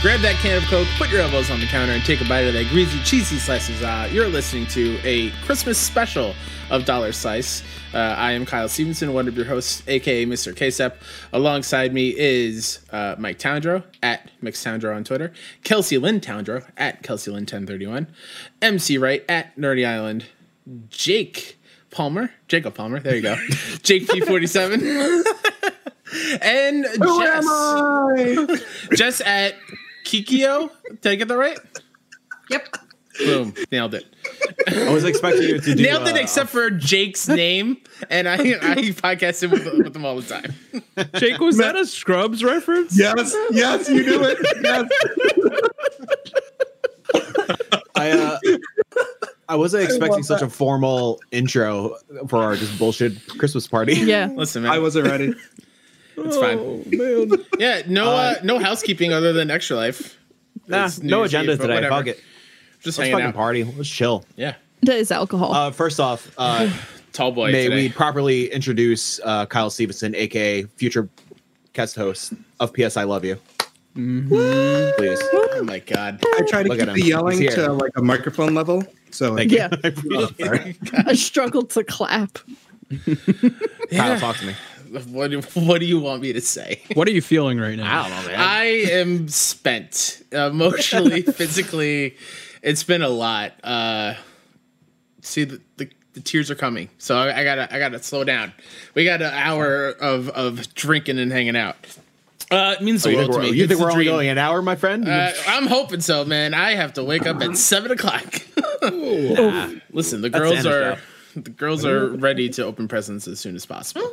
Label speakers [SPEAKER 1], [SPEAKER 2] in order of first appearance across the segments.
[SPEAKER 1] grab that can of Coke, put your elbows on the counter, and take a bite of that greasy, cheesy slice of za. You're listening to a Christmas special of Dollar Slice. Uh, I am Kyle Stevenson, one of your hosts, aka Mr. KSEP. E Alongside me is uh, Mike Towndrow at MixTowndrow on Twitter, Kelsey Lynn Towndrow at Kelsey Lynn 1031, MC Wright at Nerdy Island, Jake Palmer, Jacob Palmer, there you go, Jake P47, and
[SPEAKER 2] Who
[SPEAKER 1] Jess.
[SPEAKER 2] am I?
[SPEAKER 1] Jess at Kikio. Did I get that right?
[SPEAKER 3] Yep.
[SPEAKER 1] Boom. Nailed it.
[SPEAKER 2] I was expecting you to do
[SPEAKER 1] Nailed it
[SPEAKER 2] uh,
[SPEAKER 1] except for Jake's name. And I, I podcast him with, with them all the time.
[SPEAKER 4] Jake, was that a Scrubs reference?
[SPEAKER 2] Yes, yes, you do it. Yes. I uh, I wasn't expecting such a formal intro for our just bullshit Christmas party.
[SPEAKER 5] Yeah.
[SPEAKER 1] Listen, man.
[SPEAKER 6] I wasn't ready.
[SPEAKER 1] it's fine.
[SPEAKER 4] man.
[SPEAKER 1] Yeah, no uh, no housekeeping other than extra life.
[SPEAKER 2] Nah,
[SPEAKER 1] It's New
[SPEAKER 2] no
[SPEAKER 1] Year's
[SPEAKER 2] agenda
[SPEAKER 1] Eve, but
[SPEAKER 2] today.
[SPEAKER 1] whatever.
[SPEAKER 2] Fuck it.
[SPEAKER 1] Just
[SPEAKER 2] Let's
[SPEAKER 1] hanging
[SPEAKER 2] fucking
[SPEAKER 1] out.
[SPEAKER 2] party. Let's chill.
[SPEAKER 1] Yeah.
[SPEAKER 5] That is alcohol.
[SPEAKER 2] Uh, first off, uh,
[SPEAKER 1] Tall boy.
[SPEAKER 2] may
[SPEAKER 1] today.
[SPEAKER 2] we properly introduce uh, Kyle Stevenson, aka future guest host of PS I Love You. Mm-hmm. Please.
[SPEAKER 1] oh my god.
[SPEAKER 6] I try to
[SPEAKER 2] Look at
[SPEAKER 6] keep
[SPEAKER 2] him.
[SPEAKER 6] the yelling
[SPEAKER 2] He's here.
[SPEAKER 6] to like a microphone level. So
[SPEAKER 2] Thank
[SPEAKER 5] yeah.
[SPEAKER 2] you. Oh, sorry.
[SPEAKER 5] I struggled to clap.
[SPEAKER 2] Kyle, talk to me.
[SPEAKER 1] What, do- what do you want me to say?
[SPEAKER 4] What are you feeling right now?
[SPEAKER 2] don't know,
[SPEAKER 1] I am spent uh, emotionally, physically. It's been a lot. Uh, see, the, the, the tears are coming, so I, I gotta I gotta slow down. We got an hour of of drinking and hanging out. Uh, it means the
[SPEAKER 2] Oh, you think
[SPEAKER 1] world to
[SPEAKER 2] we're,
[SPEAKER 1] me.
[SPEAKER 2] you
[SPEAKER 1] It's
[SPEAKER 2] think
[SPEAKER 1] a
[SPEAKER 2] we're only
[SPEAKER 1] dream.
[SPEAKER 2] going an hour, my friend?
[SPEAKER 1] Uh, I'm hoping so, man. I have to wake up at seven o'clock. Listen, the girls
[SPEAKER 2] the end
[SPEAKER 1] are
[SPEAKER 2] of
[SPEAKER 1] the girls are ready to open presents as soon as possible.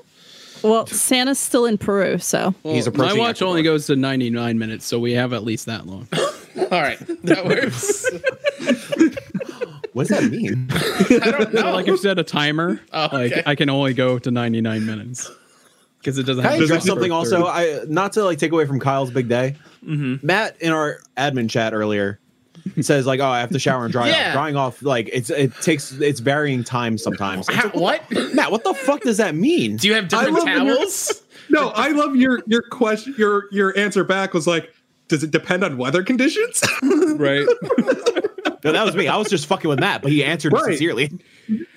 [SPEAKER 5] Well, Santa's still in Peru, so
[SPEAKER 2] He's
[SPEAKER 4] My
[SPEAKER 2] approaching.
[SPEAKER 4] watch only goes to 99 minutes, so we have at least that long.
[SPEAKER 1] All right, that works.
[SPEAKER 2] What does that mean?
[SPEAKER 1] I don't know.
[SPEAKER 4] like if set a timer,
[SPEAKER 1] Oh, okay.
[SPEAKER 4] like I can only go to 99 minutes because it doesn't.
[SPEAKER 2] Can I
[SPEAKER 4] have to
[SPEAKER 2] interrupt
[SPEAKER 4] drop for
[SPEAKER 2] something
[SPEAKER 4] a
[SPEAKER 2] also?
[SPEAKER 4] third.
[SPEAKER 2] I not to like take away from Kyle's big day. Matt in our admin chat earlier says like, "Oh, I have to shower and dry
[SPEAKER 1] Yeah.
[SPEAKER 2] off." Drying off like it's it takes it's varying time sometimes.
[SPEAKER 1] How- what?
[SPEAKER 2] Matt, what the fuck does that mean?
[SPEAKER 1] Do you have different
[SPEAKER 6] love the new-
[SPEAKER 1] towels?
[SPEAKER 6] no, I love your your question. Your your answer back was like, does it depend on weather conditions?
[SPEAKER 4] right?
[SPEAKER 2] no, that was me. I was just fucking with Matt, but he answered
[SPEAKER 6] Right.
[SPEAKER 2] sincerely.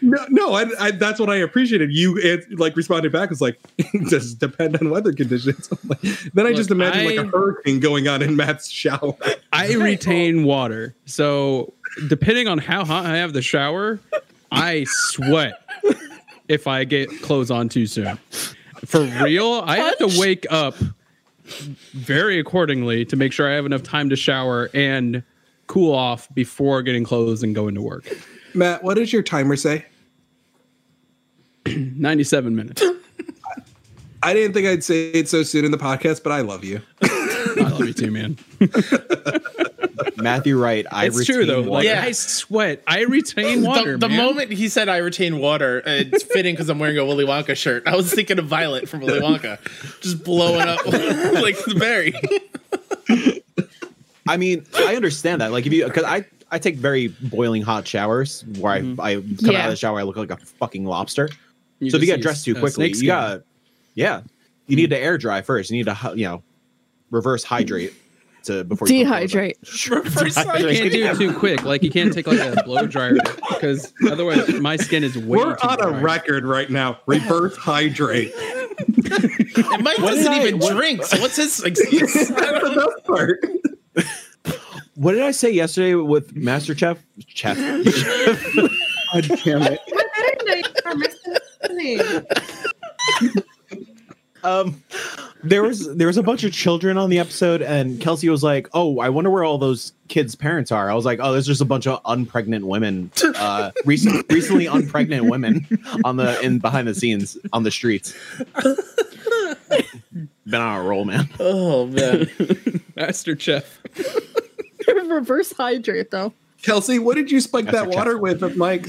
[SPEAKER 6] no, no. I, I, that's what I appreciated. You it, like responded back was like, does it depend on weather conditions? I'm like- then I
[SPEAKER 4] Look,
[SPEAKER 6] just imagined like
[SPEAKER 4] I-
[SPEAKER 6] a hurricane going on in Matt's shower.
[SPEAKER 4] I retain water, so depending on how hot I have the shower, I sweat if I get clothes on too soon. For real, I have to wake up very accordingly to make sure I have enough time to shower and cool off before getting clothes and going to work.
[SPEAKER 6] Matt, what does your timer say?
[SPEAKER 4] 97 minutes.
[SPEAKER 6] I didn't think I'd say it so soon in the podcast, but I love you.
[SPEAKER 4] I love you too, man.
[SPEAKER 2] Matthew Wright, I
[SPEAKER 4] It's true though.
[SPEAKER 2] retain
[SPEAKER 4] Like
[SPEAKER 2] water.
[SPEAKER 1] Yeah.
[SPEAKER 4] I sweat. I retain
[SPEAKER 1] The-
[SPEAKER 4] water.
[SPEAKER 1] the
[SPEAKER 4] man.
[SPEAKER 1] moment he said I retain water, uh, it's fitting because I'm wearing a Willy Wonka shirt. I was thinking of Violet from Willy Wonka, just blowing up like the berry.
[SPEAKER 2] I mean, I understand that. Like if you because I I take very boiling hot showers where I I come out
[SPEAKER 5] Yeah.
[SPEAKER 2] of the shower, I look like a fucking lobster.
[SPEAKER 4] You
[SPEAKER 2] so if you
[SPEAKER 4] just
[SPEAKER 2] get
[SPEAKER 4] use,
[SPEAKER 2] dressed too
[SPEAKER 4] uh,
[SPEAKER 2] quickally,
[SPEAKER 4] snakeskin.
[SPEAKER 2] you got yeah, you
[SPEAKER 4] Hmm.
[SPEAKER 2] need to air dry first. You need to hu- you know reverse hydrate to before you go forward.
[SPEAKER 5] dehydrate.
[SPEAKER 1] Reverse
[SPEAKER 4] You
[SPEAKER 1] psychic.
[SPEAKER 4] can't do it too quick. Like you can't take like a blow dryer because otherwise my skin is way
[SPEAKER 6] We're
[SPEAKER 4] too
[SPEAKER 6] on a
[SPEAKER 4] dry.
[SPEAKER 6] record right now. Reverse hydrate.
[SPEAKER 1] And Mike
[SPEAKER 2] What did
[SPEAKER 1] doesn't
[SPEAKER 2] I-
[SPEAKER 1] even
[SPEAKER 2] what-
[SPEAKER 1] drink, so what's his excuse?
[SPEAKER 6] That's the best part.
[SPEAKER 2] What did I say yesterday with Master Chef? Chef.
[SPEAKER 6] God damn it.
[SPEAKER 2] um, there was there was a bunch of children on the episode, and Kelsey was like, "Oh, I wonder where all those kids' parents are." I was like, "Oh, there's just a bunch of unpregnant women, uh, recent, recently unpregnant women on the in behind the scenes on the streets." Been on a roll, man.
[SPEAKER 1] Oh man,
[SPEAKER 4] Master Chef.
[SPEAKER 5] Reverse hydrate though.
[SPEAKER 6] Kelsey, what did you spike
[SPEAKER 2] That's
[SPEAKER 6] that
[SPEAKER 2] her
[SPEAKER 6] water
[SPEAKER 2] chest.
[SPEAKER 6] with of Mike?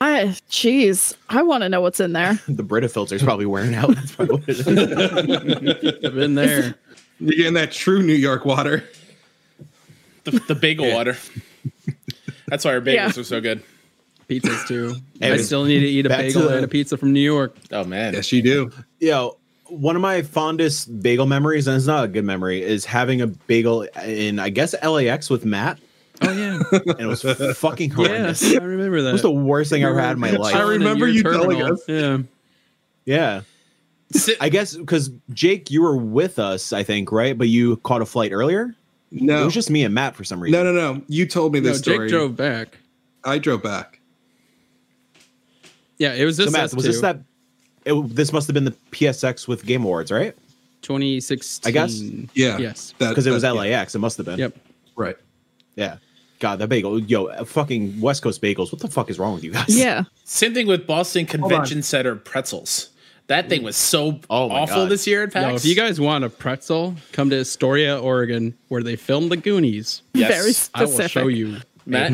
[SPEAKER 5] I jeez. I wanna know what's in there.
[SPEAKER 2] The Brita filter's probably wearing out. That's probably what it is.
[SPEAKER 4] I've been there.
[SPEAKER 6] You're getting that true New York water.
[SPEAKER 1] the, the bagel water. That's why our bagels
[SPEAKER 5] Yeah.
[SPEAKER 1] are so good.
[SPEAKER 4] Pizzas too.
[SPEAKER 2] Hey,
[SPEAKER 4] I
[SPEAKER 2] but
[SPEAKER 4] still need to eat a
[SPEAKER 2] back to
[SPEAKER 4] bagel
[SPEAKER 2] the-
[SPEAKER 4] and a pizza from New York.
[SPEAKER 1] Oh man,
[SPEAKER 6] Yes, you do.
[SPEAKER 2] Yo, one of my fondest bagel memories, and it's not a good memory, is having a bagel in I guess LAX with Matt,
[SPEAKER 4] Oh yeah,
[SPEAKER 2] and it was fucking horrendous.
[SPEAKER 4] yeah. I remember that.
[SPEAKER 2] It was the worst thing I ever had in my
[SPEAKER 6] I
[SPEAKER 2] life.
[SPEAKER 6] re- remember you telling us.
[SPEAKER 4] Yeah.
[SPEAKER 2] Yeah,
[SPEAKER 1] Sit-
[SPEAKER 2] I guess because Jake, you were with us, I think, right? But you caught a flight earlier. It
[SPEAKER 6] No,
[SPEAKER 2] was just me and Matt for some reason.
[SPEAKER 6] no, no, no. You told me
[SPEAKER 4] No,
[SPEAKER 6] this
[SPEAKER 4] Jake
[SPEAKER 6] story.
[SPEAKER 4] drove back.
[SPEAKER 6] I drove back.
[SPEAKER 4] Yeah, it was this.
[SPEAKER 2] So Matt,
[SPEAKER 4] us
[SPEAKER 2] was
[SPEAKER 4] two,
[SPEAKER 2] this that? It, this must have been the PSX with Game Awards, right?
[SPEAKER 4] 2016?
[SPEAKER 2] I guess.
[SPEAKER 6] Uh, Yeah.
[SPEAKER 4] Yes.
[SPEAKER 6] That-
[SPEAKER 2] Because it was
[SPEAKER 6] that-
[SPEAKER 2] LAX. It must have been.
[SPEAKER 4] Yep.
[SPEAKER 6] Right.
[SPEAKER 2] Yeah. God, that bagel, yo, fucking West Coast bagels. What the fuck is wrong with you guys?
[SPEAKER 5] Yeah.
[SPEAKER 1] Same thing with Boston Convention Center pretzels. That thing was so
[SPEAKER 2] Oh my
[SPEAKER 1] awful
[SPEAKER 2] God.
[SPEAKER 1] this year at PAX.
[SPEAKER 4] Yo, if you guys want a pretzel, come to Astoria, Oregon, where they filmed The Goonies.
[SPEAKER 1] Yes.
[SPEAKER 5] Very
[SPEAKER 4] I will
[SPEAKER 5] specific.
[SPEAKER 4] show you.
[SPEAKER 1] Matt,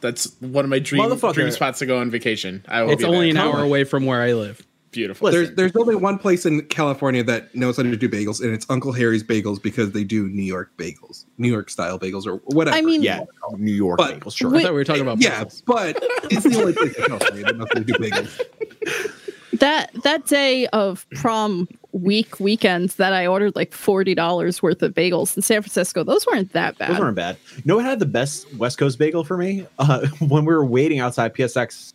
[SPEAKER 1] that's one of my dream,
[SPEAKER 2] Motherfucker.
[SPEAKER 1] dream spots to go on vacation. I
[SPEAKER 6] Oh,
[SPEAKER 1] will
[SPEAKER 4] It's
[SPEAKER 1] be
[SPEAKER 4] only an
[SPEAKER 1] there.
[SPEAKER 4] hour away from where I live.
[SPEAKER 1] Beautiful.
[SPEAKER 2] Listen.
[SPEAKER 6] There's there's only one place in California that knows how to do bagels, and it's Uncle Harry's Bagels because they do New York bagels, New York style bagels, or whatever.
[SPEAKER 5] I mean-
[SPEAKER 2] Yeah. New York
[SPEAKER 6] But-
[SPEAKER 2] bagels, sure.
[SPEAKER 4] I
[SPEAKER 5] Wait.
[SPEAKER 4] thought we were talking about
[SPEAKER 6] yeah,
[SPEAKER 4] pretzels.
[SPEAKER 6] but it's the only place in California that knows how to do bagels.
[SPEAKER 5] That that day of prom week weekend that I ordered like forty dollars worth of bagels in San Francisco, those weren't that bad.
[SPEAKER 2] Those weren't bad. You know what had the best West Coast bagel for me? Uh, when we were waiting outside PSX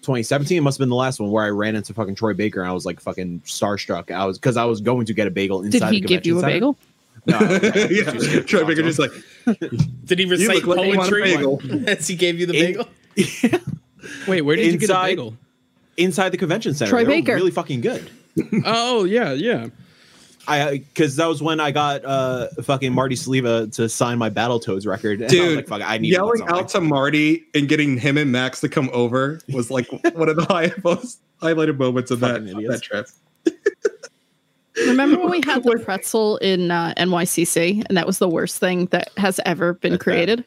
[SPEAKER 2] 2017, it must have been the last one where I ran into fucking Troy Baker and I was like fucking starstruck. I was because I was going to get a bagel
[SPEAKER 5] Did
[SPEAKER 2] inside.
[SPEAKER 5] he
[SPEAKER 2] the
[SPEAKER 5] give you a
[SPEAKER 2] convention
[SPEAKER 5] bagel?
[SPEAKER 2] center. No, I was
[SPEAKER 6] yeah,
[SPEAKER 2] too
[SPEAKER 6] Troy
[SPEAKER 2] scared to talk
[SPEAKER 6] Baker just
[SPEAKER 2] to him.
[SPEAKER 6] like
[SPEAKER 1] Did he
[SPEAKER 6] you
[SPEAKER 1] recite
[SPEAKER 6] look like you want a
[SPEAKER 1] poetry
[SPEAKER 6] bagel.
[SPEAKER 1] as he gave you the
[SPEAKER 2] In-
[SPEAKER 1] bagel?
[SPEAKER 4] Wait, where did you get a
[SPEAKER 2] Inside-
[SPEAKER 4] bagel?
[SPEAKER 2] inside the convention center.
[SPEAKER 5] Troy
[SPEAKER 2] They were
[SPEAKER 5] Baker.
[SPEAKER 2] really fucking good.
[SPEAKER 4] Oh yeah, yeah.
[SPEAKER 2] I because that was when I got uh fucking Marty Saliva to sign my Battletoads record. And I was
[SPEAKER 6] Dude,
[SPEAKER 2] like, fuck, I need
[SPEAKER 6] yelling
[SPEAKER 2] something.
[SPEAKER 6] out to Marty and getting him and Max to come over was like one of the high, most highlighted moments of that,
[SPEAKER 2] Fucking
[SPEAKER 6] of
[SPEAKER 2] idiots.
[SPEAKER 6] that trip.
[SPEAKER 5] Remember when we had the pretzel in uh, NYCC, and that was the worst thing that has ever been
[SPEAKER 2] That's bad.
[SPEAKER 5] created.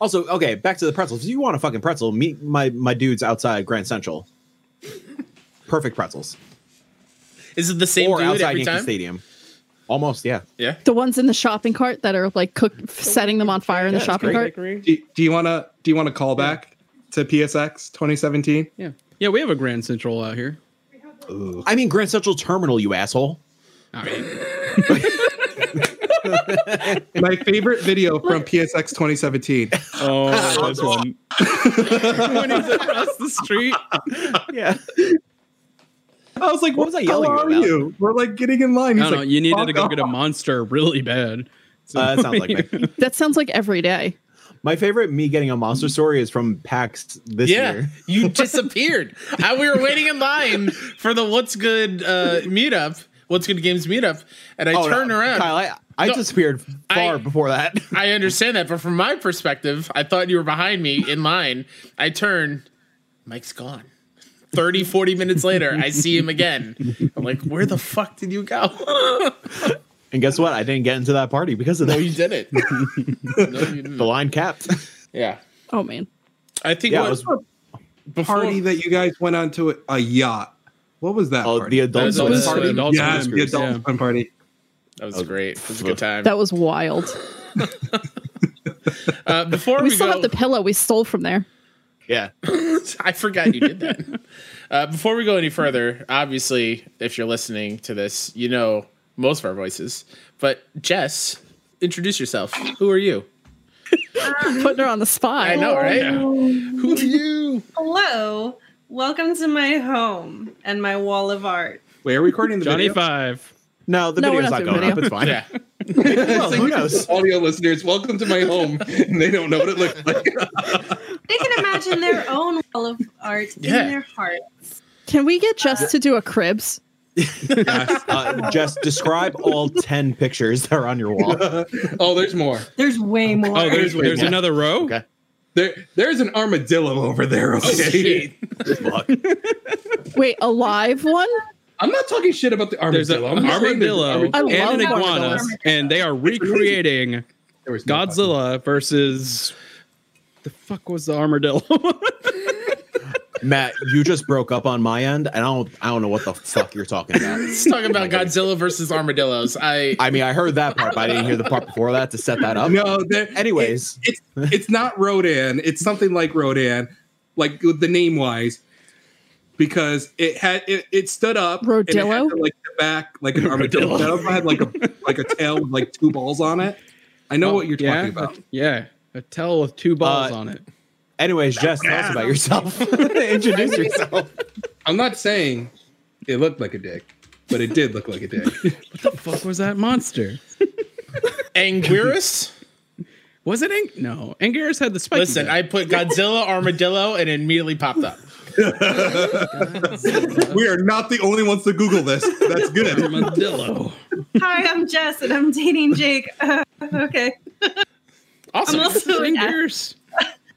[SPEAKER 2] Also, okay, back to the pretzels. If you want a fucking pretzel, meet my my dudes outside Grand Central. Perfect pretzels.
[SPEAKER 1] Is it the same
[SPEAKER 2] or
[SPEAKER 1] dude
[SPEAKER 2] outside
[SPEAKER 1] every
[SPEAKER 2] Yankee
[SPEAKER 1] time?
[SPEAKER 2] Stadium. Almost, yeah.
[SPEAKER 1] Yeah.
[SPEAKER 5] The ones in the shopping cart that are like cook setting them on fire in
[SPEAKER 2] Yeah,
[SPEAKER 5] the
[SPEAKER 2] it's
[SPEAKER 5] shopping
[SPEAKER 2] great.
[SPEAKER 5] cart.
[SPEAKER 4] Bakery.
[SPEAKER 6] Do, do you want to do you want to call back to PSX 2017?
[SPEAKER 4] Yeah, yeah. We have a Grand Central out here.
[SPEAKER 2] I mean Grand Central Terminal, you asshole.
[SPEAKER 4] All right.
[SPEAKER 6] My favorite video from PSX 2017.
[SPEAKER 4] Oh, this one. when he's across the street.
[SPEAKER 2] Yeah.
[SPEAKER 6] I was like,
[SPEAKER 2] What was I yelling
[SPEAKER 6] How are
[SPEAKER 2] about?"
[SPEAKER 6] you? We're like getting in line. He's
[SPEAKER 4] I don't know.
[SPEAKER 6] like,
[SPEAKER 4] You needed to
[SPEAKER 6] "Fuck
[SPEAKER 4] go
[SPEAKER 6] off."
[SPEAKER 4] get a monster really bad. So-
[SPEAKER 2] Uh, that sounds like me.
[SPEAKER 5] That sounds like every day.
[SPEAKER 2] My favorite me getting a monster story is from PAX this
[SPEAKER 1] yeah,
[SPEAKER 2] year.
[SPEAKER 1] you disappeared. I, we were waiting in line for the What's Good uh, meetup, What's Good Games meetup, and I
[SPEAKER 2] Oh, no,
[SPEAKER 1] turned around.
[SPEAKER 2] Kyle, I, I
[SPEAKER 1] No,
[SPEAKER 2] disappeared far
[SPEAKER 1] I-
[SPEAKER 2] before that.
[SPEAKER 1] I understand that, but from my perspective, I thought you were behind me in line. I turn, Mike's gone. 30, 40 minutes later, I see him again. I'm like, where the fuck did you go?
[SPEAKER 2] And guess what? I didn't get into that party because of
[SPEAKER 1] no,
[SPEAKER 6] Oh,
[SPEAKER 2] that.
[SPEAKER 1] you didn't. No, you
[SPEAKER 2] the
[SPEAKER 1] didn't.
[SPEAKER 2] line capped.
[SPEAKER 1] Yeah.
[SPEAKER 5] Oh man,
[SPEAKER 1] I think
[SPEAKER 2] yeah,
[SPEAKER 1] what-
[SPEAKER 2] it was
[SPEAKER 1] before,
[SPEAKER 6] party that you guys went on to a yacht. What was that?
[SPEAKER 2] oh,
[SPEAKER 6] party?
[SPEAKER 2] the adult
[SPEAKER 1] That's
[SPEAKER 2] swim
[SPEAKER 1] always-
[SPEAKER 2] party.
[SPEAKER 4] Adult
[SPEAKER 6] yeah,
[SPEAKER 4] swim
[SPEAKER 6] the
[SPEAKER 4] cruise,
[SPEAKER 6] adult
[SPEAKER 4] yeah.
[SPEAKER 6] swim party.
[SPEAKER 1] that was great. It was a good time.
[SPEAKER 5] that was wild.
[SPEAKER 1] Uh, before
[SPEAKER 5] We
[SPEAKER 1] we,
[SPEAKER 5] still
[SPEAKER 1] go,
[SPEAKER 5] have the pillow we stole from there.
[SPEAKER 2] Yeah.
[SPEAKER 1] I forgot you did that. uh, before we go any further, obviously, if you're listening to this, you know most of our voices. But Jess, introduce yourself. Who are you?
[SPEAKER 5] Putting her on the spot.
[SPEAKER 1] I know, right? Who are you?
[SPEAKER 3] Hello, welcome to my home and my wall of art.
[SPEAKER 6] Wait, are we recording the
[SPEAKER 4] Johnny
[SPEAKER 6] video?
[SPEAKER 4] Five.
[SPEAKER 2] No, the
[SPEAKER 5] No, we're
[SPEAKER 2] video's
[SPEAKER 5] not
[SPEAKER 2] not, going
[SPEAKER 5] doing
[SPEAKER 2] up.
[SPEAKER 5] video.
[SPEAKER 2] It's fine.
[SPEAKER 1] Yeah.
[SPEAKER 2] Well, who knows?
[SPEAKER 6] Audio listeners, welcome to my home. and they don't know what it looks like.
[SPEAKER 3] They can imagine their own wall of art
[SPEAKER 1] Yeah.
[SPEAKER 3] in their heart.
[SPEAKER 5] Can we get Jess to do a cribs?
[SPEAKER 2] Uh, just describe all 10 pictures that are on your wall.
[SPEAKER 6] oh, there's more.
[SPEAKER 3] There's way more.
[SPEAKER 4] Oh, there's
[SPEAKER 6] Wait,
[SPEAKER 4] there's
[SPEAKER 6] what?
[SPEAKER 4] another row.
[SPEAKER 2] Okay.
[SPEAKER 6] There, there's an armadillo over there.
[SPEAKER 4] Oh,
[SPEAKER 6] Okay,
[SPEAKER 1] shit.
[SPEAKER 2] Fuck.
[SPEAKER 5] Wait, a live one?
[SPEAKER 6] I'm not talking shit about the
[SPEAKER 4] There's
[SPEAKER 6] armadillo.
[SPEAKER 4] an
[SPEAKER 6] I'm just saying there's an
[SPEAKER 4] armadillo and
[SPEAKER 5] I love
[SPEAKER 4] an iguana,
[SPEAKER 5] armadillos.
[SPEAKER 4] and they are recreating
[SPEAKER 6] There was no fucking-
[SPEAKER 4] Godzilla versus the fuck was the armadillo?
[SPEAKER 2] Matt, you just broke up on my end, and I don't, I don't know what the fuck you're talking about.
[SPEAKER 1] Let's talk about Godzilla versus armadillos. Oh I,
[SPEAKER 2] I mean, I heard that part, but I didn't hear the part before that to set that up.
[SPEAKER 6] No, there,
[SPEAKER 2] Anyways.
[SPEAKER 6] it- it's it's not Rodan. It's something like Rodan, like with the name wise. because it had it, it stood up and it had
[SPEAKER 5] Rodillo?
[SPEAKER 6] the, like the back like an
[SPEAKER 1] Rodillo.
[SPEAKER 6] armadillo. That also had like a like a tail with like two balls on it. I know
[SPEAKER 4] Oh,
[SPEAKER 6] what you're talking
[SPEAKER 4] yeah,
[SPEAKER 6] about.
[SPEAKER 4] a- yeah, a tell with two balls
[SPEAKER 2] Uh,
[SPEAKER 4] on it.
[SPEAKER 2] Anyways, Jess, tell us about yourself. Introduce yourself.
[SPEAKER 6] I'm not saying it looked like a dick, but it did look like a dick.
[SPEAKER 4] What the fuck was that monster?
[SPEAKER 1] Anguirus?
[SPEAKER 4] Was it Ang? No, Anguirus had the spike.
[SPEAKER 1] Listen, I put Godzilla armadillo and it immediately popped up.
[SPEAKER 6] we are not the only ones to Google this. That's good.
[SPEAKER 4] armadillo.
[SPEAKER 3] Hi, I'm Jess, and I'm dating Jake. Uh, okay.
[SPEAKER 1] Awesome.
[SPEAKER 3] I'm also an ad-
[SPEAKER 4] Anguirus.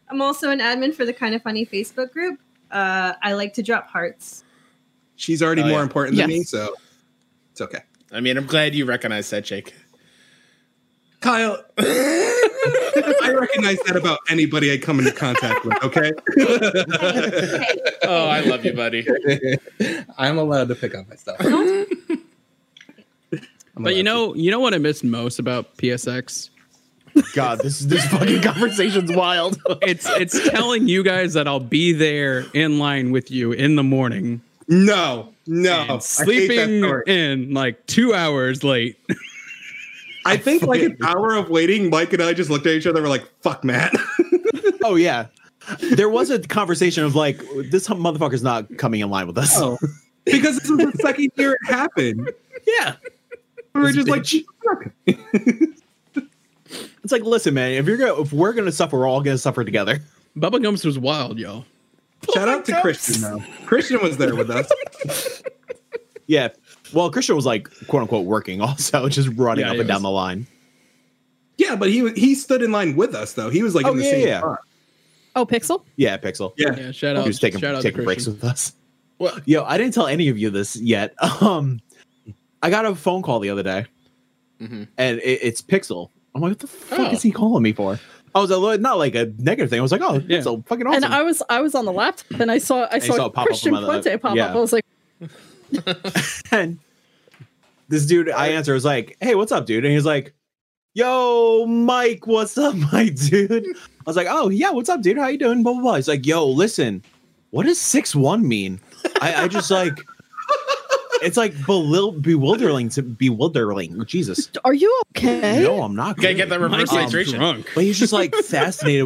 [SPEAKER 3] I'm also an admin for the Kind of Funny Facebook group. Uh, I like to drop hearts.
[SPEAKER 6] She's already
[SPEAKER 1] Oh,
[SPEAKER 6] more
[SPEAKER 1] yeah.
[SPEAKER 6] important than
[SPEAKER 5] Yes.
[SPEAKER 6] me, so it's okay.
[SPEAKER 1] I mean, I'm glad you recognize that, Jake.
[SPEAKER 6] Kyle, I recognize that about anybody I come into contact with, okay?
[SPEAKER 3] Hey,
[SPEAKER 1] Oh, I love you, buddy.
[SPEAKER 6] I'm allowed to pick on myself.
[SPEAKER 4] But you know, you know what I miss most about PSX?
[SPEAKER 2] God, this this fucking conversation's wild.
[SPEAKER 4] It's it's telling you guys that I'll be there in line with you in the morning,
[SPEAKER 6] no, no.
[SPEAKER 4] and
[SPEAKER 6] I, hate that
[SPEAKER 4] sleeping
[SPEAKER 6] story.
[SPEAKER 4] in like two hours late.
[SPEAKER 6] I think like an hour of waiting, Mike and I just looked at each other. We're like, "Fuck, Matt."
[SPEAKER 2] Oh yeah. There was a conversation of like this motherfucker's not coming in line with us.
[SPEAKER 6] because this is the second year it happened.
[SPEAKER 2] yeah.
[SPEAKER 6] We were just like,
[SPEAKER 2] It's like, listen, man, if you're gonna if we're gonna suffer, we're all gonna suffer together.
[SPEAKER 4] Bubba Gumps was wild, y'all.
[SPEAKER 6] Shout out to Christian though. Christian was there with us.
[SPEAKER 2] Yeah. Well, Christian was like quote unquote working also, just running
[SPEAKER 4] Yeah,
[SPEAKER 2] up
[SPEAKER 4] he
[SPEAKER 2] and down
[SPEAKER 4] was.
[SPEAKER 2] the line.
[SPEAKER 6] Yeah, but he he stood in line with us though. He was like
[SPEAKER 2] Oh,
[SPEAKER 6] in the
[SPEAKER 2] yeah,
[SPEAKER 6] same
[SPEAKER 2] yeah.
[SPEAKER 6] spot.
[SPEAKER 5] Oh, Pixel.
[SPEAKER 2] Yeah, Pixel.
[SPEAKER 6] Yeah.
[SPEAKER 4] Yeah, shout
[SPEAKER 2] He
[SPEAKER 4] out,
[SPEAKER 2] was taking
[SPEAKER 4] shout out
[SPEAKER 2] taking
[SPEAKER 4] to
[SPEAKER 2] breaks
[SPEAKER 4] Christian.
[SPEAKER 2] with us.
[SPEAKER 1] Well,
[SPEAKER 2] Yo, I didn't tell any of you this yet. Um I got a phone call the other day
[SPEAKER 4] Mm-hmm.
[SPEAKER 1] Mhm.
[SPEAKER 2] and it, it's Pixel. I'm like, what the fuck
[SPEAKER 1] Oh.
[SPEAKER 2] is he calling me for? I was like, not like a negative thing. I was like, oh,
[SPEAKER 4] Yeah.
[SPEAKER 2] Pixel, fucking awesome.
[SPEAKER 5] And I was I was on the laptop and I saw I
[SPEAKER 2] you
[SPEAKER 5] saw,
[SPEAKER 2] saw it pop up on
[SPEAKER 5] Christian
[SPEAKER 2] my lap.
[SPEAKER 5] Puente pop
[SPEAKER 2] Yeah.
[SPEAKER 5] up. I was like,
[SPEAKER 2] and this dude I answer was like, "Hey, what's up, dude?" And he's like, "Yo, Mike, what's up, my dude?" I was like, "Oh yeah, what's up, dude? How you doing?" Blah blah blah. He's like, "Yo, listen, what does six one mean?" I, I just like, it's like belil- bewildering to bewildering. Jesus,
[SPEAKER 5] "Are you okay?"
[SPEAKER 2] no, I'm
[SPEAKER 1] gotta
[SPEAKER 2] not. good. Um,
[SPEAKER 1] get that reverse
[SPEAKER 4] Mike's like
[SPEAKER 1] hydration.
[SPEAKER 4] drunk.
[SPEAKER 2] But he's just like fascinated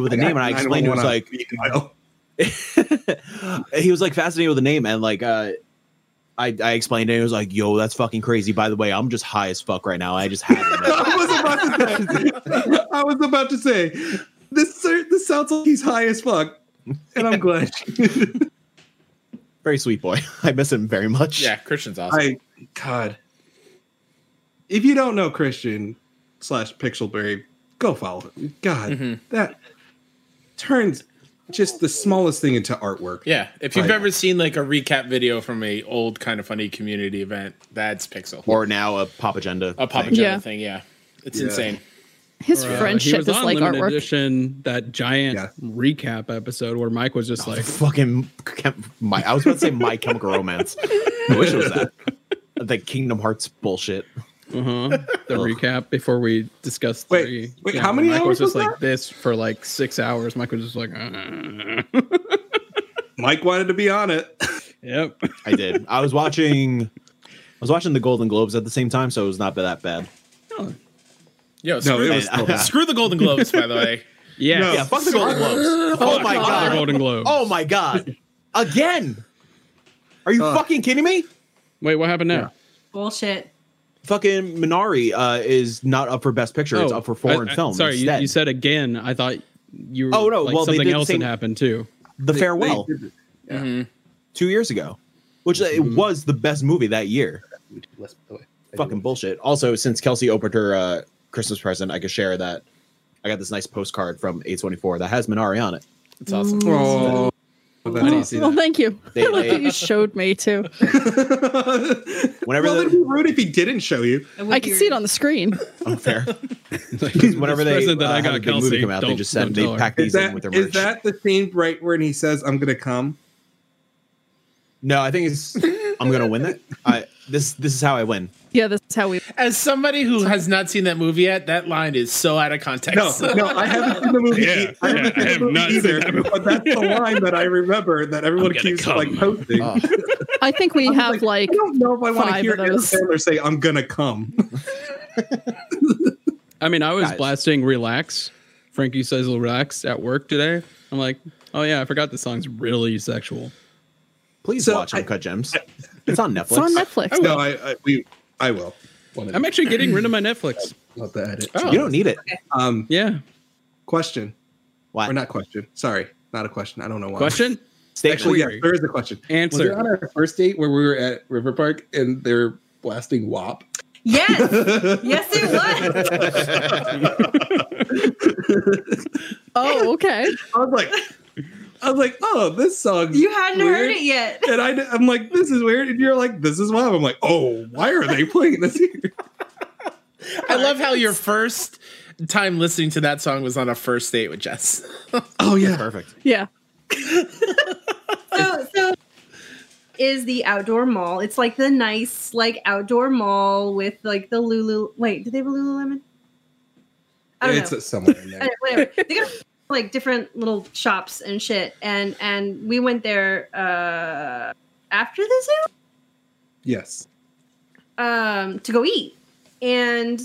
[SPEAKER 2] with the name, and I explained it was like, he was like fascinated with the name and like uh I, I explained it. He was like, "Yo, that's fucking crazy." By the way, I'm just high as fuck right now. I just had it.
[SPEAKER 6] I was about to say. I was about to say this. sir- This sounds like he's high as fuck, and I'm glad.
[SPEAKER 2] very sweet boy. I miss him very much.
[SPEAKER 1] Yeah, Christian's awesome.
[SPEAKER 6] I God. If you don't know Christian slash Pixelberry, go follow him. God,
[SPEAKER 4] Mm-hmm.
[SPEAKER 1] Mhm.
[SPEAKER 6] that turns just the smallest thing into artwork.
[SPEAKER 1] Yeah, if you've
[SPEAKER 2] Right.
[SPEAKER 1] ever seen like a recap video from a old kind of funny community event, that's Pixel.
[SPEAKER 2] Or now a pop agenda.
[SPEAKER 1] a pop
[SPEAKER 2] thing.
[SPEAKER 1] agenda
[SPEAKER 5] Yeah.
[SPEAKER 1] thing. Yeah, it's
[SPEAKER 6] Yeah.
[SPEAKER 1] insane.
[SPEAKER 5] His
[SPEAKER 4] Uh, he
[SPEAKER 5] friendship
[SPEAKER 4] was
[SPEAKER 5] is
[SPEAKER 4] on
[SPEAKER 5] like
[SPEAKER 4] limited
[SPEAKER 5] artwork.
[SPEAKER 4] edition that giant
[SPEAKER 6] Yeah.
[SPEAKER 4] recap episode where Mike was just like,
[SPEAKER 2] fucking chem- my. I was about to say my chemical romance. I wish it was that. The Kingdom Hearts bullshit.
[SPEAKER 4] uh
[SPEAKER 2] Uh-huh.
[SPEAKER 4] huh. The recap before we discussed
[SPEAKER 6] Wait,
[SPEAKER 4] three.
[SPEAKER 6] wait, how many
[SPEAKER 4] Mike
[SPEAKER 6] hours
[SPEAKER 4] was just
[SPEAKER 6] was
[SPEAKER 4] like
[SPEAKER 6] that?
[SPEAKER 4] this for like six hours. Mike was just like, uh,
[SPEAKER 6] Mike wanted to be on it.
[SPEAKER 4] yep.
[SPEAKER 2] I did. I was watching. I was watching the Golden Globes at the same time, so it was not that bad.
[SPEAKER 1] Yo, screw,
[SPEAKER 6] it
[SPEAKER 1] the-
[SPEAKER 6] was still bad.
[SPEAKER 1] screw the Golden Globes, by the way.
[SPEAKER 4] Yeah.
[SPEAKER 6] No.
[SPEAKER 2] Yeah, fuck the Golden Globes. Oh my god.
[SPEAKER 4] Golden Globe.
[SPEAKER 2] Oh my god. Again. Are you
[SPEAKER 6] Uh.
[SPEAKER 2] fucking kidding me?
[SPEAKER 4] Wait, what happened now?
[SPEAKER 3] Bullshit.
[SPEAKER 2] Fucking Minari uh, is not up for Best Picture. it's
[SPEAKER 4] Oh,
[SPEAKER 2] up for foreign
[SPEAKER 4] I- I-
[SPEAKER 2] film.
[SPEAKER 4] Sorry, you,
[SPEAKER 2] instead.
[SPEAKER 4] you said again. I thought you. Were,
[SPEAKER 2] Oh, no,
[SPEAKER 4] Like,
[SPEAKER 2] well, they
[SPEAKER 4] something
[SPEAKER 2] did the
[SPEAKER 4] else
[SPEAKER 2] same-
[SPEAKER 4] had happened too.
[SPEAKER 2] The Farewell
[SPEAKER 6] They did it.
[SPEAKER 2] two years ago, which uh, it
[SPEAKER 4] Mm-hmm.
[SPEAKER 2] was the best movie that year. Fucking bullshit. Also, since Kelsey opened her uh, Christmas present, I could share that. I got this nice postcard from A24 that has Minari on it.
[SPEAKER 1] It's awesome.
[SPEAKER 6] Oh,
[SPEAKER 4] I
[SPEAKER 6] that's
[SPEAKER 4] didn't
[SPEAKER 6] awesome.
[SPEAKER 4] see
[SPEAKER 5] Well,
[SPEAKER 4] that.
[SPEAKER 5] thank you.
[SPEAKER 2] They-
[SPEAKER 5] I like
[SPEAKER 2] they-
[SPEAKER 5] that you showed me too.
[SPEAKER 2] Whenever
[SPEAKER 6] well,
[SPEAKER 2] the-
[SPEAKER 6] it'd be rude if he didn't show you.
[SPEAKER 3] would
[SPEAKER 5] I
[SPEAKER 3] be
[SPEAKER 5] can see it
[SPEAKER 3] rude.
[SPEAKER 5] on the screen.
[SPEAKER 2] Unfair.
[SPEAKER 4] Like,
[SPEAKER 2] Whenever
[SPEAKER 4] this
[SPEAKER 2] they
[SPEAKER 4] present
[SPEAKER 2] uh, had a big movie come out, they
[SPEAKER 4] don't-
[SPEAKER 2] just said
[SPEAKER 4] don't
[SPEAKER 2] they
[SPEAKER 4] tell her.
[SPEAKER 2] packed
[SPEAKER 6] Is
[SPEAKER 2] these
[SPEAKER 6] that,
[SPEAKER 2] in with their
[SPEAKER 6] is
[SPEAKER 2] merch.
[SPEAKER 6] that the scene right where he says, I'm going to come?
[SPEAKER 2] No, I think it's I'm gonna win that. I this this is how I win.
[SPEAKER 5] Yeah, that's how we.
[SPEAKER 1] As somebody who has not seen that movie yet, that line is so out of
[SPEAKER 6] No,
[SPEAKER 1] context.
[SPEAKER 6] no, I haven't seen the movie.
[SPEAKER 7] Yeah,
[SPEAKER 6] I haven't
[SPEAKER 7] yeah, I
[SPEAKER 6] seen the
[SPEAKER 7] have
[SPEAKER 6] movie
[SPEAKER 7] not seen
[SPEAKER 6] either,
[SPEAKER 7] that movie.
[SPEAKER 6] But that's the line that I remember that everyone
[SPEAKER 7] gonna
[SPEAKER 6] keeps
[SPEAKER 7] come.
[SPEAKER 6] like posting.
[SPEAKER 2] Oh.
[SPEAKER 5] I think we
[SPEAKER 6] I'm
[SPEAKER 5] have like
[SPEAKER 6] I don't know if I want to
[SPEAKER 5] five
[SPEAKER 6] hear
[SPEAKER 5] of
[SPEAKER 6] Adam
[SPEAKER 5] those.
[SPEAKER 6] Sandler say, "I'm gonna come."
[SPEAKER 4] I mean, I was
[SPEAKER 2] Guys.
[SPEAKER 4] blasting "Relax." Frankie says "Relax" at work today. I'm like, oh yeah, I forgot the song's really sexual.
[SPEAKER 2] Please
[SPEAKER 6] So,
[SPEAKER 2] watch
[SPEAKER 6] I-
[SPEAKER 2] Uncut Gems. It's on Netflix.
[SPEAKER 5] it's on Netflix.
[SPEAKER 6] no, I, I we I will. One of
[SPEAKER 4] I'm
[SPEAKER 6] these.
[SPEAKER 4] actually getting rid of my Netflix.
[SPEAKER 6] Love to edit.
[SPEAKER 1] Oh.
[SPEAKER 2] You don't need it.
[SPEAKER 6] Um,
[SPEAKER 4] Yeah.
[SPEAKER 6] question
[SPEAKER 2] Why?
[SPEAKER 6] or not question? Sorry, not a question. I don't know why.
[SPEAKER 4] Question?
[SPEAKER 2] Stay
[SPEAKER 6] Actually, yes,
[SPEAKER 4] Query.
[SPEAKER 6] there is a question. Was it
[SPEAKER 4] Answer.
[SPEAKER 6] on our first date where we were at River Park and they're blasting WAP?
[SPEAKER 3] Yes, yes, it was.
[SPEAKER 5] Oh, okay.
[SPEAKER 6] I was like, I was like, oh, this song.
[SPEAKER 3] You hadn't heard
[SPEAKER 6] Weird.
[SPEAKER 3] it yet.
[SPEAKER 6] And I, I'm like, this is weird. And you're like, this is wild. I'm like, oh, why are they playing this here?
[SPEAKER 1] I love how your first time listening to that song was on a first date with Jess.
[SPEAKER 6] Oh, yeah.
[SPEAKER 2] Perfect.
[SPEAKER 5] Yeah.
[SPEAKER 3] So, so is the outdoor mall. It's like the nice, like outdoor mall with like the Lulu. Wait, do they have a Lululemon? I don't
[SPEAKER 6] It's
[SPEAKER 3] know.
[SPEAKER 6] somewhere in there.
[SPEAKER 3] Anyway, Uh, whatever. They got like different little shops and shit. And and we went there uh after the zoo
[SPEAKER 6] yes.
[SPEAKER 3] um, to go eat. And,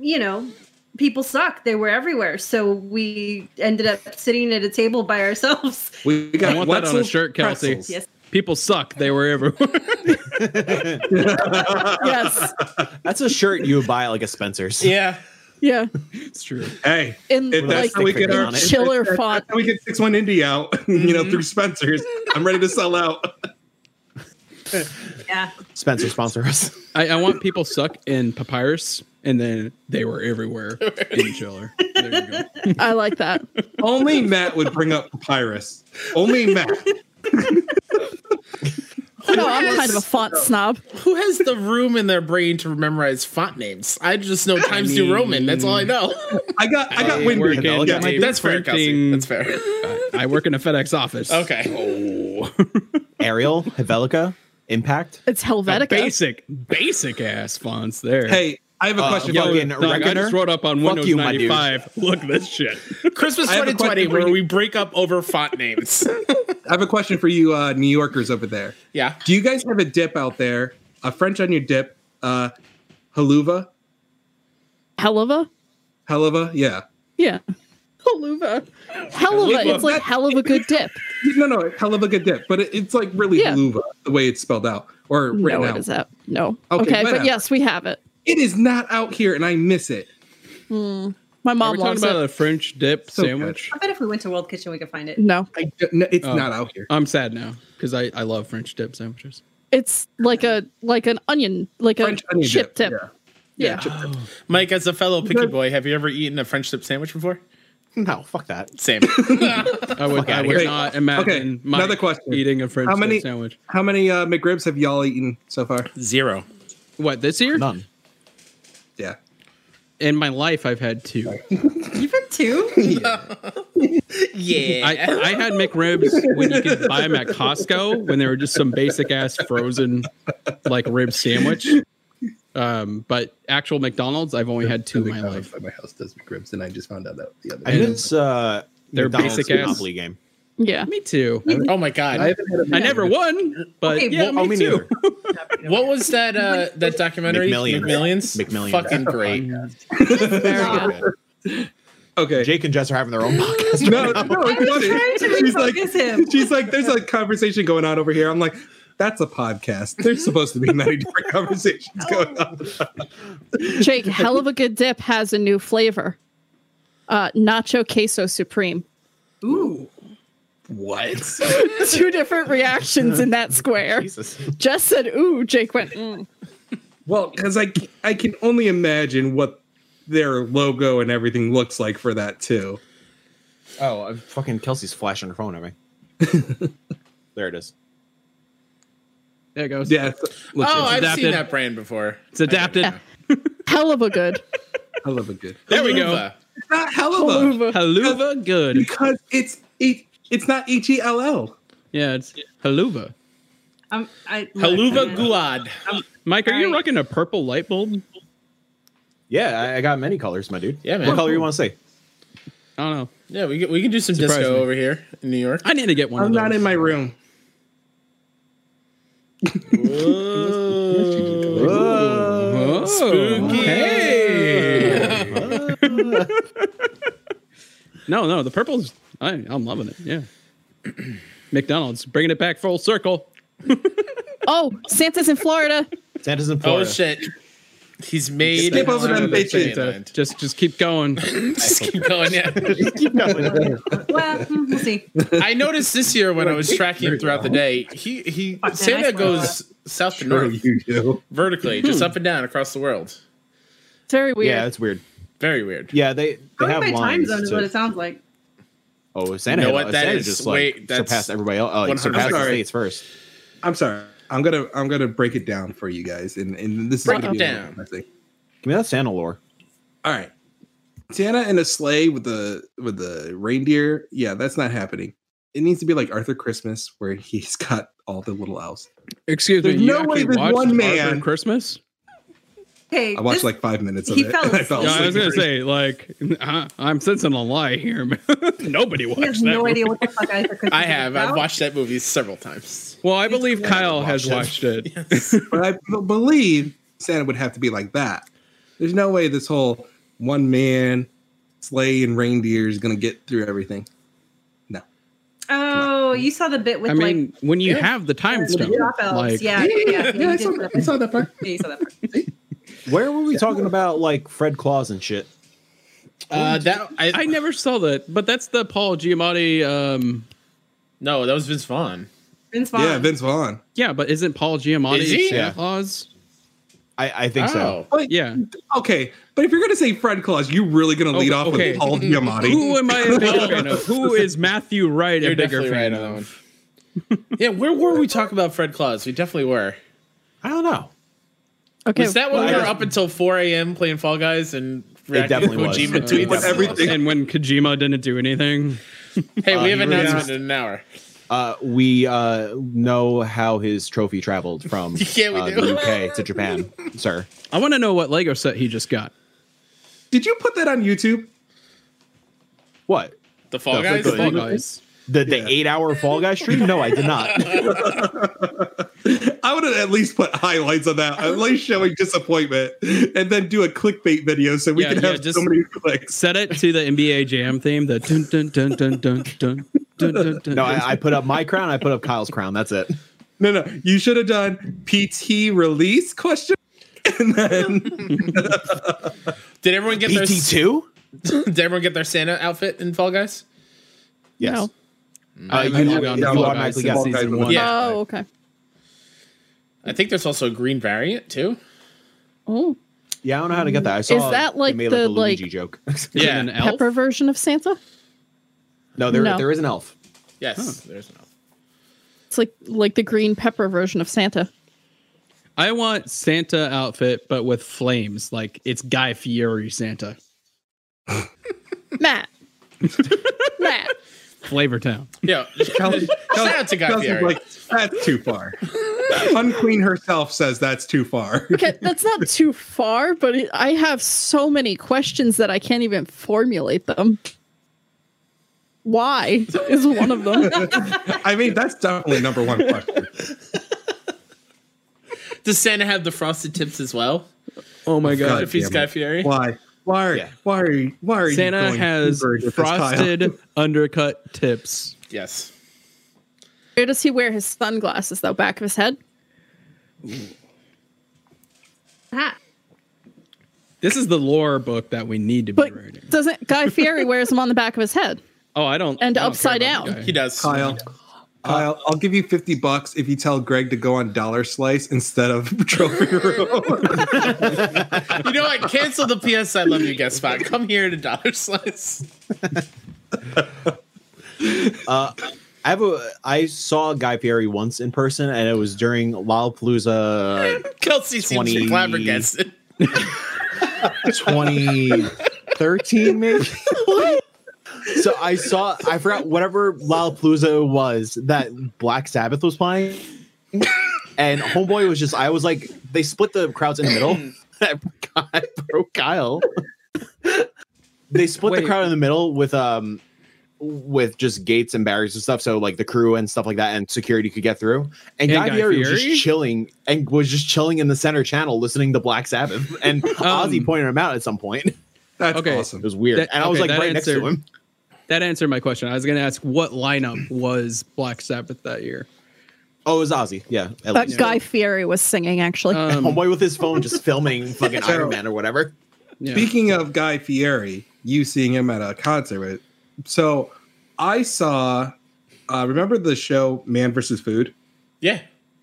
[SPEAKER 3] you know, people suck. They were everywhere. So we ended up sitting at a table by ourselves.
[SPEAKER 6] We we
[SPEAKER 4] I
[SPEAKER 6] got
[SPEAKER 4] want that on a
[SPEAKER 6] Wetzel's
[SPEAKER 4] shirt, Kelsey.
[SPEAKER 6] pretzels.
[SPEAKER 3] Yes.
[SPEAKER 4] People suck. They were everywhere.
[SPEAKER 5] Yes.
[SPEAKER 2] That's a shirt you would buy at like a Spencer's.
[SPEAKER 1] yeah.
[SPEAKER 5] Yeah.
[SPEAKER 4] it's true.
[SPEAKER 6] Hey,
[SPEAKER 5] In
[SPEAKER 6] if
[SPEAKER 5] like
[SPEAKER 6] that's how we get
[SPEAKER 2] the
[SPEAKER 6] our
[SPEAKER 5] chiller
[SPEAKER 6] if that's
[SPEAKER 5] font.
[SPEAKER 6] how we get six one indie out, you know, through Spencer's. I'm ready to sell out.
[SPEAKER 3] Yeah.
[SPEAKER 2] Spencer sponsor us.
[SPEAKER 4] I, I want people suck in papyrus, and then they were everywhere in chiller. There you go.
[SPEAKER 5] I like that.
[SPEAKER 6] Only Matt would bring up papyrus. Only Matt.
[SPEAKER 5] No, I'm kind of a font snob.
[SPEAKER 1] Who has the room in their brain to memorize font names? I just know Times New Roman. That's all I know.
[SPEAKER 6] I got I got
[SPEAKER 4] I
[SPEAKER 6] wind.
[SPEAKER 4] work in-
[SPEAKER 2] Yeah,
[SPEAKER 4] I do
[SPEAKER 1] That's fair, Kelsey.
[SPEAKER 4] printing.
[SPEAKER 1] That's fair.
[SPEAKER 4] I work in a FedEx office.
[SPEAKER 1] Okay.
[SPEAKER 2] Ariel, Hevelica, Impact.
[SPEAKER 5] It's Helvetica.
[SPEAKER 4] Basic, basic ass fonts there.
[SPEAKER 6] Hey, I have a
[SPEAKER 2] Uh,
[SPEAKER 6] question.
[SPEAKER 2] yo,
[SPEAKER 6] for you.
[SPEAKER 2] fucking
[SPEAKER 4] dog, I
[SPEAKER 2] reckoner?
[SPEAKER 4] just wrote up on
[SPEAKER 2] Fuck
[SPEAKER 4] Windows
[SPEAKER 2] you, my dude.
[SPEAKER 4] 95. Look this shit.
[SPEAKER 1] Christmas
[SPEAKER 6] I have a
[SPEAKER 1] 2020,
[SPEAKER 6] question for
[SPEAKER 1] where
[SPEAKER 6] you.
[SPEAKER 1] we break up over font names.
[SPEAKER 6] I have a question for you, uh, New Yorkers over there.
[SPEAKER 1] yeah.
[SPEAKER 6] Do you guys have a dip out there? A French onion dip, uh, haluva,
[SPEAKER 5] Helluva.
[SPEAKER 6] halava, yeah.
[SPEAKER 5] Yeah. Helluva. Helluva. It's like hell of a good dip.
[SPEAKER 6] No, no, halava good dip, but it, it's like really
[SPEAKER 5] Yeah.
[SPEAKER 6] haluva the way it's spelled out or written
[SPEAKER 5] No,
[SPEAKER 6] out.
[SPEAKER 5] it is out. No.
[SPEAKER 6] Okay,
[SPEAKER 5] Okay, but
[SPEAKER 6] whatever.
[SPEAKER 5] yes, we have it.
[SPEAKER 6] It is not out here, and I miss it.
[SPEAKER 5] My
[SPEAKER 4] Are
[SPEAKER 5] mom
[SPEAKER 4] we talking
[SPEAKER 5] loves
[SPEAKER 4] about
[SPEAKER 5] it.
[SPEAKER 4] a French dip
[SPEAKER 6] So
[SPEAKER 4] sandwich?
[SPEAKER 3] I bet if we went to World Kitchen, we could find it.
[SPEAKER 5] No.
[SPEAKER 6] I don't- no, it's
[SPEAKER 4] Oh.
[SPEAKER 6] not out here.
[SPEAKER 4] I'm sad now because I, I love French dip sandwiches.
[SPEAKER 5] It's like a like an onion, like a
[SPEAKER 6] French onion
[SPEAKER 5] chip
[SPEAKER 6] dip,
[SPEAKER 5] tip. Yeah.
[SPEAKER 1] Mike, as a fellow picky
[SPEAKER 6] Good.
[SPEAKER 1] boy, have you ever eaten a French dip sandwich before?
[SPEAKER 2] No, fuck that.
[SPEAKER 1] Same.
[SPEAKER 4] I would, I
[SPEAKER 2] outta
[SPEAKER 4] would
[SPEAKER 6] here.
[SPEAKER 4] not imagine
[SPEAKER 6] Okay,
[SPEAKER 4] Mike
[SPEAKER 6] another question.
[SPEAKER 4] eating a French
[SPEAKER 6] How many-
[SPEAKER 4] dip sandwich.
[SPEAKER 6] How many uh, McRibs have y'all eaten so far?
[SPEAKER 1] Zero.
[SPEAKER 4] What, this year?
[SPEAKER 2] None.
[SPEAKER 6] Yeah.
[SPEAKER 4] In my life, I've had two.
[SPEAKER 6] Mm-hmm.
[SPEAKER 3] Even two?
[SPEAKER 1] Yeah.
[SPEAKER 4] I, I had McRibs when you could buy them at Costco when they were just some basic ass frozen like rib sandwich. Um, but actual McDonald's, I've only had two in my
[SPEAKER 6] McDonald's
[SPEAKER 4] life.
[SPEAKER 6] at my house does McRibs, and I just found out that the other
[SPEAKER 2] I think it's uh
[SPEAKER 4] They're
[SPEAKER 2] McDonald's
[SPEAKER 4] basic ass.
[SPEAKER 2] Monopoly game.
[SPEAKER 5] Yeah.
[SPEAKER 4] Me too.
[SPEAKER 1] oh my god.
[SPEAKER 6] I haven't had a
[SPEAKER 4] I never won, but
[SPEAKER 3] Okay,
[SPEAKER 4] yeah,
[SPEAKER 3] well-
[SPEAKER 4] me,
[SPEAKER 2] oh, me
[SPEAKER 4] too.
[SPEAKER 2] neither.
[SPEAKER 1] What was that uh that documentary?
[SPEAKER 2] McMillions.
[SPEAKER 1] McMillions.
[SPEAKER 2] McMillions.
[SPEAKER 1] Fucking great.
[SPEAKER 5] Very
[SPEAKER 2] So
[SPEAKER 5] good.
[SPEAKER 2] good.
[SPEAKER 6] Okay.
[SPEAKER 2] Jake and Jess are having their own podcast.
[SPEAKER 6] no, no,
[SPEAKER 3] I was
[SPEAKER 6] it's funny.
[SPEAKER 3] trying to
[SPEAKER 6] She's like,
[SPEAKER 3] refocus him.
[SPEAKER 6] she's like, there's a conversation going on over here. I'm like, that's a podcast. There's supposed to be many different conversations going on.
[SPEAKER 5] Jake, hell of a good dip has a new flavor. Uh, nacho queso supreme.
[SPEAKER 6] Ooh. What?
[SPEAKER 5] Two different reactions in that square.
[SPEAKER 2] Jesus.
[SPEAKER 5] Jess said, "Ooh." Jake went, mm.
[SPEAKER 6] Well, because I, ca- I can only imagine what their logo and everything looks like for that too.
[SPEAKER 2] Oh, I'm fucking Kelsey's flashing her phone at me. there it is.
[SPEAKER 4] There it goes.
[SPEAKER 6] Yeah. it's- looks
[SPEAKER 1] Oh, I've
[SPEAKER 6] like-
[SPEAKER 1] seen
[SPEAKER 4] adapted.
[SPEAKER 1] that brand before.
[SPEAKER 4] It's adapted.
[SPEAKER 1] Yeah.
[SPEAKER 5] "Hell of a good."
[SPEAKER 6] I love it. Good.
[SPEAKER 4] There we go.
[SPEAKER 1] Huluva.
[SPEAKER 6] It's not Halava
[SPEAKER 4] Haluva good.
[SPEAKER 6] because it's it, it's not H E L L.
[SPEAKER 4] Yeah, it's haluva.
[SPEAKER 3] I'm, I,
[SPEAKER 1] Haluva
[SPEAKER 3] look,
[SPEAKER 1] Gulad.
[SPEAKER 4] Mike, are you
[SPEAKER 3] Alright.
[SPEAKER 4] rocking a purple light bulb?
[SPEAKER 2] Yeah, I, I got many colors, my dude.
[SPEAKER 1] Yeah, man.
[SPEAKER 2] What color you want to say?
[SPEAKER 4] I don't know.
[SPEAKER 1] Yeah, we can, we can do some
[SPEAKER 4] Surprise
[SPEAKER 1] disco
[SPEAKER 4] me.
[SPEAKER 1] over here in New York.
[SPEAKER 4] I need to get one.
[SPEAKER 6] I'm
[SPEAKER 4] of
[SPEAKER 6] not
[SPEAKER 4] those.
[SPEAKER 6] in my room.
[SPEAKER 1] Whoa.
[SPEAKER 2] Whoa.
[SPEAKER 4] Oh,
[SPEAKER 1] Spooky.
[SPEAKER 4] No, no, the purple's. I, I'm loving it. Yeah. McDonald's bringing it back full circle.
[SPEAKER 5] Oh, Santa's in Florida.
[SPEAKER 2] Santa's in
[SPEAKER 1] Oh
[SPEAKER 2] Florida.
[SPEAKER 1] shit. He's made.
[SPEAKER 6] Skip
[SPEAKER 1] a
[SPEAKER 6] over them
[SPEAKER 1] Saturday
[SPEAKER 6] bitches.
[SPEAKER 1] Night.
[SPEAKER 4] Uh, Just, just keep going.
[SPEAKER 1] Just keep going. Yeah.
[SPEAKER 2] Keep going.
[SPEAKER 3] Well, hmm, we'll see.
[SPEAKER 1] I noticed this year when I was tracking him throughout the day, he he
[SPEAKER 3] Fuck, man, I
[SPEAKER 1] Santa
[SPEAKER 3] smell
[SPEAKER 1] goes south to
[SPEAKER 6] Sure
[SPEAKER 1] north
[SPEAKER 6] you do.
[SPEAKER 1] vertically, just
[SPEAKER 2] Hmm.
[SPEAKER 1] up and down across the world.
[SPEAKER 5] It's very weird.
[SPEAKER 2] Yeah, it's weird.
[SPEAKER 1] Very weird.
[SPEAKER 2] Yeah, they, they
[SPEAKER 3] Probably
[SPEAKER 2] have
[SPEAKER 3] my time
[SPEAKER 2] lines.
[SPEAKER 3] zone is
[SPEAKER 2] to-
[SPEAKER 3] what it sounds like.
[SPEAKER 2] oh, Santa,
[SPEAKER 1] You know
[SPEAKER 2] had-
[SPEAKER 1] what, that
[SPEAKER 2] Santa
[SPEAKER 1] is-
[SPEAKER 2] just like
[SPEAKER 1] wait, that's
[SPEAKER 2] surpassed everybody else. Oh, like,
[SPEAKER 1] 100%.
[SPEAKER 2] surpassed the
[SPEAKER 6] Sorry.
[SPEAKER 2] states first.
[SPEAKER 6] I'm sorry. I'm gonna I'm gonna break it down for you guys, and and this
[SPEAKER 1] Break
[SPEAKER 6] is gonna
[SPEAKER 1] it
[SPEAKER 6] be a-
[SPEAKER 1] down.
[SPEAKER 6] I think.
[SPEAKER 2] Give me that Santa lore.
[SPEAKER 6] All right. Santa in a sleigh with the with the reindeer. Yeah, that's not happening. It needs to be like Arthur Christmas, where he's got all the little elves.
[SPEAKER 4] Excuse
[SPEAKER 6] There's
[SPEAKER 4] me. you
[SPEAKER 6] no way
[SPEAKER 4] actually
[SPEAKER 6] there's
[SPEAKER 4] watched
[SPEAKER 6] one
[SPEAKER 4] Arthur
[SPEAKER 6] man.
[SPEAKER 4] and Christmas.
[SPEAKER 3] Hey,
[SPEAKER 6] I watched
[SPEAKER 3] this-
[SPEAKER 6] like five minutes of
[SPEAKER 3] he
[SPEAKER 6] it.
[SPEAKER 3] fell
[SPEAKER 6] and I fell
[SPEAKER 4] Yeah,
[SPEAKER 3] asleep.
[SPEAKER 4] I was gonna
[SPEAKER 6] asleep.
[SPEAKER 4] say like I, I'm sensing a lie here. man. Nobody watched
[SPEAKER 3] he has
[SPEAKER 4] that.
[SPEAKER 3] no
[SPEAKER 4] movie.
[SPEAKER 3] idea what the fuck I Christmas
[SPEAKER 1] I
[SPEAKER 3] is
[SPEAKER 1] have.
[SPEAKER 3] about.
[SPEAKER 1] I've watched that movie several times.
[SPEAKER 4] Well, I believe
[SPEAKER 2] Yeah,
[SPEAKER 4] Kyle
[SPEAKER 2] watch
[SPEAKER 4] has
[SPEAKER 2] it.
[SPEAKER 4] watched it.
[SPEAKER 6] but I b- believe Santa would have to be like that. There's no way this whole one man sleigh and reindeer is gonna get through everything.
[SPEAKER 3] Oh, you saw the bit with
[SPEAKER 4] I mean, when you have the time
[SPEAKER 3] like the
[SPEAKER 4] stone,
[SPEAKER 3] drop elves.
[SPEAKER 4] like
[SPEAKER 3] yeah, yeah, yeah, yeah, you
[SPEAKER 6] I
[SPEAKER 3] did
[SPEAKER 6] saw
[SPEAKER 3] see
[SPEAKER 6] that-
[SPEAKER 3] that
[SPEAKER 6] I
[SPEAKER 3] bit.
[SPEAKER 6] saw that part.
[SPEAKER 3] Yeah, you saw that part.
[SPEAKER 2] Where were we talking about like Fred Claus and shit?
[SPEAKER 1] Uh, that I,
[SPEAKER 4] I never saw that, but that's the Paul Giamatti. Um,
[SPEAKER 1] no, that was Vince Vaughn.
[SPEAKER 3] Vince Vaughn.
[SPEAKER 6] Yeah, Vince Vaughn.
[SPEAKER 4] yeah, but isn't Paul Giamatti
[SPEAKER 1] Is he?
[SPEAKER 4] Santa
[SPEAKER 2] Yeah.
[SPEAKER 4] Claus?
[SPEAKER 2] I, I think
[SPEAKER 1] Oh.
[SPEAKER 2] so.
[SPEAKER 6] But
[SPEAKER 4] Yeah.
[SPEAKER 6] okay, but if you're gonna say Fred Claus, you really gonna lead
[SPEAKER 4] Okay,
[SPEAKER 6] off
[SPEAKER 4] okay.
[SPEAKER 6] with Paul Giamatti.
[SPEAKER 4] Who am I a bigger fan of? Who is Matthew Wright
[SPEAKER 1] You're
[SPEAKER 4] a bigger
[SPEAKER 1] definitely right
[SPEAKER 4] fan
[SPEAKER 1] on that
[SPEAKER 4] of?
[SPEAKER 1] one. yeah, where were we talking about Fred Claus? We definitely were.
[SPEAKER 2] I don't know.
[SPEAKER 5] Okay.
[SPEAKER 1] Was that when
[SPEAKER 2] well,
[SPEAKER 1] we
[SPEAKER 2] I
[SPEAKER 1] were
[SPEAKER 2] guess-
[SPEAKER 1] up until 4 a.m. playing Fall Guys and reacting to
[SPEAKER 2] definitely was.
[SPEAKER 1] Kojima
[SPEAKER 2] It
[SPEAKER 1] tweets?
[SPEAKER 6] definitely Everything.
[SPEAKER 4] And when Kojima didn't do anything,
[SPEAKER 1] Hey, we have
[SPEAKER 2] Uh,
[SPEAKER 1] an
[SPEAKER 2] you really
[SPEAKER 1] announcement
[SPEAKER 2] asked.
[SPEAKER 1] in an hour.
[SPEAKER 2] Uh, we uh, know how his trophy traveled from
[SPEAKER 1] Yeah, we
[SPEAKER 2] uh,
[SPEAKER 1] do.
[SPEAKER 2] the UK to Japan, sir.
[SPEAKER 4] I want to know what Lego set he just got.
[SPEAKER 6] Did you put that on YouTube?
[SPEAKER 2] What?
[SPEAKER 1] The Fall
[SPEAKER 2] Yeah,
[SPEAKER 1] Guys?
[SPEAKER 2] Fred
[SPEAKER 4] Fall
[SPEAKER 2] Claus.
[SPEAKER 4] Guys.
[SPEAKER 2] The the eight hour Fall Guy stream? No, I did not.
[SPEAKER 6] I would have at least put highlights on that, at least showing disappointment, and then do a clickbait video so we
[SPEAKER 4] Yeah,
[SPEAKER 6] can
[SPEAKER 4] yeah,
[SPEAKER 6] have
[SPEAKER 4] just-
[SPEAKER 6] so many clicks.
[SPEAKER 4] Set it to the NBA Jam theme. The dun dun dun dun dun dun dun dun. dun
[SPEAKER 2] No, I, I put up my crown. I put up Kyle's crown. That's it.
[SPEAKER 6] No, no, you should have done PT release question, and then
[SPEAKER 1] Did everyone get their
[SPEAKER 2] PT E two.
[SPEAKER 1] Did everyone get their Santa outfit in Fall Guys?
[SPEAKER 2] Yes.
[SPEAKER 5] No.
[SPEAKER 2] Uh,
[SPEAKER 4] I- I
[SPEAKER 2] you,
[SPEAKER 4] logged
[SPEAKER 2] you
[SPEAKER 4] on to Fall Guys
[SPEAKER 2] automatically got
[SPEAKER 4] since
[SPEAKER 6] Fall Guys
[SPEAKER 2] season
[SPEAKER 6] was-
[SPEAKER 2] one.
[SPEAKER 1] Yeah.
[SPEAKER 5] Oh, okay.
[SPEAKER 1] I think there's also a green variant too.
[SPEAKER 5] Oh,
[SPEAKER 2] Yeah, I don't know how to get that. I saw
[SPEAKER 5] that
[SPEAKER 2] they
[SPEAKER 5] like
[SPEAKER 2] made,
[SPEAKER 5] the,
[SPEAKER 2] a Luigi
[SPEAKER 5] like-
[SPEAKER 2] joke?
[SPEAKER 4] Yeah, an elf.
[SPEAKER 5] pepper version of Santa.
[SPEAKER 2] no, there
[SPEAKER 5] No.
[SPEAKER 2] there is an elf.
[SPEAKER 1] Yes, there's an elf.
[SPEAKER 5] It's like like the green pepper version of Santa.
[SPEAKER 4] I want Santa outfit, but with flames. Like it's Guy Fieri Santa.
[SPEAKER 5] Matt. Matt.
[SPEAKER 4] Flavor Town.
[SPEAKER 1] Yeah.
[SPEAKER 6] Kelsey-
[SPEAKER 1] Shout out to Guy
[SPEAKER 6] Kelsey's
[SPEAKER 1] Fieri.
[SPEAKER 6] like, that's too far. Unqueen herself says that's too far.
[SPEAKER 5] Okay, that's not too far, but it, I have so many questions that I can't even formulate them. Why is one of them?
[SPEAKER 6] I mean, that's definitely number one question.
[SPEAKER 1] Does Santa have the frosted tips as well?
[SPEAKER 4] Oh my
[SPEAKER 6] God.
[SPEAKER 1] If he's
[SPEAKER 6] damn
[SPEAKER 1] Guy
[SPEAKER 6] it.
[SPEAKER 1] Fieri?
[SPEAKER 6] Why? Why are,
[SPEAKER 2] Yeah.
[SPEAKER 6] why are you why are you
[SPEAKER 4] Santa
[SPEAKER 6] going
[SPEAKER 4] has
[SPEAKER 6] deeper with this, Kyle?
[SPEAKER 4] frosted undercut tips.
[SPEAKER 1] Yes.
[SPEAKER 5] Where does he wear his sunglasses though? Back of his head?
[SPEAKER 3] Ha.
[SPEAKER 4] This is the lore book that we need to be
[SPEAKER 5] But
[SPEAKER 4] reading.
[SPEAKER 5] doesn't Guy Fieri wears them on the back of his head?
[SPEAKER 4] Oh, I don't.
[SPEAKER 5] And
[SPEAKER 4] I don't care
[SPEAKER 5] upside
[SPEAKER 4] about
[SPEAKER 5] down.
[SPEAKER 4] that
[SPEAKER 1] He
[SPEAKER 4] guy.
[SPEAKER 1] does.
[SPEAKER 6] Kyle. Kyle, I'll give you 50 bucks if you tell Greg to go on Dollar Slice instead of Trophy Room.
[SPEAKER 1] You know what? Cancel the PS I Love You guest spot. Come here to Dollar Slice.
[SPEAKER 2] I have a. I saw Guy Fieri once in person, and it was during Lollapalooza
[SPEAKER 1] Kelsey seems
[SPEAKER 2] 20.
[SPEAKER 1] flabbergasted.
[SPEAKER 2] 2013, maybe. so I saw. I forgot whatever Lollapalooza was that Black Sabbath was playing. and homeboy was just I was like they split the crowds in the middle. I broke Kyle. they split
[SPEAKER 4] Wait.
[SPEAKER 2] the crowd in the middle with um with just gates and barriers and stuff, so like the crew and stuff like that, and security could get through. And,
[SPEAKER 4] And
[SPEAKER 2] Guy,
[SPEAKER 4] Guy
[SPEAKER 2] Fieri was
[SPEAKER 4] Fieri?
[SPEAKER 2] just chilling and was just chilling in the center channel listening to Black Sabbath. And Ozzy pointed him out at some point. It
[SPEAKER 6] That's
[SPEAKER 4] Okay.
[SPEAKER 6] awesome.
[SPEAKER 2] was weird,
[SPEAKER 4] Um, That-
[SPEAKER 2] and I was
[SPEAKER 4] okay,
[SPEAKER 2] like
[SPEAKER 4] that
[SPEAKER 2] right next to
[SPEAKER 4] answered-
[SPEAKER 2] him.
[SPEAKER 4] That answered my question. I was going to ask what lineup was Black Sabbath that year.
[SPEAKER 2] Oh, it was Ozzy. Yeah, at
[SPEAKER 5] That
[SPEAKER 2] least. Uh,
[SPEAKER 5] Guy Fieri was singing actually.
[SPEAKER 4] Um,
[SPEAKER 2] homeboy with his phone just filming fucking Iron Man or whatever.
[SPEAKER 4] yeah.
[SPEAKER 6] Speaking of Guy Fieri, you seeing him at a concert, right? so I saw. Uh, remember the show Man vs. Food?
[SPEAKER 1] Yeah.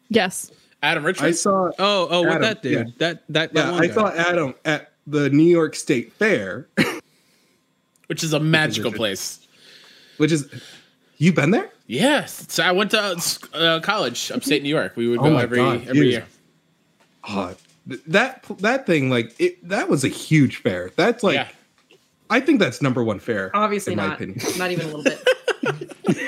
[SPEAKER 5] yes.
[SPEAKER 1] Adam
[SPEAKER 6] I
[SPEAKER 1] Richards.
[SPEAKER 6] saw.
[SPEAKER 4] Oh, oh, what
[SPEAKER 6] Adam,
[SPEAKER 4] that dude?
[SPEAKER 6] yeah.
[SPEAKER 4] That that, that
[SPEAKER 6] Yeah,
[SPEAKER 4] one
[SPEAKER 6] I
[SPEAKER 4] guy.
[SPEAKER 6] saw Adam at the New York State Fair,
[SPEAKER 1] which is a magical
[SPEAKER 6] Richards.
[SPEAKER 1] place.
[SPEAKER 6] which is. You've been there?
[SPEAKER 1] Yes. So I went to uh, s- uh, college upstate New York. We would
[SPEAKER 6] Oh
[SPEAKER 1] go
[SPEAKER 6] my
[SPEAKER 1] every
[SPEAKER 6] God,
[SPEAKER 1] every
[SPEAKER 6] dude.
[SPEAKER 1] year.
[SPEAKER 6] Oh, th- that that thing like it, that was a huge fair. That's like
[SPEAKER 1] yeah.
[SPEAKER 6] I think that's number one fair.
[SPEAKER 3] Obviously
[SPEAKER 6] in my
[SPEAKER 3] not.
[SPEAKER 6] opinion.
[SPEAKER 3] Not even a little bit.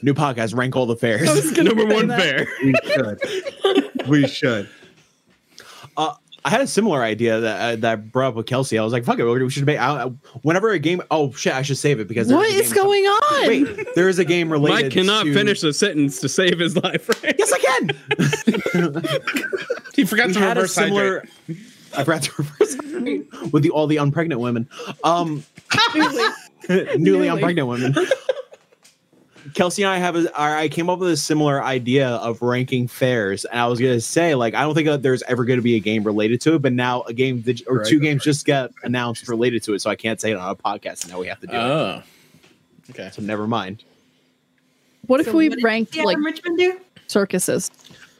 [SPEAKER 2] New podcast, rank all the fairs.
[SPEAKER 5] Number one
[SPEAKER 1] fair.
[SPEAKER 6] We should. we should.
[SPEAKER 2] I had a similar idea that uh, that I brought up with Kelsey. I was like, "Fuck it, we should make I, I- whenever a game." Oh shit, I should save it because
[SPEAKER 5] What is going on?
[SPEAKER 2] Wait, there is a game related.
[SPEAKER 4] Mike cannot
[SPEAKER 2] to-
[SPEAKER 4] finish the sentence to save his life. Right?
[SPEAKER 2] Yes, I can.
[SPEAKER 1] He forgot
[SPEAKER 2] we
[SPEAKER 1] to
[SPEAKER 2] had a
[SPEAKER 1] reverse
[SPEAKER 2] similar.
[SPEAKER 1] hydrate.
[SPEAKER 2] I forgot to reverse hydrate with the all the unpregnant women, um, newly,
[SPEAKER 5] Newly.
[SPEAKER 2] unpregnant women. Kelsey and I have a, I I came up with a similar idea of ranking fairs, and I was gonna say like I don't think that there's ever gonna be a game related to it, but now a game that- or
[SPEAKER 6] Right,
[SPEAKER 2] two
[SPEAKER 6] that's
[SPEAKER 2] games just got announced related to it, so I can't say it on a podcast. And now we have to do it.
[SPEAKER 1] Oh. Okay.
[SPEAKER 2] So never mind.
[SPEAKER 5] What if
[SPEAKER 3] So
[SPEAKER 5] we
[SPEAKER 3] what did
[SPEAKER 5] ranked
[SPEAKER 3] Adam
[SPEAKER 5] like
[SPEAKER 3] Richmond do?
[SPEAKER 5] circuses?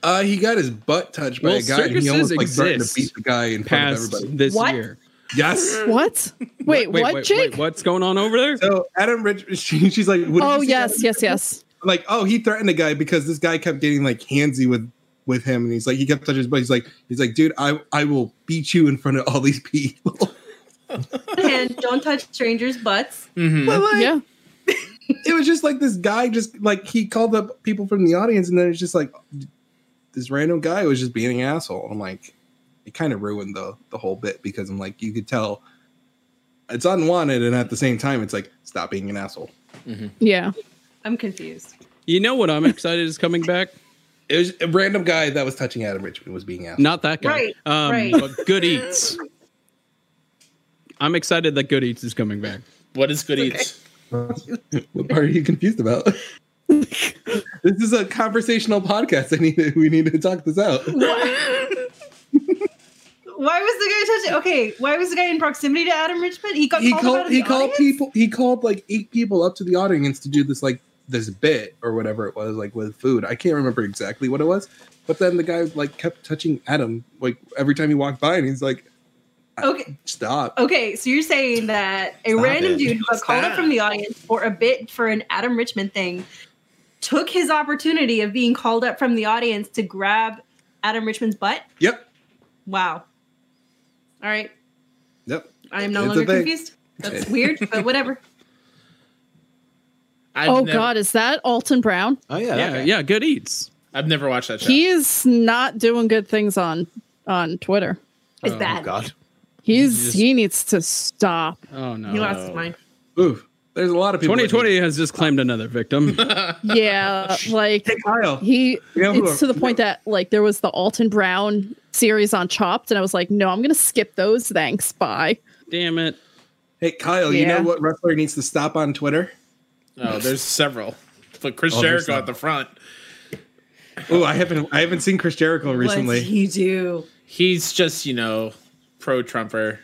[SPEAKER 6] Uh, he got his butt touched by
[SPEAKER 4] Well,
[SPEAKER 6] a guy. And he almost
[SPEAKER 4] circuses
[SPEAKER 6] like threatened to
[SPEAKER 4] exist
[SPEAKER 6] beat the guy in front of
[SPEAKER 4] Past
[SPEAKER 6] everybody.
[SPEAKER 4] this
[SPEAKER 3] What?
[SPEAKER 4] year.
[SPEAKER 6] Yes.
[SPEAKER 5] What? Wait, what, Jake?
[SPEAKER 4] what's going on over there?
[SPEAKER 6] So Adam Rich, she, she's like, what did
[SPEAKER 5] oh
[SPEAKER 6] you say,
[SPEAKER 5] yes,
[SPEAKER 6] Adam?
[SPEAKER 5] yes, yes.
[SPEAKER 6] Like, oh, he threatened a guy because this guy kept getting like handsy with with him, and he's like, he kept touching his butt. He's like, he's like, dude, I I will beat you in front of all these people.
[SPEAKER 3] And don't touch strangers' butts.
[SPEAKER 1] hmm
[SPEAKER 6] But, like,
[SPEAKER 5] Yeah.
[SPEAKER 6] it was just like this guy just like he called up people from the audience and then it's just like this random guy was just being an asshole i'm like it kind of ruined the the whole bit because i'm like you could tell it's unwanted and at the same time it's like stop being an asshole
[SPEAKER 5] Yeah.
[SPEAKER 3] I'm confused.
[SPEAKER 4] You know what I'm excited is coming back?
[SPEAKER 6] it was a random guy that was touching adam richmond was being an asshole
[SPEAKER 4] Not that guy.
[SPEAKER 3] Right,
[SPEAKER 4] um,
[SPEAKER 3] right.
[SPEAKER 4] But Good Eats. I'm excited that Good Eats is coming back.
[SPEAKER 1] What is good eats?
[SPEAKER 6] what part are you confused about this is a conversational podcast i need to, we need to talk this out
[SPEAKER 3] Why was the guy touching? Okay, why was the guy in proximity to Adam Richmond? He got
[SPEAKER 6] he
[SPEAKER 3] called. out
[SPEAKER 6] called
[SPEAKER 3] of the
[SPEAKER 6] he called
[SPEAKER 3] audience?
[SPEAKER 6] people he called like eight people up to the audience to do this like this bit or whatever it was like with food i can't remember exactly what it was but then the guy like kept touching adam like every time he walked by and he's like
[SPEAKER 3] Okay.
[SPEAKER 6] stop
[SPEAKER 3] Okay, so you're saying that a
[SPEAKER 6] Stop
[SPEAKER 3] random
[SPEAKER 6] it.
[SPEAKER 3] dude who got called
[SPEAKER 1] Stop.
[SPEAKER 3] up from the audience for a bit for an Adam Richmond thing took his opportunity of being called up from the audience to grab Adam Richmond's butt?
[SPEAKER 6] yep
[SPEAKER 3] Wow. All right.
[SPEAKER 6] yep
[SPEAKER 3] I am
[SPEAKER 6] It's
[SPEAKER 3] no
[SPEAKER 6] a
[SPEAKER 3] longer
[SPEAKER 6] thing.
[SPEAKER 3] confused. That's weird, but whatever.
[SPEAKER 1] I've
[SPEAKER 5] oh
[SPEAKER 1] never,
[SPEAKER 5] God, is that Alton Brown?
[SPEAKER 2] Oh yeah,
[SPEAKER 4] Yeah,
[SPEAKER 1] okay.
[SPEAKER 4] yeah, Good Eats.
[SPEAKER 1] I've never watched that show.
[SPEAKER 5] He is not doing good things on on Twitter.
[SPEAKER 3] It's
[SPEAKER 4] Oh,
[SPEAKER 2] Oh
[SPEAKER 3] bad.
[SPEAKER 2] god.
[SPEAKER 5] He's
[SPEAKER 1] Just-
[SPEAKER 5] he needs to stop.
[SPEAKER 4] Oh no.
[SPEAKER 3] He lost
[SPEAKER 1] Oh.
[SPEAKER 3] his mind.
[SPEAKER 6] Ooh, there's a lot of people
[SPEAKER 4] 2020 has just claimed another victim.
[SPEAKER 5] Yeah, like
[SPEAKER 6] hey kyle
[SPEAKER 5] he
[SPEAKER 6] You know who
[SPEAKER 5] it's to the point that like there was the Alton Brown series on Chopped, and I was like, no, I'm gonna skip those. Thanks, bye.
[SPEAKER 4] Damn it.
[SPEAKER 6] hey kyle you
[SPEAKER 5] Yeah.
[SPEAKER 6] know what wrestler needs to stop on twitter
[SPEAKER 1] Oh, there's several. But Chris
[SPEAKER 6] Oh, there's
[SPEAKER 1] Jericho
[SPEAKER 6] some.
[SPEAKER 1] at the front.
[SPEAKER 6] oh i haven't i haven't seen chris jericho
[SPEAKER 3] What did
[SPEAKER 6] recently
[SPEAKER 3] he do?
[SPEAKER 1] He's just, you know, pro Trumper.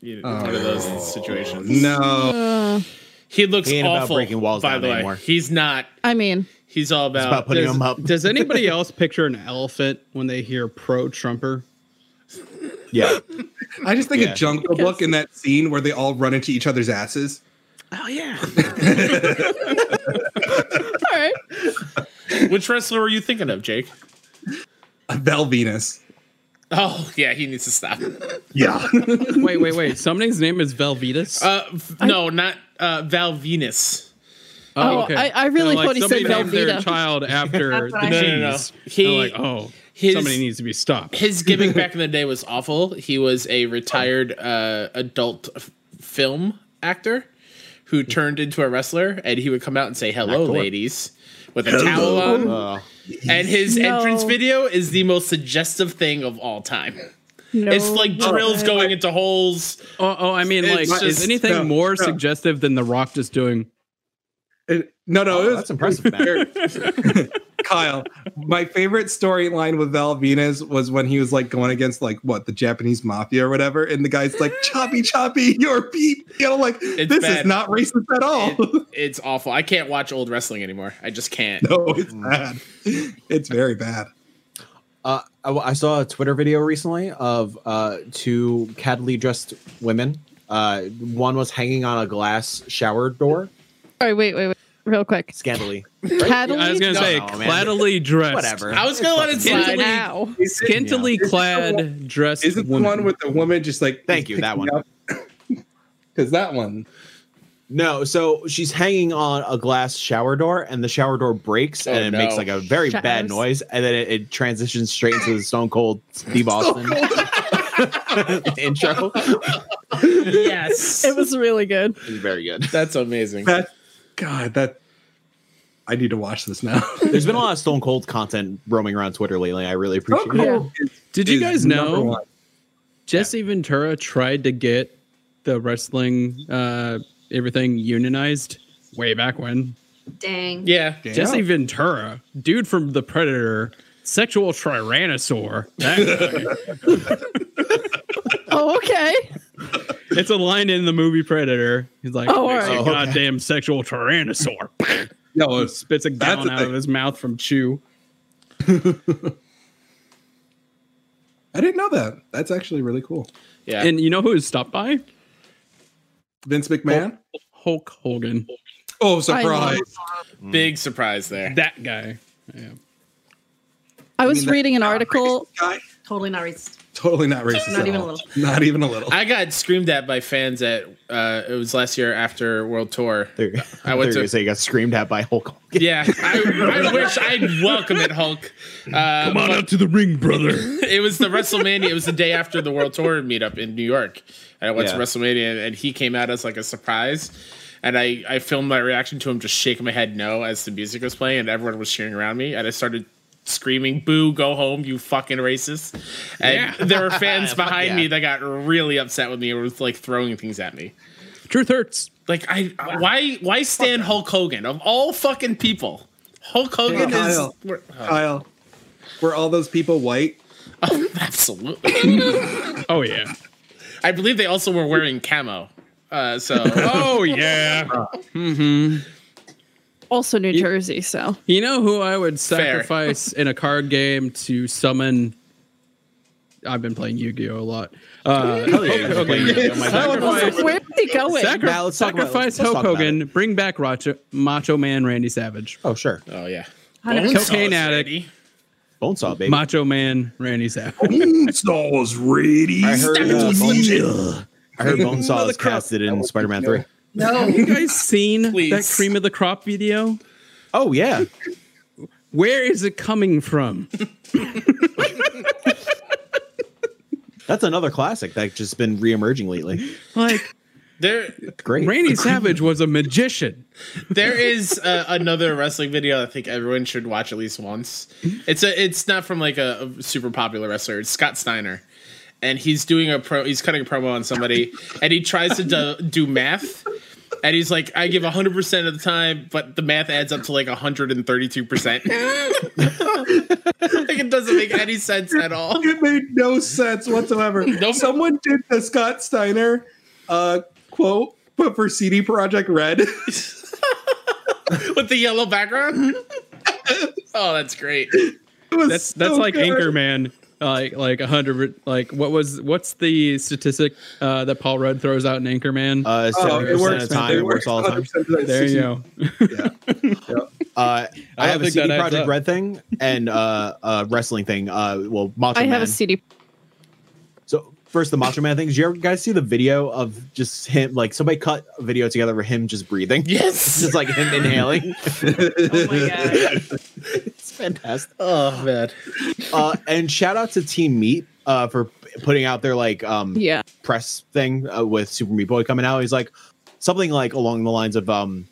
[SPEAKER 1] You know,
[SPEAKER 6] Oh,
[SPEAKER 1] one of those situations.
[SPEAKER 6] no
[SPEAKER 5] Uh,
[SPEAKER 1] He looks
[SPEAKER 2] He ain't about
[SPEAKER 1] awful.
[SPEAKER 2] breaking walls
[SPEAKER 1] by
[SPEAKER 2] down
[SPEAKER 1] the way,
[SPEAKER 2] anymore.
[SPEAKER 1] he's not.
[SPEAKER 5] I mean,
[SPEAKER 1] He's all about,
[SPEAKER 2] about putting
[SPEAKER 1] there's-
[SPEAKER 4] Does,
[SPEAKER 2] him up.
[SPEAKER 4] does anybody else picture an elephant when they hear pro Trumper?
[SPEAKER 2] Yeah.
[SPEAKER 6] i just think
[SPEAKER 2] Yeah.
[SPEAKER 6] of jungle book in that scene where they all run into each other's asses
[SPEAKER 4] Oh yeah.
[SPEAKER 5] all right.
[SPEAKER 1] Which wrestler were you thinking of, Jake?
[SPEAKER 6] Val Venus.
[SPEAKER 1] Oh yeah, he needs to stop.
[SPEAKER 6] Yeah.
[SPEAKER 4] wait,
[SPEAKER 5] Uh,
[SPEAKER 4] wait, wait. Somebody's name is Velvetus.
[SPEAKER 1] Uh, f- no, not uh, Val Venus.
[SPEAKER 5] Oh, I- I really
[SPEAKER 4] They're
[SPEAKER 5] thought he said
[SPEAKER 4] somebody named their
[SPEAKER 5] Velveeta."
[SPEAKER 4] child after
[SPEAKER 3] That's
[SPEAKER 4] the
[SPEAKER 3] what I
[SPEAKER 1] No, no, no.
[SPEAKER 4] cheese.
[SPEAKER 1] He-
[SPEAKER 4] They're like, oh,
[SPEAKER 1] his-
[SPEAKER 4] somebody needs to be stopped.
[SPEAKER 1] His gimmick back in the day was awful. He was a retired uh, adult f- film actor who turned into a wrestler, and he would come out and say "Hello,
[SPEAKER 2] Actor.
[SPEAKER 1] ladies" with a towel on.
[SPEAKER 2] Uh,
[SPEAKER 1] And his
[SPEAKER 5] No.
[SPEAKER 1] entrance video is the most suggestive thing of all time.
[SPEAKER 5] No
[SPEAKER 1] it's like drills
[SPEAKER 5] way.
[SPEAKER 1] going into holes.
[SPEAKER 4] Oh, oh, I mean, like,
[SPEAKER 1] It's
[SPEAKER 4] is
[SPEAKER 1] just-
[SPEAKER 4] anything
[SPEAKER 6] no,
[SPEAKER 4] more
[SPEAKER 6] no.
[SPEAKER 4] suggestive than The Rock just doing?
[SPEAKER 6] It- Uh, no, no,
[SPEAKER 2] oh,
[SPEAKER 6] it was,
[SPEAKER 2] that's impressive, man.
[SPEAKER 6] Kyle, my favorite storyline with Val Venus was when he was like going against like what the Japanese mafia or whatever, and the guy's like choppy choppy, you're beat. You know, like this
[SPEAKER 1] bad.
[SPEAKER 6] is not racist at all.
[SPEAKER 1] It- it's awful. I can't watch old wrestling anymore. I just can't.
[SPEAKER 6] no, it's
[SPEAKER 2] Mm.
[SPEAKER 6] bad. It's very bad.
[SPEAKER 2] Uh, I, I saw a Twitter video recently of uh, two caddily dressed women. Uh, one was hanging on a glass shower door,
[SPEAKER 5] All right, wait, wait, wait. Real quick.
[SPEAKER 2] scantily.
[SPEAKER 5] Paddling?
[SPEAKER 4] I was gonna
[SPEAKER 2] No,
[SPEAKER 4] say,
[SPEAKER 2] no, man.
[SPEAKER 4] claddily dressed,
[SPEAKER 2] Whatever.
[SPEAKER 1] I was gonna let it slide.
[SPEAKER 4] Instantly-
[SPEAKER 5] Wow.
[SPEAKER 4] scantily
[SPEAKER 6] Is it the
[SPEAKER 4] clad, dressed
[SPEAKER 6] Is it the
[SPEAKER 4] woman.
[SPEAKER 6] one with the woman just like
[SPEAKER 2] Thank you, that one.
[SPEAKER 6] Because that one.
[SPEAKER 2] No, so she's hanging on a glass shower door, and the shower door breaks,
[SPEAKER 1] Oh,
[SPEAKER 2] and it
[SPEAKER 1] no.
[SPEAKER 2] makes like a very bad
[SPEAKER 5] Showers.
[SPEAKER 2] noise, and then it, it transitions straight into the Stone Cold Steve Austin intro.
[SPEAKER 1] Yes,
[SPEAKER 5] It was really good.
[SPEAKER 2] It's very good.
[SPEAKER 1] That's amazing.
[SPEAKER 6] That God, that I need to watch this now.
[SPEAKER 2] There's been a lot of Stone Cold content roaming around Twitter lately. I really
[SPEAKER 6] How
[SPEAKER 2] appreciate
[SPEAKER 6] cool
[SPEAKER 2] it.
[SPEAKER 6] is-
[SPEAKER 4] Oh, Did you
[SPEAKER 6] is
[SPEAKER 4] guys
[SPEAKER 6] number
[SPEAKER 4] know
[SPEAKER 6] one?
[SPEAKER 4] Jesse Ventura tried to get the wrestling uh, everything unionized way back when?
[SPEAKER 3] Dang.
[SPEAKER 1] Yeah,
[SPEAKER 6] Damn.
[SPEAKER 4] Jesse Ventura, dude from The Predator, sexual tyrannosaur. That guy.
[SPEAKER 5] Oh, okay.
[SPEAKER 4] it's a line in the movie Predator. He's like,
[SPEAKER 5] Oh,
[SPEAKER 4] "Makes
[SPEAKER 5] alright.
[SPEAKER 4] you
[SPEAKER 2] Oh, okay.
[SPEAKER 4] goddamn sexual tyrannosaur.
[SPEAKER 6] Yo, it's-
[SPEAKER 4] Spits a
[SPEAKER 6] That's
[SPEAKER 4] gallon
[SPEAKER 6] a
[SPEAKER 4] out of
[SPEAKER 6] thing.
[SPEAKER 4] his mouth from Chew.
[SPEAKER 6] I didn't know that. That's actually really cool.
[SPEAKER 1] yeah.
[SPEAKER 4] And you know who is stopped by?
[SPEAKER 6] Vince McMahon.
[SPEAKER 4] Hulk Hogan.
[SPEAKER 6] Oh,
[SPEAKER 5] I
[SPEAKER 6] surprise!
[SPEAKER 5] know.
[SPEAKER 1] Big surprise there.
[SPEAKER 4] That guy. Yeah.
[SPEAKER 5] I was
[SPEAKER 6] mean, that-
[SPEAKER 5] reading an article.
[SPEAKER 6] Guy,
[SPEAKER 3] Totally not racist.
[SPEAKER 6] totally not racist.
[SPEAKER 3] Not
[SPEAKER 6] at
[SPEAKER 3] even a
[SPEAKER 6] all.
[SPEAKER 3] little.
[SPEAKER 6] Not even a little.
[SPEAKER 1] I got screamed at by fans at uh, it was last year after World Tour.
[SPEAKER 2] There,
[SPEAKER 1] I went to-
[SPEAKER 2] there you go. So you got screamed at by Hulk. Hogan.
[SPEAKER 1] Yeah, I, I wish I'd welcome it, Hulk. Uh, Come on up to the ring, brother. It was the WrestleMania. It was the day after the World Tour meetup in New York, and I went
[SPEAKER 2] Yeah.
[SPEAKER 1] to WrestleMania, and, and he came out as like a surprise. And I, I filmed my reaction to him just shaking my head no as the music was playing, and everyone was cheering around me, and I started screaming "Boo! Go home, you fucking racist!" And
[SPEAKER 4] Yeah.
[SPEAKER 1] there were fans
[SPEAKER 2] Fuck
[SPEAKER 1] behind me
[SPEAKER 2] yeah.
[SPEAKER 1] that got really upset with me and was like throwing things at me.
[SPEAKER 4] Truth hurts.
[SPEAKER 1] Like I uh, why why stand Hulk Hogan of all fucking people? Hulk Hogan
[SPEAKER 6] Yeah,
[SPEAKER 1] is
[SPEAKER 6] Kyle.
[SPEAKER 1] we're- oh,
[SPEAKER 6] Kyle, were all those people white?
[SPEAKER 1] absolutely.
[SPEAKER 4] Oh yeah.
[SPEAKER 1] I believe they also were wearing camo. Uh, so
[SPEAKER 4] Oh yeah.
[SPEAKER 5] Also, New Jersey. So
[SPEAKER 4] You know who I would
[SPEAKER 1] Fair.
[SPEAKER 4] sacrifice in a card game to summon? I've been playing Yu-Gi-Oh a lot. Uh,
[SPEAKER 2] Hell yeah, you're playing Yu-Gi-Oh, my bad.
[SPEAKER 5] Like,
[SPEAKER 4] sacrifice,
[SPEAKER 5] where did he go with?
[SPEAKER 4] sacri-
[SPEAKER 2] Now, let's talk about it.
[SPEAKER 4] sacrifice
[SPEAKER 2] Let's talk
[SPEAKER 4] Hulk
[SPEAKER 2] about
[SPEAKER 4] Hogan. Bring back Macho, Macho Man Randy Savage.
[SPEAKER 2] Oh sure,
[SPEAKER 1] oh yeah.
[SPEAKER 3] 100%.
[SPEAKER 1] Bonesaw
[SPEAKER 4] Cocaine
[SPEAKER 1] is
[SPEAKER 4] addict.
[SPEAKER 1] ready.
[SPEAKER 2] Bonesaw baby.
[SPEAKER 4] Macho Man Randy Savage.
[SPEAKER 6] Bonesaws ready.
[SPEAKER 2] I heard, uh,
[SPEAKER 6] ninja.
[SPEAKER 2] I heard Bonesaw
[SPEAKER 4] Another
[SPEAKER 2] is casted in Spider-Man Three.
[SPEAKER 4] you guys seen
[SPEAKER 1] Please.
[SPEAKER 4] that cream of the crop video?
[SPEAKER 2] Oh yeah,
[SPEAKER 4] Where is it coming from?
[SPEAKER 2] that's another classic that's just been reemerging lately.
[SPEAKER 4] Like
[SPEAKER 1] There
[SPEAKER 2] Great.
[SPEAKER 4] Randy Savage was a magician.
[SPEAKER 1] there is uh, another wrestling video I think everyone should watch at least once. It's a it's not from like a, a super popular wrestler. It's Scott Steiner, and he's doing a pro. He's cutting a promo on somebody, and he tries to do, do math. And he's like, I give 100% of the time, but the math adds up to like 132%. like, it doesn't make any sense at all.
[SPEAKER 6] It made no sense whatsoever.
[SPEAKER 1] Nope.
[SPEAKER 6] Someone did the Scott Steiner uh, quote, but for CD Project Red.
[SPEAKER 1] With the yellow background? oh, that's great.
[SPEAKER 6] It was
[SPEAKER 4] That's that's
[SPEAKER 6] so
[SPEAKER 4] like
[SPEAKER 6] good.
[SPEAKER 4] Anchorman. Like like a hundred. Like what was what's the statistic uh, that Paul Rudd throws out in Anchorman?
[SPEAKER 2] Uh,
[SPEAKER 6] Oh,
[SPEAKER 2] seventy
[SPEAKER 6] it
[SPEAKER 2] percent
[SPEAKER 6] works.
[SPEAKER 2] of the time, it works all the time.
[SPEAKER 6] 100% of the time.
[SPEAKER 4] there you go.
[SPEAKER 2] Uh, I, have a
[SPEAKER 4] think
[SPEAKER 2] CD
[SPEAKER 4] that adds
[SPEAKER 2] Project
[SPEAKER 4] up.
[SPEAKER 2] Red thing and uh, a wrestling thing. Uh, well, Macho
[SPEAKER 5] I
[SPEAKER 2] Man.
[SPEAKER 5] have a CD.
[SPEAKER 2] So first the Macho Man thing. Did you ever guys see the video of just him? Like somebody cut a video together of him just breathing,
[SPEAKER 1] Yes.
[SPEAKER 2] just like him inhaling.
[SPEAKER 5] Oh my god.
[SPEAKER 2] it's fantastic.
[SPEAKER 1] Oh man.
[SPEAKER 2] Uh, and shout out to Team Meat uh, for putting out their like um,
[SPEAKER 5] Yeah.
[SPEAKER 2] press thing uh, with Super Meat Boy coming out. He's like something like along the lines of, um,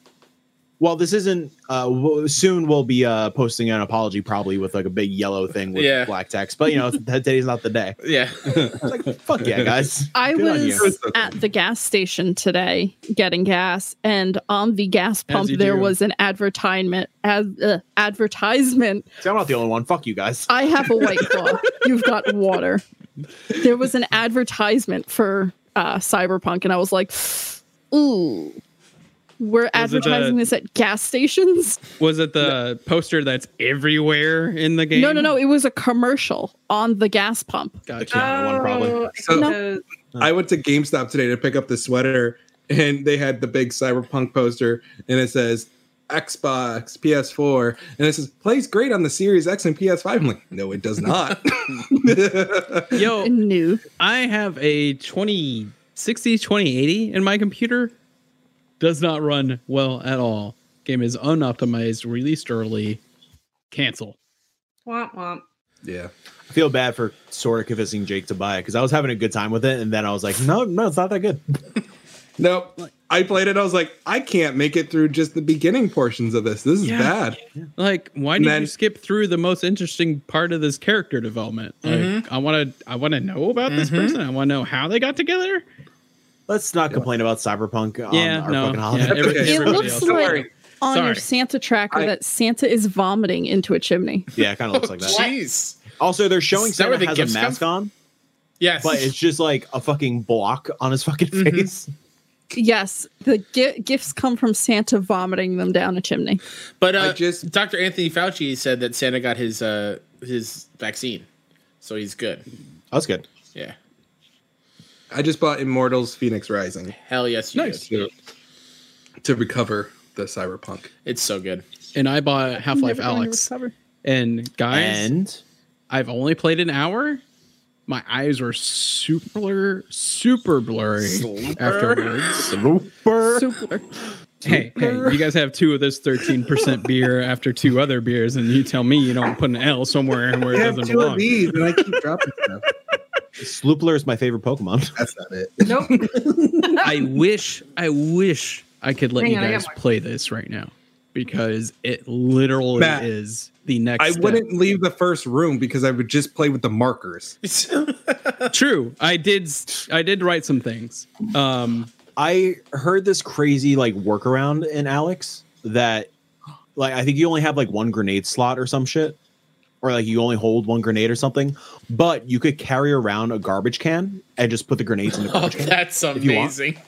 [SPEAKER 2] "Well, this isn't. Uh, w- soon we'll be uh, posting an apology, probably with like a big yellow thing with
[SPEAKER 1] Yeah.
[SPEAKER 2] black text. But you know, today's not the day.
[SPEAKER 1] Yeah.
[SPEAKER 2] It's like fuck yeah, guys.
[SPEAKER 5] I
[SPEAKER 2] Good on you.
[SPEAKER 5] was at the gas station today getting gas, and on the gas pump
[SPEAKER 4] you
[SPEAKER 5] there
[SPEAKER 4] do.
[SPEAKER 5] was an advertisement. Ad, uh, advertisement.
[SPEAKER 2] See, I'm not the only one. Fuck you guys.
[SPEAKER 5] I have a white claw. You've got water. There was an advertisement for uh, Cyberpunk, and I was like, "Ooh, we're
[SPEAKER 4] Was it uh, the-
[SPEAKER 5] advertising this at gas stations."
[SPEAKER 4] Was it the poster that's everywhere in the game?
[SPEAKER 5] No, no, no. It was a commercial on the gas pump.
[SPEAKER 2] Gotcha. Yeah, one problem.
[SPEAKER 3] Oh, I
[SPEAKER 6] So-
[SPEAKER 3] know.
[SPEAKER 6] I went to GameStop today to pick up the sweater, and they had the big cyberpunk poster, and it says Xbox, PS4, and it says plays great on the Series X and PS5. I'm like, no, it does not.
[SPEAKER 4] Yo,
[SPEAKER 5] New.
[SPEAKER 4] I have a 2060, 2080 in my computer. Does not run well at all. Game is unoptimized, released early. Cancel.
[SPEAKER 3] Womp womp.
[SPEAKER 6] yeah,
[SPEAKER 2] I feel bad for sort of convincing Jake to buy it because I was having a good time with it, and then I was like, no, no, it's not that good.
[SPEAKER 6] nope. I played it. I was like, I can't make it through just the beginning portions of this. This is
[SPEAKER 4] Yeah.
[SPEAKER 6] bad.
[SPEAKER 4] Like, why did
[SPEAKER 6] Then-
[SPEAKER 4] you skip through the most interesting part of this character development? Like,
[SPEAKER 2] Mm-hmm.
[SPEAKER 4] I want to, I want to know about this person. I want to know how they got together.
[SPEAKER 2] Let's not complain about Cyberpunk on
[SPEAKER 4] yeah,
[SPEAKER 2] our
[SPEAKER 4] no,
[SPEAKER 2] fucking
[SPEAKER 4] yeah,
[SPEAKER 2] holiday.
[SPEAKER 4] every-
[SPEAKER 5] It
[SPEAKER 4] everybody
[SPEAKER 5] looks
[SPEAKER 4] else.
[SPEAKER 6] Don't
[SPEAKER 5] like-
[SPEAKER 6] worry.
[SPEAKER 5] On your
[SPEAKER 4] Sorry.
[SPEAKER 5] Santa tracker,
[SPEAKER 6] I-
[SPEAKER 5] that Santa is vomiting into a chimney.
[SPEAKER 2] yeah, it kind of looks like that.
[SPEAKER 1] Jeez.
[SPEAKER 2] Also, they're showing
[SPEAKER 1] Is that where
[SPEAKER 2] Santa
[SPEAKER 1] the
[SPEAKER 2] has a
[SPEAKER 1] gifts come
[SPEAKER 2] mask on,
[SPEAKER 1] Yes.
[SPEAKER 2] but it's just like a fucking block on his fucking face.
[SPEAKER 5] Yes, the gi- gifts come from Santa vomiting them down a chimney.
[SPEAKER 1] But uh,
[SPEAKER 6] I just-
[SPEAKER 1] Dr. Anthony Fauci said that Santa got his uh, his vaccine, so he's good.
[SPEAKER 2] That's good.
[SPEAKER 1] Yeah,
[SPEAKER 6] I just bought Immortals: Phoenix Rising
[SPEAKER 1] hell yes, you
[SPEAKER 4] Nice.
[SPEAKER 1] did.
[SPEAKER 6] to, to recover the cyberpunk.
[SPEAKER 1] It's so good.
[SPEAKER 4] And I bought Half Life
[SPEAKER 5] Never going to
[SPEAKER 4] Alex.
[SPEAKER 5] recover.
[SPEAKER 4] And guys,
[SPEAKER 2] And
[SPEAKER 4] I've only played an hour. My eyes were super, super blurry
[SPEAKER 1] Sleeper.
[SPEAKER 4] afterwards.
[SPEAKER 2] Looper.
[SPEAKER 5] Super.
[SPEAKER 4] Hey, hey, you guys have two of those 13% beer after two other beers, and you tell me you don't put an L somewhere where it
[SPEAKER 6] I have
[SPEAKER 4] doesn't
[SPEAKER 6] two of
[SPEAKER 4] belong.
[SPEAKER 6] these, and I keep dropping stuff.
[SPEAKER 2] Sloopler is my favorite Pokemon.
[SPEAKER 6] That's not it.
[SPEAKER 3] Nope.
[SPEAKER 4] I wish, I wish I could let
[SPEAKER 3] Hang
[SPEAKER 4] you
[SPEAKER 3] on, I got
[SPEAKER 4] guys
[SPEAKER 3] one.
[SPEAKER 4] play this right now because it literally
[SPEAKER 6] Matt,
[SPEAKER 4] is the next.
[SPEAKER 6] I
[SPEAKER 4] step.
[SPEAKER 6] wouldn't leave the first room because I would just play with the markers.
[SPEAKER 4] True, I did. s- I did write some things. Um,
[SPEAKER 2] I heard this crazy like workaround in Alex that like I think you only have like one grenade slot or some shit. Or like you only hold one grenade or something, but you could carry around a garbage can and just put the grenades in the
[SPEAKER 1] oh,
[SPEAKER 2] garbage can,
[SPEAKER 1] that's
[SPEAKER 2] you want.
[SPEAKER 1] amazing.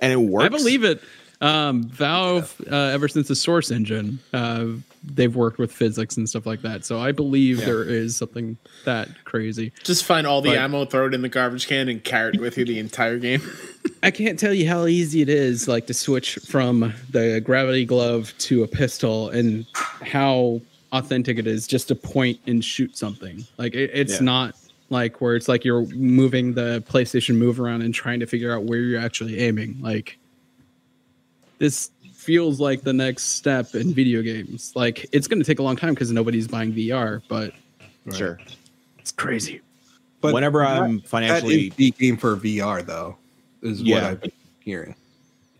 [SPEAKER 2] and it works.
[SPEAKER 4] I believe it. Um, Valve, uh, ever since the Source engine, uh, they've worked with physics and stuff like that. So I believe there is something that crazy.
[SPEAKER 1] Just find all the
[SPEAKER 4] Like-
[SPEAKER 1] ammo, throw it in the garbage can, and carry it with you the entire game.
[SPEAKER 4] I can't tell you how easy it is, like to switch from the gravity glove to a pistol, and how authentic it is just to point and shoot something. Like it, it's
[SPEAKER 2] Yeah.
[SPEAKER 4] not like where it's like you're moving the PlayStation Move around and trying to figure out where you're actually aiming. Like this feels like the next step in video games. Like it's going to take a long time because nobody's buying VR, but
[SPEAKER 2] sure.
[SPEAKER 4] it's crazy.
[SPEAKER 6] But
[SPEAKER 2] Whenever I'm
[SPEAKER 6] that
[SPEAKER 2] financially
[SPEAKER 6] is the game for VR, though, is what
[SPEAKER 2] Yeah.
[SPEAKER 6] I've been hearing.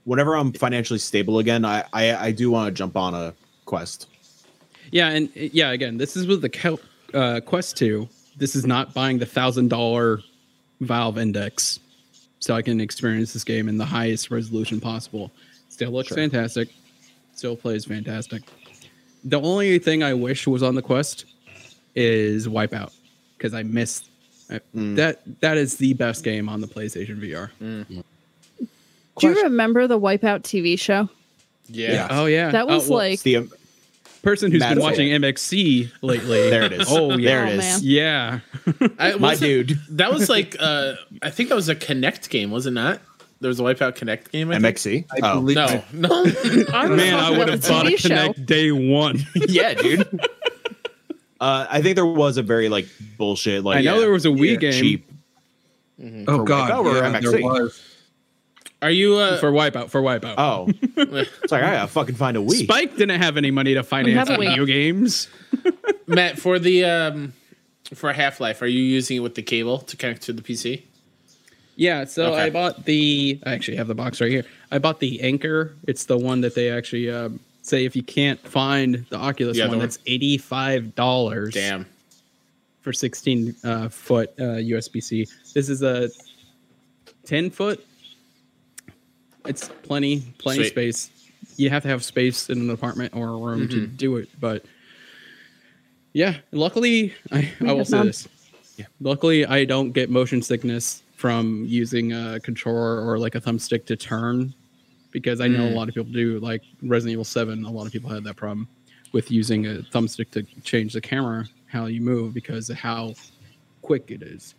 [SPEAKER 2] whenever I'm financially stable again, I I, I do want to jump on a quest.
[SPEAKER 4] Yeah, and uh, yeah, again, this is with the Kel- uh, Quest 2. This is not buying the thousand dollar Valve Index, so I can experience this game in the highest resolution possible. Still looks fantastic. Still plays fantastic. The only thing I wish was on the Quest is Wipeout because I missed I- that. That is the best game on the PlayStation VR.
[SPEAKER 5] Do you remember the Wipeout TV show?
[SPEAKER 1] Yeah.
[SPEAKER 6] Yeah.
[SPEAKER 4] Oh yeah,
[SPEAKER 5] That
[SPEAKER 4] Oh,
[SPEAKER 5] was
[SPEAKER 4] well,
[SPEAKER 5] like
[SPEAKER 2] It's the
[SPEAKER 4] person who's been
[SPEAKER 2] Madison.
[SPEAKER 4] watching MXC lately.
[SPEAKER 2] there it is.
[SPEAKER 4] Oh yeah,
[SPEAKER 2] there it
[SPEAKER 5] Oh,
[SPEAKER 2] is.
[SPEAKER 5] man.
[SPEAKER 4] yeah.
[SPEAKER 1] I,
[SPEAKER 2] My
[SPEAKER 1] wasn't-
[SPEAKER 2] dude,
[SPEAKER 1] That was like uh, I think that was a Connect game, was it not? There was a Wipeout Connect game. I think?
[SPEAKER 2] MXC.
[SPEAKER 6] I
[SPEAKER 2] Oh
[SPEAKER 6] believe
[SPEAKER 1] No, no.
[SPEAKER 5] I was
[SPEAKER 4] Man, I
[SPEAKER 5] talking about
[SPEAKER 4] would have
[SPEAKER 5] the
[SPEAKER 4] bought a
[SPEAKER 5] TV show.
[SPEAKER 4] Connect day one.
[SPEAKER 2] yeah, dude. Uh, I think there was a very like bullshit like
[SPEAKER 4] I know there was a Wii
[SPEAKER 6] Yeah,
[SPEAKER 4] game
[SPEAKER 2] cheap
[SPEAKER 6] Oh God,
[SPEAKER 2] Wipeout or
[SPEAKER 6] yeah, there
[SPEAKER 2] MXC?
[SPEAKER 6] was.
[SPEAKER 1] Are you uh,
[SPEAKER 4] for wipeout for wipeout.
[SPEAKER 2] Oh, it's like I gotta fucking find a Wii.
[SPEAKER 4] Spike didn't have any money to finance
[SPEAKER 5] have a Wii.
[SPEAKER 4] video games.
[SPEAKER 1] Matt for the um, for Half Life? Are you using it with the cable to connect to the PC?
[SPEAKER 4] Yeah, so
[SPEAKER 1] Okay.
[SPEAKER 4] I bought the. I actually have the box right here. I bought the Anchor. It's the one that they actually um, say if you can't find the Oculus
[SPEAKER 1] The other
[SPEAKER 4] one,
[SPEAKER 1] one?
[SPEAKER 4] it's eighty five dollars.
[SPEAKER 1] Damn.
[SPEAKER 4] for sixteen uh, foot uh, USB C. This is a ten foot. It's plenty, plenty
[SPEAKER 1] Sweet.
[SPEAKER 4] space. You have to have space in an apartment or a room to do it, but yeah. Luckily, I, I will
[SPEAKER 5] have
[SPEAKER 4] say
[SPEAKER 5] none.
[SPEAKER 4] this. Luckily, I don't get motion sickness from using a controller or like a thumbstick to turn because I know a lot of people do. Like Resident Evil 7, a lot of people had that problem with using a thumbstick to change the camera, how you move, because of how quick it is.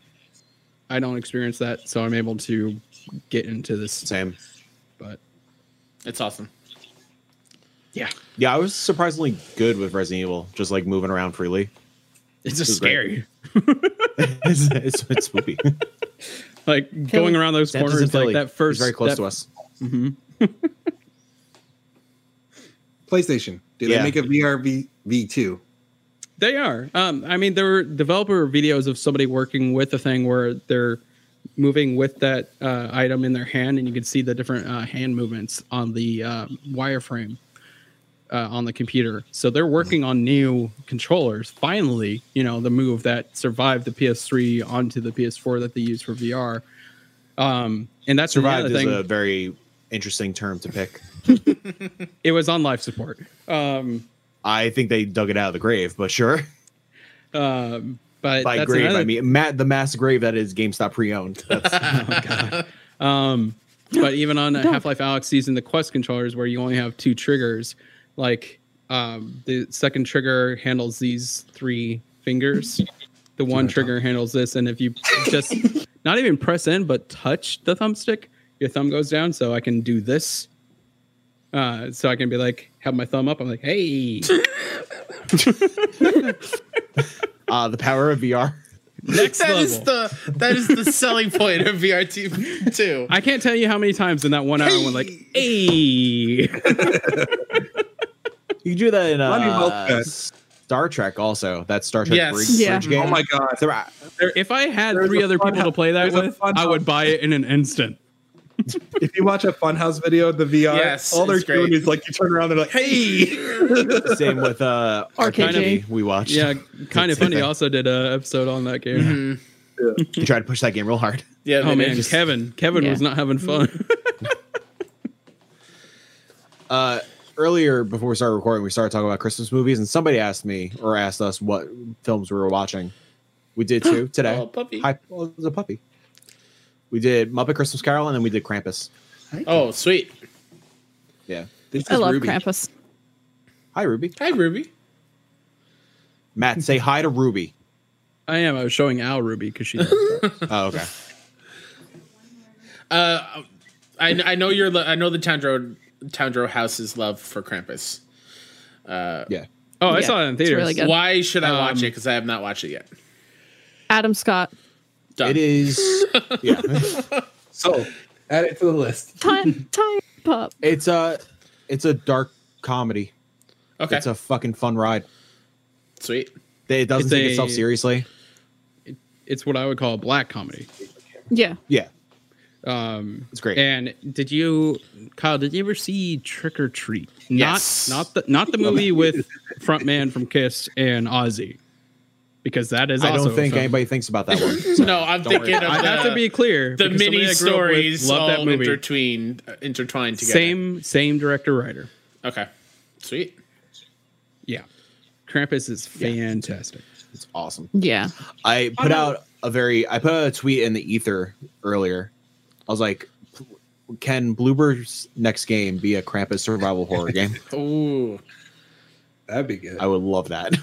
[SPEAKER 4] I don't experience that, so I'm able to get into this.
[SPEAKER 2] Same.
[SPEAKER 4] But
[SPEAKER 1] It's awesome.
[SPEAKER 4] yeah,
[SPEAKER 2] Yeah, I was surprisingly good with Resident Evil, just like moving around freely.
[SPEAKER 4] it's
[SPEAKER 2] This is
[SPEAKER 4] just
[SPEAKER 2] great.
[SPEAKER 4] scary.
[SPEAKER 2] it's, it's, it's spooky.
[SPEAKER 4] Like going around those
[SPEAKER 2] Santa's in
[SPEAKER 4] corners, like
[SPEAKER 2] Philly.
[SPEAKER 4] that
[SPEAKER 2] He's
[SPEAKER 4] first,
[SPEAKER 2] very close
[SPEAKER 4] that
[SPEAKER 2] to us.
[SPEAKER 6] PlayStation. Did
[SPEAKER 2] Yeah.
[SPEAKER 6] they make a VR V V two?
[SPEAKER 4] They are. Um, I mean, there were developer videos of somebody working with a thing where they're moving with that uh, item in their hand, and you can see the different uh, hand movements on the uh, wireframe uh, on the computer. So they're working on new controllers. Finally, you know, the move that survived the PS3 onto the PS4 that they use for VR. Um, and that's
[SPEAKER 2] Survived
[SPEAKER 4] another
[SPEAKER 2] is
[SPEAKER 4] thing
[SPEAKER 2] a very interesting term to pick.
[SPEAKER 4] it was on life support. Um,
[SPEAKER 2] I think they dug it out of the grave, but sure.
[SPEAKER 4] um, but
[SPEAKER 2] By
[SPEAKER 4] that's
[SPEAKER 2] grave,
[SPEAKER 4] another- Oh
[SPEAKER 2] I mean ma- the mass grave that is GameStop pre-owned. That's,
[SPEAKER 4] Um, but even on Half Life Alex using the Quest controllers, where you only have two triggers, like um, the second trigger handles these three fingers, the one trigger handles this, and if you just not even press in but touch the thumbstick, your thumb goes down. So I can do this. Uh, so I can be like, have my thumb up. I'm like, hey,
[SPEAKER 2] uh, the power of VR.
[SPEAKER 4] next
[SPEAKER 1] That
[SPEAKER 4] level.
[SPEAKER 1] is the that is the selling point of VR two.
[SPEAKER 4] I can't tell you how many times in that one hour I went like, hey.
[SPEAKER 2] You can do that in
[SPEAKER 6] Let me help
[SPEAKER 2] uh,
[SPEAKER 6] us.
[SPEAKER 2] Star Trek also. That Star Trek
[SPEAKER 1] Yes.
[SPEAKER 2] bridge,
[SPEAKER 5] Yeah.
[SPEAKER 2] bridge game.
[SPEAKER 6] Oh my God!
[SPEAKER 2] So, uh,
[SPEAKER 4] There- if I had
[SPEAKER 6] There's
[SPEAKER 4] three
[SPEAKER 6] a
[SPEAKER 4] other
[SPEAKER 6] fun
[SPEAKER 4] people to
[SPEAKER 6] hou-
[SPEAKER 4] play that
[SPEAKER 6] there's a
[SPEAKER 4] with,
[SPEAKER 6] fun
[SPEAKER 4] I would
[SPEAKER 6] house.
[SPEAKER 4] buy it in an instant.
[SPEAKER 6] If you watch a Funhouse video of the VR,
[SPEAKER 1] Yes,
[SPEAKER 6] all they're
[SPEAKER 1] it's great.
[SPEAKER 6] doing is like you turn around, they're like, "Hey,
[SPEAKER 2] same with uh,
[SPEAKER 5] RKG.
[SPEAKER 2] RKG we watched.
[SPEAKER 4] Yeah, kind of
[SPEAKER 2] Same
[SPEAKER 4] funny.
[SPEAKER 2] thing.
[SPEAKER 4] Also, did a episode on that game.
[SPEAKER 2] you try to push that game real hard.
[SPEAKER 1] Yeah,
[SPEAKER 4] Oh
[SPEAKER 1] they
[SPEAKER 4] man,
[SPEAKER 1] just-
[SPEAKER 4] Kevin, Kevin
[SPEAKER 5] Yeah.
[SPEAKER 4] was not having fun.
[SPEAKER 2] uh, earlier before we started recording, we started talking about Christmas movies, and somebody asked me or asked us what films we were watching. We did two today.
[SPEAKER 1] Oh, puppy.
[SPEAKER 2] Hi, oh, it was a puppy. We did Muppet Christmas Carol, and then we did Krampus.
[SPEAKER 1] Oh, sweet.
[SPEAKER 2] Yeah.
[SPEAKER 6] this is
[SPEAKER 5] I love
[SPEAKER 6] Ruby."
[SPEAKER 5] Krampus.
[SPEAKER 2] Hi, Ruby.
[SPEAKER 1] Hi, Ruby.
[SPEAKER 2] Matt, say hi to Ruby.
[SPEAKER 4] I am. I was showing Al Ruby because she.
[SPEAKER 2] Oh, okay.
[SPEAKER 1] I, I know your lo- I know the Tandro Tandro house's love for Krampus.
[SPEAKER 2] Yeah.
[SPEAKER 4] Oh, I
[SPEAKER 5] Yeah,
[SPEAKER 4] saw it in
[SPEAKER 5] it's
[SPEAKER 4] theaters.
[SPEAKER 5] really good.
[SPEAKER 1] Why should I watch
[SPEAKER 4] Um,
[SPEAKER 1] it? Because I have not watched it yet.
[SPEAKER 5] Adam Scott.
[SPEAKER 1] Done.
[SPEAKER 4] uh.
[SPEAKER 2] It is. Yeah.
[SPEAKER 6] So add it to the list.
[SPEAKER 5] Time, time pup.
[SPEAKER 2] It's a. It's a dark comedy.
[SPEAKER 1] Okay.
[SPEAKER 2] It's a fucking fun ride.
[SPEAKER 1] sweet.
[SPEAKER 2] It doesn't
[SPEAKER 4] It's
[SPEAKER 2] take
[SPEAKER 4] a-
[SPEAKER 2] itself seriously.
[SPEAKER 4] It's what I would call a black comedy.
[SPEAKER 5] Yeah.
[SPEAKER 2] Yeah.
[SPEAKER 4] Um,
[SPEAKER 2] It's great.
[SPEAKER 4] and did you, Kyle? Did you ever see Trick or Treat?
[SPEAKER 1] Yes.
[SPEAKER 4] Not not the not the movie with frontman from Kiss and Ozzy, because that is.
[SPEAKER 2] I
[SPEAKER 4] also
[SPEAKER 2] don't
[SPEAKER 4] a
[SPEAKER 2] think
[SPEAKER 4] film.
[SPEAKER 2] anybody thinks about that one.
[SPEAKER 1] No, I'm
[SPEAKER 2] Don't worry
[SPEAKER 1] thinking of
[SPEAKER 2] about
[SPEAKER 1] the,
[SPEAKER 4] I have to be clear.
[SPEAKER 1] the
[SPEAKER 4] because somebody
[SPEAKER 1] mini
[SPEAKER 4] I grew up with
[SPEAKER 1] stories
[SPEAKER 4] loved
[SPEAKER 1] all intertwined uh, intertwined together.
[SPEAKER 4] Same same director writer.
[SPEAKER 1] Okay. Sweet.
[SPEAKER 4] Yeah, Krampus is fantastic.
[SPEAKER 2] It's awesome.
[SPEAKER 5] Yeah.
[SPEAKER 2] I put out a very I put out a tweet in the ether earlier. I was like, can Bloober's next game be a Krampus survival horror game?
[SPEAKER 1] Ooh.
[SPEAKER 6] That'd be good.
[SPEAKER 2] I would love that.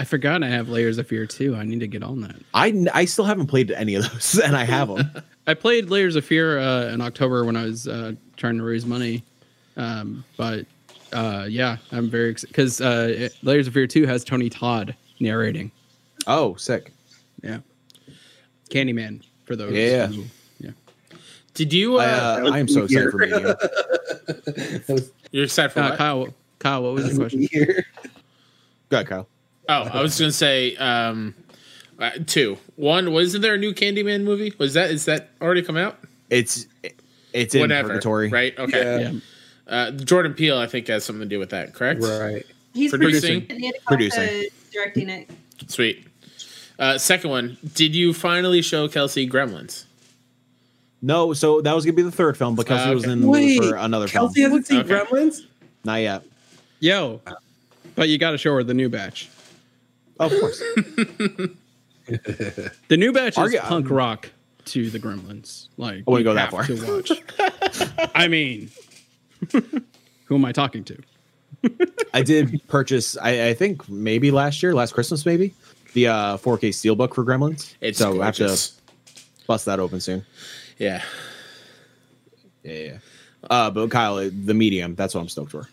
[SPEAKER 4] I forgot I have Layers of Fear too. I need to get on that.
[SPEAKER 2] I I still haven't played any of those, and I have them.
[SPEAKER 4] I played Layers of Fear uh, in October when I was uh, trying to raise money, um, but uh, yeah, I'm very excited because uh, it- Layers of Fear two has Tony Todd narrating.
[SPEAKER 2] Oh, sick!
[SPEAKER 4] Yeah, Candyman. for those.
[SPEAKER 2] Yeah.
[SPEAKER 4] who-
[SPEAKER 1] Did you? Uh,
[SPEAKER 2] I, uh, I am so excited for meeting you.
[SPEAKER 1] you're excited for
[SPEAKER 4] Uh,
[SPEAKER 1] what?
[SPEAKER 4] Kyle, Kyle, what was your question?
[SPEAKER 6] Here.
[SPEAKER 2] Go ahead, Kyle.
[SPEAKER 1] Oh, I was gonna say um, uh, two. One wasn't there a new Candyman movie? Was that is that already come out?
[SPEAKER 2] It's it's in
[SPEAKER 1] Whenever,
[SPEAKER 2] purgatory.
[SPEAKER 1] right? Okay.
[SPEAKER 4] Yeah.
[SPEAKER 1] Uh, Jordan Peele, I think, has something to do with that. Correct.
[SPEAKER 6] Right.
[SPEAKER 3] He's
[SPEAKER 1] Producing.
[SPEAKER 3] producing. and Andy
[SPEAKER 2] Producing.
[SPEAKER 3] Costa is directing it.
[SPEAKER 1] Sweet. Uh, second one. Did you finally show Kelsey Gremlins?
[SPEAKER 2] No, so that was gonna be the third film, but Kelsey
[SPEAKER 1] Uh,
[SPEAKER 2] was
[SPEAKER 1] okay.
[SPEAKER 2] in the movie for another
[SPEAKER 6] Kelsey
[SPEAKER 2] film.
[SPEAKER 6] hasn't seen
[SPEAKER 1] Okay.
[SPEAKER 6] Gremlins?
[SPEAKER 2] Not yet.
[SPEAKER 4] Yo, but you got to show her the new batch.
[SPEAKER 2] Oh, of course.
[SPEAKER 4] The new batch
[SPEAKER 2] Are
[SPEAKER 4] is
[SPEAKER 2] you-
[SPEAKER 4] punk rock to the Gremlins. Like
[SPEAKER 2] I wouldn't
[SPEAKER 4] you
[SPEAKER 2] go that
[SPEAKER 4] have
[SPEAKER 2] far.
[SPEAKER 4] To watch. I mean, who am I talking to?
[SPEAKER 2] I did purchase. I, I think maybe last year, last Christmas, maybe the uh, 4K steelbook for Gremlins.
[SPEAKER 1] It's
[SPEAKER 2] so I have
[SPEAKER 1] gorgeous.
[SPEAKER 2] to bust that open soon.
[SPEAKER 1] Yeah.
[SPEAKER 2] Yeah, yeah. Uh, but Kyle, the medium. That's what I'm stoked for.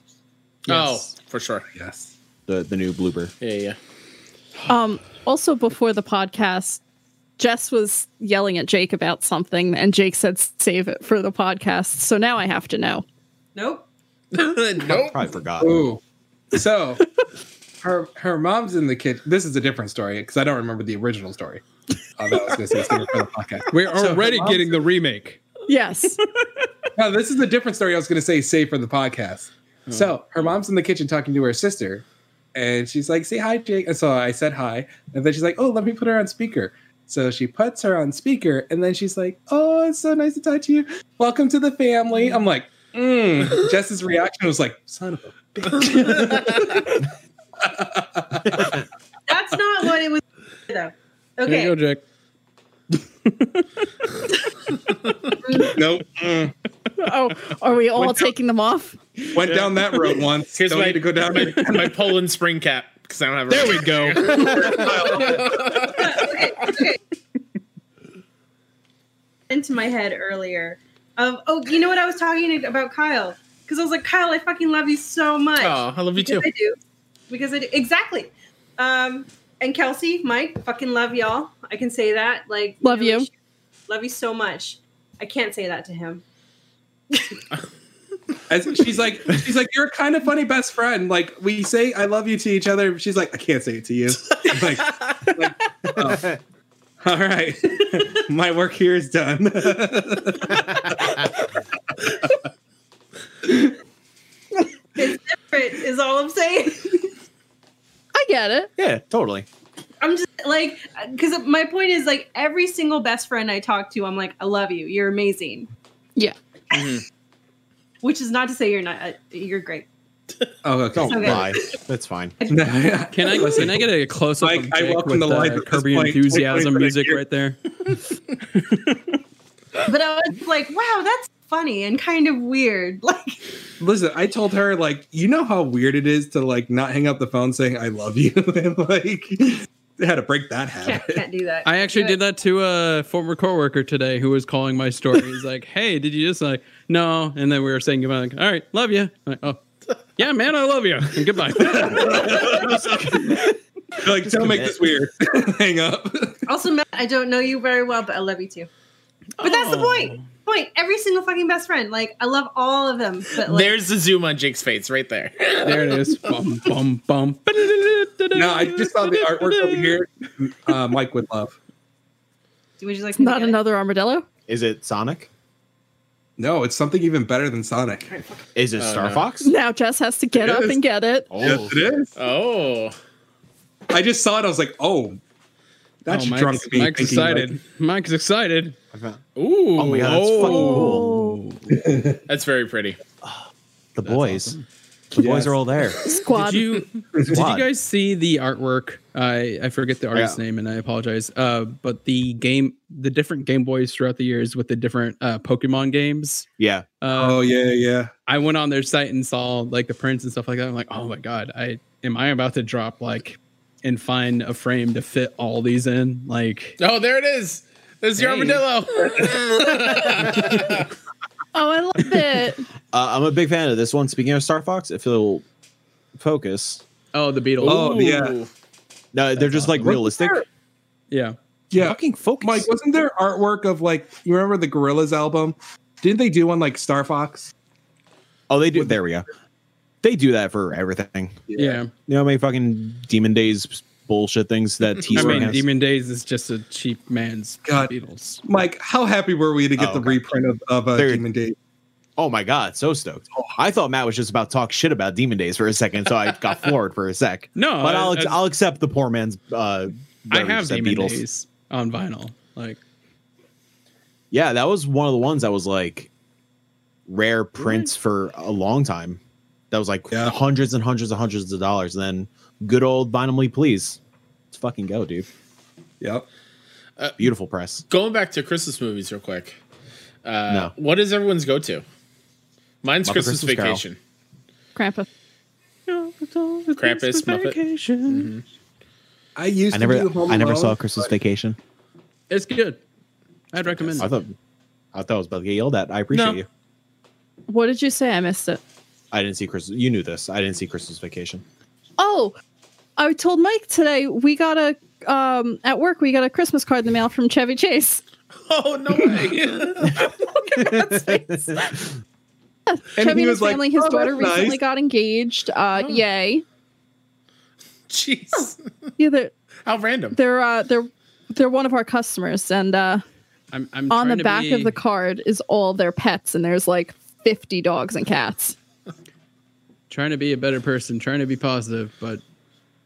[SPEAKER 4] Yes.
[SPEAKER 1] Oh, for sure.
[SPEAKER 6] Yes.
[SPEAKER 2] The the new blooper.
[SPEAKER 1] Yeah, yeah.
[SPEAKER 5] Um, also, before the podcast, Jess was yelling at Jake about something, and Jake said, "Save it for the podcast." So now I have to know.
[SPEAKER 3] Nope.
[SPEAKER 1] nope.
[SPEAKER 2] Probably forgot.
[SPEAKER 6] Ooh. So her her mom's in the kitchen. This is a different story because I don't remember the original story. Although I was going to say it's different for the podcast.
[SPEAKER 4] We're
[SPEAKER 6] So her
[SPEAKER 4] already
[SPEAKER 6] mom's-
[SPEAKER 4] getting the remake.
[SPEAKER 5] Yes,
[SPEAKER 6] No, this is a different story. I was going to say save for the podcast.
[SPEAKER 1] Hmm.
[SPEAKER 6] So her mom's in the kitchen talking to her sister, and she's like, "Say hi, Jake." And so I said hi, and then she's like, "Oh, let me put her on speaker." So she puts her on speaker, and then she's like, "Oh, it's so nice to talk to you. Welcome to the family." I'm like, mm. Jess's reaction was like, "Son of a bitch."
[SPEAKER 3] That's not what it was. Though. Okay.
[SPEAKER 4] There you go, Jake.
[SPEAKER 6] nope. Mm.
[SPEAKER 5] Oh, are we all
[SPEAKER 6] Went down-
[SPEAKER 5] taking them off?
[SPEAKER 6] Went down that road once.
[SPEAKER 1] Here's
[SPEAKER 6] Don't
[SPEAKER 1] my,
[SPEAKER 6] need to go down
[SPEAKER 1] my,
[SPEAKER 6] it.
[SPEAKER 1] my Poland spring cap because I don't have. A
[SPEAKER 4] There we go.
[SPEAKER 3] okay, okay. Into my head earlier. Of oh, you know what I was talking about, Kyle? Because I was like, Kyle, I fucking love you so much.
[SPEAKER 1] Oh, I love you too.
[SPEAKER 3] because I do. Because I do. exactly. Um, and Kelsey, Mike, fucking love y'all. I can say that. Like,
[SPEAKER 5] Love you.
[SPEAKER 3] love you so much. I can't say that to him.
[SPEAKER 6] As she's like, she's like, you're a kind of funny best friend. Like we say, I love you to each other. She's like, I can't say it to you. I'm like, oh. all right, my work here is done.
[SPEAKER 3] It's different, is all I'm saying.
[SPEAKER 5] I get it.
[SPEAKER 2] Yeah, totally.
[SPEAKER 3] I'm just like, because my point is like every single best friend I talk to, I'm like, I love you. You're amazing.
[SPEAKER 5] Yeah.
[SPEAKER 1] Mhm.
[SPEAKER 3] Which is not to say you're not. Uh, you're great.
[SPEAKER 6] oh, okay.
[SPEAKER 2] Don't
[SPEAKER 3] Okay.
[SPEAKER 2] lie. That's fine.
[SPEAKER 4] Can I can I get a close up?
[SPEAKER 6] Mike, I welcome the life at this
[SPEAKER 4] uh, Kirby
[SPEAKER 6] point.
[SPEAKER 4] enthusiasm
[SPEAKER 6] 20,
[SPEAKER 4] music
[SPEAKER 6] 20,
[SPEAKER 4] right there.
[SPEAKER 3] But I was like, wow, that's funny and kind of weird. Like,
[SPEAKER 6] Listen, I told her like, you know how weird it is to like not hang up the phone saying I love you, and like, how to break that
[SPEAKER 3] can't
[SPEAKER 6] habit.
[SPEAKER 3] can't do that.
[SPEAKER 4] I actually did that to a former coworker today who was calling my story. He's like, "Hey, did you just like no?" And then we were saying goodbye. Like, all right, love you. like, oh, yeah, man, I love you. And goodbye.
[SPEAKER 6] Like, don't make this weird. hang up.
[SPEAKER 3] Also, Matt, I don't know you very well, but I love you too. But that's the point.
[SPEAKER 2] Oh.
[SPEAKER 3] Point. Every single fucking best friend. Like, I love all of them. But like,
[SPEAKER 1] There's the zoom on Jake's face right there.
[SPEAKER 4] There it is. Bum bum bum.
[SPEAKER 6] No, I just saw the artwork over here. Uh, Mike would love.
[SPEAKER 3] would you like me to
[SPEAKER 5] Not
[SPEAKER 3] get it?
[SPEAKER 5] another armadillo.
[SPEAKER 2] Is it Sonic?
[SPEAKER 6] No, it's something even better than Sonic.
[SPEAKER 2] Is it
[SPEAKER 1] Oh,
[SPEAKER 2] Star
[SPEAKER 1] no.
[SPEAKER 2] Fox?
[SPEAKER 5] Now Jess has to get
[SPEAKER 6] It
[SPEAKER 5] up
[SPEAKER 6] is.
[SPEAKER 5] and get it.
[SPEAKER 2] Oh,
[SPEAKER 6] Yes, it is.
[SPEAKER 1] Oh,
[SPEAKER 6] I just saw it. I was like, oh, that's
[SPEAKER 4] Oh, Mike's,
[SPEAKER 6] drunk me.
[SPEAKER 4] Mike's
[SPEAKER 6] thinking, like,
[SPEAKER 4] excited. Mike's excited.
[SPEAKER 2] I found-
[SPEAKER 1] ooh,
[SPEAKER 2] oh my god, that's fucking cool.
[SPEAKER 1] That's very pretty.
[SPEAKER 2] The boys.
[SPEAKER 4] awesome.
[SPEAKER 2] The boys
[SPEAKER 6] Yes.
[SPEAKER 2] are all there.
[SPEAKER 5] Squad.
[SPEAKER 4] Did you did you guys see the artwork? I I forget the artist's name and I apologize. Uh, but the game, the different Game Boys throughout the years with the different uh, Pokemon games.
[SPEAKER 2] Yeah.
[SPEAKER 4] Uh,
[SPEAKER 6] oh yeah, yeah.
[SPEAKER 4] I went on their site and saw like the prints and stuff like that. I'm like, oh my god, I am I about to drop like and find a frame to fit all these in? Like,
[SPEAKER 1] Oh, there it is. There's your
[SPEAKER 4] Hey.
[SPEAKER 1] armadillo.
[SPEAKER 5] oh, I love it.
[SPEAKER 2] Uh, I'm a big fan of this one. Speaking of Star Fox, if you'll focus,
[SPEAKER 4] oh, the Beatles.
[SPEAKER 6] Oh, yeah.
[SPEAKER 1] Ooh.
[SPEAKER 2] no, they're
[SPEAKER 4] That's
[SPEAKER 2] just like
[SPEAKER 4] awesome.
[SPEAKER 2] realistic.
[SPEAKER 4] Yeah,
[SPEAKER 6] Yeah.
[SPEAKER 2] Fucking focus.
[SPEAKER 6] Mike, wasn't there artwork of like you remember the Gorillas album? Didn't they do one like Star Fox?
[SPEAKER 2] oh, they do. There we go. They do that for everything.
[SPEAKER 4] Yeah.
[SPEAKER 2] You know how many fucking Demon Days bullshit things that T
[SPEAKER 4] I
[SPEAKER 2] Square
[SPEAKER 4] mean,
[SPEAKER 2] has?
[SPEAKER 4] Demon Days is just a cheap man's
[SPEAKER 6] God.
[SPEAKER 4] Beatles.
[SPEAKER 6] Mike, how happy were we to get
[SPEAKER 2] Oh,
[SPEAKER 6] the
[SPEAKER 2] okay.
[SPEAKER 6] reprint of, of uh,
[SPEAKER 2] There-
[SPEAKER 6] Demon Day?
[SPEAKER 2] oh my god, so stoked! I thought Matt was just about to talk shit about Demon Days for a second, so I got floored for a sec.
[SPEAKER 4] No,
[SPEAKER 2] but
[SPEAKER 4] I-
[SPEAKER 2] I'll
[SPEAKER 4] I-
[SPEAKER 2] I'll accept the poor man's. Uh,
[SPEAKER 4] Uh, I
[SPEAKER 2] very
[SPEAKER 4] have
[SPEAKER 2] said
[SPEAKER 4] Demon Days on vinyl. Like,
[SPEAKER 2] Yeah, that was one of the ones that was like rare prints for a long time. That was like
[SPEAKER 6] Yeah.
[SPEAKER 2] hundreds and hundreds and hundreds of dollars. And then good old Vinyl Please. Let's fucking go, dude.
[SPEAKER 6] Yep.
[SPEAKER 2] Beautiful press.
[SPEAKER 1] Going back to Christmas movies real quick. Uh,
[SPEAKER 2] No.
[SPEAKER 1] What is everyone's go to? Mine's
[SPEAKER 2] Muppet
[SPEAKER 1] Christmas,
[SPEAKER 2] Christmas Carol.
[SPEAKER 1] Vacation.
[SPEAKER 5] Krampus.
[SPEAKER 4] Krampus, Muppet.
[SPEAKER 2] Vacation.
[SPEAKER 6] I
[SPEAKER 2] Mm-hmm.
[SPEAKER 6] used
[SPEAKER 2] I
[SPEAKER 6] to
[SPEAKER 2] never
[SPEAKER 6] do Home
[SPEAKER 2] I never saw
[SPEAKER 6] Alone,
[SPEAKER 2] Christmas
[SPEAKER 6] but
[SPEAKER 2] Vacation.
[SPEAKER 4] It's good. I'd recommend
[SPEAKER 2] I
[SPEAKER 4] it.
[SPEAKER 2] thought I thought I was about to get yelled at. I appreciate
[SPEAKER 1] No.
[SPEAKER 2] you.
[SPEAKER 5] What did you say? I missed it.
[SPEAKER 2] I didn't see Christmas. You knew this. I didn't see Christmas Vacation.
[SPEAKER 5] Oh, I told Mike today we got a um at work we got a Christmas card in the mail from Chevy Chase.
[SPEAKER 1] Oh no way!
[SPEAKER 6] And
[SPEAKER 5] Chevy
[SPEAKER 6] he
[SPEAKER 5] and
[SPEAKER 6] was
[SPEAKER 5] his
[SPEAKER 6] like,
[SPEAKER 5] family, his
[SPEAKER 6] "Oh,
[SPEAKER 5] daughter
[SPEAKER 6] that's nice."
[SPEAKER 5] recently got engaged.
[SPEAKER 4] Oh.
[SPEAKER 5] Uh, yay!
[SPEAKER 1] Jeez,
[SPEAKER 5] Yeah, they're
[SPEAKER 1] how random.
[SPEAKER 5] they're uh, they're they're one of our customers, and uh,
[SPEAKER 4] I'm, I'm
[SPEAKER 5] on
[SPEAKER 4] trying
[SPEAKER 5] the
[SPEAKER 4] to
[SPEAKER 5] back
[SPEAKER 4] be-
[SPEAKER 5] of the card is all their pets, and there's like fifty dogs and cats.
[SPEAKER 4] trying to be a better person, trying to be positive, but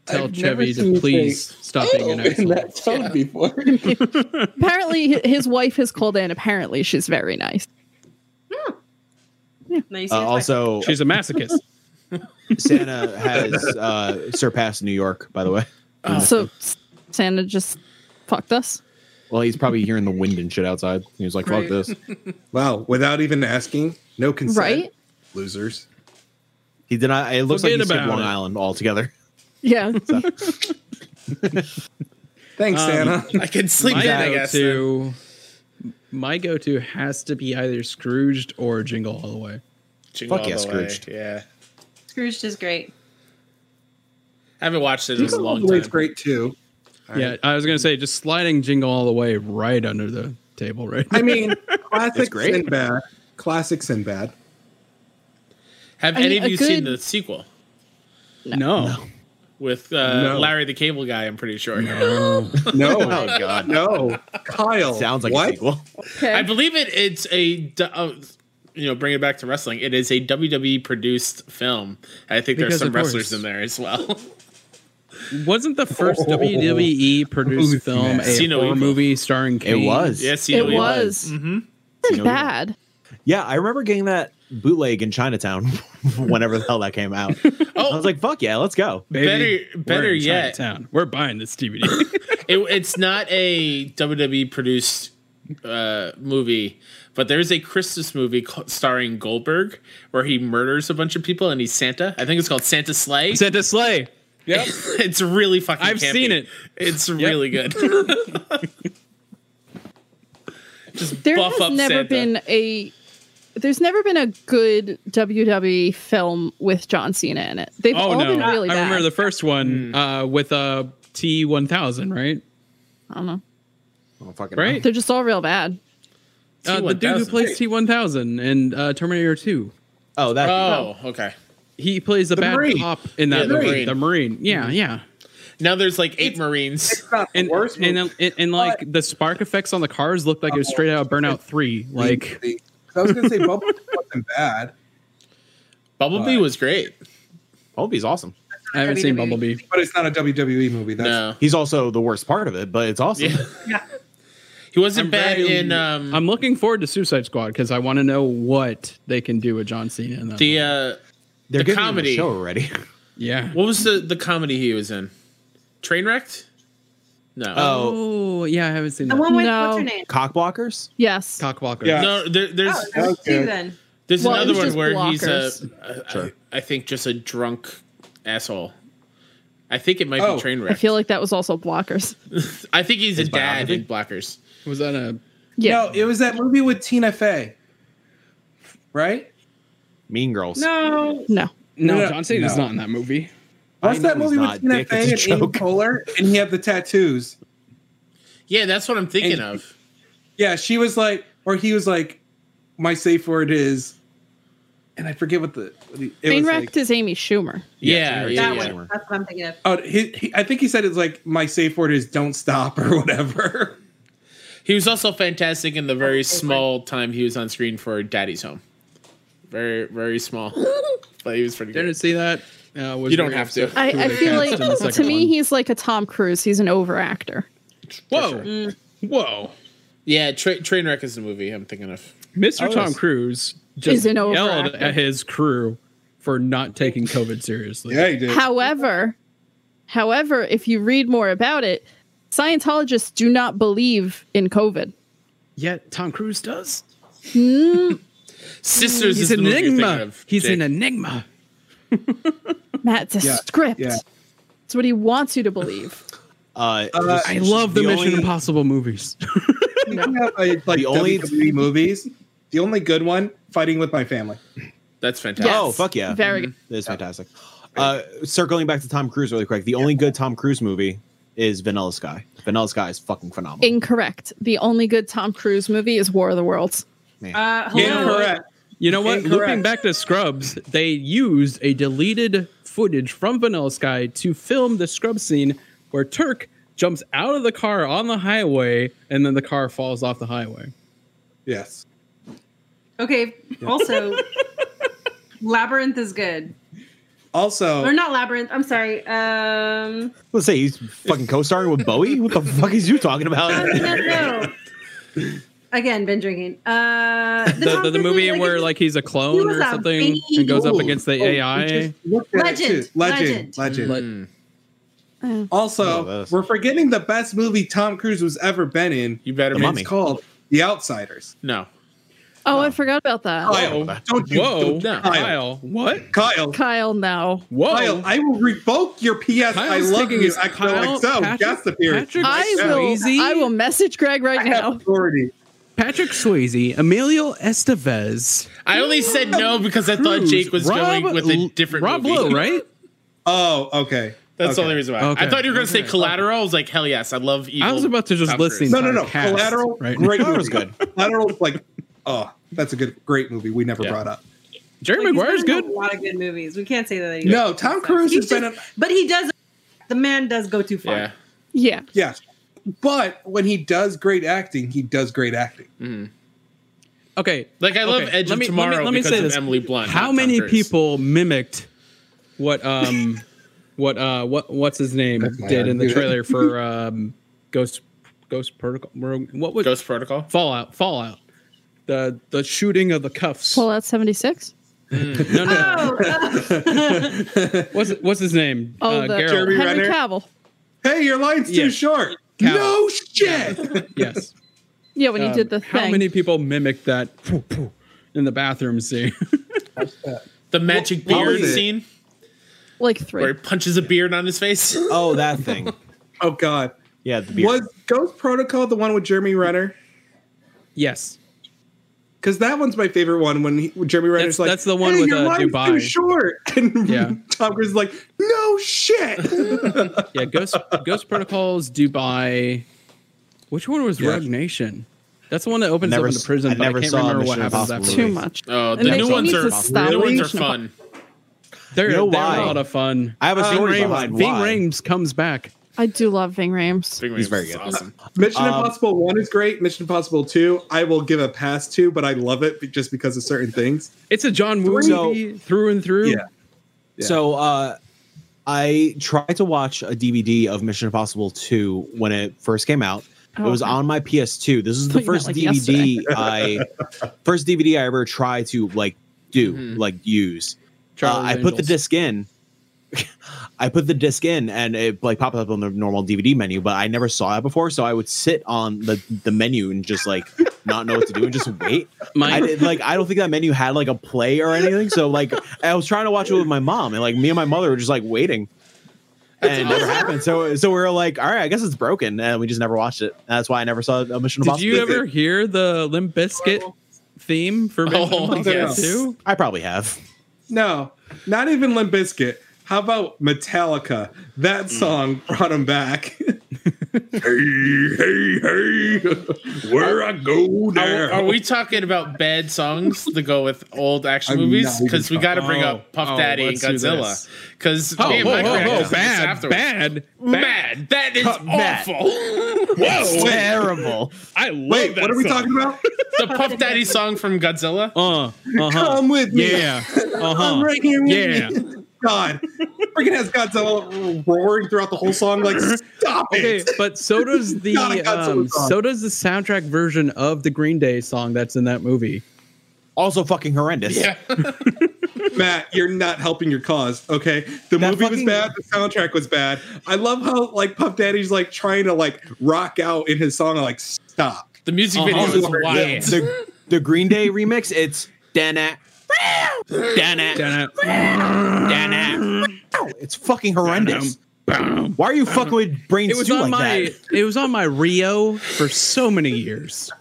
[SPEAKER 4] tell
[SPEAKER 6] I've never
[SPEAKER 4] Chevy
[SPEAKER 6] seen
[SPEAKER 4] to
[SPEAKER 6] you
[SPEAKER 4] please stop being an
[SPEAKER 6] in
[SPEAKER 4] asshole.
[SPEAKER 6] that tone before.
[SPEAKER 5] Apparently, hi- his wife has called in. Apparently, she's very nice.
[SPEAKER 3] Now you see
[SPEAKER 2] Uh,
[SPEAKER 3] his wife.
[SPEAKER 2] also,
[SPEAKER 4] She's a masochist.
[SPEAKER 2] Santa has uh, surpassed New York, by the way.
[SPEAKER 5] So S- Santa just fucked us.
[SPEAKER 2] Well, he's probably hearing the wind and shit outside. He was like,
[SPEAKER 3] Right.
[SPEAKER 2] fuck this.
[SPEAKER 6] wow, without even asking, no consent,
[SPEAKER 5] Right?
[SPEAKER 6] Losers.
[SPEAKER 2] He did not. It looks
[SPEAKER 4] Forget
[SPEAKER 2] like he skipped
[SPEAKER 4] about
[SPEAKER 2] Long
[SPEAKER 4] it.
[SPEAKER 2] Island altogether.
[SPEAKER 5] Yeah.
[SPEAKER 6] Thanks,
[SPEAKER 4] Um,
[SPEAKER 6] Santa.
[SPEAKER 1] I can sleep
[SPEAKER 4] my
[SPEAKER 1] in, I guess. then.
[SPEAKER 4] go-to, my go-to has to be either Scrooged or Jingle All the Way.
[SPEAKER 1] Jingle
[SPEAKER 2] Fuck
[SPEAKER 1] All
[SPEAKER 2] yeah,
[SPEAKER 1] the Way.
[SPEAKER 2] Scrooged.
[SPEAKER 1] Yeah,
[SPEAKER 3] Scrooged is great.
[SPEAKER 1] I haven't watched it in a
[SPEAKER 6] Jingle All
[SPEAKER 1] long
[SPEAKER 6] the Way is
[SPEAKER 1] time.
[SPEAKER 6] great too. All
[SPEAKER 4] yeah,
[SPEAKER 6] right.
[SPEAKER 4] I was gonna say just sliding Jingle All the Way right under the table, right?
[SPEAKER 6] I mean, classic
[SPEAKER 2] great.
[SPEAKER 6] Sinbad. Classic Sinbad.
[SPEAKER 1] Have
[SPEAKER 5] I mean,
[SPEAKER 1] any of
[SPEAKER 5] a
[SPEAKER 1] you seen
[SPEAKER 5] good-
[SPEAKER 1] the sequel
[SPEAKER 4] no.
[SPEAKER 1] with uh,
[SPEAKER 6] No.
[SPEAKER 1] Larry the Cable Guy? I'm pretty sure.
[SPEAKER 6] No,
[SPEAKER 2] Oh, God.
[SPEAKER 6] no, Kyle.
[SPEAKER 2] Sounds like
[SPEAKER 6] what?
[SPEAKER 2] a sequel.
[SPEAKER 5] Okay.
[SPEAKER 1] I believe it. It's a du- uh, you know, bring it back to wrestling. It is a WWE produced film. I think there's
[SPEAKER 4] Because
[SPEAKER 1] some
[SPEAKER 4] of course.
[SPEAKER 1] wrestlers in there as well.
[SPEAKER 4] Wasn't the first
[SPEAKER 2] Oh.
[SPEAKER 4] WWE produced
[SPEAKER 6] Who's
[SPEAKER 4] film a
[SPEAKER 6] next?
[SPEAKER 1] Cena
[SPEAKER 4] horror
[SPEAKER 1] Evil.
[SPEAKER 4] movie starring
[SPEAKER 2] It
[SPEAKER 4] Kane?
[SPEAKER 2] was.
[SPEAKER 1] yes, you
[SPEAKER 5] it
[SPEAKER 1] know,
[SPEAKER 5] was
[SPEAKER 1] hmm
[SPEAKER 5] It
[SPEAKER 2] know,
[SPEAKER 5] was bad.
[SPEAKER 2] Yeah, I remember getting that bootleg in Chinatown whenever the hell that came out. I
[SPEAKER 1] Oh,
[SPEAKER 2] was like, fuck yeah, let's go.
[SPEAKER 4] Baby,
[SPEAKER 1] Better-
[SPEAKER 4] we're
[SPEAKER 1] better
[SPEAKER 4] in
[SPEAKER 1] yet.
[SPEAKER 4] Chinatown. We're buying this DVD.
[SPEAKER 1] it, it's not a WWE produced uh, movie, but there's a Christmas movie ca- starring Goldberg where he murders a bunch of people and he's Santa. I think it's called Santa Slay.
[SPEAKER 4] Said to slay. Yep.
[SPEAKER 1] it's really fucking.
[SPEAKER 4] I've
[SPEAKER 1] campy.
[SPEAKER 4] seen it. Uh,
[SPEAKER 1] It's really good. Just
[SPEAKER 5] There
[SPEAKER 1] buff
[SPEAKER 5] has
[SPEAKER 1] up
[SPEAKER 5] never
[SPEAKER 1] Santa.
[SPEAKER 5] been a there's never been a good WWE film with John Cena in it. They've
[SPEAKER 4] Oh
[SPEAKER 5] all
[SPEAKER 4] no!
[SPEAKER 5] been really
[SPEAKER 4] I
[SPEAKER 5] bad.
[SPEAKER 4] remember the first one uh, with a T one thousand, right?
[SPEAKER 5] I don't know.
[SPEAKER 2] Oh, fucking
[SPEAKER 4] Right?
[SPEAKER 5] They're just all real bad.
[SPEAKER 4] Uh, the dude who
[SPEAKER 1] T1000.
[SPEAKER 4] plays T one thousand and uh, Terminator two.
[SPEAKER 2] hell. Oh, that.
[SPEAKER 1] Oh, okay.
[SPEAKER 4] He plays the, bad
[SPEAKER 6] Marine.
[SPEAKER 4] cop in
[SPEAKER 1] Yeah,
[SPEAKER 4] that
[SPEAKER 1] the
[SPEAKER 4] movie.
[SPEAKER 1] Marine.
[SPEAKER 4] The Marine. Hmm. Yeah, yeah.
[SPEAKER 1] Now there's like eight Marines.
[SPEAKER 6] Not the
[SPEAKER 4] And
[SPEAKER 6] worst
[SPEAKER 4] and,
[SPEAKER 6] movie.
[SPEAKER 4] and and like the spark effects on the cars looked like it was straight out of Burnout three. Like
[SPEAKER 6] I was gonna say Bubble wasn't bad.
[SPEAKER 1] Bumblebee
[SPEAKER 6] Uh,
[SPEAKER 1] was great.
[SPEAKER 2] Bumblebee's awesome.
[SPEAKER 4] I haven't seen
[SPEAKER 5] E.
[SPEAKER 3] WWE.
[SPEAKER 4] Bumblebee.
[SPEAKER 6] But it's not a WWE movie. That's
[SPEAKER 1] No,
[SPEAKER 2] He's also the worst part of it, but it's awesome.
[SPEAKER 1] yeah. He wasn't
[SPEAKER 4] I'm
[SPEAKER 1] bad
[SPEAKER 4] very-
[SPEAKER 1] in um
[SPEAKER 4] I'm looking forward to Suicide Squad because I want to know what they can do with John Cena. In that
[SPEAKER 1] the
[SPEAKER 4] movie.
[SPEAKER 1] uh
[SPEAKER 2] They're
[SPEAKER 1] The
[SPEAKER 2] giving him
[SPEAKER 1] comedy.
[SPEAKER 2] a show already.
[SPEAKER 4] yeah.
[SPEAKER 1] what was the the comedy he was in? Trainwrecked? No.
[SPEAKER 2] Oh,
[SPEAKER 4] Oh yeah, I haven't seen
[SPEAKER 3] The
[SPEAKER 4] that.
[SPEAKER 3] one with
[SPEAKER 5] No.
[SPEAKER 3] what's her name?
[SPEAKER 2] cockblockers.
[SPEAKER 5] Yes.
[SPEAKER 4] Cockwalker.
[SPEAKER 6] Yeah.
[SPEAKER 1] no, there, there's
[SPEAKER 3] Oh, there's
[SPEAKER 6] Okay.
[SPEAKER 3] two then.
[SPEAKER 1] there's
[SPEAKER 5] Well, it
[SPEAKER 1] another
[SPEAKER 5] was
[SPEAKER 1] one
[SPEAKER 5] just
[SPEAKER 1] where he's
[SPEAKER 5] blockers.
[SPEAKER 1] a, a-
[SPEAKER 2] Sure.
[SPEAKER 1] I think just a drunk asshole. I think it might
[SPEAKER 6] Oh.
[SPEAKER 1] be train
[SPEAKER 5] I
[SPEAKER 1] wreck.
[SPEAKER 5] feel like that was also blockers.
[SPEAKER 1] I think he's a
[SPEAKER 2] His
[SPEAKER 1] dad
[SPEAKER 2] biography?
[SPEAKER 1] in Blockers.
[SPEAKER 4] Was that a?
[SPEAKER 5] Yeah.
[SPEAKER 6] No, it was that movie with Tina Fey, right?
[SPEAKER 2] Mean Girls.
[SPEAKER 6] No,
[SPEAKER 5] No.
[SPEAKER 4] No,
[SPEAKER 6] No,
[SPEAKER 4] John Cena's
[SPEAKER 6] no.
[SPEAKER 4] not in that movie.
[SPEAKER 6] what's
[SPEAKER 2] I know
[SPEAKER 6] that
[SPEAKER 2] he's
[SPEAKER 6] movie
[SPEAKER 2] not,
[SPEAKER 6] with Tina
[SPEAKER 2] Dick,
[SPEAKER 6] Fey
[SPEAKER 2] it's a
[SPEAKER 6] and Amy
[SPEAKER 2] joke.
[SPEAKER 6] Poehler, and he had the tattoos?
[SPEAKER 1] Yeah, that's what I'm thinking
[SPEAKER 6] And-
[SPEAKER 1] of.
[SPEAKER 6] Yeah, she was like, or he was like, my safe word is, and I forget what the what he- it was
[SPEAKER 5] Trainwrecked
[SPEAKER 6] like,
[SPEAKER 5] is Amy Schumer.
[SPEAKER 1] Yeah, yeah,
[SPEAKER 3] That
[SPEAKER 1] yeah.
[SPEAKER 3] one. That's what I'm thinking of.
[SPEAKER 6] Oh, he, he, I think he said it's like my safe word is don't stop or whatever.
[SPEAKER 1] He was also fantastic in the very
[SPEAKER 3] favorite.
[SPEAKER 1] small time he was on screen for Daddy's Home. Very, very small. but he was pretty
[SPEAKER 4] Didn't
[SPEAKER 1] good.
[SPEAKER 4] see that. Uh, was
[SPEAKER 1] You don't
[SPEAKER 4] very
[SPEAKER 1] have to.
[SPEAKER 4] upset
[SPEAKER 5] I,
[SPEAKER 4] who
[SPEAKER 5] I
[SPEAKER 4] they
[SPEAKER 5] feel
[SPEAKER 4] cast
[SPEAKER 5] like
[SPEAKER 4] in the
[SPEAKER 5] to
[SPEAKER 4] second
[SPEAKER 5] me
[SPEAKER 4] one.
[SPEAKER 5] he's like a Tom Cruise. He's an over actor.
[SPEAKER 4] whoa, whoa,
[SPEAKER 1] Yeah, tra- Trainwreck is the movie I'm thinking of.
[SPEAKER 4] Mr.
[SPEAKER 2] Oh,
[SPEAKER 4] Tom
[SPEAKER 2] yes.
[SPEAKER 4] Cruise just
[SPEAKER 5] Is an
[SPEAKER 4] yelled
[SPEAKER 5] overactor.
[SPEAKER 4] at his crew for not taking COVID seriously.
[SPEAKER 6] he did.
[SPEAKER 5] However, however, if you read more about it, Scientologists do not believe in COVID.
[SPEAKER 4] Yet Tom Cruise does.
[SPEAKER 1] Sisters is
[SPEAKER 4] He's
[SPEAKER 1] the
[SPEAKER 4] an
[SPEAKER 1] movie you're thinking
[SPEAKER 4] enigma.
[SPEAKER 1] of.
[SPEAKER 4] He's
[SPEAKER 1] Jake.
[SPEAKER 4] an enigma.
[SPEAKER 5] Matt's a
[SPEAKER 6] Yeah,
[SPEAKER 5] script.
[SPEAKER 6] yeah.
[SPEAKER 5] It's what he wants you to believe.
[SPEAKER 2] Uh,
[SPEAKER 6] Uh,
[SPEAKER 2] just-
[SPEAKER 4] I
[SPEAKER 2] just
[SPEAKER 4] love the, Mission
[SPEAKER 2] only-
[SPEAKER 4] Impossible movies.
[SPEAKER 6] Yeah, like, like
[SPEAKER 2] The only-
[SPEAKER 6] WWE movies. The only good one, fighting with my family.
[SPEAKER 1] That's fantastic.
[SPEAKER 5] Yes.
[SPEAKER 2] Oh fuck yeah!
[SPEAKER 5] Very good.
[SPEAKER 2] That is fantastic. Uh, circling back to Tom Cruise really quick. The only good Tom Cruise movie is Vanilla Sky. Vanilla Sky is fucking phenomenal.
[SPEAKER 5] Incorrect. The only good Tom Cruise movie is War of the Worlds.
[SPEAKER 3] Uh, hold on.
[SPEAKER 6] Incorrect.
[SPEAKER 4] You know what?
[SPEAKER 6] Incorrect.
[SPEAKER 4] Looping back to Scrubs, they used a deleted footage from Vanilla Sky to film the Scrub scene where Turk jumps out of the car on the highway and then the car falls off the highway.
[SPEAKER 6] Yes.
[SPEAKER 3] Okay. Also, Labyrinth is good.
[SPEAKER 6] Also,
[SPEAKER 3] Or not Labyrinth. I'm sorry. Um,
[SPEAKER 2] Let's say he's fucking co-starring with Bowie. What the fuck is you talking about?
[SPEAKER 3] no, no, no. Again, been drinking. Uh, the,
[SPEAKER 4] The,
[SPEAKER 3] Tom
[SPEAKER 4] the, the
[SPEAKER 3] Cruise
[SPEAKER 4] movie
[SPEAKER 3] is,
[SPEAKER 4] where like he's a
[SPEAKER 3] he
[SPEAKER 4] clone
[SPEAKER 3] was
[SPEAKER 4] or
[SPEAKER 3] a
[SPEAKER 4] something
[SPEAKER 3] baby.
[SPEAKER 4] and goes up
[SPEAKER 6] Ooh.
[SPEAKER 4] against the
[SPEAKER 6] Oh,
[SPEAKER 4] AI.
[SPEAKER 6] we just looked at it, too.
[SPEAKER 3] Legend,
[SPEAKER 6] legend,
[SPEAKER 3] legend.
[SPEAKER 6] legend.
[SPEAKER 1] Mm.
[SPEAKER 6] Also,
[SPEAKER 2] Oh, that's-
[SPEAKER 6] we're forgetting the best movie Tom Cruise was ever been in.
[SPEAKER 1] You better
[SPEAKER 2] The
[SPEAKER 1] make
[SPEAKER 2] Mummy.
[SPEAKER 6] It's called The Outsiders.
[SPEAKER 1] No.
[SPEAKER 5] Oh, I forgot about that.
[SPEAKER 6] Kyle, don't you?
[SPEAKER 4] Whoa,
[SPEAKER 6] don't-
[SPEAKER 1] no.
[SPEAKER 6] Kyle,
[SPEAKER 4] Kyle, what?
[SPEAKER 6] Kyle, Kyle,
[SPEAKER 5] Kyle, no.
[SPEAKER 4] Whoa.
[SPEAKER 6] I will revoke your PS. I
[SPEAKER 4] Kyle's
[SPEAKER 6] love
[SPEAKER 4] thinking
[SPEAKER 6] you.
[SPEAKER 4] is Kyle-
[SPEAKER 6] XOXO. Kyle, guest appearance.
[SPEAKER 4] Patrick
[SPEAKER 5] I
[SPEAKER 4] Swayze.
[SPEAKER 5] will. I will message Greg right
[SPEAKER 6] I have
[SPEAKER 5] now.
[SPEAKER 6] authority.
[SPEAKER 4] Patrick Swayze, Emilio Estevez,
[SPEAKER 1] I only said no because I thought
[SPEAKER 4] Cruz,
[SPEAKER 1] Jake was
[SPEAKER 4] Rob-
[SPEAKER 1] going with a different
[SPEAKER 4] Rob
[SPEAKER 1] movie.
[SPEAKER 4] Lowe, right?
[SPEAKER 6] Oh, okay.
[SPEAKER 1] That's the
[SPEAKER 6] Okay.
[SPEAKER 1] only reason why. I
[SPEAKER 4] Okay.
[SPEAKER 1] thought you were going to say
[SPEAKER 4] Okay.
[SPEAKER 1] Collateral. I was like, hell yes, I love evil.
[SPEAKER 4] I was about to just
[SPEAKER 1] Tom
[SPEAKER 4] listen.
[SPEAKER 1] Cruise.
[SPEAKER 6] No, no, no.
[SPEAKER 4] Cast,
[SPEAKER 6] Collateral,
[SPEAKER 4] right?
[SPEAKER 6] great
[SPEAKER 2] That
[SPEAKER 6] movie.
[SPEAKER 2] was good.
[SPEAKER 6] Collateral, like, oh, that's a good, great movie. We never
[SPEAKER 1] Yeah.
[SPEAKER 6] brought up.
[SPEAKER 4] Jerry
[SPEAKER 3] like, he's
[SPEAKER 4] Maguire's
[SPEAKER 3] been in
[SPEAKER 4] good.
[SPEAKER 3] A lot of good movies. We can't say that. Anymore.
[SPEAKER 6] No, Tom Cruise has
[SPEAKER 3] He's
[SPEAKER 6] been.
[SPEAKER 3] just-
[SPEAKER 6] A,
[SPEAKER 3] but he does. The man does go too far.
[SPEAKER 1] Yeah.
[SPEAKER 5] Yeah.
[SPEAKER 6] yeah, but when he does great acting, he does great acting.
[SPEAKER 4] Mm. Okay,
[SPEAKER 1] Like, I love
[SPEAKER 4] Okay,
[SPEAKER 1] Edge
[SPEAKER 4] let me-
[SPEAKER 1] of Tomorrow
[SPEAKER 4] let me- let me
[SPEAKER 1] because
[SPEAKER 4] say
[SPEAKER 1] of
[SPEAKER 4] this.
[SPEAKER 1] Emily Blunt. not
[SPEAKER 4] how
[SPEAKER 1] Tom
[SPEAKER 4] many
[SPEAKER 1] Cruise.
[SPEAKER 4] people mimicked what um what uh what what's his name
[SPEAKER 6] my
[SPEAKER 4] did in the
[SPEAKER 6] idea.
[SPEAKER 4] trailer for um Ghost Ghost Protocol? What was
[SPEAKER 1] Ghost Protocol?
[SPEAKER 4] Fallout? Fallout. The the shooting of the cuffs.
[SPEAKER 5] Pull out 76.
[SPEAKER 4] No, no, no.
[SPEAKER 3] Oh, uh,
[SPEAKER 4] What's what's his name? Uh,
[SPEAKER 5] Oh, the
[SPEAKER 4] Geralt.
[SPEAKER 6] Jeremy
[SPEAKER 5] Henry
[SPEAKER 6] Renner?
[SPEAKER 5] Cavill.
[SPEAKER 6] Hey, your line's
[SPEAKER 4] Yeah.
[SPEAKER 6] too short.
[SPEAKER 4] Cow.
[SPEAKER 6] No shit.
[SPEAKER 4] Yes.
[SPEAKER 5] Yeah, when
[SPEAKER 4] Um,
[SPEAKER 5] he did the
[SPEAKER 4] How
[SPEAKER 5] thing.
[SPEAKER 4] many people mimicked that poo, poo, in the bathroom scene?
[SPEAKER 1] The magic
[SPEAKER 6] what was
[SPEAKER 1] beard
[SPEAKER 6] it?
[SPEAKER 1] scene
[SPEAKER 5] like
[SPEAKER 1] where he
[SPEAKER 5] three.
[SPEAKER 1] punches a beard on his face.
[SPEAKER 2] Oh, that thing.
[SPEAKER 6] Oh God.
[SPEAKER 2] Yeah, the beard.
[SPEAKER 6] Was Ghost Protocol the one with Jeremy Renner?
[SPEAKER 4] yes.
[SPEAKER 6] Because that one's my favorite one. When he, when Jeremy Renner's
[SPEAKER 4] That's-
[SPEAKER 6] like,
[SPEAKER 4] that's the one
[SPEAKER 6] "Hey,
[SPEAKER 4] with,
[SPEAKER 6] your
[SPEAKER 4] uh,
[SPEAKER 6] line's
[SPEAKER 4] Dubai."
[SPEAKER 6] Too short. And
[SPEAKER 4] Yeah.
[SPEAKER 6] Tom Cruise is like, no shit.
[SPEAKER 4] Yeah. Ghost Ghost Protocols Dubai. Which one was
[SPEAKER 6] Yeah.
[SPEAKER 4] Rogue Nation? That's the one that opens
[SPEAKER 2] Never
[SPEAKER 4] up in the
[SPEAKER 2] s-
[SPEAKER 4] prison.
[SPEAKER 2] I
[SPEAKER 4] but
[SPEAKER 2] never
[SPEAKER 4] I can't
[SPEAKER 2] saw
[SPEAKER 4] remember what
[SPEAKER 2] Mission
[SPEAKER 4] happens
[SPEAKER 2] Impossible
[SPEAKER 4] after.
[SPEAKER 2] movie.
[SPEAKER 5] Too much.
[SPEAKER 1] Oh, the
[SPEAKER 5] And they
[SPEAKER 1] new
[SPEAKER 5] need
[SPEAKER 1] ones
[SPEAKER 5] to
[SPEAKER 1] are
[SPEAKER 5] stop
[SPEAKER 1] the new ones are
[SPEAKER 5] Mission
[SPEAKER 1] fun.
[SPEAKER 4] They're,
[SPEAKER 2] You know
[SPEAKER 4] they're
[SPEAKER 2] why?
[SPEAKER 4] a lot of fun.
[SPEAKER 2] I have a
[SPEAKER 6] Uh,
[SPEAKER 2] story
[SPEAKER 6] Rames-
[SPEAKER 2] behind
[SPEAKER 4] Ving
[SPEAKER 2] why.
[SPEAKER 4] Rhames comes back.
[SPEAKER 5] I do love Ving Rhames.
[SPEAKER 1] Big
[SPEAKER 2] He's
[SPEAKER 1] Rams
[SPEAKER 2] very
[SPEAKER 1] is
[SPEAKER 2] good.
[SPEAKER 1] Awesome.
[SPEAKER 6] Mission
[SPEAKER 2] Um,
[SPEAKER 6] Impossible One is great. Mission Impossible Two, I will give a pass to, but I love it be- just because of certain things.
[SPEAKER 4] It's a John Woo
[SPEAKER 2] So-
[SPEAKER 4] movie through and through.
[SPEAKER 6] Yeah. Yeah.
[SPEAKER 2] So uh, I tried to watch a DVD of Mission Impossible 2 when it first came out.
[SPEAKER 5] Oh,
[SPEAKER 2] it was
[SPEAKER 5] okay.
[SPEAKER 2] on my PS2. This is the
[SPEAKER 5] Thought you meant,
[SPEAKER 2] first
[SPEAKER 5] like,
[SPEAKER 2] DVD I first DVD I ever tried to like do,
[SPEAKER 5] Mm-hmm.
[SPEAKER 1] Mhm.
[SPEAKER 2] like use. Uh,
[SPEAKER 4] Charlie's
[SPEAKER 2] I put the
[SPEAKER 4] Angels.
[SPEAKER 2] disc in. I put the disc in and it like popped up on the normal DVD menu, but I never saw that before. So I would sit on the, the menu and just like not know what to do and just wait. I
[SPEAKER 4] Mine,
[SPEAKER 2] did, like I don't think that menu had like a play or anything. So like I was trying to watch it with my mom, and like me and my mother were just like waiting, and it never happened. So so we were like, all right, I guess it's broken, and we just never watched it. And that's why I never saw a Mission
[SPEAKER 4] did
[SPEAKER 2] Impossible.
[SPEAKER 4] you ever hear the Limp Biscuit
[SPEAKER 3] oh.
[SPEAKER 4] theme for Mission
[SPEAKER 1] Oh,
[SPEAKER 4] Impossible
[SPEAKER 1] yes.
[SPEAKER 4] 2?
[SPEAKER 2] I probably have.
[SPEAKER 6] No, not even Limp Bizkit. How about Metallica? That song brought him back. Hmm. hey, hey, hey, where I go
[SPEAKER 1] Are,
[SPEAKER 6] now?
[SPEAKER 1] are we talking about bad songs to go with old action
[SPEAKER 6] I'm
[SPEAKER 1] movies?
[SPEAKER 6] not even
[SPEAKER 1] Because we got to bring up Puff
[SPEAKER 4] Oh, oh,
[SPEAKER 1] Daddy and
[SPEAKER 4] let's do
[SPEAKER 1] Godzilla.
[SPEAKER 4] this.
[SPEAKER 1] Because
[SPEAKER 4] Oh,
[SPEAKER 1] me and
[SPEAKER 4] whoa,
[SPEAKER 1] my
[SPEAKER 4] whoa,
[SPEAKER 1] grandma
[SPEAKER 4] whoa,
[SPEAKER 1] did this
[SPEAKER 4] bad,
[SPEAKER 1] afterwards.
[SPEAKER 4] bad,
[SPEAKER 1] Mad. That is
[SPEAKER 2] Puff- mad.
[SPEAKER 1] awful. Whoa.
[SPEAKER 2] Terrible.
[SPEAKER 4] I love
[SPEAKER 6] Wait,
[SPEAKER 4] that
[SPEAKER 6] what are we
[SPEAKER 4] song.
[SPEAKER 6] talking about?
[SPEAKER 1] the Puff Daddy song from Godzilla.
[SPEAKER 4] Uh, uh-huh.
[SPEAKER 6] Come with me.
[SPEAKER 4] Yeah.
[SPEAKER 6] I'm
[SPEAKER 4] Uh-huh.
[SPEAKER 6] right here with
[SPEAKER 4] Yeah.
[SPEAKER 6] you. God. Freaking has Godzilla roaring throughout the whole song. Like, stop
[SPEAKER 4] Okay,
[SPEAKER 6] it.
[SPEAKER 4] but so does the
[SPEAKER 6] Not a Godzilla
[SPEAKER 4] um,
[SPEAKER 6] song.
[SPEAKER 4] so does the soundtrack version of the Green Day song that's in that movie.
[SPEAKER 2] Also fucking horrendous.
[SPEAKER 1] Yeah.
[SPEAKER 6] Matt, you're not helping your cause. Okay. The
[SPEAKER 2] That
[SPEAKER 6] movie was
[SPEAKER 2] fucking-
[SPEAKER 6] bad. The soundtrack was bad. I love how like Puff Daddy's like trying to like rock out in his song. I'm like, stop.
[SPEAKER 1] The music
[SPEAKER 4] Uh-huh.
[SPEAKER 1] video is
[SPEAKER 6] Yeah.
[SPEAKER 1] wild.
[SPEAKER 2] Oh, The, the Green Day remix, it's Dana. Dana.
[SPEAKER 4] Damn it.
[SPEAKER 2] Dana. It's fucking horrendous. Why are you fucking with brain
[SPEAKER 4] It was
[SPEAKER 2] stew
[SPEAKER 4] on
[SPEAKER 2] like
[SPEAKER 4] my
[SPEAKER 2] that?
[SPEAKER 4] it was on my Rio for so many years.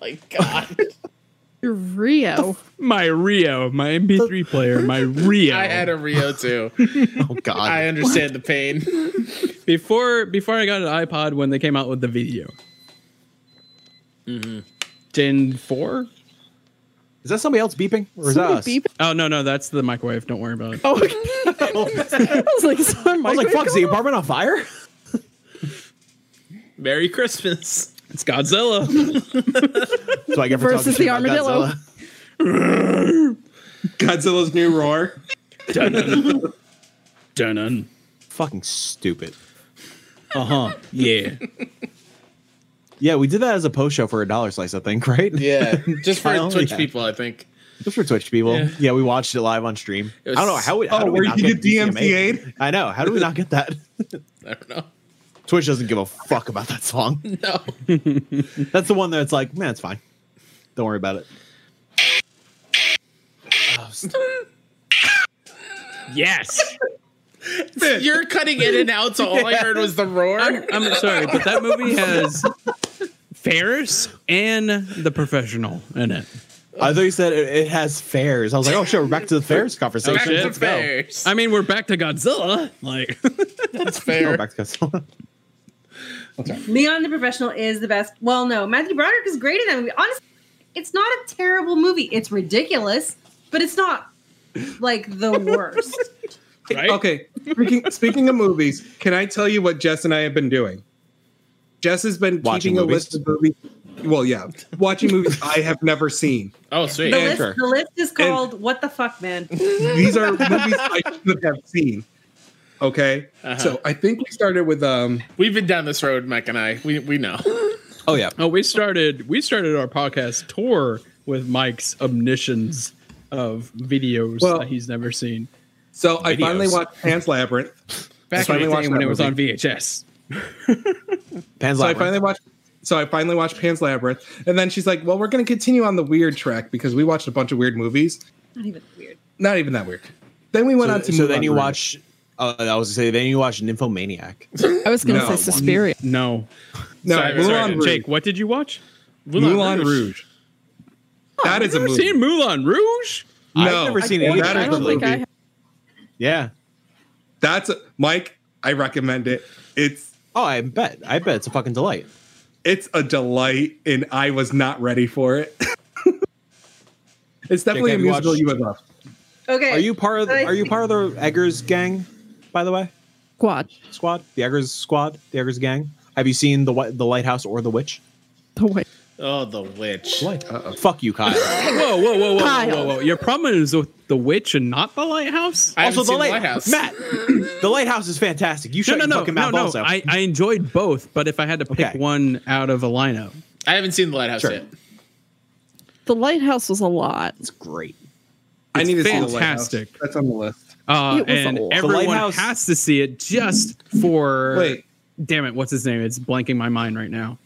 [SPEAKER 1] My God.
[SPEAKER 5] Your Rio.
[SPEAKER 4] My Rio, my MP3 player, my Rio.
[SPEAKER 1] I had a Rio too.
[SPEAKER 2] Oh god.
[SPEAKER 1] I understand the pain.
[SPEAKER 4] before before I got an iPod when they came out with the video.
[SPEAKER 1] Mm-hmm.
[SPEAKER 4] Gen four?
[SPEAKER 2] is that somebody else beeping? Or is that us?
[SPEAKER 5] Somebody beeping?
[SPEAKER 4] Oh no no, that's the microwave. Don't worry about it.
[SPEAKER 5] Oh, okay. I was like, is our
[SPEAKER 2] I was like,
[SPEAKER 5] microwave
[SPEAKER 2] fuck, is the apartment on fire?
[SPEAKER 1] Merry Christmas.
[SPEAKER 4] It's Godzilla.
[SPEAKER 2] So I get for
[SPEAKER 5] Versus
[SPEAKER 2] talking
[SPEAKER 5] the
[SPEAKER 2] shit about Godzilla.
[SPEAKER 5] armadillo.
[SPEAKER 6] Godzilla's new roar.
[SPEAKER 4] Dun
[SPEAKER 2] Fucking stupid.
[SPEAKER 4] Uh huh. Yeah.
[SPEAKER 2] Yeah, we did that as a post show for a dollar slice, I think, right?
[SPEAKER 1] Yeah. Just for
[SPEAKER 2] Kyle,
[SPEAKER 1] Twitch
[SPEAKER 2] yeah.
[SPEAKER 1] people, I think.
[SPEAKER 2] Just for Twitch people.
[SPEAKER 4] Yeah.
[SPEAKER 2] Yeah, we watched it live on stream.
[SPEAKER 1] It was-
[SPEAKER 2] I don't know how. we- how
[SPEAKER 6] Oh,
[SPEAKER 2] do we
[SPEAKER 6] where
[SPEAKER 2] not
[SPEAKER 6] you get
[SPEAKER 2] DMCA'd?
[SPEAKER 6] DMCA'd?
[SPEAKER 2] I know. How do we not get that?
[SPEAKER 1] I don't know.
[SPEAKER 2] Twitch doesn't give a fuck about that song.
[SPEAKER 1] No.
[SPEAKER 2] That's the one that's like, man, it's fine. Don't worry about it. Oh, st-
[SPEAKER 4] Yes.
[SPEAKER 1] You're cutting in and out, so all I heard was the roar.
[SPEAKER 4] I'm, I'm sorry, but that movie has Ferris and the professional in it.
[SPEAKER 2] I thought you said it, it has fairs. I was like, oh, sure, we're back to the fairs conversation.
[SPEAKER 1] Back to
[SPEAKER 4] shit.
[SPEAKER 2] Let's go.
[SPEAKER 1] fairs.
[SPEAKER 4] I mean, we're back to Godzilla. Like,
[SPEAKER 1] That's
[SPEAKER 2] Oh,
[SPEAKER 1] fair.
[SPEAKER 2] back to Godzilla.
[SPEAKER 3] Leon the Professional is the best. Well, no, Matthew Broderick is great in that movie. Honestly, it's not a terrible movie. It's ridiculous, but it's not like the worst.
[SPEAKER 4] right?
[SPEAKER 6] Okay. Speaking, speaking of movies, can I tell you what Jess and I have been doing? Jess has been
[SPEAKER 2] Watching
[SPEAKER 6] keeping a
[SPEAKER 2] movies?
[SPEAKER 6] list of movies. Well, yeah, watching movies I have never seen.
[SPEAKER 1] Oh, sweet.
[SPEAKER 3] The
[SPEAKER 6] And-
[SPEAKER 3] list, the list is called "What the Fuck, Man."
[SPEAKER 6] These are movies I should have seen. Okay,
[SPEAKER 1] Uh-huh.
[SPEAKER 6] so I think we started with um.
[SPEAKER 1] We've been down this road, Mike and I. We we know.
[SPEAKER 2] Oh, yeah.
[SPEAKER 4] Oh, we started we started our podcast tour with Mike's omniscience of videos
[SPEAKER 6] Well-
[SPEAKER 4] that he's never seen.
[SPEAKER 6] So I finally
[SPEAKER 2] Videos.
[SPEAKER 6] watched Pan's Labyrinth.
[SPEAKER 4] Back
[SPEAKER 6] So I
[SPEAKER 4] in
[SPEAKER 6] finally
[SPEAKER 4] the day
[SPEAKER 6] watched
[SPEAKER 4] when
[SPEAKER 6] that
[SPEAKER 4] it was
[SPEAKER 6] movie.
[SPEAKER 4] on VHS.
[SPEAKER 2] Pan's
[SPEAKER 6] So I
[SPEAKER 2] Labyrinth.
[SPEAKER 6] finally watched. So I finally watched Pan's Labyrinth, and then she's like, "Well, we're going to continue on the weird track because we watched a bunch of weird movies.
[SPEAKER 3] Not even weird.
[SPEAKER 6] Not even that weird." Then we went
[SPEAKER 2] so,
[SPEAKER 6] on to
[SPEAKER 2] so
[SPEAKER 6] Moulin
[SPEAKER 2] then you
[SPEAKER 6] Rouge.
[SPEAKER 2] watch. Uh, I was gonna say then you watch Nymphomaniac.
[SPEAKER 5] I was going to
[SPEAKER 6] No.
[SPEAKER 5] say Suspiria.
[SPEAKER 4] No,
[SPEAKER 6] no
[SPEAKER 1] Sorry,
[SPEAKER 6] Moulin
[SPEAKER 1] sorry,
[SPEAKER 6] Rouge.
[SPEAKER 4] Jake, what did you watch?
[SPEAKER 1] Moulin
[SPEAKER 6] Moulin
[SPEAKER 1] Rouge.
[SPEAKER 6] Rouge. that is a
[SPEAKER 4] I've
[SPEAKER 6] movie.
[SPEAKER 4] seen Moulin Rouge.
[SPEAKER 6] no,
[SPEAKER 2] I've never seen it.
[SPEAKER 6] That
[SPEAKER 5] Wait,
[SPEAKER 6] is
[SPEAKER 5] I
[SPEAKER 6] the
[SPEAKER 5] don't think I
[SPEAKER 6] movie.
[SPEAKER 2] Yeah.
[SPEAKER 6] That's a, Mike. I recommend it. It's
[SPEAKER 2] Oh, I bet. I bet it's a fucking delight.
[SPEAKER 6] it's a delight, and I was not ready for it. it's definitely
[SPEAKER 2] have
[SPEAKER 6] a
[SPEAKER 2] you
[SPEAKER 6] musical
[SPEAKER 2] watched-
[SPEAKER 6] you would love.
[SPEAKER 3] Okay.
[SPEAKER 2] Are you part of?
[SPEAKER 3] I-
[SPEAKER 2] Are you part of the Eggers gang? By the way,
[SPEAKER 5] Squad.
[SPEAKER 2] squad. The Eggers squad. The Eggers gang. Have you seen the Wi- the lighthouse or the witch?
[SPEAKER 5] Oh, wait.
[SPEAKER 1] Oh, the witch.
[SPEAKER 2] What? Fuck you, Kyle.
[SPEAKER 4] Whoa, whoa, whoa, whoa, whoa,
[SPEAKER 5] Kyle.
[SPEAKER 4] whoa, whoa! Your problem is with the witch and not the lighthouse.
[SPEAKER 1] I haven't
[SPEAKER 2] also, the
[SPEAKER 1] seen
[SPEAKER 2] light-
[SPEAKER 1] lighthouse.
[SPEAKER 2] Matt, the lighthouse is fantastic. You
[SPEAKER 4] no,
[SPEAKER 2] shut
[SPEAKER 4] no,
[SPEAKER 2] your
[SPEAKER 4] no,
[SPEAKER 2] fucking
[SPEAKER 4] no,
[SPEAKER 2] mouth.
[SPEAKER 4] no.
[SPEAKER 2] also,
[SPEAKER 4] I, I enjoyed both, but if I had to pick
[SPEAKER 2] Okay.
[SPEAKER 4] one out of a lineup,
[SPEAKER 1] I haven't seen the lighthouse
[SPEAKER 2] Sure.
[SPEAKER 1] yet.
[SPEAKER 5] The lighthouse was a lot.
[SPEAKER 2] it's great.
[SPEAKER 6] I need to see the
[SPEAKER 4] fantastic.
[SPEAKER 6] lighthouse. That's on the list.
[SPEAKER 4] uh,
[SPEAKER 5] It was a
[SPEAKER 4] and
[SPEAKER 5] lot. The
[SPEAKER 4] everyone
[SPEAKER 2] lighthouse-
[SPEAKER 4] has to see it just for.
[SPEAKER 6] Wait,
[SPEAKER 4] damn it, what's his name? It's blanking my mind right now.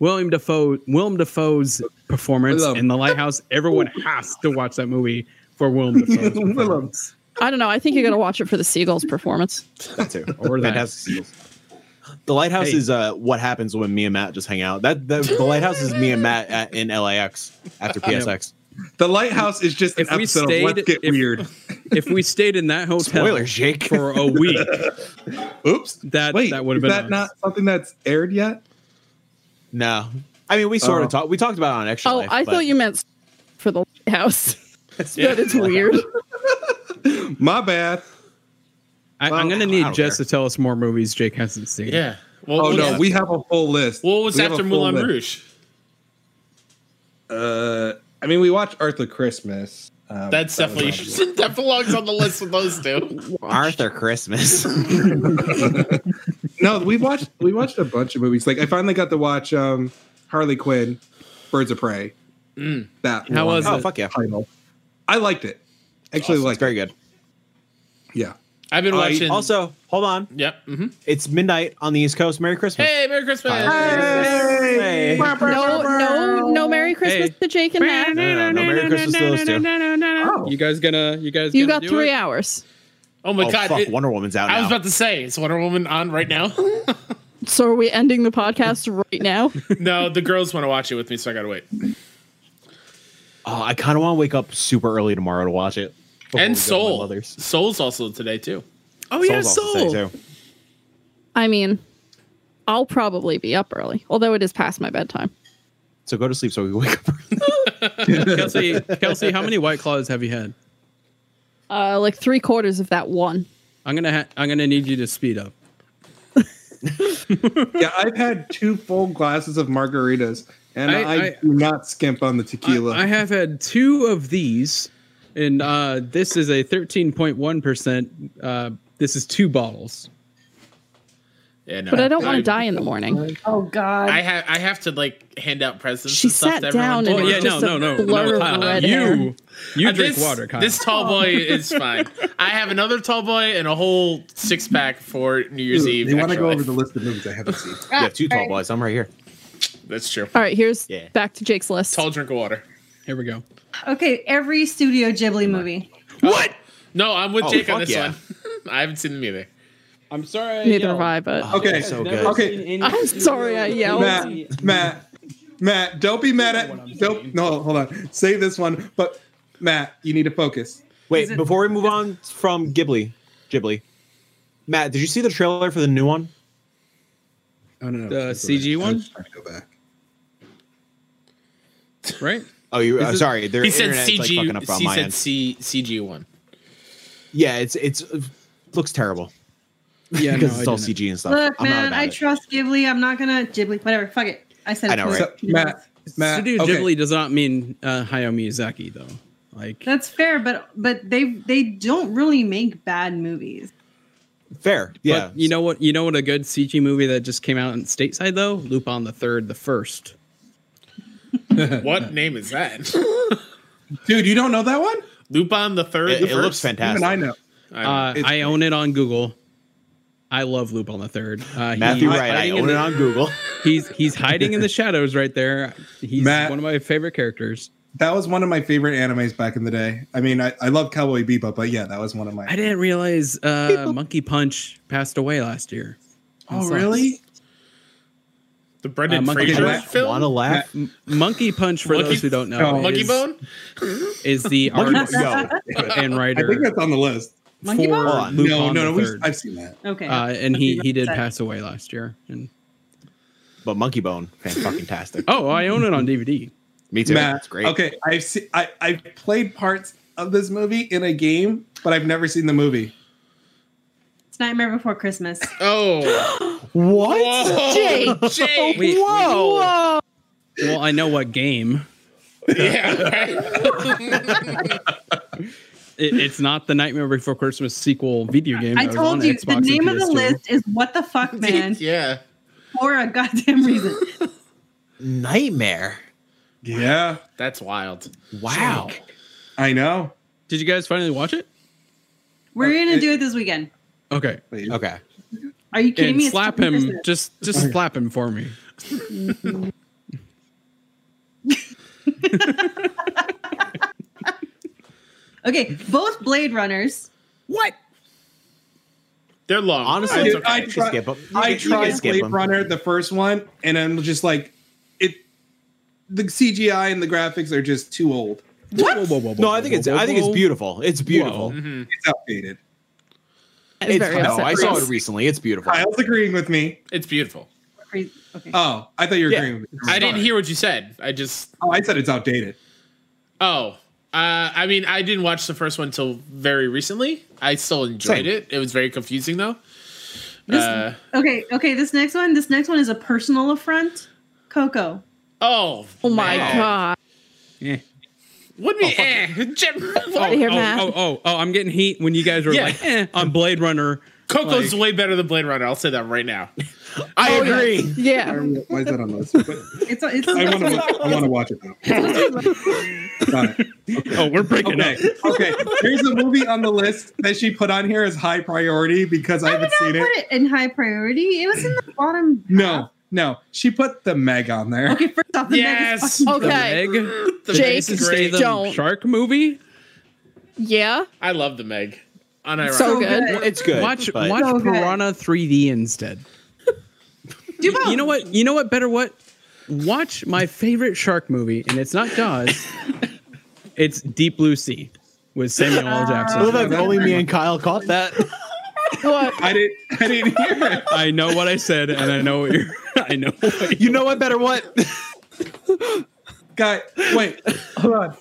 [SPEAKER 4] William Defoe, William Defoe's performance
[SPEAKER 6] Willem.
[SPEAKER 4] in The Lighthouse. Everyone has to watch that movie for William Defoe's performance.
[SPEAKER 5] I don't know. I think you got to watch it for the seagulls performance.
[SPEAKER 2] That too.
[SPEAKER 4] Or that.
[SPEAKER 2] fantastic sequels. The lighthouse
[SPEAKER 4] Hey.
[SPEAKER 2] is uh, what happens when me and Matt just hang out. That, that the lighthouse is me and Matt at, in LAX after PSX.
[SPEAKER 6] The lighthouse is just an
[SPEAKER 4] If we
[SPEAKER 6] episode of Let's
[SPEAKER 4] stayed-
[SPEAKER 6] Get
[SPEAKER 4] if-
[SPEAKER 6] Weird.
[SPEAKER 4] if we stayed in that hotel
[SPEAKER 2] Spoilers, Jake.
[SPEAKER 4] for a week,
[SPEAKER 6] Oops.
[SPEAKER 4] that
[SPEAKER 6] Wait,
[SPEAKER 4] that would have been
[SPEAKER 6] is that
[SPEAKER 4] us.
[SPEAKER 6] not something that's aired yet?
[SPEAKER 2] No, I mean we sort
[SPEAKER 6] Oh.
[SPEAKER 2] of talked. We talked about it on extra.
[SPEAKER 5] Oh,
[SPEAKER 2] Life,
[SPEAKER 5] I
[SPEAKER 2] but-
[SPEAKER 5] thought you meant for the house.
[SPEAKER 2] Yeah.
[SPEAKER 5] That it's weird.
[SPEAKER 6] My bad.
[SPEAKER 4] I,
[SPEAKER 6] Well,
[SPEAKER 4] I'm gonna
[SPEAKER 2] I
[SPEAKER 4] need
[SPEAKER 2] don't
[SPEAKER 4] Jess
[SPEAKER 2] care.
[SPEAKER 4] to tell us more movies Jake hasn't seen.
[SPEAKER 1] Yeah. Well,
[SPEAKER 6] Oh
[SPEAKER 1] what-
[SPEAKER 6] no, we have a full list.
[SPEAKER 1] What was
[SPEAKER 6] We have
[SPEAKER 1] after
[SPEAKER 6] a full
[SPEAKER 1] Moulin
[SPEAKER 6] list.
[SPEAKER 1] Rouge?
[SPEAKER 6] Uh, I mean, we watched Arthur Christmas. Um,
[SPEAKER 1] That's
[SPEAKER 6] that was
[SPEAKER 1] definitely
[SPEAKER 6] on-
[SPEAKER 1] that belongs on the list with those two.
[SPEAKER 2] Arthur Christmas.
[SPEAKER 6] no, we watched we watched a bunch of movies. Like I finally got to watch um Harley Quinn, Birds of Prey.
[SPEAKER 1] Mm.
[SPEAKER 6] That
[SPEAKER 4] How
[SPEAKER 6] one.
[SPEAKER 4] was
[SPEAKER 2] oh
[SPEAKER 4] it?
[SPEAKER 2] fuck yeah!
[SPEAKER 6] title. I liked it. Actually,
[SPEAKER 2] Awesome.
[SPEAKER 6] liked
[SPEAKER 2] it's very good.
[SPEAKER 6] it. Yeah.
[SPEAKER 1] I've been
[SPEAKER 6] I
[SPEAKER 1] watching.
[SPEAKER 2] Also, hold on.
[SPEAKER 1] yep. hmm
[SPEAKER 2] It's midnight on the East Coast. Merry Christmas. Oh,
[SPEAKER 1] Hey, Merry Christmas!
[SPEAKER 2] Hey. Hey.
[SPEAKER 5] no, no, no. Merry Christmas
[SPEAKER 4] Hey.
[SPEAKER 5] to Jake and Matt.
[SPEAKER 2] no, no, no, Merry Christmas to those two.
[SPEAKER 6] Oh,
[SPEAKER 4] You guys gonna you guys
[SPEAKER 5] You
[SPEAKER 4] gonna
[SPEAKER 5] got
[SPEAKER 4] do
[SPEAKER 5] three
[SPEAKER 4] it?
[SPEAKER 5] hours.
[SPEAKER 1] Oh my
[SPEAKER 2] oh
[SPEAKER 1] god!
[SPEAKER 2] fuck,
[SPEAKER 1] it-
[SPEAKER 2] Wonder Woman's out
[SPEAKER 1] I was
[SPEAKER 2] now.
[SPEAKER 1] about to say, is Wonder Woman on right now?
[SPEAKER 5] So are we ending the podcast right now?
[SPEAKER 1] no, the girls want to watch it with me, so I gotta wait.
[SPEAKER 2] oh, I kind of want to wake up super early tomorrow to watch it. before we go
[SPEAKER 1] and
[SPEAKER 2] to my
[SPEAKER 1] Soul,
[SPEAKER 2] mother's.
[SPEAKER 1] Soul's also today too.
[SPEAKER 4] Oh yeah,
[SPEAKER 2] Soul's also
[SPEAKER 4] soul.
[SPEAKER 2] today, too.
[SPEAKER 5] I mean, I'll probably be up early, although it is past my bedtime.
[SPEAKER 2] So go to sleep so we can wake up.
[SPEAKER 4] Kelsey, Kelsey, how many White Claws have you had?
[SPEAKER 5] Uh, like three quarters of that one.
[SPEAKER 4] I'm gonna ha- I'm gonna need you to speed up.
[SPEAKER 6] yeah. I've had two full glasses of margaritas, and
[SPEAKER 4] I-
[SPEAKER 6] I,
[SPEAKER 4] I-
[SPEAKER 6] do not skimp on the tequila.
[SPEAKER 4] I, I have had two of these, and uh, this is a 13.1 percent. Uh, this is two bottles.
[SPEAKER 1] Yeah, no,
[SPEAKER 5] But I don't want to die in the morning.
[SPEAKER 3] Oh God.
[SPEAKER 1] I have I have to like hand out presents.
[SPEAKER 5] She
[SPEAKER 1] and stuff
[SPEAKER 5] sat
[SPEAKER 1] to everyone.
[SPEAKER 5] down and
[SPEAKER 4] Oh
[SPEAKER 5] Well,
[SPEAKER 4] yeah,
[SPEAKER 5] It's
[SPEAKER 4] no,
[SPEAKER 5] just
[SPEAKER 4] no,
[SPEAKER 5] a
[SPEAKER 4] no,
[SPEAKER 5] blur
[SPEAKER 4] no,
[SPEAKER 5] of
[SPEAKER 4] Kyle,
[SPEAKER 5] red
[SPEAKER 4] you
[SPEAKER 5] hair.
[SPEAKER 4] you
[SPEAKER 1] Uh,
[SPEAKER 4] drink
[SPEAKER 1] this-
[SPEAKER 4] water, Kyle.
[SPEAKER 1] This tall boy is fine. I have another tall boy and a whole six pack for New Year's
[SPEAKER 6] Ooh,
[SPEAKER 1] Eve.
[SPEAKER 6] they want to
[SPEAKER 1] Extra
[SPEAKER 6] go
[SPEAKER 1] Life.
[SPEAKER 6] over the list of movies I haven't seen.
[SPEAKER 3] Ah,
[SPEAKER 2] you have two tall boys. I'm right here.
[SPEAKER 1] That's true.
[SPEAKER 5] All right, here's
[SPEAKER 2] Yeah.
[SPEAKER 5] back to Jake's list.
[SPEAKER 1] Tall drink of water.
[SPEAKER 4] Here we go.
[SPEAKER 3] Okay, every Studio Ghibli movie.
[SPEAKER 1] What? No, I'm with
[SPEAKER 2] Oh,
[SPEAKER 1] Jake on
[SPEAKER 2] fuck
[SPEAKER 1] this
[SPEAKER 2] yeah.
[SPEAKER 1] one. I haven't seen them either.
[SPEAKER 4] I'm sorry.
[SPEAKER 5] Neither have I, but
[SPEAKER 6] Okay,
[SPEAKER 2] So
[SPEAKER 6] so
[SPEAKER 2] good.
[SPEAKER 6] okay,
[SPEAKER 5] I'm sorry I yelled.
[SPEAKER 6] Matt, Matt, Matt, don't be mad at. Don't no, hold on. Say this one, but Matt, you need to focus.
[SPEAKER 2] Wait,
[SPEAKER 3] Is it-
[SPEAKER 2] before we move on from Ghibli, Ghibli, Matt, did you see the trailer for the new one?
[SPEAKER 6] Oh no, no
[SPEAKER 4] The
[SPEAKER 6] go
[SPEAKER 4] CG
[SPEAKER 6] back.
[SPEAKER 4] one?
[SPEAKER 6] I'm just trying to go back.
[SPEAKER 4] right?
[SPEAKER 2] Oh, you.
[SPEAKER 4] Is
[SPEAKER 2] Uh,
[SPEAKER 4] it-
[SPEAKER 2] sorry, their
[SPEAKER 1] he said
[SPEAKER 2] internet's, like,
[SPEAKER 1] CG.
[SPEAKER 2] fucking up on
[SPEAKER 1] he
[SPEAKER 2] my
[SPEAKER 1] said
[SPEAKER 2] end.
[SPEAKER 1] C, CG one.
[SPEAKER 2] Yeah, it's it's it looks terrible
[SPEAKER 4] Yeah,
[SPEAKER 2] because
[SPEAKER 4] no,
[SPEAKER 2] it's
[SPEAKER 4] I
[SPEAKER 2] all
[SPEAKER 4] didn't.
[SPEAKER 2] CG and stuff.
[SPEAKER 3] Look,
[SPEAKER 2] I'm not
[SPEAKER 3] man,
[SPEAKER 2] about
[SPEAKER 3] I
[SPEAKER 2] it.
[SPEAKER 3] trust Ghibli. I'm not gonna Ghibli. Whatever. Fuck it. I said.
[SPEAKER 2] I know,
[SPEAKER 3] it.
[SPEAKER 2] right?
[SPEAKER 6] So, Matt, Matt,
[SPEAKER 4] Studio
[SPEAKER 6] okay.
[SPEAKER 4] Ghibli does not mean uh, Hayao Miyazaki though. Like
[SPEAKER 3] That's fair, but but they they don't really make bad movies.
[SPEAKER 2] Fair, yeah.
[SPEAKER 4] But you know what? You know what? A good CG movie that just came out in stateside though. Lupin the Third, the first.
[SPEAKER 1] What name is that?
[SPEAKER 6] dude, you don't know that one?
[SPEAKER 1] Lupin the Third.
[SPEAKER 2] it,
[SPEAKER 1] the
[SPEAKER 2] it looks
[SPEAKER 1] first?
[SPEAKER 2] fantastic.
[SPEAKER 6] Even I know.
[SPEAKER 1] I don't
[SPEAKER 4] Uh,
[SPEAKER 1] know.
[SPEAKER 6] It's-
[SPEAKER 4] I own it on Google. I love Lupin the Third. Uh, he-
[SPEAKER 2] Matthew
[SPEAKER 4] he's
[SPEAKER 2] Wright, I
[SPEAKER 4] hiding in
[SPEAKER 2] own it
[SPEAKER 4] the-
[SPEAKER 2] on Google.
[SPEAKER 4] He's he's hiding in the shadows right there. He's
[SPEAKER 6] Matt.
[SPEAKER 4] one of my favorite characters.
[SPEAKER 6] That was one of my favorite animes back in the day. I mean, I, I love Cowboy Bebop, but yeah, that was one of my.
[SPEAKER 4] I didn't realize uh, Monkey Punch passed away last year.
[SPEAKER 6] oh, really?
[SPEAKER 1] the Brendan
[SPEAKER 4] uh, Monkey
[SPEAKER 1] Fraser
[SPEAKER 6] Bone.
[SPEAKER 1] film.
[SPEAKER 2] Want to laugh?
[SPEAKER 4] M- Monkey Punch, for
[SPEAKER 1] Monkey-
[SPEAKER 4] those who don't know,
[SPEAKER 6] Oh.
[SPEAKER 1] Monkey
[SPEAKER 4] is,
[SPEAKER 1] Bone.
[SPEAKER 4] is the
[SPEAKER 2] Monkey
[SPEAKER 4] artist
[SPEAKER 2] Bone, yo,
[SPEAKER 4] and
[SPEAKER 6] I think
[SPEAKER 4] writer
[SPEAKER 6] that's on the list.
[SPEAKER 3] Monkey
[SPEAKER 4] for
[SPEAKER 3] Bone?
[SPEAKER 2] on.
[SPEAKER 4] Lupin
[SPEAKER 6] no, no, no.
[SPEAKER 4] the
[SPEAKER 6] We've,
[SPEAKER 4] Third.
[SPEAKER 6] I've seen that.
[SPEAKER 3] Okay.
[SPEAKER 4] Uh, and he he did
[SPEAKER 3] Upset.
[SPEAKER 4] pass away last year. And
[SPEAKER 2] but Monkey Bone, fucking fantastic.
[SPEAKER 4] oh, I own it on DVD.
[SPEAKER 2] Me too.
[SPEAKER 6] Matt,
[SPEAKER 2] it's great.
[SPEAKER 6] Okay, I've seen. I I've played parts of this movie in a game, but I've never seen the movie.
[SPEAKER 3] it's Nightmare Before Christmas.
[SPEAKER 1] Oh,
[SPEAKER 2] What?
[SPEAKER 1] Whoa,
[SPEAKER 5] Jake.
[SPEAKER 1] Jake.
[SPEAKER 4] Wait,
[SPEAKER 2] Whoa!
[SPEAKER 4] Well, I know what game.
[SPEAKER 1] Yeah. right?
[SPEAKER 4] It, it's not the Nightmare Before Christmas sequel video game.
[SPEAKER 3] I
[SPEAKER 4] that was
[SPEAKER 3] told
[SPEAKER 4] on
[SPEAKER 3] you
[SPEAKER 4] Xbox
[SPEAKER 3] the
[SPEAKER 4] and
[SPEAKER 3] name of the
[SPEAKER 4] PS2.
[SPEAKER 3] list is "What the Fuck, Man"
[SPEAKER 1] yeah.
[SPEAKER 3] for a goddamn reason.
[SPEAKER 2] Nightmare.
[SPEAKER 6] Yeah,
[SPEAKER 1] That's wild.
[SPEAKER 2] Wow.
[SPEAKER 6] I know.
[SPEAKER 4] Did you guys finally watch it?
[SPEAKER 3] We're
[SPEAKER 4] Uh,
[SPEAKER 3] gonna do it this weekend.
[SPEAKER 4] Okay.
[SPEAKER 2] Okay.
[SPEAKER 3] Are you kidding
[SPEAKER 4] And
[SPEAKER 3] me? It's
[SPEAKER 4] slap
[SPEAKER 3] fucking
[SPEAKER 4] him.
[SPEAKER 3] Christmas.
[SPEAKER 4] Just just slap him for me.
[SPEAKER 3] Okay, both Blade Runners.
[SPEAKER 4] What?
[SPEAKER 1] They're long.
[SPEAKER 2] Honestly,
[SPEAKER 1] it's
[SPEAKER 6] Dude,
[SPEAKER 1] okay.
[SPEAKER 6] I
[SPEAKER 2] You can
[SPEAKER 6] try-
[SPEAKER 2] skip 'em. You can-
[SPEAKER 6] I
[SPEAKER 2] you can
[SPEAKER 6] tried
[SPEAKER 2] skip
[SPEAKER 6] Blade
[SPEAKER 2] 'em.
[SPEAKER 6] Runner, the first one, and I'm just like, it. The CGI and the graphics are just too old.
[SPEAKER 4] Whoa, whoa, whoa, whoa,
[SPEAKER 2] No, I think
[SPEAKER 4] whoa,
[SPEAKER 2] it's
[SPEAKER 4] whoa,
[SPEAKER 2] I think it's
[SPEAKER 4] whoa.
[SPEAKER 2] beautiful. It's beautiful.
[SPEAKER 1] Mhm.
[SPEAKER 6] It's outdated.
[SPEAKER 5] It's,
[SPEAKER 2] It's,
[SPEAKER 5] very
[SPEAKER 2] no,
[SPEAKER 5] upset.
[SPEAKER 2] I saw
[SPEAKER 5] Yes.
[SPEAKER 2] it recently. It's beautiful.
[SPEAKER 6] Kyle's agreeing with me.
[SPEAKER 1] It's beautiful.
[SPEAKER 3] Crazy. Okay.
[SPEAKER 4] Uh,
[SPEAKER 6] Oh, I thought you were
[SPEAKER 2] Yeah.
[SPEAKER 6] agreeing with me.
[SPEAKER 1] I didn't
[SPEAKER 6] Sorry.
[SPEAKER 1] hear what you said. I just
[SPEAKER 6] Oh, I said it's outdated.
[SPEAKER 1] oh. Uh, I mean, I didn't watch the first one till very recently. I still enjoyed
[SPEAKER 2] Same.
[SPEAKER 1] it. It was very confusing though.
[SPEAKER 3] This-
[SPEAKER 1] Uh,
[SPEAKER 3] okay. Okay. This next one. This next one is a personal affront. Coco.
[SPEAKER 1] oh,
[SPEAKER 5] Oh my
[SPEAKER 1] man.
[SPEAKER 5] god!
[SPEAKER 4] Eh.
[SPEAKER 1] What do you mean? eh? Jim-
[SPEAKER 5] Out of here,
[SPEAKER 4] oh,
[SPEAKER 5] Matt.
[SPEAKER 4] oh, oh, oh, I'm getting heat when you guys were
[SPEAKER 1] Yeah.
[SPEAKER 4] like, eh, on Blade Runner.
[SPEAKER 1] Coco's
[SPEAKER 4] Like-
[SPEAKER 1] way better than Blade Runner. I'll say that right now. I
[SPEAKER 5] Oh, yeah.
[SPEAKER 1] agree.
[SPEAKER 6] I
[SPEAKER 5] Yeah,
[SPEAKER 6] don't know Why is that on the list? But
[SPEAKER 3] It's it's.
[SPEAKER 6] I want to. I want to watch it now. Got it.
[SPEAKER 4] Oh, we're breaking
[SPEAKER 6] Okay. Okay. There's a movie on the list that she put on here as high priority because I
[SPEAKER 3] How
[SPEAKER 6] haven't
[SPEAKER 3] did I
[SPEAKER 6] seen it.
[SPEAKER 3] put it in high priority? It was in the bottom.
[SPEAKER 6] No, no. She put the Meg on there.
[SPEAKER 3] Okay. First off, the
[SPEAKER 1] Yes.
[SPEAKER 3] Meg is fucking-
[SPEAKER 5] Okay.
[SPEAKER 4] The
[SPEAKER 1] The
[SPEAKER 5] Jake,
[SPEAKER 1] Meg is
[SPEAKER 5] stay
[SPEAKER 1] great.
[SPEAKER 5] the- Don't.
[SPEAKER 4] Meg shark movie.
[SPEAKER 5] yeah.
[SPEAKER 1] I love the Meg. Unironic.
[SPEAKER 5] So good.
[SPEAKER 2] It's good.
[SPEAKER 4] Watch
[SPEAKER 2] but-
[SPEAKER 4] watch
[SPEAKER 3] So good.
[SPEAKER 4] Piranha 3D instead.
[SPEAKER 3] Do both.
[SPEAKER 4] You know what? You know what? Better what? Watch my favorite shark movie, and it's not Jaws. it's Deep Blue Sea with Samuel L.
[SPEAKER 2] I love
[SPEAKER 4] Jackson.
[SPEAKER 2] that only me and Kyle caught that.
[SPEAKER 5] What?
[SPEAKER 6] I didn't. I didn't hear it.
[SPEAKER 4] I know what I said, and I know what you're. I know. What you
[SPEAKER 2] You know what? Better what?
[SPEAKER 6] Guy, wait. Hold on.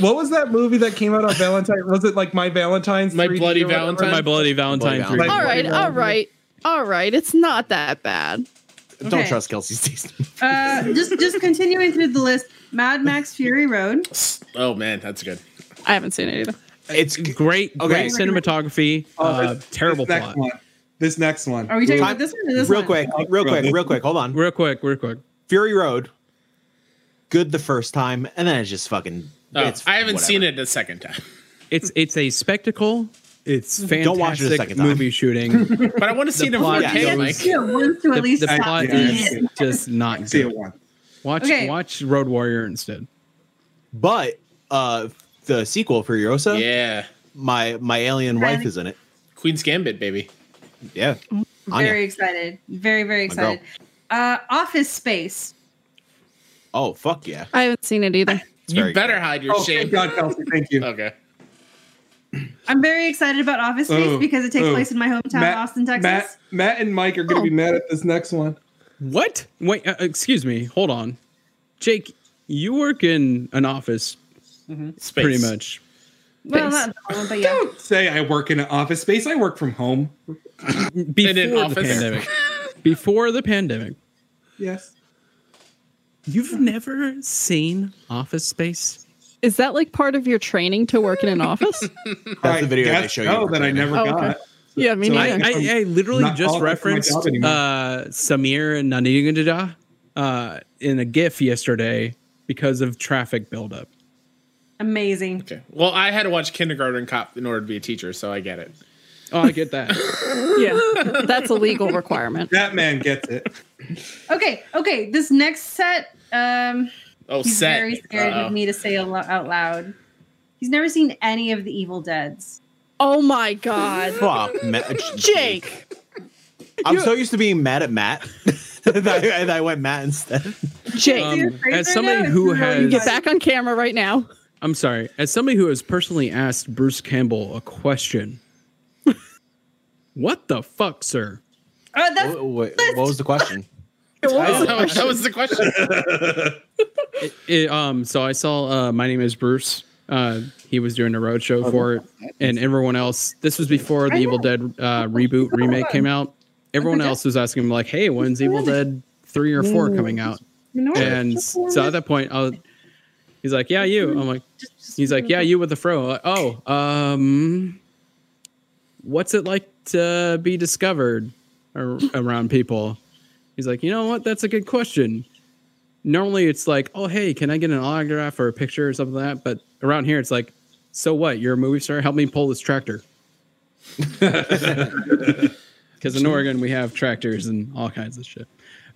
[SPEAKER 6] What was that movie that came out on Valentine? Was it like My Valentine's?
[SPEAKER 1] My
[SPEAKER 6] 3D
[SPEAKER 1] Bloody
[SPEAKER 6] or whatever?
[SPEAKER 1] Valentine?
[SPEAKER 4] my bloody Valentine.
[SPEAKER 2] Bloody Valentine.
[SPEAKER 5] All right, all right, all right. It's not that bad.
[SPEAKER 2] Don't trust Kelsey's taste.
[SPEAKER 3] Uh, just just continuing through the list. Mad Max Fury Road.
[SPEAKER 1] Oh man, that's good.
[SPEAKER 5] I haven't seen it either.
[SPEAKER 2] It's
[SPEAKER 4] Great, great
[SPEAKER 2] Okay.
[SPEAKER 4] cinematography.
[SPEAKER 6] Oh,
[SPEAKER 4] uh,
[SPEAKER 6] this- this
[SPEAKER 4] terrible
[SPEAKER 6] next
[SPEAKER 4] plot.
[SPEAKER 6] One. This next one.
[SPEAKER 3] Are we talking
[SPEAKER 2] Time-
[SPEAKER 3] about this one or this
[SPEAKER 2] real
[SPEAKER 3] one?
[SPEAKER 2] quick, real quick, real quick. Hold on.
[SPEAKER 4] Real quick, real quick.
[SPEAKER 2] Fury Road. Good the first time, and then it's just fucking.
[SPEAKER 1] Oh,
[SPEAKER 2] it's
[SPEAKER 1] I haven't
[SPEAKER 2] whatever.
[SPEAKER 1] seen it a second time,
[SPEAKER 4] It's it's a spectacle. It's fantastic
[SPEAKER 2] Don't watch it a second time.
[SPEAKER 4] movie shooting.
[SPEAKER 1] but I want to see it in
[SPEAKER 4] plot
[SPEAKER 1] 4K.
[SPEAKER 4] goes-
[SPEAKER 1] Mike.
[SPEAKER 3] Yeah, one to
[SPEAKER 4] the,
[SPEAKER 3] at least
[SPEAKER 4] the
[SPEAKER 3] stop
[SPEAKER 4] plot
[SPEAKER 3] seeing
[SPEAKER 6] yeah.
[SPEAKER 4] is
[SPEAKER 3] it.
[SPEAKER 4] just not
[SPEAKER 6] See it
[SPEAKER 4] good.
[SPEAKER 6] one.
[SPEAKER 4] Watch
[SPEAKER 3] Okay.
[SPEAKER 4] watch Road Warrior instead.
[SPEAKER 2] But uh, the sequel, Furiosa,
[SPEAKER 1] Yeah,
[SPEAKER 2] my my alien
[SPEAKER 3] Right.
[SPEAKER 2] wife is in it.
[SPEAKER 1] Queen's Gambit, baby.
[SPEAKER 2] Yeah, Anya.
[SPEAKER 3] Mm-hmm. Very excited. Very very
[SPEAKER 2] My girl.
[SPEAKER 3] excited. Uh, Office Space.
[SPEAKER 2] Oh fuck yeah!
[SPEAKER 5] I haven't seen it either.
[SPEAKER 2] It's
[SPEAKER 1] you
[SPEAKER 2] very
[SPEAKER 1] better hide your
[SPEAKER 6] Oh,
[SPEAKER 1] shame.
[SPEAKER 6] thank God, Kelsey. Thank you.
[SPEAKER 1] Okay.
[SPEAKER 3] I'm very excited about Office Space
[SPEAKER 6] Oh,
[SPEAKER 3] because it takes
[SPEAKER 6] oh.
[SPEAKER 3] place in my hometown,
[SPEAKER 6] Matt-
[SPEAKER 3] Austin, Texas.
[SPEAKER 6] Matt, Matt and Mike are going to be mad at this next one.
[SPEAKER 4] What? Wait, uh, excuse me. Hold on, Jake. You work in an office,
[SPEAKER 1] Space.
[SPEAKER 4] pretty much.
[SPEAKER 3] well,
[SPEAKER 5] Space.
[SPEAKER 3] not that one, but yeah.
[SPEAKER 6] Say I work in an office space. I work from home.
[SPEAKER 4] Before
[SPEAKER 1] an
[SPEAKER 4] the
[SPEAKER 1] office.
[SPEAKER 4] pandemic. Before the pandemic,
[SPEAKER 6] Yes.
[SPEAKER 4] you've never seen Office Space.
[SPEAKER 5] Is that like part of your training to work in an office?
[SPEAKER 2] That's the video they show you
[SPEAKER 6] Oh,
[SPEAKER 2] for
[SPEAKER 6] that I
[SPEAKER 2] training.
[SPEAKER 6] never
[SPEAKER 5] Oh,
[SPEAKER 6] got.
[SPEAKER 5] okay. yeah, me
[SPEAKER 6] So
[SPEAKER 4] I,
[SPEAKER 5] neither.
[SPEAKER 6] Yeah.
[SPEAKER 4] I, I literally
[SPEAKER 6] Not
[SPEAKER 4] just
[SPEAKER 6] qualified for my
[SPEAKER 4] referenced
[SPEAKER 6] job anymore.
[SPEAKER 4] uh, Samir and Nanigadada uh, in a GIF yesterday because of traffic buildup.
[SPEAKER 3] Amazing.
[SPEAKER 1] Okay. Well, I had to watch Kindergarten Cop in order to be a teacher, so I get it.
[SPEAKER 4] Oh, I get that.
[SPEAKER 5] yeah, that's a legal requirement.
[SPEAKER 6] That man gets it.
[SPEAKER 3] Okay, okay. This next set, um,
[SPEAKER 1] Oh,
[SPEAKER 3] he's
[SPEAKER 1] set.
[SPEAKER 3] very scared
[SPEAKER 1] Uh-oh.
[SPEAKER 3] of me to say alo- out loud. He's never seen any of the Evil Deads.
[SPEAKER 5] Oh my god,
[SPEAKER 2] Fuck, Matt.
[SPEAKER 5] Jake!
[SPEAKER 2] I'm so used to being mad at Matt that, I, that I went Matt instead.
[SPEAKER 5] Jake,
[SPEAKER 3] Um,
[SPEAKER 4] Um, as somebody who has
[SPEAKER 5] get back on camera right now.
[SPEAKER 4] I'm sorry. As somebody who has personally asked Bruce Campbell a question, what the fuck, sir?
[SPEAKER 3] Uh, that's,
[SPEAKER 2] What, was the question?
[SPEAKER 1] Oh, that, was, that was the question.
[SPEAKER 4] It- um, so I saw. Uh, my name is Bruce. Uh, he was doing a roadshow for it, and everyone else. This was before the
[SPEAKER 3] Oh, I
[SPEAKER 4] Evil
[SPEAKER 3] know.
[SPEAKER 4] Dead uh, reboot remake came out. Everyone else was asking him like, "Hey, when's Evil Dead three or four
[SPEAKER 3] Mm.
[SPEAKER 4] coming out?" And so at that point, I was, he's like, "Yeah, you." I'm like, He's like, yeah, you with the fro. I'm like, oh, um, what's it like to be discovered ar- around people? He's like, you know what? That's a good question. Normally, it's like, oh, hey, can I get an autograph or a picture or something like that? But around here, it's like, so what? You're a movie star. Help me pull this tractor. Because in Oregon, we have tractors and all kinds of shit.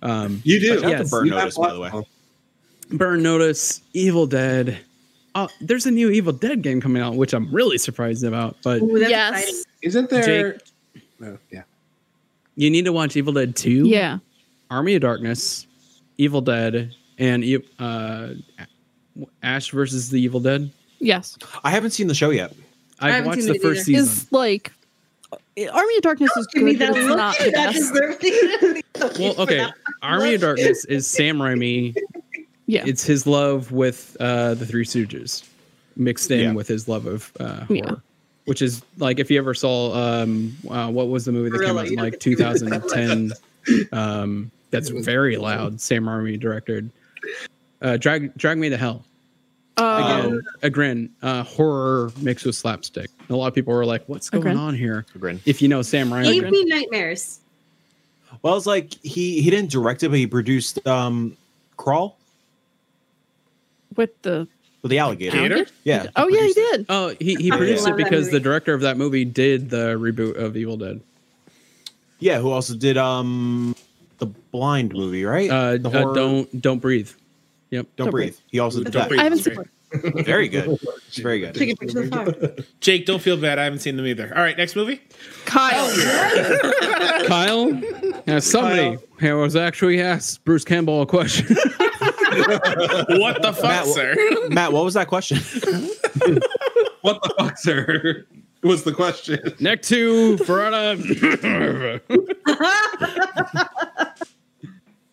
[SPEAKER 4] Um,
[SPEAKER 6] You do.
[SPEAKER 4] Yes.
[SPEAKER 2] burn
[SPEAKER 6] You have
[SPEAKER 2] notice, by the way.
[SPEAKER 6] platform.
[SPEAKER 4] Burn Notice, Evil Dead. Oh, there's a new Evil Dead game coming out, which I'm really surprised about. But
[SPEAKER 5] yes,
[SPEAKER 6] Isn't there?
[SPEAKER 4] Jake.
[SPEAKER 6] No, yeah.
[SPEAKER 4] you need to watch Evil Dead 2,
[SPEAKER 5] yeah.
[SPEAKER 4] Army of Darkness, Evil Dead, and E- uh, Ash versus the Evil Dead?
[SPEAKER 5] Yes.
[SPEAKER 2] I haven't seen the show yet.
[SPEAKER 3] I
[SPEAKER 4] I've
[SPEAKER 3] haven't
[SPEAKER 4] watched
[SPEAKER 3] seen
[SPEAKER 4] the
[SPEAKER 3] it
[SPEAKER 4] first
[SPEAKER 3] either.
[SPEAKER 4] season.
[SPEAKER 5] Is like uh, Army of Darkness is
[SPEAKER 3] Give me
[SPEAKER 5] good,
[SPEAKER 3] that
[SPEAKER 5] but it's
[SPEAKER 3] look.
[SPEAKER 5] not the
[SPEAKER 3] That
[SPEAKER 5] best.
[SPEAKER 3] deserves the
[SPEAKER 4] Well, okay. Army of Darkness is Sam Raimi.
[SPEAKER 5] Yeah.
[SPEAKER 4] It's his love with uh, the Three Stooges mixed in
[SPEAKER 2] Yeah.
[SPEAKER 4] with his love of uh, horror.
[SPEAKER 5] Yeah.
[SPEAKER 4] Which is like if you ever saw um, uh, what was the movie that came
[SPEAKER 3] Gorilla,
[SPEAKER 4] out
[SPEAKER 3] you
[SPEAKER 4] in
[SPEAKER 3] don't
[SPEAKER 4] like
[SPEAKER 3] get to do that.
[SPEAKER 4] 2010? um, that's very loud. Sam Raimi directed. Uh, drag, drag me to hell.
[SPEAKER 5] Uh,
[SPEAKER 4] Again, a grin, uh, horror mixed with slapstick. A lot of people were like, "What's going
[SPEAKER 5] Agrin.
[SPEAKER 4] on here?"
[SPEAKER 2] Grin.
[SPEAKER 4] If you know Sam Raimi,
[SPEAKER 3] Gave me nightmares.
[SPEAKER 2] Well, it's like he he didn't direct it, but he produced um, Crawl
[SPEAKER 5] with the
[SPEAKER 2] with the alligator.
[SPEAKER 1] Gator?
[SPEAKER 2] Yeah.
[SPEAKER 5] oh yeah, he
[SPEAKER 2] produced it.
[SPEAKER 5] did.
[SPEAKER 4] Oh, he, he
[SPEAKER 3] I
[SPEAKER 4] produced
[SPEAKER 3] love
[SPEAKER 4] it
[SPEAKER 3] that
[SPEAKER 4] because
[SPEAKER 3] movie.
[SPEAKER 4] the director of that movie did the reboot of Evil Dead.
[SPEAKER 2] Yeah, who also did um the blind movie, right?
[SPEAKER 4] Uh,
[SPEAKER 2] the
[SPEAKER 4] uh, don't don't breathe. Yep.
[SPEAKER 2] Don't
[SPEAKER 5] Don't
[SPEAKER 2] breathe. He also did
[SPEAKER 1] Don't
[SPEAKER 2] that.
[SPEAKER 1] Breathe
[SPEAKER 5] I haven't
[SPEAKER 1] is
[SPEAKER 5] seen.
[SPEAKER 1] great.
[SPEAKER 2] Very good. Very good.
[SPEAKER 3] Take it to the fire.
[SPEAKER 1] Jake, don't feel bad. I haven't seen them either. All right, next movie.
[SPEAKER 5] Kyle.
[SPEAKER 4] Kyle, now somebody who was actually asked Bruce Campbell a question.
[SPEAKER 1] What the fuck,
[SPEAKER 2] Matt, wh-
[SPEAKER 1] sir?
[SPEAKER 2] Matt, what was that question?
[SPEAKER 4] what the fuck, sir?
[SPEAKER 6] What's the question?
[SPEAKER 4] Neck two, Ferrata.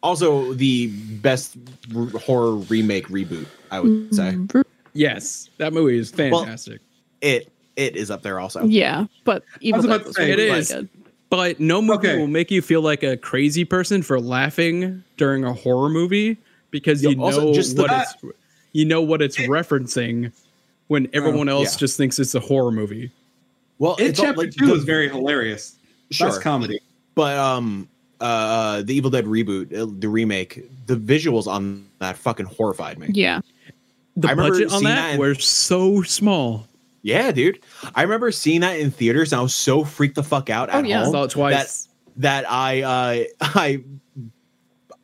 [SPEAKER 2] also, the best r- horror remake reboot, I
[SPEAKER 5] Mm-hmm.
[SPEAKER 2] would say.
[SPEAKER 4] yes, that movie is fantastic,
[SPEAKER 2] It it is up there also.
[SPEAKER 5] Yeah, but Evil
[SPEAKER 6] about
[SPEAKER 5] Dead
[SPEAKER 6] to
[SPEAKER 5] was
[SPEAKER 6] say,
[SPEAKER 5] really
[SPEAKER 4] it is.
[SPEAKER 5] good.
[SPEAKER 4] but no movie
[SPEAKER 6] Okay.
[SPEAKER 4] will make you feel like a crazy person for laughing during a horror movie because
[SPEAKER 2] Yo,
[SPEAKER 4] you know
[SPEAKER 2] also, just the-
[SPEAKER 4] what it's you know what it's referencing when everyone else
[SPEAKER 2] Oh, yeah.
[SPEAKER 4] just thinks it's a horror movie.
[SPEAKER 2] Well,
[SPEAKER 6] It
[SPEAKER 2] it's all-
[SPEAKER 6] chapter
[SPEAKER 2] like,
[SPEAKER 6] two
[SPEAKER 2] the-
[SPEAKER 6] is very hilarious.
[SPEAKER 2] Sure.
[SPEAKER 6] That's comedy.
[SPEAKER 2] But um, uh, the Evil Dead reboot, uh, the remake, the visuals on that fucking horrified me.
[SPEAKER 5] Yeah.
[SPEAKER 4] The
[SPEAKER 2] I remember
[SPEAKER 4] budget on
[SPEAKER 2] seeing
[SPEAKER 4] that,
[SPEAKER 2] that and-
[SPEAKER 4] were so small.
[SPEAKER 2] Yeah, dude. I remember seeing that in theaters, and I was so freaked the fuck out at
[SPEAKER 5] Oh, yeah.
[SPEAKER 4] I
[SPEAKER 2] home
[SPEAKER 4] saw it twice.
[SPEAKER 2] that that I uh, I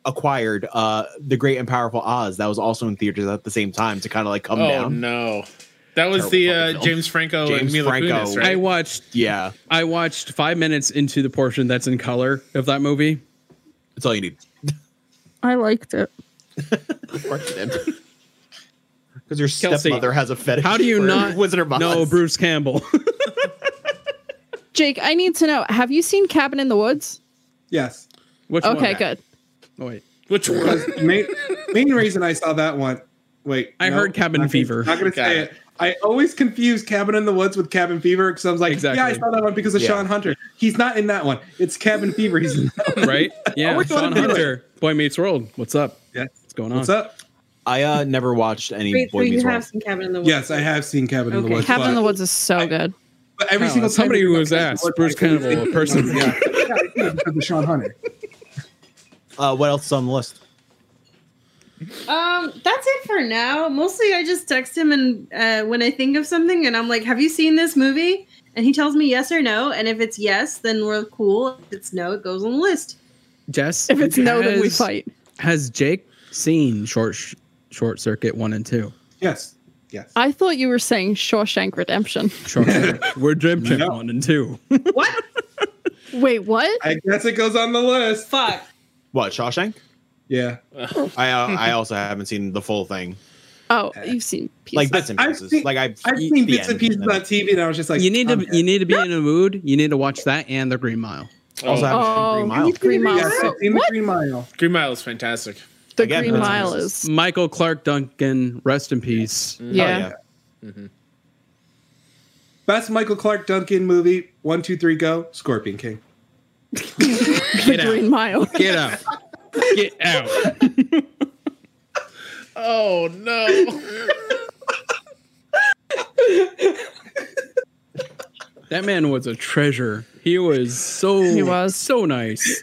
[SPEAKER 2] acquired uh, the Great and Powerful Oz. That was also in theaters at the same time to kind of like come
[SPEAKER 1] oh
[SPEAKER 2] down.
[SPEAKER 1] no, that was
[SPEAKER 2] Terrible
[SPEAKER 1] the
[SPEAKER 2] fucking
[SPEAKER 1] uh,
[SPEAKER 2] film.
[SPEAKER 1] James Franco and
[SPEAKER 2] James
[SPEAKER 1] Mila
[SPEAKER 2] Franco.
[SPEAKER 1] Kunis,
[SPEAKER 4] I
[SPEAKER 1] right?
[SPEAKER 4] watched
[SPEAKER 2] Yeah,
[SPEAKER 4] I watched five minutes into the portion that's in color of that movie.
[SPEAKER 2] that's all you need.
[SPEAKER 5] I liked it.
[SPEAKER 2] Because your
[SPEAKER 4] Kelsey,
[SPEAKER 2] stepmother has a fetish.
[SPEAKER 4] How do you
[SPEAKER 2] for
[SPEAKER 4] not
[SPEAKER 2] Wizard of Oz?
[SPEAKER 4] No, Bruce Campbell.
[SPEAKER 5] Jake, I need to know. Have you seen Cabin in the Woods?
[SPEAKER 6] Yes.
[SPEAKER 4] Which one?
[SPEAKER 5] Okay, good.
[SPEAKER 4] Oh, wait.
[SPEAKER 1] Which one?
[SPEAKER 6] Because main, main reason I saw that one. Wait,
[SPEAKER 4] I heard Cabin
[SPEAKER 6] not gonna-
[SPEAKER 4] Fever.
[SPEAKER 6] Not gonna
[SPEAKER 1] Got
[SPEAKER 6] say
[SPEAKER 1] it.
[SPEAKER 6] it. I always confuse Cabin in the Woods with Cabin Fever because I was like, yeah, I
[SPEAKER 4] Exactly.
[SPEAKER 6] saw that one because of
[SPEAKER 2] Yeah.
[SPEAKER 6] Sean Hunter. He's not in that one. It's Cabin Fever. He's in that one.
[SPEAKER 4] Right? Yeah.
[SPEAKER 6] we're
[SPEAKER 4] Sean
[SPEAKER 6] going to do
[SPEAKER 4] Hunter, Boy Meets World. What's up?
[SPEAKER 6] Yes.
[SPEAKER 4] What's going on?
[SPEAKER 6] What's up?
[SPEAKER 2] I uh, never watched any
[SPEAKER 3] Wait, so
[SPEAKER 2] Boy
[SPEAKER 3] you
[SPEAKER 2] Meets
[SPEAKER 3] have
[SPEAKER 2] World.
[SPEAKER 3] some cabin in the woods.
[SPEAKER 6] Yes, I have seen Cabin in the
[SPEAKER 3] Okay.
[SPEAKER 6] Woods.
[SPEAKER 5] Cabin in
[SPEAKER 6] but-
[SPEAKER 5] the Woods is so good.
[SPEAKER 6] But every
[SPEAKER 4] Wow,
[SPEAKER 6] single
[SPEAKER 4] as somebody
[SPEAKER 6] time
[SPEAKER 4] who
[SPEAKER 6] they
[SPEAKER 4] was
[SPEAKER 6] go back
[SPEAKER 4] asked,
[SPEAKER 6] to work,
[SPEAKER 4] Bruce
[SPEAKER 6] I always
[SPEAKER 4] Campbell, a
[SPEAKER 6] think
[SPEAKER 4] person-
[SPEAKER 6] of- Yeah, yeah, because of Sean Hunter.
[SPEAKER 2] Uh, what else is on the list?
[SPEAKER 3] Um, that's it for now. Mostly, I just text him and uh, when I think of something, and I'm like, "Have you seen this movie?" And he tells me yes or no. And if it's yes, then we're cool. If it's no, it goes on the list.
[SPEAKER 4] Jess?
[SPEAKER 5] If it's no, then we
[SPEAKER 4] has-
[SPEAKER 5] fight.
[SPEAKER 4] Has Jake seen Short Short Circuit 1 and 2?
[SPEAKER 6] Yes. Yes.
[SPEAKER 5] I thought you were saying Shawshank Redemption.
[SPEAKER 4] Short Circuit. We're Jim
[SPEAKER 6] No.
[SPEAKER 4] 1 and 2.
[SPEAKER 3] What?
[SPEAKER 5] Wait, what?
[SPEAKER 6] I guess it goes on the list.
[SPEAKER 3] Fuck.
[SPEAKER 2] What Shawshank?
[SPEAKER 6] Yeah.
[SPEAKER 2] I uh, I also haven't seen the full thing.
[SPEAKER 5] Oh, you've seen pieces.
[SPEAKER 2] Like bits and
[SPEAKER 6] I've
[SPEAKER 2] pieces.
[SPEAKER 6] seen-
[SPEAKER 2] like I've,
[SPEAKER 6] I've
[SPEAKER 2] the
[SPEAKER 6] seen bits and
[SPEAKER 2] end,
[SPEAKER 6] pieces
[SPEAKER 2] then-
[SPEAKER 6] on TV, and I was just like,
[SPEAKER 4] you need to
[SPEAKER 6] I'm
[SPEAKER 4] you
[SPEAKER 6] good.
[SPEAKER 4] need to be in a mood. You need to watch that and The Green Mile.
[SPEAKER 2] Also,
[SPEAKER 1] oh,
[SPEAKER 2] haven't seen
[SPEAKER 5] oh,
[SPEAKER 2] Green Mile.
[SPEAKER 5] Green Mile.
[SPEAKER 6] Yes,
[SPEAKER 5] so-
[SPEAKER 6] I've seen the
[SPEAKER 5] what?
[SPEAKER 6] Green Mile.
[SPEAKER 1] Green Mile is fantastic.
[SPEAKER 5] The
[SPEAKER 2] Again,
[SPEAKER 5] Green
[SPEAKER 2] that's
[SPEAKER 5] Mile
[SPEAKER 2] racist.
[SPEAKER 5] is.
[SPEAKER 4] Michael Clark Duncan, rest in peace.
[SPEAKER 2] Oh,
[SPEAKER 5] Yeah.
[SPEAKER 2] yeah.
[SPEAKER 6] Best Michael Clark Duncan movie. One, two, three, go. Scorpion King.
[SPEAKER 4] Get
[SPEAKER 5] The Green
[SPEAKER 4] out.
[SPEAKER 5] Mile.
[SPEAKER 4] Get out. Get out.
[SPEAKER 1] Oh no.
[SPEAKER 4] That man was a treasure. He was so
[SPEAKER 5] He was.
[SPEAKER 4] so nice.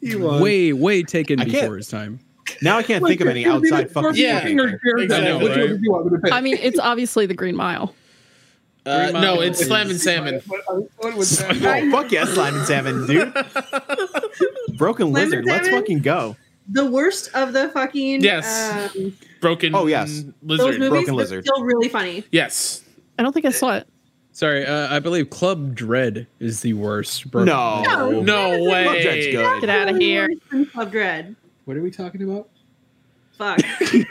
[SPEAKER 6] He was.
[SPEAKER 4] Way way taken
[SPEAKER 2] Um, I can't-
[SPEAKER 4] before his time.
[SPEAKER 2] Now I can't think of any outside fucking.
[SPEAKER 1] Yeah.
[SPEAKER 2] Scorpion King.
[SPEAKER 1] Exactly,
[SPEAKER 6] Which one did you want me to pick?
[SPEAKER 5] I mean, it's obviously the Green Mile.
[SPEAKER 1] Uh,
[SPEAKER 4] Green Mile
[SPEAKER 1] no, it's
[SPEAKER 4] is-
[SPEAKER 1] Slam and Salmon.
[SPEAKER 6] What- what was that?
[SPEAKER 2] Oh fuck yeah, slime and salmon, dude. Broken
[SPEAKER 3] Slime and
[SPEAKER 2] lizard, let's
[SPEAKER 3] Salmon?
[SPEAKER 2] fucking go.
[SPEAKER 3] The worst of the fucking
[SPEAKER 1] Yes.
[SPEAKER 3] um,
[SPEAKER 1] Broken.
[SPEAKER 2] Oh, yes.
[SPEAKER 3] those
[SPEAKER 1] Lizard.
[SPEAKER 3] movies.
[SPEAKER 2] Broken
[SPEAKER 3] but
[SPEAKER 2] Lizard.
[SPEAKER 3] Still really funny.
[SPEAKER 1] yes.
[SPEAKER 5] I don't think I saw it.
[SPEAKER 4] Sorry, uh, I believe Club Dread is the worst. bro.
[SPEAKER 2] No,
[SPEAKER 3] No.
[SPEAKER 1] No
[SPEAKER 3] Love
[SPEAKER 2] Club Dread's
[SPEAKER 1] way.
[SPEAKER 2] good.
[SPEAKER 5] Get out of here.
[SPEAKER 3] Worse than Club Dread.
[SPEAKER 6] What are we talking about?
[SPEAKER 3] Fuck.
[SPEAKER 4] Jake's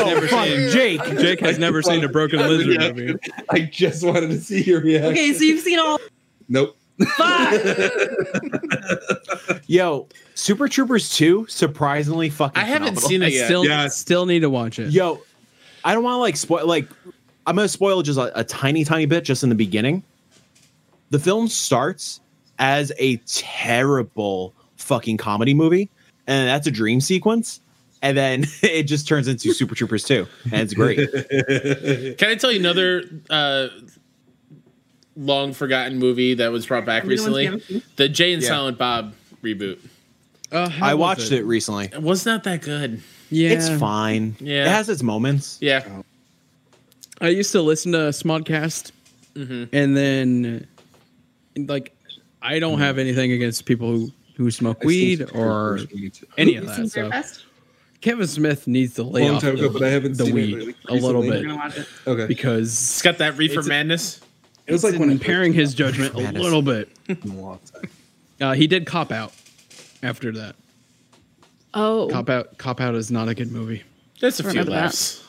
[SPEAKER 4] never seen-
[SPEAKER 2] Oh, Jake.
[SPEAKER 4] Jake has never seen a broken lizard movie.
[SPEAKER 6] I just wanted to see your reaction.
[SPEAKER 3] Okay, so you've seen all.
[SPEAKER 6] Nope.
[SPEAKER 3] Fuck.
[SPEAKER 2] Yo, Super Troopers 2, surprisingly fucking.
[SPEAKER 1] I haven't
[SPEAKER 2] phenomenal.
[SPEAKER 1] seen
[SPEAKER 4] I
[SPEAKER 1] it yet.
[SPEAKER 4] still
[SPEAKER 6] Yeah.
[SPEAKER 4] still need to watch it.
[SPEAKER 2] Yo, I don't want to like spoil. Like, I'm gonna spoil just a, a tiny, tiny bit just in the beginning. The film starts as a terrible fucking comedy movie, and that's a dream sequence, and then it just turns into Super Troopers 2, and it's great.
[SPEAKER 1] Can I tell you another uh, long forgotten movie that was brought back
[SPEAKER 3] Another one's
[SPEAKER 1] recently?
[SPEAKER 3] Yamcha.
[SPEAKER 1] The Jay and
[SPEAKER 2] Yeah.
[SPEAKER 1] Silent Bob reboot.
[SPEAKER 4] Uh, how
[SPEAKER 2] I
[SPEAKER 4] was
[SPEAKER 2] watched it? recently.
[SPEAKER 1] It was not that good.
[SPEAKER 4] Yeah,
[SPEAKER 2] It's fine.
[SPEAKER 1] Yeah.
[SPEAKER 2] It has its moments.
[SPEAKER 1] Yeah.
[SPEAKER 4] I used to listen to Smodcast,
[SPEAKER 1] Mm-hmm.
[SPEAKER 4] and then like I don't have anything against people who who smoke weed or any of that
[SPEAKER 3] You've seen Bear
[SPEAKER 4] stuff.
[SPEAKER 3] Fest?
[SPEAKER 4] Kevin Smith needs to lay
[SPEAKER 6] Long
[SPEAKER 4] off
[SPEAKER 6] time
[SPEAKER 4] the,
[SPEAKER 6] ago, but I haven't
[SPEAKER 4] the
[SPEAKER 6] seen it
[SPEAKER 4] weed
[SPEAKER 6] really
[SPEAKER 4] a little
[SPEAKER 6] recently.
[SPEAKER 3] I'm gonna
[SPEAKER 4] bit
[SPEAKER 3] watch it.
[SPEAKER 6] Okay.
[SPEAKER 1] It's
[SPEAKER 4] because
[SPEAKER 1] got that Reefer
[SPEAKER 4] It's a-
[SPEAKER 1] Madness.
[SPEAKER 6] it was like
[SPEAKER 4] it's
[SPEAKER 6] when I
[SPEAKER 4] impairing his judgment a
[SPEAKER 2] Madness.
[SPEAKER 4] little bit.
[SPEAKER 6] in a long time.
[SPEAKER 4] Uh, he did cop out after that.
[SPEAKER 5] Oh,
[SPEAKER 4] Cop out, cop out is not a good movie.
[SPEAKER 1] That's a
[SPEAKER 5] I
[SPEAKER 1] few
[SPEAKER 5] remember that.
[SPEAKER 1] laughs.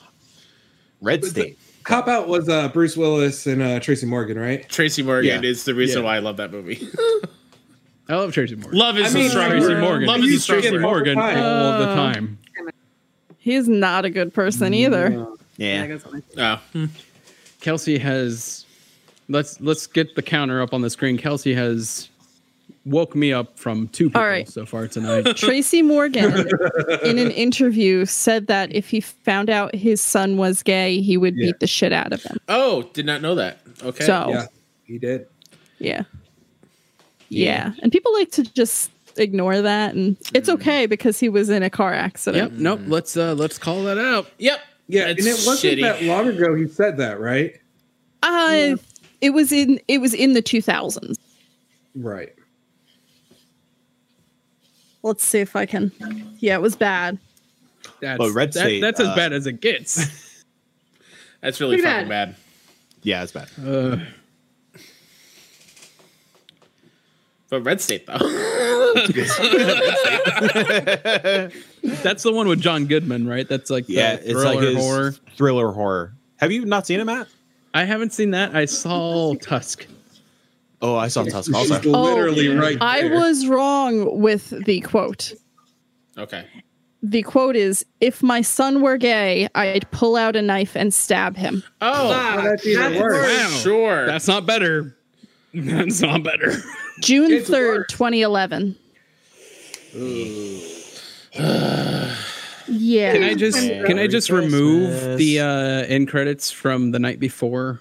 [SPEAKER 2] Red State.
[SPEAKER 6] Cop Out was uh, Bruce Willis and uh, Tracy Morgan, right?
[SPEAKER 1] Tracy Morgan
[SPEAKER 2] Yeah.
[SPEAKER 1] is the reason
[SPEAKER 4] Yeah.
[SPEAKER 1] why I love that movie.
[SPEAKER 4] I love Tracy Morgan.
[SPEAKER 1] love is
[SPEAKER 6] I mean,
[SPEAKER 1] the strong
[SPEAKER 4] Tracy
[SPEAKER 1] word.
[SPEAKER 4] Morgan.
[SPEAKER 1] Love
[SPEAKER 6] You
[SPEAKER 1] is the
[SPEAKER 6] used to
[SPEAKER 1] strong
[SPEAKER 6] get
[SPEAKER 1] word.
[SPEAKER 6] more-
[SPEAKER 4] Morgan
[SPEAKER 6] All the
[SPEAKER 4] all the
[SPEAKER 5] time.
[SPEAKER 4] time.
[SPEAKER 5] he's not a good person either.
[SPEAKER 3] Yeah,
[SPEAKER 2] Yeah.
[SPEAKER 3] that's what I think.
[SPEAKER 1] Oh.
[SPEAKER 4] Kelsey has let's let's get the counter up on the screen. Kelsey has woke me up from two people
[SPEAKER 5] All right.
[SPEAKER 4] so far tonight.
[SPEAKER 5] Tracy Morgan, in an interview, said that if he found out his son was gay, he would
[SPEAKER 6] Yeah.
[SPEAKER 5] beat the shit out of him.
[SPEAKER 1] oh, did not know that. Okay.
[SPEAKER 5] So,
[SPEAKER 6] Yeah, he did.
[SPEAKER 5] yeah. yeah. And people like to just ignore that. And it's okay because he was in a car
[SPEAKER 4] yep,
[SPEAKER 5] accident.
[SPEAKER 4] nope. Let's uh let's call that out.
[SPEAKER 1] Yep.
[SPEAKER 6] Yeah,
[SPEAKER 1] It's
[SPEAKER 6] and it wasn't
[SPEAKER 1] shitty.
[SPEAKER 6] that long ago he said that, right?
[SPEAKER 5] Uh, it was in it was in the 2000s.
[SPEAKER 6] Right.
[SPEAKER 5] Let's see if I can. Yeah, it was bad.
[SPEAKER 4] That's
[SPEAKER 2] Well, Red
[SPEAKER 4] that-
[SPEAKER 2] State,
[SPEAKER 4] that's as
[SPEAKER 2] uh,
[SPEAKER 4] bad as it gets.
[SPEAKER 1] That's really
[SPEAKER 3] Pretty
[SPEAKER 1] fucking bad.
[SPEAKER 2] Yeah, it's bad.
[SPEAKER 4] Uh,
[SPEAKER 1] But Red State though.
[SPEAKER 4] that's the one with John Goodman, right? That's like the
[SPEAKER 2] Yeah, it's like
[SPEAKER 4] thriller
[SPEAKER 2] his
[SPEAKER 4] horror.
[SPEAKER 2] thriller horror. Have you not seen it, Matt?
[SPEAKER 4] I haven't seen that. I saw Tusk.
[SPEAKER 2] Oh, I saw Tusk
[SPEAKER 6] She's
[SPEAKER 2] also.
[SPEAKER 6] literally
[SPEAKER 4] Oh,
[SPEAKER 6] right.
[SPEAKER 5] I
[SPEAKER 6] there.
[SPEAKER 5] was wrong with the quote.
[SPEAKER 1] okay.
[SPEAKER 5] The quote is If my son were gay, I'd pull out a knife and stab him.
[SPEAKER 1] Oh,
[SPEAKER 3] Fuck,
[SPEAKER 6] that's even
[SPEAKER 3] that's
[SPEAKER 6] worse.
[SPEAKER 1] for
[SPEAKER 3] worse.
[SPEAKER 4] Wow.
[SPEAKER 1] sure.
[SPEAKER 4] That's not better. That's not better.
[SPEAKER 5] June
[SPEAKER 6] It's
[SPEAKER 5] 3rd,
[SPEAKER 6] worse.
[SPEAKER 5] 2011. yeah.
[SPEAKER 4] Can I just can I just remove
[SPEAKER 2] Christmas.
[SPEAKER 4] the uh, end credits from the night before,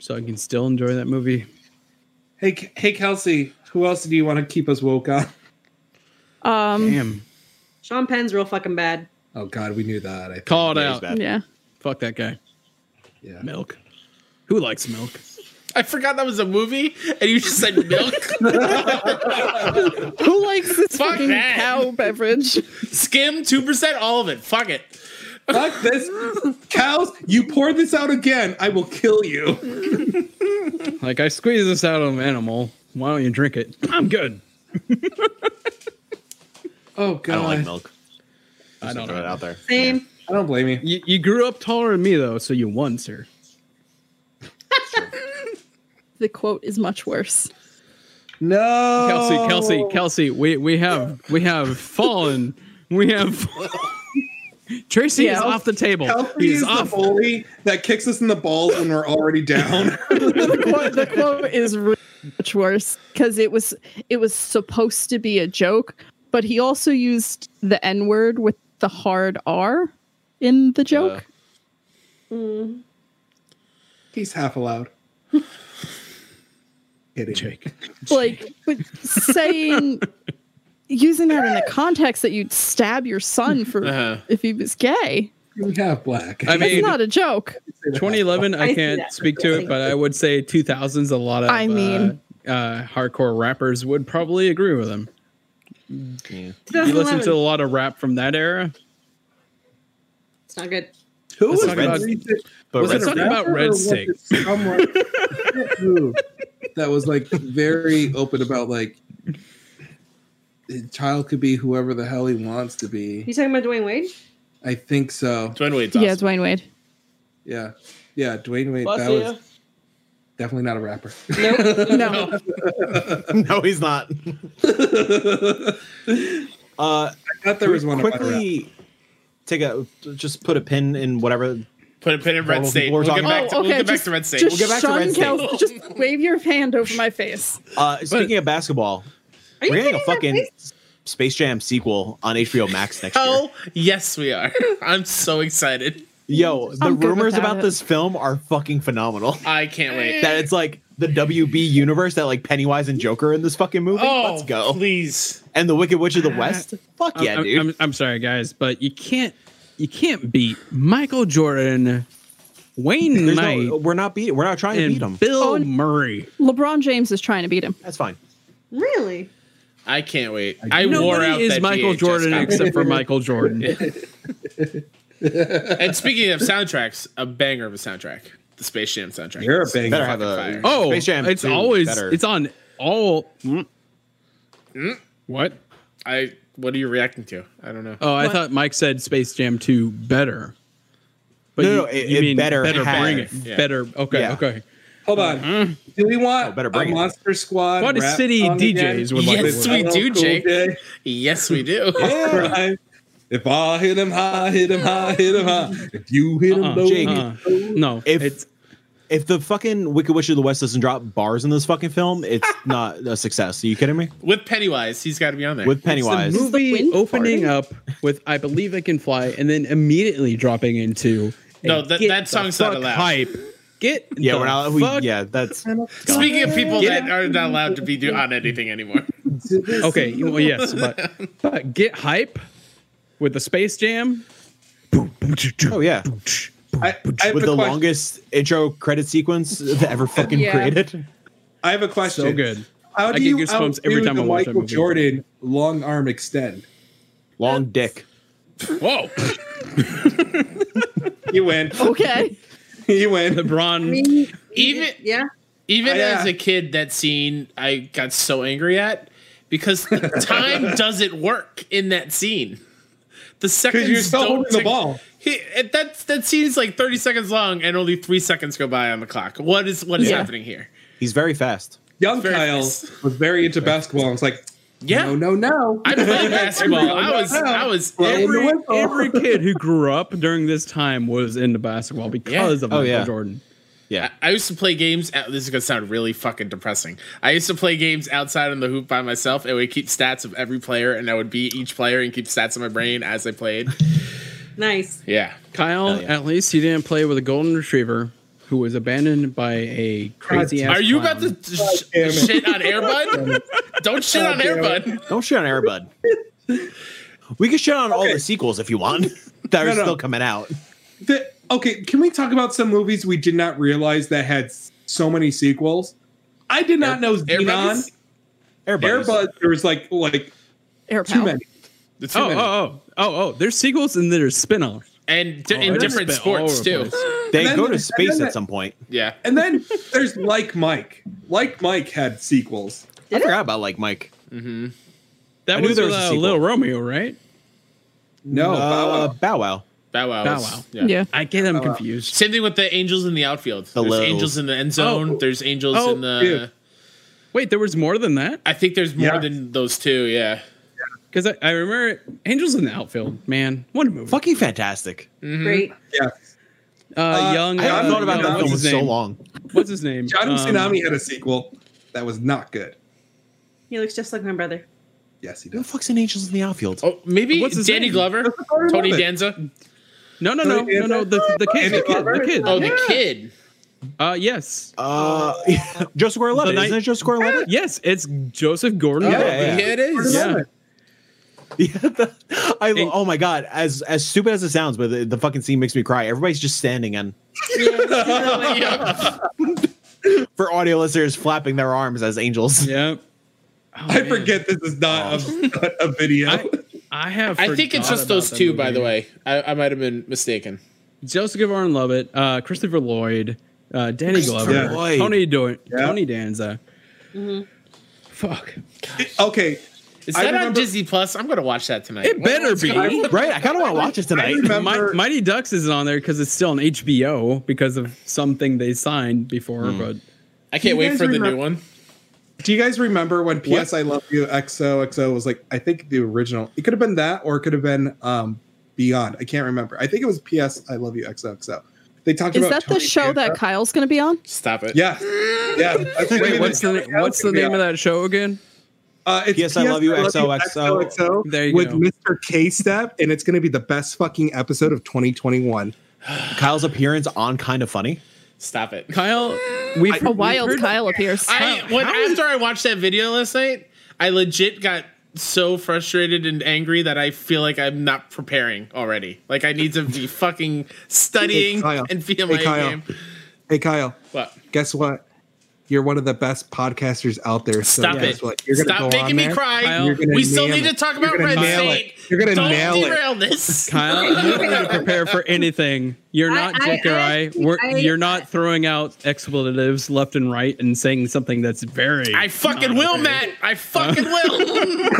[SPEAKER 4] so I can still enjoy that movie?
[SPEAKER 6] Hey, K- hey, Kelsey. Who else do you want to keep us woke on?
[SPEAKER 5] um,
[SPEAKER 4] Damn,
[SPEAKER 3] Sean Penn's real fucking bad.
[SPEAKER 6] Oh God, we knew that. I think.
[SPEAKER 4] call it
[SPEAKER 2] Yeah, he's
[SPEAKER 4] out.
[SPEAKER 2] bad.
[SPEAKER 5] yeah.
[SPEAKER 4] Fuck that guy.
[SPEAKER 6] Yeah.
[SPEAKER 4] Milk. Who likes milk?
[SPEAKER 1] I forgot that was a movie, and you just said milk.
[SPEAKER 5] Who likes this
[SPEAKER 1] Fuck
[SPEAKER 5] fucking
[SPEAKER 1] that.
[SPEAKER 5] cow beverage?
[SPEAKER 1] Skim two percent, all of it. Fuck it.
[SPEAKER 6] Fuck this, cows! You pour this out again, I will kill you.
[SPEAKER 4] Like I squeeze this out of an animal. Why don't you drink it? I'm good.
[SPEAKER 6] Oh
[SPEAKER 2] I
[SPEAKER 6] God,
[SPEAKER 2] don't like milk.
[SPEAKER 4] I don't
[SPEAKER 2] Throw it
[SPEAKER 4] know.
[SPEAKER 2] out there.
[SPEAKER 3] Same.
[SPEAKER 6] I don't blame you.
[SPEAKER 4] You, you grew up taller than me though, so you won, sir.
[SPEAKER 5] The quote is much worse.
[SPEAKER 6] No,
[SPEAKER 4] Kelsey,
[SPEAKER 6] Oh.
[SPEAKER 4] Kelsey, Kelsey. We we have we have fallen. We have. Tracy is
[SPEAKER 5] Yeah.
[SPEAKER 4] off the table.
[SPEAKER 6] Kelsey is
[SPEAKER 4] He's off.
[SPEAKER 6] the bully that kicks us in the balls when we're already down.
[SPEAKER 5] the quote, the quote is really much worse because it was it was supposed to be a joke, but he also used the N word with the hard R in the joke.
[SPEAKER 6] He's half allowed. Kidding.
[SPEAKER 4] Jake.
[SPEAKER 5] like but saying using that in the context that you'd stab your son for
[SPEAKER 1] Uh-huh.
[SPEAKER 5] if he was gay.
[SPEAKER 6] You're half black.
[SPEAKER 4] I
[SPEAKER 5] That's
[SPEAKER 4] mean,
[SPEAKER 5] not a joke.
[SPEAKER 4] 2011
[SPEAKER 3] I
[SPEAKER 4] i
[SPEAKER 3] see
[SPEAKER 4] can't
[SPEAKER 3] that.
[SPEAKER 4] speak to it but i would say 2000s a lot of
[SPEAKER 5] I mean-
[SPEAKER 4] uh, uh, hardcore rappers would probably agree with him you listen to a
[SPEAKER 3] 2011.
[SPEAKER 4] lot of rap from that era
[SPEAKER 3] It's not good.
[SPEAKER 6] Who
[SPEAKER 4] Let's
[SPEAKER 6] was
[SPEAKER 4] talk about-
[SPEAKER 6] recent-
[SPEAKER 2] But
[SPEAKER 4] Was it
[SPEAKER 2] Red
[SPEAKER 4] a
[SPEAKER 2] State,
[SPEAKER 4] rap? about
[SPEAKER 6] rapper or
[SPEAKER 4] Red
[SPEAKER 6] was
[SPEAKER 4] State.
[SPEAKER 6] it someone- Who? that was like very open about like the child could be whoever the hell he wants to
[SPEAKER 3] You
[SPEAKER 6] be.
[SPEAKER 3] talking about Dwayne Wade?
[SPEAKER 6] I think so.
[SPEAKER 1] Dwayne Wade's
[SPEAKER 5] yeah,
[SPEAKER 1] awesome.
[SPEAKER 5] Dwayne Wade.
[SPEAKER 6] Yeah, yeah. Dwayne Wade.
[SPEAKER 7] Bless
[SPEAKER 6] that
[SPEAKER 7] you.
[SPEAKER 6] was definitely not a rapper.
[SPEAKER 7] Nope.
[SPEAKER 5] No,
[SPEAKER 2] no, he's not. Uh,
[SPEAKER 6] I thought there was one about that.
[SPEAKER 2] quickly. Take a just put a pin in whatever.
[SPEAKER 1] Put a pin in Red
[SPEAKER 2] Well,
[SPEAKER 1] State.
[SPEAKER 2] we're
[SPEAKER 1] We'll get
[SPEAKER 2] talking-
[SPEAKER 1] back, to,
[SPEAKER 5] Oh,
[SPEAKER 1] we'll
[SPEAKER 5] okay,
[SPEAKER 1] get back
[SPEAKER 5] just-
[SPEAKER 1] to Red State.
[SPEAKER 5] just
[SPEAKER 2] We'll get back to
[SPEAKER 5] shun
[SPEAKER 2] Red State.
[SPEAKER 5] Kel- Just wave your hand over my face.
[SPEAKER 2] Uh, speaking of basketball,
[SPEAKER 3] Are you
[SPEAKER 2] we're getting a
[SPEAKER 3] kidding my
[SPEAKER 2] fucking
[SPEAKER 3] face?
[SPEAKER 2] Space Jam sequel on HBO Max next year.
[SPEAKER 1] Hell yes, we are. I'm so excited.
[SPEAKER 2] Yo, the
[SPEAKER 5] I'm good
[SPEAKER 2] rumors
[SPEAKER 5] without
[SPEAKER 2] about
[SPEAKER 5] it.
[SPEAKER 2] this film are fucking phenomenal.
[SPEAKER 1] I can't wait.
[SPEAKER 2] that it's like the WB universe that like Pennywise and Joker are in this fucking movie.
[SPEAKER 1] Oh,
[SPEAKER 2] Let's go.
[SPEAKER 1] please.
[SPEAKER 2] And the Wicked Witch of the West. Fuck
[SPEAKER 4] I'm-
[SPEAKER 2] yeah,
[SPEAKER 4] I'm,
[SPEAKER 2] dude.
[SPEAKER 4] I'm, I'm sorry, guys, but you can't you can't beat Michael Jordan, Wayne
[SPEAKER 2] There's
[SPEAKER 4] Knight,
[SPEAKER 2] no, we're not beat. We're not trying to beat them.
[SPEAKER 4] and Bill
[SPEAKER 5] Oh, and-
[SPEAKER 4] Murray.
[SPEAKER 5] LeBron James is trying to beat him.
[SPEAKER 2] That's fine.
[SPEAKER 3] Really?
[SPEAKER 1] I can't wait. I wore
[SPEAKER 4] Nobody
[SPEAKER 1] out
[SPEAKER 4] is
[SPEAKER 1] that
[SPEAKER 4] Michael
[SPEAKER 1] VHS
[SPEAKER 4] Jordan
[SPEAKER 1] copy.
[SPEAKER 4] except for Michael Jordan.
[SPEAKER 1] and speaking of soundtracks, a banger of a soundtrack. The Space Jam soundtrack.
[SPEAKER 6] You're a
[SPEAKER 1] It's
[SPEAKER 6] banger
[SPEAKER 1] fucking
[SPEAKER 2] of a-
[SPEAKER 1] fire.
[SPEAKER 2] Oh,
[SPEAKER 4] Oh,
[SPEAKER 2] Space Jam
[SPEAKER 4] it's
[SPEAKER 2] 2 is
[SPEAKER 4] always
[SPEAKER 2] better. Mm.
[SPEAKER 4] it's on all. mm. What?
[SPEAKER 1] I what are you reacting to? I don't know.
[SPEAKER 4] Oh, I
[SPEAKER 5] What?
[SPEAKER 4] thought Mike said Space Jam Two better. But
[SPEAKER 2] No, no, it- it better
[SPEAKER 4] better
[SPEAKER 2] has.
[SPEAKER 4] bring it
[SPEAKER 1] Yeah.
[SPEAKER 4] better. Okay,
[SPEAKER 2] Yeah.
[SPEAKER 4] okay.
[SPEAKER 6] Hold on.
[SPEAKER 1] Mm-hmm.
[SPEAKER 4] Mm.
[SPEAKER 6] Do we want
[SPEAKER 2] Oh, better
[SPEAKER 6] a
[SPEAKER 2] bring it.
[SPEAKER 6] Monster Squad?
[SPEAKER 4] What is
[SPEAKER 6] rap
[SPEAKER 4] City
[SPEAKER 6] song again?
[SPEAKER 4] DJs would like
[SPEAKER 1] Yes,
[SPEAKER 4] to
[SPEAKER 1] we
[SPEAKER 4] work?
[SPEAKER 6] Hello,
[SPEAKER 1] do,
[SPEAKER 6] cool
[SPEAKER 1] Jake.
[SPEAKER 6] J.
[SPEAKER 1] yes, we do.
[SPEAKER 6] Alright. If I hit him high, hit him high, hit him high. If you hit him
[SPEAKER 4] Uh-uh,
[SPEAKER 6] low,
[SPEAKER 2] Jake.
[SPEAKER 4] uh-uh.
[SPEAKER 6] hit him low.
[SPEAKER 4] No,
[SPEAKER 2] If-
[SPEAKER 4] it's
[SPEAKER 2] If the fucking Wicked Witch of the West doesn't drop bars in this fucking film, it's not a success. Are you kidding me?
[SPEAKER 1] With Pennywise, he's got to be on there.
[SPEAKER 2] With
[SPEAKER 4] It's
[SPEAKER 2] Pennywise.
[SPEAKER 4] the
[SPEAKER 5] The
[SPEAKER 4] movie
[SPEAKER 5] wind
[SPEAKER 4] opening
[SPEAKER 5] farting?
[SPEAKER 4] up with "I Believe I Can Fly" and then immediately dropping into
[SPEAKER 1] No,
[SPEAKER 4] a
[SPEAKER 1] that-
[SPEAKER 4] get
[SPEAKER 1] that
[SPEAKER 4] the
[SPEAKER 1] song's not
[SPEAKER 4] fuck
[SPEAKER 1] allowed.
[SPEAKER 4] Hype. Get
[SPEAKER 2] yeah,
[SPEAKER 4] the
[SPEAKER 2] we're not. We,
[SPEAKER 4] fuck-
[SPEAKER 2] yeah, that's.
[SPEAKER 1] Speaking of people
[SPEAKER 4] Get
[SPEAKER 1] that are not allowed to be do- on anything anymore.
[SPEAKER 4] Okay, well, yes, but, but get hype with the Space Jam.
[SPEAKER 2] Oh yeah,
[SPEAKER 6] I, I have
[SPEAKER 2] with
[SPEAKER 6] a
[SPEAKER 2] the
[SPEAKER 6] question.
[SPEAKER 2] longest intro credit sequence that ever fucking
[SPEAKER 5] Yeah.
[SPEAKER 2] created.
[SPEAKER 6] I have a question.
[SPEAKER 4] So good.
[SPEAKER 6] How
[SPEAKER 4] I
[SPEAKER 6] do
[SPEAKER 4] get
[SPEAKER 6] you
[SPEAKER 4] goosebumps
[SPEAKER 6] outdo
[SPEAKER 4] every time
[SPEAKER 6] the
[SPEAKER 4] I watch that
[SPEAKER 6] Michael
[SPEAKER 4] movie.
[SPEAKER 6] Jordan long arm extend?
[SPEAKER 2] Long dick.
[SPEAKER 1] Whoa.
[SPEAKER 6] You win.
[SPEAKER 5] Okay.
[SPEAKER 6] You win.
[SPEAKER 3] I
[SPEAKER 4] LeBron.
[SPEAKER 3] mean,
[SPEAKER 1] Even-
[SPEAKER 3] yeah.
[SPEAKER 1] Even
[SPEAKER 6] Oh, yeah.
[SPEAKER 1] as a kid, that scene I got so angry at because the time doesn't work in that scene. The seconds
[SPEAKER 6] Because you're still
[SPEAKER 1] don't
[SPEAKER 6] holding the
[SPEAKER 1] tick-
[SPEAKER 6] ball.
[SPEAKER 1] He, it, that that scene is like 30 seconds long, and only three seconds go by on the clock. What is what is
[SPEAKER 5] Yeah.
[SPEAKER 1] happening here?
[SPEAKER 2] He's very fast.
[SPEAKER 6] Young
[SPEAKER 1] Very
[SPEAKER 6] Kyle
[SPEAKER 1] nice.
[SPEAKER 6] was very into basketball. I was like,
[SPEAKER 1] Yeah,
[SPEAKER 6] no, no, no.
[SPEAKER 1] I played basketball. I was I was
[SPEAKER 6] Well, in the
[SPEAKER 4] Every,
[SPEAKER 6] whistle.
[SPEAKER 4] every kid who grew up during this time was into basketball because of
[SPEAKER 2] Oh,
[SPEAKER 4] Michael
[SPEAKER 2] yeah.
[SPEAKER 4] Jordan.
[SPEAKER 2] Yeah,
[SPEAKER 1] I used to play games. At, this is gonna sound really fucking depressing. I used to play games outside on the hoop by myself, and would keep stats of every player, and I would beat each player and keep stats in my brain as I played.
[SPEAKER 3] Nice.
[SPEAKER 1] Yeah,
[SPEAKER 4] Kyle,
[SPEAKER 2] Hell yeah.
[SPEAKER 4] at least he didn't play with a golden retriever who was abandoned by a crazy ass.
[SPEAKER 1] Are you about to
[SPEAKER 6] damn
[SPEAKER 1] sh-
[SPEAKER 6] it.
[SPEAKER 1] shit on Airbud? Don't shit on
[SPEAKER 6] damn
[SPEAKER 1] Airbud.
[SPEAKER 2] don't shit on Airbud. we can shit on all
[SPEAKER 6] Okay.
[SPEAKER 2] the sequels if you want that are
[SPEAKER 6] No, no.
[SPEAKER 2] still coming out.
[SPEAKER 6] The- okay, can we talk about some movies we did not realize that had s- so many sequels? I did not know Xenon.
[SPEAKER 1] Airbud.
[SPEAKER 2] Airbud.
[SPEAKER 6] Airbud, there was like like
[SPEAKER 5] Air
[SPEAKER 6] too
[SPEAKER 5] pal.
[SPEAKER 6] many.
[SPEAKER 1] It's too
[SPEAKER 4] Oh,
[SPEAKER 1] many.
[SPEAKER 4] oh, oh, oh, oh! There's sequels and there's spin-offs.
[SPEAKER 1] And di-
[SPEAKER 4] Oh, I
[SPEAKER 1] in
[SPEAKER 4] just
[SPEAKER 1] different
[SPEAKER 4] spit all
[SPEAKER 1] sports too.
[SPEAKER 4] over the place.
[SPEAKER 2] They
[SPEAKER 6] And
[SPEAKER 2] go
[SPEAKER 6] then-
[SPEAKER 2] to
[SPEAKER 6] and
[SPEAKER 2] space
[SPEAKER 6] then
[SPEAKER 2] at
[SPEAKER 6] the-
[SPEAKER 2] some point.
[SPEAKER 1] Yeah.
[SPEAKER 6] And then there's Like Mike. Like Mike had sequels.
[SPEAKER 2] I forgot about like Mike.
[SPEAKER 1] Mm-hmm.
[SPEAKER 4] That
[SPEAKER 2] I knew
[SPEAKER 4] was,
[SPEAKER 2] there was a
[SPEAKER 4] uh,
[SPEAKER 2] sequel.
[SPEAKER 4] Little Romeo, right?
[SPEAKER 6] No, Oh, Bow Wow.
[SPEAKER 2] uh, Bow Wow.
[SPEAKER 1] Bow wow.
[SPEAKER 4] Bow
[SPEAKER 1] is-
[SPEAKER 4] Wow.
[SPEAKER 5] Yeah.
[SPEAKER 4] I get
[SPEAKER 2] Uh,
[SPEAKER 4] them
[SPEAKER 6] Oh, wow.
[SPEAKER 4] confused.
[SPEAKER 1] Same thing with the angels in the outfield.
[SPEAKER 2] The
[SPEAKER 1] there's
[SPEAKER 2] little-
[SPEAKER 1] angels in the end zone.
[SPEAKER 4] Oh.
[SPEAKER 1] There's angels
[SPEAKER 4] Oh,
[SPEAKER 1] in the.
[SPEAKER 6] dude.
[SPEAKER 4] Wait, there was more than that?
[SPEAKER 1] I think there's more
[SPEAKER 6] Yeah.
[SPEAKER 1] than those two. Yeah.
[SPEAKER 4] Because I, I remember Angels in the Outfield, man. What a movie.
[SPEAKER 2] Fucking fantastic.
[SPEAKER 1] Mhm.
[SPEAKER 3] Great.
[SPEAKER 6] yeah.
[SPEAKER 4] uh,
[SPEAKER 6] Uh,
[SPEAKER 4] young.
[SPEAKER 2] I haven't
[SPEAKER 4] uh,
[SPEAKER 2] thought about
[SPEAKER 4] young-
[SPEAKER 2] that
[SPEAKER 4] what's
[SPEAKER 2] film in
[SPEAKER 4] his
[SPEAKER 2] so
[SPEAKER 4] name?
[SPEAKER 2] long.
[SPEAKER 4] What's his name?
[SPEAKER 6] John
[SPEAKER 4] Um,
[SPEAKER 6] Tsunami had a sequel that was not good.
[SPEAKER 3] He looks just like my brother.
[SPEAKER 6] Yes, he
[SPEAKER 2] Who the
[SPEAKER 6] does.
[SPEAKER 2] fuck's in Angels in the Outfield?
[SPEAKER 1] Oh, maybe
[SPEAKER 4] What's his
[SPEAKER 1] Danny
[SPEAKER 4] name?
[SPEAKER 1] Glover, Tony Danza.
[SPEAKER 4] No, no, no,
[SPEAKER 6] Tony
[SPEAKER 4] no, no. The, the kid,
[SPEAKER 6] Danza?
[SPEAKER 4] the kid, the kid.
[SPEAKER 1] Oh, the kid.
[SPEAKER 4] Uh, yes,
[SPEAKER 2] Uh, Joseph Gordon-Levitt.
[SPEAKER 4] The night-
[SPEAKER 2] Isn't it Joseph Gordon-Levitt?
[SPEAKER 4] yes. It's Joseph Gordon.
[SPEAKER 2] Yeah,
[SPEAKER 1] oh,
[SPEAKER 2] yeah.
[SPEAKER 1] yeah, it is.
[SPEAKER 4] Yeah.
[SPEAKER 2] Yeah. the- I,
[SPEAKER 4] And-
[SPEAKER 2] oh my god. As as stupid as it sounds, but the, the fucking scene makes me cry. Everybody's just standing and
[SPEAKER 1] Yeah.
[SPEAKER 2] for audio listeners flapping their arms as angels.
[SPEAKER 4] Yep. Oh,
[SPEAKER 6] I
[SPEAKER 4] man.
[SPEAKER 6] forget this is not a, a video.
[SPEAKER 4] Oh. I, I have.
[SPEAKER 1] I think it's
[SPEAKER 4] forgot
[SPEAKER 1] just those
[SPEAKER 4] about that
[SPEAKER 1] two, by
[SPEAKER 4] movie.
[SPEAKER 1] the way. I, I might have been mistaken.
[SPEAKER 4] Joseph Gordon-Levitt, uh, Christopher Lloyd, uh, Danny Glover,
[SPEAKER 6] Yeah.
[SPEAKER 2] Lloyd.
[SPEAKER 4] Tony Do-
[SPEAKER 6] Yeah.
[SPEAKER 4] Tony Danza.
[SPEAKER 3] Mhm.
[SPEAKER 4] Fuck.
[SPEAKER 6] okay,
[SPEAKER 1] Is
[SPEAKER 6] I
[SPEAKER 1] that on
[SPEAKER 6] remember-
[SPEAKER 1] Disney Plus? I'm gonna watch that tonight.
[SPEAKER 4] It better be.
[SPEAKER 2] Right? I kind of want to watch it tonight.
[SPEAKER 6] remember-
[SPEAKER 4] Mi- Mighty Ducks isn't on there because it's still on HBO because of something they signed before.
[SPEAKER 1] Hmm.
[SPEAKER 4] But
[SPEAKER 1] I can't
[SPEAKER 6] You
[SPEAKER 1] wait
[SPEAKER 6] guys
[SPEAKER 1] for the
[SPEAKER 6] remember-
[SPEAKER 1] new one.
[SPEAKER 6] Do you guys remember when PS I Love You XOXO was like, I think the original, it could have been that or it could have been um, Beyond. I can't remember. I think it was PS I Love You XOXO. They talked
[SPEAKER 5] Is
[SPEAKER 6] about
[SPEAKER 5] that the
[SPEAKER 6] Tony
[SPEAKER 5] show that
[SPEAKER 6] Danza.
[SPEAKER 5] Kyle's going to be on?
[SPEAKER 1] Stop it.
[SPEAKER 6] Yeah. Yeah. That's gonna be
[SPEAKER 4] wait, what's the what's the name of that show again?
[SPEAKER 6] Uh, it's
[SPEAKER 2] PS I Love You XOXO.
[SPEAKER 6] XOXO
[SPEAKER 4] There you
[SPEAKER 6] with
[SPEAKER 4] go.
[SPEAKER 6] Mr. K Step, and it's going to be the best fucking episode of 2021.
[SPEAKER 2] Kyle's appearance on Kind of Funny.
[SPEAKER 1] Stop it.
[SPEAKER 4] Kyle. We've,
[SPEAKER 5] A
[SPEAKER 4] we've
[SPEAKER 5] wild
[SPEAKER 4] heard-
[SPEAKER 5] Kyle appears.
[SPEAKER 1] I when,
[SPEAKER 4] how is-
[SPEAKER 1] after I watched that video last night, I legit got so frustrated and angry that I feel like I'm not preparing already. Like I need to be fucking studying
[SPEAKER 6] Hey, Kyle.
[SPEAKER 1] and be in my
[SPEAKER 6] Hey, Kyle.
[SPEAKER 1] game.
[SPEAKER 6] Hey, Kyle,
[SPEAKER 1] What?
[SPEAKER 6] guess what? You're one of the best podcasters out there. So
[SPEAKER 1] Stop
[SPEAKER 6] guess
[SPEAKER 1] it!
[SPEAKER 6] What? You're gonna go
[SPEAKER 1] Stop
[SPEAKER 6] on
[SPEAKER 1] making me
[SPEAKER 6] there.
[SPEAKER 1] cry.
[SPEAKER 4] Kyle,
[SPEAKER 6] You're gonna
[SPEAKER 1] We still
[SPEAKER 6] nail
[SPEAKER 1] need to
[SPEAKER 6] it.
[SPEAKER 1] talk about
[SPEAKER 6] You're gonna
[SPEAKER 1] Red
[SPEAKER 6] nail it.
[SPEAKER 1] State.
[SPEAKER 6] You're gonna
[SPEAKER 1] Don't
[SPEAKER 6] nail it.
[SPEAKER 1] derail this.
[SPEAKER 4] Kyle, you don't need to prepare for anything. You're
[SPEAKER 3] I-
[SPEAKER 4] not
[SPEAKER 3] I-
[SPEAKER 4] Jake or
[SPEAKER 3] I
[SPEAKER 4] I.
[SPEAKER 3] actually-
[SPEAKER 4] We're,
[SPEAKER 3] I-
[SPEAKER 4] you're not throwing out expletives left and right and saying something that's very.
[SPEAKER 1] I fucking will, Matt. I fucking will.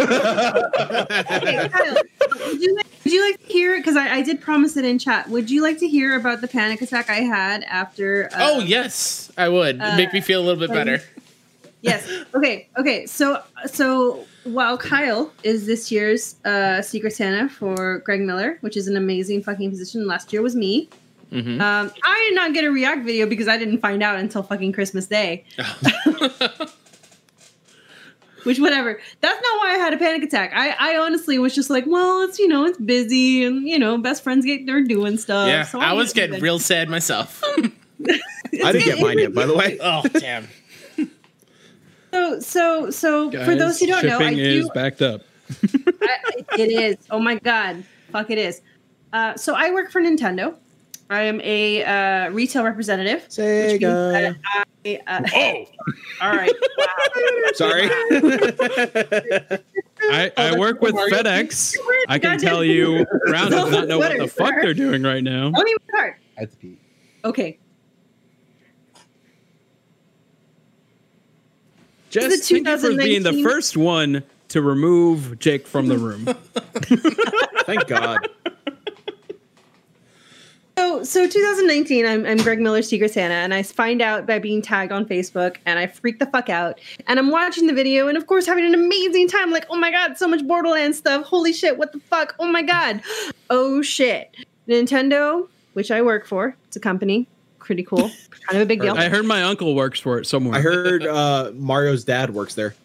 [SPEAKER 3] Okay, Kyle, would you like, would you like to hear Because I, I did promise it in chat. Would you like to hear about the panic attack I had after? Uh,
[SPEAKER 1] oh yes, I would. It'd Make me feel a little bit
[SPEAKER 3] uh,
[SPEAKER 1] better.
[SPEAKER 3] yes. Okay. Okay. So so while Kyle is this year's uh, Secret Santa for Greg Miller, which is an amazing fucking position. Last year was me.
[SPEAKER 1] Mhm.
[SPEAKER 3] Um, I did not get a React video because I didn't find out until fucking Christmas Day. Which, whatever. That's not why I had a panic attack. I, I honestly was just like, well, it's you know, it's busy, and you know, best friends get they're doing stuff.
[SPEAKER 1] yeah,
[SPEAKER 3] uh, so
[SPEAKER 1] I
[SPEAKER 3] I'm
[SPEAKER 1] was
[SPEAKER 3] gonna do
[SPEAKER 1] getting
[SPEAKER 3] that.
[SPEAKER 1] real sad myself.
[SPEAKER 2] I didn't get mine yet, by the way.
[SPEAKER 1] oh damn.
[SPEAKER 3] So so so for
[SPEAKER 4] Guys,
[SPEAKER 3] those who don't know, I
[SPEAKER 4] shipping is
[SPEAKER 3] do
[SPEAKER 4] backed up.
[SPEAKER 3] I, it is. Oh my god, fuck it is. Uh, so I work for Nintendo. I am a uh, retail representative. Which means that I, uh,
[SPEAKER 1] Oh.
[SPEAKER 3] all right. Wow.
[SPEAKER 2] Sorry.
[SPEAKER 4] I,
[SPEAKER 3] Oh,
[SPEAKER 4] I work with
[SPEAKER 3] Mario.
[SPEAKER 4] FedEx.
[SPEAKER 3] Where's
[SPEAKER 4] I can
[SPEAKER 3] goddamn-
[SPEAKER 4] tell you, Brown does
[SPEAKER 3] Those
[SPEAKER 4] not know what the
[SPEAKER 3] letters,
[SPEAKER 4] fuck
[SPEAKER 3] sir.
[SPEAKER 4] they're doing right now.
[SPEAKER 3] Don't even start.
[SPEAKER 6] That's Pete.
[SPEAKER 3] Okay.
[SPEAKER 4] Just thank you for being the
[SPEAKER 3] 2019
[SPEAKER 4] first one to remove Jake from the room.
[SPEAKER 2] Thank God.
[SPEAKER 3] So, so 2019, I'm, I'm Greg Miller's Secret Santa, and I find out by being tagged on Facebook, and I freak the fuck out. And I'm watching the video, and of course, having an amazing time. Like, oh my god, so much Borderlands stuff. Holy shit, what the fuck? Oh my god. Oh shit. Nintendo, which I work for, it's a company, pretty cool, kind of a big deal.
[SPEAKER 4] I heard my uncle works for it somewhere.
[SPEAKER 2] I heard uh, Mario's dad works there.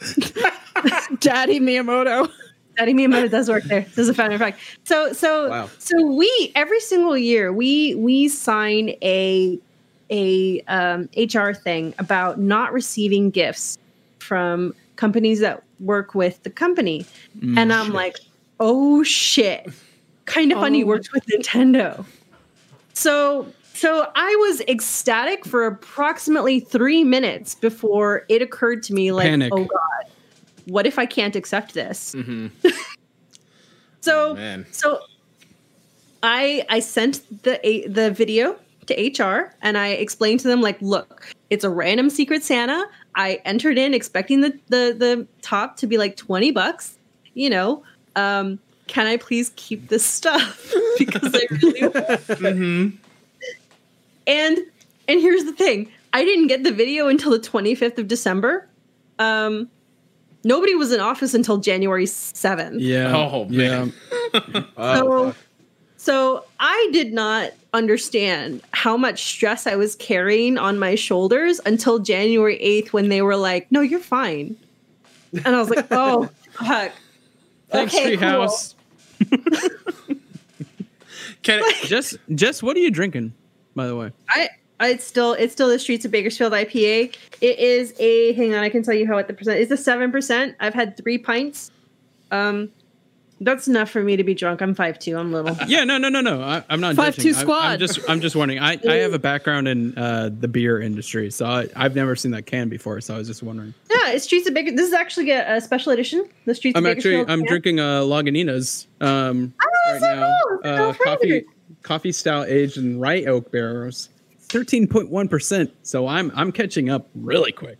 [SPEAKER 5] Daddy Miyamoto.
[SPEAKER 3] Daddy Miyamoto does work there. This is a founder fact. So so
[SPEAKER 2] Wow.
[SPEAKER 3] so we every single year we we sign a a um, HR thing about not receiving gifts from companies that work with the company, and I'm like, oh shit, kind of funny.
[SPEAKER 5] Oh.
[SPEAKER 3] Works with Nintendo. So so I was ecstatic for approximately three minutes before it occurred to me like,
[SPEAKER 4] Panic.
[SPEAKER 3] oh god, what if I can't accept this?
[SPEAKER 1] Mhm.
[SPEAKER 3] So
[SPEAKER 1] Oh, Man.
[SPEAKER 3] so I I sent the a- the video to HR and I explained to them like, look, it's a random Secret Santa. I entered in expecting the the the top to be like twenty bucks. You know, um, can I please keep this stuff because I really want it." and and here's the thing: I didn't get the video until the twenty fifth of December. Um, nobody was in office until January seventh.
[SPEAKER 4] yeah.
[SPEAKER 1] Oh, man.
[SPEAKER 2] Oh,
[SPEAKER 3] So, so I did not understand how much stress I was carrying on my shoulders until January 8th when they were like, no, you're fine. And I was like, oh, fuck.
[SPEAKER 4] Thanks,
[SPEAKER 3] Okay, cool.
[SPEAKER 4] Treehouse.
[SPEAKER 1] Can I,
[SPEAKER 4] Just, just what are you drinking, by the way?
[SPEAKER 3] I, I- it's still it's still the streets of Bakersfield IPA. It is a hang on, I can tell you how what the percent is. The seven percent. I've had three pints. Um, that's enough for me to be drunk. I'm five two. I'm little.
[SPEAKER 4] Yeah, no, no, no, no. I, I'm not
[SPEAKER 5] Five
[SPEAKER 4] judging.
[SPEAKER 5] two
[SPEAKER 4] I- I'm
[SPEAKER 5] squad.
[SPEAKER 4] just, I'm just wondering. I, I have a background in uh, the beer industry, so I, I've never seen that can before. So I was just wondering.
[SPEAKER 3] yeah, it's streets of Baker. This is actually a, a special edition. The streets.
[SPEAKER 4] I'm
[SPEAKER 3] of
[SPEAKER 4] actually,
[SPEAKER 3] Bakersfield
[SPEAKER 4] I'm
[SPEAKER 3] can.
[SPEAKER 4] drinking uh, Lagunitas um,
[SPEAKER 3] Oh,
[SPEAKER 4] right
[SPEAKER 3] so
[SPEAKER 4] now.
[SPEAKER 3] cool. It's
[SPEAKER 4] Uh,
[SPEAKER 3] so
[SPEAKER 4] coffee,
[SPEAKER 3] friendly.
[SPEAKER 4] coffee style aged in rye oak barrels, thirteen point one percent. So I'm, I'm catching up really quick.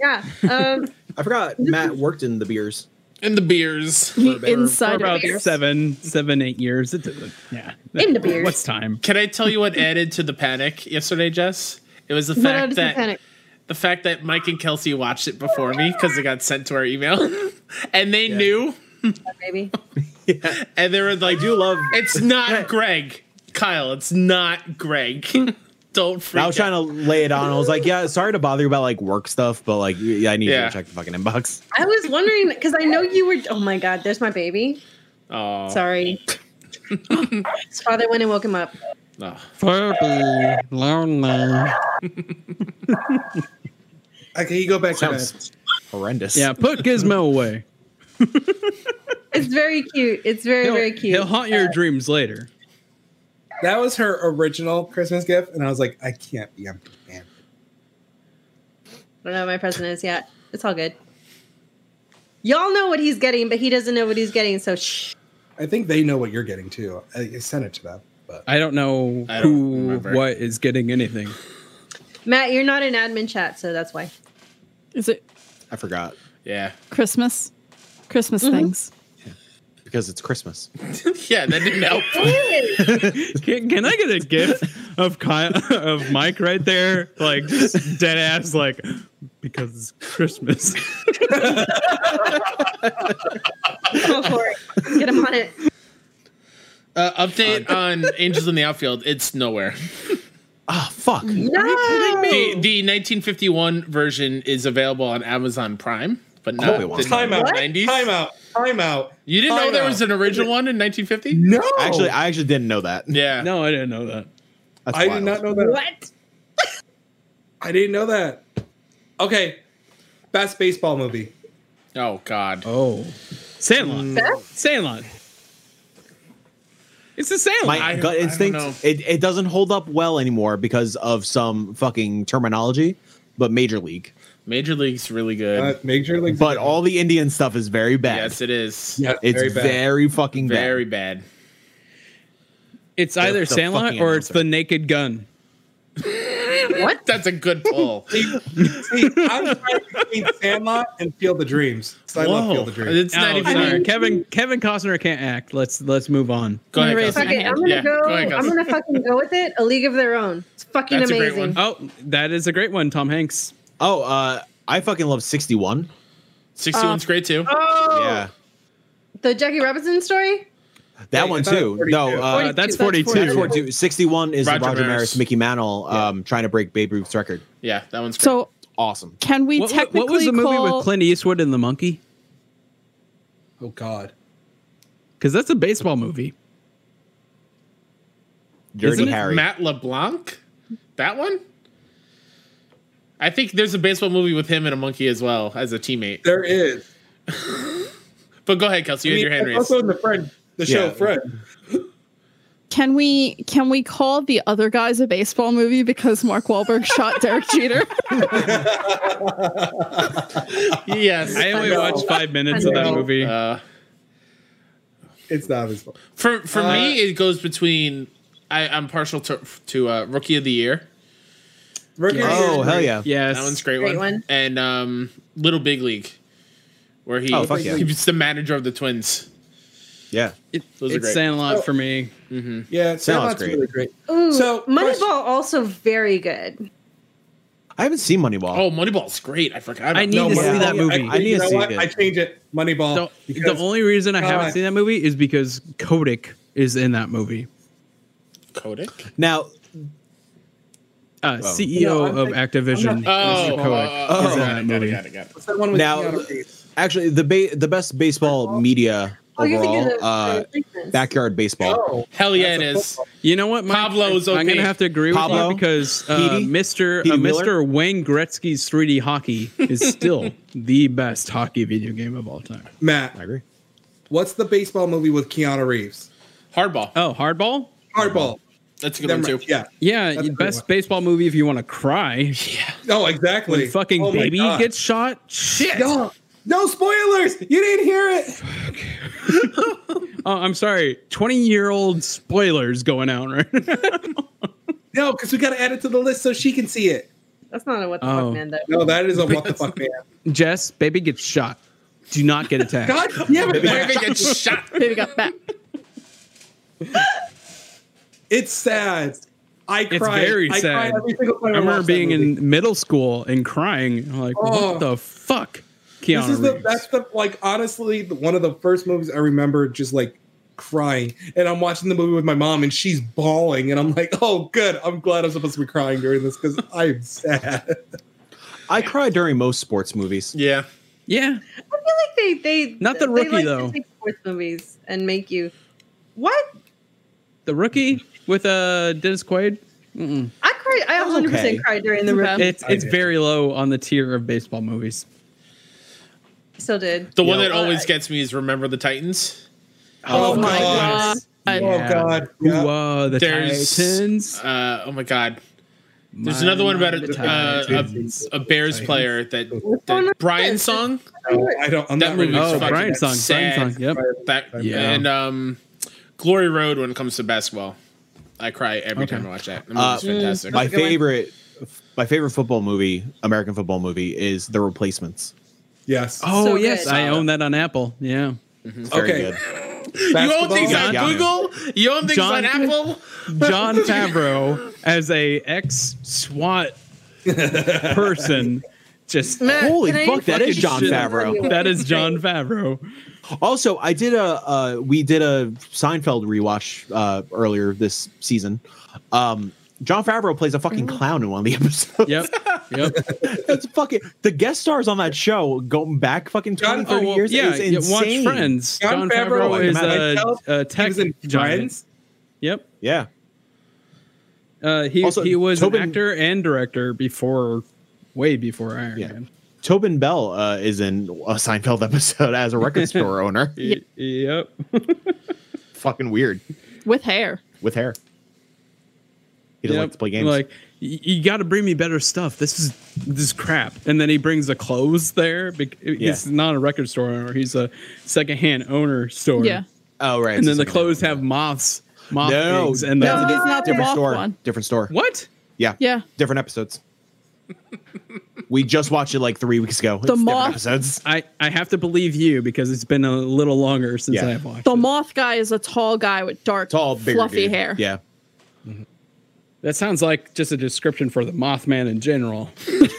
[SPEAKER 3] Yeah. Um,
[SPEAKER 2] I forgot Matt worked in the beers.
[SPEAKER 1] and the beers.
[SPEAKER 5] He-
[SPEAKER 6] about-
[SPEAKER 4] for
[SPEAKER 5] inside
[SPEAKER 4] about
[SPEAKER 5] of beers.
[SPEAKER 4] seven, seven, eight years. It doesn't, yeah.
[SPEAKER 3] In the beers.
[SPEAKER 4] What's time?
[SPEAKER 1] Can I tell you what added to the panic yesterday, Jess? It was the
[SPEAKER 3] What out
[SPEAKER 1] fact
[SPEAKER 3] of the
[SPEAKER 1] that
[SPEAKER 3] panic?
[SPEAKER 1] the fact that Mike and Kelsey watched it before me because it got sent to our email, and they knew,
[SPEAKER 3] Maybe.
[SPEAKER 1] and they were
[SPEAKER 2] I
[SPEAKER 1] like,
[SPEAKER 2] do love.
[SPEAKER 1] "It's not Greg, Kyle. It's not Greg. Don't freak."
[SPEAKER 2] I was trying to lay it on. I was like, yeah, sorry to bother you about like work stuff, but like, yeah, I need you
[SPEAKER 1] Yeah.
[SPEAKER 2] to check the fucking inbox.
[SPEAKER 3] I was wondering because I know you were. Oh my God, there's my baby.
[SPEAKER 1] Oh,
[SPEAKER 3] Sorry. His father went and woke him up.
[SPEAKER 4] Furby, lonely.
[SPEAKER 6] Okay, you go back to bed.
[SPEAKER 2] Sounds horrendous.
[SPEAKER 4] Yeah, put Gizmo away.
[SPEAKER 3] It's very cute. It's very,
[SPEAKER 4] He'll-
[SPEAKER 3] very cute.
[SPEAKER 4] He'll haunt your dreams later.
[SPEAKER 6] That was her original Christmas gift, and I was like, I can't be empty, man.
[SPEAKER 3] I don't know what my present is yet. It's all good. Y'all know what he's getting, but he doesn't know what he's getting. So shh.
[SPEAKER 6] I think they know what you're getting too. I, I sent it to them, but
[SPEAKER 4] I don't know
[SPEAKER 1] I don't
[SPEAKER 4] who,
[SPEAKER 1] remember.
[SPEAKER 4] what is getting anything.
[SPEAKER 3] Matt, you're not in admin chat, so that's why.
[SPEAKER 5] Is it
[SPEAKER 2] I forgot
[SPEAKER 1] yeah,
[SPEAKER 5] Christmas? Christmas things.
[SPEAKER 2] because it's Christmas.
[SPEAKER 1] yeah. That didn't help.
[SPEAKER 4] Can, can I get a gift of Kyle, of Mike right there? Like just dead ass, like because it's Christmas.
[SPEAKER 3] Go for it. Get him on it.
[SPEAKER 1] Uh, update on Angels in the Outfield. It's nowhere.
[SPEAKER 2] Ah, fuck.
[SPEAKER 3] No.
[SPEAKER 1] The, the 1951 version is available on Amazon Prime, but not
[SPEAKER 2] Oh,
[SPEAKER 1] the
[SPEAKER 2] time
[SPEAKER 6] out.
[SPEAKER 1] 90s.
[SPEAKER 6] out, time out.
[SPEAKER 1] You didn't know
[SPEAKER 6] Time
[SPEAKER 1] there
[SPEAKER 6] out.
[SPEAKER 1] was an original one in 1950?
[SPEAKER 6] No,
[SPEAKER 2] Actually, I actually didn't know that.
[SPEAKER 1] Yeah.
[SPEAKER 4] No, I didn't know that.
[SPEAKER 2] That's
[SPEAKER 6] I did
[SPEAKER 2] wild.
[SPEAKER 6] not know that.
[SPEAKER 3] What?
[SPEAKER 6] I didn't know that. Okay, best baseball movie.
[SPEAKER 1] Oh God.
[SPEAKER 4] Oh, Sandlot.
[SPEAKER 3] Mm.
[SPEAKER 4] Sandlot. It's the
[SPEAKER 2] My
[SPEAKER 4] Sandlot.
[SPEAKER 1] I- I
[SPEAKER 2] gut
[SPEAKER 1] don't
[SPEAKER 2] instinct
[SPEAKER 1] know.
[SPEAKER 2] it, it doesn't hold up well anymore because of some fucking terminology, but major league.
[SPEAKER 1] Major League's really good.
[SPEAKER 6] Uh, make sure, like,
[SPEAKER 2] But all the Indian stuff is very bad.
[SPEAKER 1] yes, it is.
[SPEAKER 6] yeah,
[SPEAKER 2] it's very, fucking bad.
[SPEAKER 1] Very bad.
[SPEAKER 4] it's either
[SPEAKER 2] the
[SPEAKER 4] Sandlot
[SPEAKER 2] fucking
[SPEAKER 4] or it's
[SPEAKER 2] announcer.
[SPEAKER 4] the Naked Gun.
[SPEAKER 1] What? That's a good pull.
[SPEAKER 6] See, I'm trying between Sandlot and Field the Dreams. So I love
[SPEAKER 1] Whoa.
[SPEAKER 6] Field the Dreams.
[SPEAKER 1] It's not
[SPEAKER 4] Oh,
[SPEAKER 1] even.
[SPEAKER 4] sorry.
[SPEAKER 1] there.
[SPEAKER 4] Kevin Kevin Costner can't act. Let's let's move on.
[SPEAKER 1] Go ahead.
[SPEAKER 5] raise
[SPEAKER 1] Kelsey.
[SPEAKER 5] my
[SPEAKER 3] Fuck it. I'm gonna
[SPEAKER 1] Yeah,
[SPEAKER 3] go.
[SPEAKER 1] go ahead,
[SPEAKER 3] I'm gonna fucking go with it. A League of Their Own. It's fucking
[SPEAKER 1] That's a great
[SPEAKER 3] amazing.
[SPEAKER 1] one.
[SPEAKER 4] Oh, that is a great one, Tom Hanks.
[SPEAKER 2] Oh, uh I fucking love 61.
[SPEAKER 6] Um,
[SPEAKER 1] 61's great too.
[SPEAKER 3] Oh,
[SPEAKER 2] yeah.
[SPEAKER 3] the Jackie Robinson story.
[SPEAKER 2] That
[SPEAKER 6] Wait, I
[SPEAKER 2] one
[SPEAKER 6] thought it
[SPEAKER 2] too.
[SPEAKER 6] was 42.
[SPEAKER 2] No, uh
[SPEAKER 4] Uh, that's
[SPEAKER 5] That's
[SPEAKER 4] 42.
[SPEAKER 2] that's 42. 61 is the
[SPEAKER 1] Roger
[SPEAKER 2] Roger,
[SPEAKER 1] Maris.
[SPEAKER 2] Maris. Mickey Mantle um trying to break Babe Ruth's record.
[SPEAKER 1] Yeah, that one's great.
[SPEAKER 5] So
[SPEAKER 2] Awesome.
[SPEAKER 5] can we
[SPEAKER 4] What, what-
[SPEAKER 5] technically
[SPEAKER 4] what was the movie
[SPEAKER 5] call-
[SPEAKER 4] with Clint Eastwood and the monkey?
[SPEAKER 6] Oh God,
[SPEAKER 4] Because that's a baseball movie.
[SPEAKER 2] Dirty
[SPEAKER 1] Isn't it
[SPEAKER 2] Harry.
[SPEAKER 1] Matt LeBlanc? That one? I think there's a baseball movie with him and a monkey as well as a teammate.
[SPEAKER 6] there is.
[SPEAKER 1] But go ahead, Kelsey. You had your hand
[SPEAKER 6] that's
[SPEAKER 1] raised.
[SPEAKER 6] also in the friend, the show
[SPEAKER 2] Yeah.
[SPEAKER 6] Friend.
[SPEAKER 5] Can we can we call the other guys a baseball movie because Mark Wahlberg shot Derek Jeter?
[SPEAKER 1] yes.
[SPEAKER 4] I only
[SPEAKER 6] know.
[SPEAKER 4] watched five minutes of
[SPEAKER 6] I
[SPEAKER 4] that
[SPEAKER 6] know.
[SPEAKER 4] movie.
[SPEAKER 1] uh,
[SPEAKER 6] It's not his fault.
[SPEAKER 1] for for
[SPEAKER 6] Uh,
[SPEAKER 1] me, it goes between. I, I'm partial to, to uh, Rookie of the Year.
[SPEAKER 6] Rookie of the Year
[SPEAKER 2] Oh,
[SPEAKER 6] is
[SPEAKER 2] hell
[SPEAKER 6] great.
[SPEAKER 2] yeah.
[SPEAKER 4] yes,
[SPEAKER 1] That one's a great,
[SPEAKER 3] Great
[SPEAKER 1] one.
[SPEAKER 3] one.
[SPEAKER 1] And um, Little Big League, where he,
[SPEAKER 2] Oh, fuck yeah.
[SPEAKER 1] he's the manager of the Twins.
[SPEAKER 2] Yeah.
[SPEAKER 4] It,
[SPEAKER 1] Those are
[SPEAKER 4] it's
[SPEAKER 1] great.
[SPEAKER 4] Sandlot
[SPEAKER 6] Oh.
[SPEAKER 4] for me.
[SPEAKER 6] Yeah, Sandlot's
[SPEAKER 2] great.
[SPEAKER 6] really great.
[SPEAKER 3] Ooh,
[SPEAKER 6] So,
[SPEAKER 3] Moneyball
[SPEAKER 6] question-
[SPEAKER 3] also very good.
[SPEAKER 2] I haven't seen Moneyball.
[SPEAKER 1] Oh, Moneyball's great. I forgot. About
[SPEAKER 4] I need to
[SPEAKER 2] see
[SPEAKER 6] Moneyball-
[SPEAKER 4] that movie.
[SPEAKER 6] I,
[SPEAKER 2] I need
[SPEAKER 6] you
[SPEAKER 2] to
[SPEAKER 6] know
[SPEAKER 2] see
[SPEAKER 6] what?
[SPEAKER 2] it.
[SPEAKER 6] I change it. Moneyball.
[SPEAKER 4] The,
[SPEAKER 6] because
[SPEAKER 4] the only reason I haven't
[SPEAKER 6] God.
[SPEAKER 4] seen that movie is because Kodak is in that movie.
[SPEAKER 1] Kodak.
[SPEAKER 2] Now,
[SPEAKER 4] Uh,
[SPEAKER 2] Oh.
[SPEAKER 4] CEO
[SPEAKER 6] No, I'm
[SPEAKER 4] of
[SPEAKER 6] thinking-
[SPEAKER 4] Activision,
[SPEAKER 6] I'm
[SPEAKER 1] Oh,
[SPEAKER 4] Mr. Kodak,
[SPEAKER 1] oh,
[SPEAKER 4] is in
[SPEAKER 1] got
[SPEAKER 4] that
[SPEAKER 1] it, got it,
[SPEAKER 4] movie.
[SPEAKER 1] got it, got it.
[SPEAKER 6] what's that one with
[SPEAKER 2] Now-
[SPEAKER 6] Keanu Reeves?
[SPEAKER 2] actually, the ba- the best baseball media
[SPEAKER 3] Oh, you're thinking
[SPEAKER 2] overall,
[SPEAKER 3] of
[SPEAKER 2] uh,
[SPEAKER 3] replacements.
[SPEAKER 2] backyard baseball.
[SPEAKER 6] Oh,
[SPEAKER 1] Hell yeah, it
[SPEAKER 6] That's a
[SPEAKER 1] is.
[SPEAKER 4] You know what, Mike?
[SPEAKER 1] Pablo's
[SPEAKER 4] I'm
[SPEAKER 1] OP.
[SPEAKER 4] gonna have to agree with
[SPEAKER 2] Pablo?
[SPEAKER 4] you because uh,
[SPEAKER 2] Petey?
[SPEAKER 4] Mr.
[SPEAKER 2] Petey
[SPEAKER 4] uh,
[SPEAKER 2] Miller?
[SPEAKER 4] Mr. Wayne Gretzky's 3D hockey is still the best hockey video game of all time.
[SPEAKER 2] I
[SPEAKER 6] Matt,
[SPEAKER 2] agree.
[SPEAKER 6] what's the baseball movie with Keanu Reeves?
[SPEAKER 1] Hardball.
[SPEAKER 4] Oh, Hardball?
[SPEAKER 6] Hardball.
[SPEAKER 1] That's a good
[SPEAKER 6] Never
[SPEAKER 1] one
[SPEAKER 6] mind.
[SPEAKER 1] too.
[SPEAKER 6] Yeah.
[SPEAKER 4] Yeah,
[SPEAKER 6] That's a good
[SPEAKER 4] best
[SPEAKER 6] one.
[SPEAKER 4] baseball movie if you want to cry.
[SPEAKER 6] Oh, exactly.
[SPEAKER 4] When fucking
[SPEAKER 6] Oh my
[SPEAKER 4] baby
[SPEAKER 6] God.
[SPEAKER 4] gets shot. Shit.
[SPEAKER 6] No, no spoilers. You didn't hear it.
[SPEAKER 4] Oh, I'm sorry. 20 year old spoilers going out right now.
[SPEAKER 6] No, because we got to add it to the list so she can see it.
[SPEAKER 3] That's not a what the
[SPEAKER 4] Oh.
[SPEAKER 3] fuck man though.
[SPEAKER 6] No, that is a what the fuck man.
[SPEAKER 4] Jess, baby gets shot. do not get attacked.
[SPEAKER 6] God damn it, man.
[SPEAKER 1] Baby gets shot.
[SPEAKER 5] Baby got back.
[SPEAKER 6] It's sad. I cried.
[SPEAKER 4] very
[SPEAKER 6] I
[SPEAKER 4] sad.
[SPEAKER 6] Cried every single time
[SPEAKER 4] I remember
[SPEAKER 6] watched that
[SPEAKER 4] being
[SPEAKER 6] movie.
[SPEAKER 4] in middle school and crying. I'm like,
[SPEAKER 6] Oh.
[SPEAKER 4] what the fuck, Keanu
[SPEAKER 6] This is the
[SPEAKER 4] Reeves?
[SPEAKER 6] that's the like honestly the- one of the first movies I remember just like crying, and I'm watching the movie with my mom, and she's bawling, and I'm like, oh good, I'm glad I'm supposed to be crying during this because I'm sad.
[SPEAKER 2] I cry during most sports movies.
[SPEAKER 1] Yeah.
[SPEAKER 4] yeah,
[SPEAKER 3] I feel like they they
[SPEAKER 4] Not the
[SPEAKER 3] they
[SPEAKER 4] Rookie,
[SPEAKER 3] like to
[SPEAKER 4] though.
[SPEAKER 3] take sports movies and make you what
[SPEAKER 4] the rookie with uh Dennis Quaid. Mm-mm.
[SPEAKER 3] I cried. I
[SPEAKER 2] That was
[SPEAKER 3] 100
[SPEAKER 2] okay.
[SPEAKER 3] percent cried during the rookie.
[SPEAKER 4] It's it's
[SPEAKER 6] did.
[SPEAKER 4] very low on the tier of baseball movies.
[SPEAKER 3] I still did.
[SPEAKER 1] The one
[SPEAKER 2] Yo.
[SPEAKER 1] that always gets me is Remember the Titans.
[SPEAKER 6] Oh,
[SPEAKER 5] my
[SPEAKER 6] God.
[SPEAKER 5] God.
[SPEAKER 6] Oh, God. Yeah.
[SPEAKER 4] Who uh, the
[SPEAKER 1] There's-
[SPEAKER 4] Titans?
[SPEAKER 1] Uh, oh my god. There's another one about
[SPEAKER 4] the
[SPEAKER 1] a, uh,
[SPEAKER 4] Titans.
[SPEAKER 1] a, a Bears
[SPEAKER 6] Titans.
[SPEAKER 1] player that,
[SPEAKER 3] What's going
[SPEAKER 1] that
[SPEAKER 3] on?
[SPEAKER 1] Brian song.
[SPEAKER 6] No, I don't. I'm
[SPEAKER 1] That
[SPEAKER 6] not
[SPEAKER 1] movie
[SPEAKER 6] ready to
[SPEAKER 1] was
[SPEAKER 4] oh,
[SPEAKER 6] talk
[SPEAKER 1] fucking
[SPEAKER 4] Brian
[SPEAKER 6] about
[SPEAKER 4] song,
[SPEAKER 1] sad.
[SPEAKER 4] Brian song. Yep.
[SPEAKER 1] That
[SPEAKER 4] Yeah.
[SPEAKER 1] and um, Glory Road when it comes to basketball. I cry every
[SPEAKER 4] Okay.
[SPEAKER 1] time I watch that. That
[SPEAKER 2] Uh,
[SPEAKER 1] movie's Mm, fantastic.
[SPEAKER 2] my
[SPEAKER 3] Mm, a good one.
[SPEAKER 2] favorite, my favorite football movie, American football movie, is The Replacements.
[SPEAKER 6] that. Yes.
[SPEAKER 4] Oh
[SPEAKER 3] So
[SPEAKER 4] yes,
[SPEAKER 3] good.
[SPEAKER 4] I own that on Apple. Yeah,
[SPEAKER 2] It's very
[SPEAKER 6] Okay.
[SPEAKER 2] good.
[SPEAKER 1] you own things
[SPEAKER 2] Yeah.
[SPEAKER 1] on Google. You own things on
[SPEAKER 4] John-
[SPEAKER 1] Apple.
[SPEAKER 4] John Favreau as a ex SWAT person. Just
[SPEAKER 3] Matt,
[SPEAKER 2] Holy
[SPEAKER 3] can I-
[SPEAKER 2] fuck, that is
[SPEAKER 3] fucking
[SPEAKER 2] John
[SPEAKER 3] shit.
[SPEAKER 2] Favreau.
[SPEAKER 4] that is John Favreau.
[SPEAKER 2] Also, I did a uh, we did a Seinfeld rewatch uh, earlier this season. Um, John Favreau plays a fucking clown in one of the episodes.
[SPEAKER 4] Yep, yep.
[SPEAKER 2] That's fucking the guest stars on that show going back fucking 20,
[SPEAKER 6] John-
[SPEAKER 4] Oh
[SPEAKER 2] 30
[SPEAKER 4] well,
[SPEAKER 2] years
[SPEAKER 4] yeah.
[SPEAKER 2] is
[SPEAKER 4] yeah, Watch
[SPEAKER 2] insane.
[SPEAKER 4] Friends. John,
[SPEAKER 6] John
[SPEAKER 4] Favreau,
[SPEAKER 6] Favreau
[SPEAKER 4] is
[SPEAKER 2] and
[SPEAKER 6] Matt Help.
[SPEAKER 4] a, a
[SPEAKER 6] he
[SPEAKER 4] tech
[SPEAKER 6] was in
[SPEAKER 4] giant.
[SPEAKER 6] Friends.
[SPEAKER 4] Yep.
[SPEAKER 2] Yeah.
[SPEAKER 4] Uh, he
[SPEAKER 2] Also,
[SPEAKER 4] he was
[SPEAKER 2] Tobin-
[SPEAKER 4] an actor and director before, way before Iron
[SPEAKER 2] Yeah.
[SPEAKER 4] Man.
[SPEAKER 2] Tobin Bell uh, is in a Seinfeld episode as a record store owner.
[SPEAKER 4] Y- Yep.
[SPEAKER 2] fucking weird
[SPEAKER 5] With hair.
[SPEAKER 2] with hair. He doesn't
[SPEAKER 4] Yep.
[SPEAKER 2] like to play games.
[SPEAKER 4] Like "Y- you got to bring me better stuff. This is this is crap. And then he brings the clothes there. bec- uh, He's not a record store owner. He's a secondhand owner store.
[SPEAKER 5] Yeah.
[SPEAKER 2] oh right.
[SPEAKER 4] And then
[SPEAKER 2] So
[SPEAKER 4] the
[SPEAKER 2] something
[SPEAKER 4] clothes
[SPEAKER 2] like
[SPEAKER 4] have moths, moth
[SPEAKER 2] No,
[SPEAKER 4] eggs, and
[SPEAKER 2] that's
[SPEAKER 5] No,
[SPEAKER 2] a
[SPEAKER 5] it's
[SPEAKER 2] di-
[SPEAKER 5] not the
[SPEAKER 2] different
[SPEAKER 5] moth
[SPEAKER 2] store.
[SPEAKER 5] one.
[SPEAKER 2] Different store.
[SPEAKER 4] what?
[SPEAKER 2] Yeah.
[SPEAKER 5] Yeah.
[SPEAKER 2] Different episodes. we just watched it like three weeks ago.
[SPEAKER 5] The
[SPEAKER 2] It's different
[SPEAKER 5] moth-
[SPEAKER 2] episodes.
[SPEAKER 4] I I have to believe you because it's been a little longer since
[SPEAKER 2] Yeah.
[SPEAKER 4] I've watched.
[SPEAKER 5] The
[SPEAKER 4] it.
[SPEAKER 5] moth guy is a tall guy with dark,
[SPEAKER 2] Tall, bigger
[SPEAKER 5] fluffy
[SPEAKER 2] dude.
[SPEAKER 5] hair.
[SPEAKER 2] Yeah.
[SPEAKER 4] That sounds like just a description for the Mothman in general.
[SPEAKER 2] The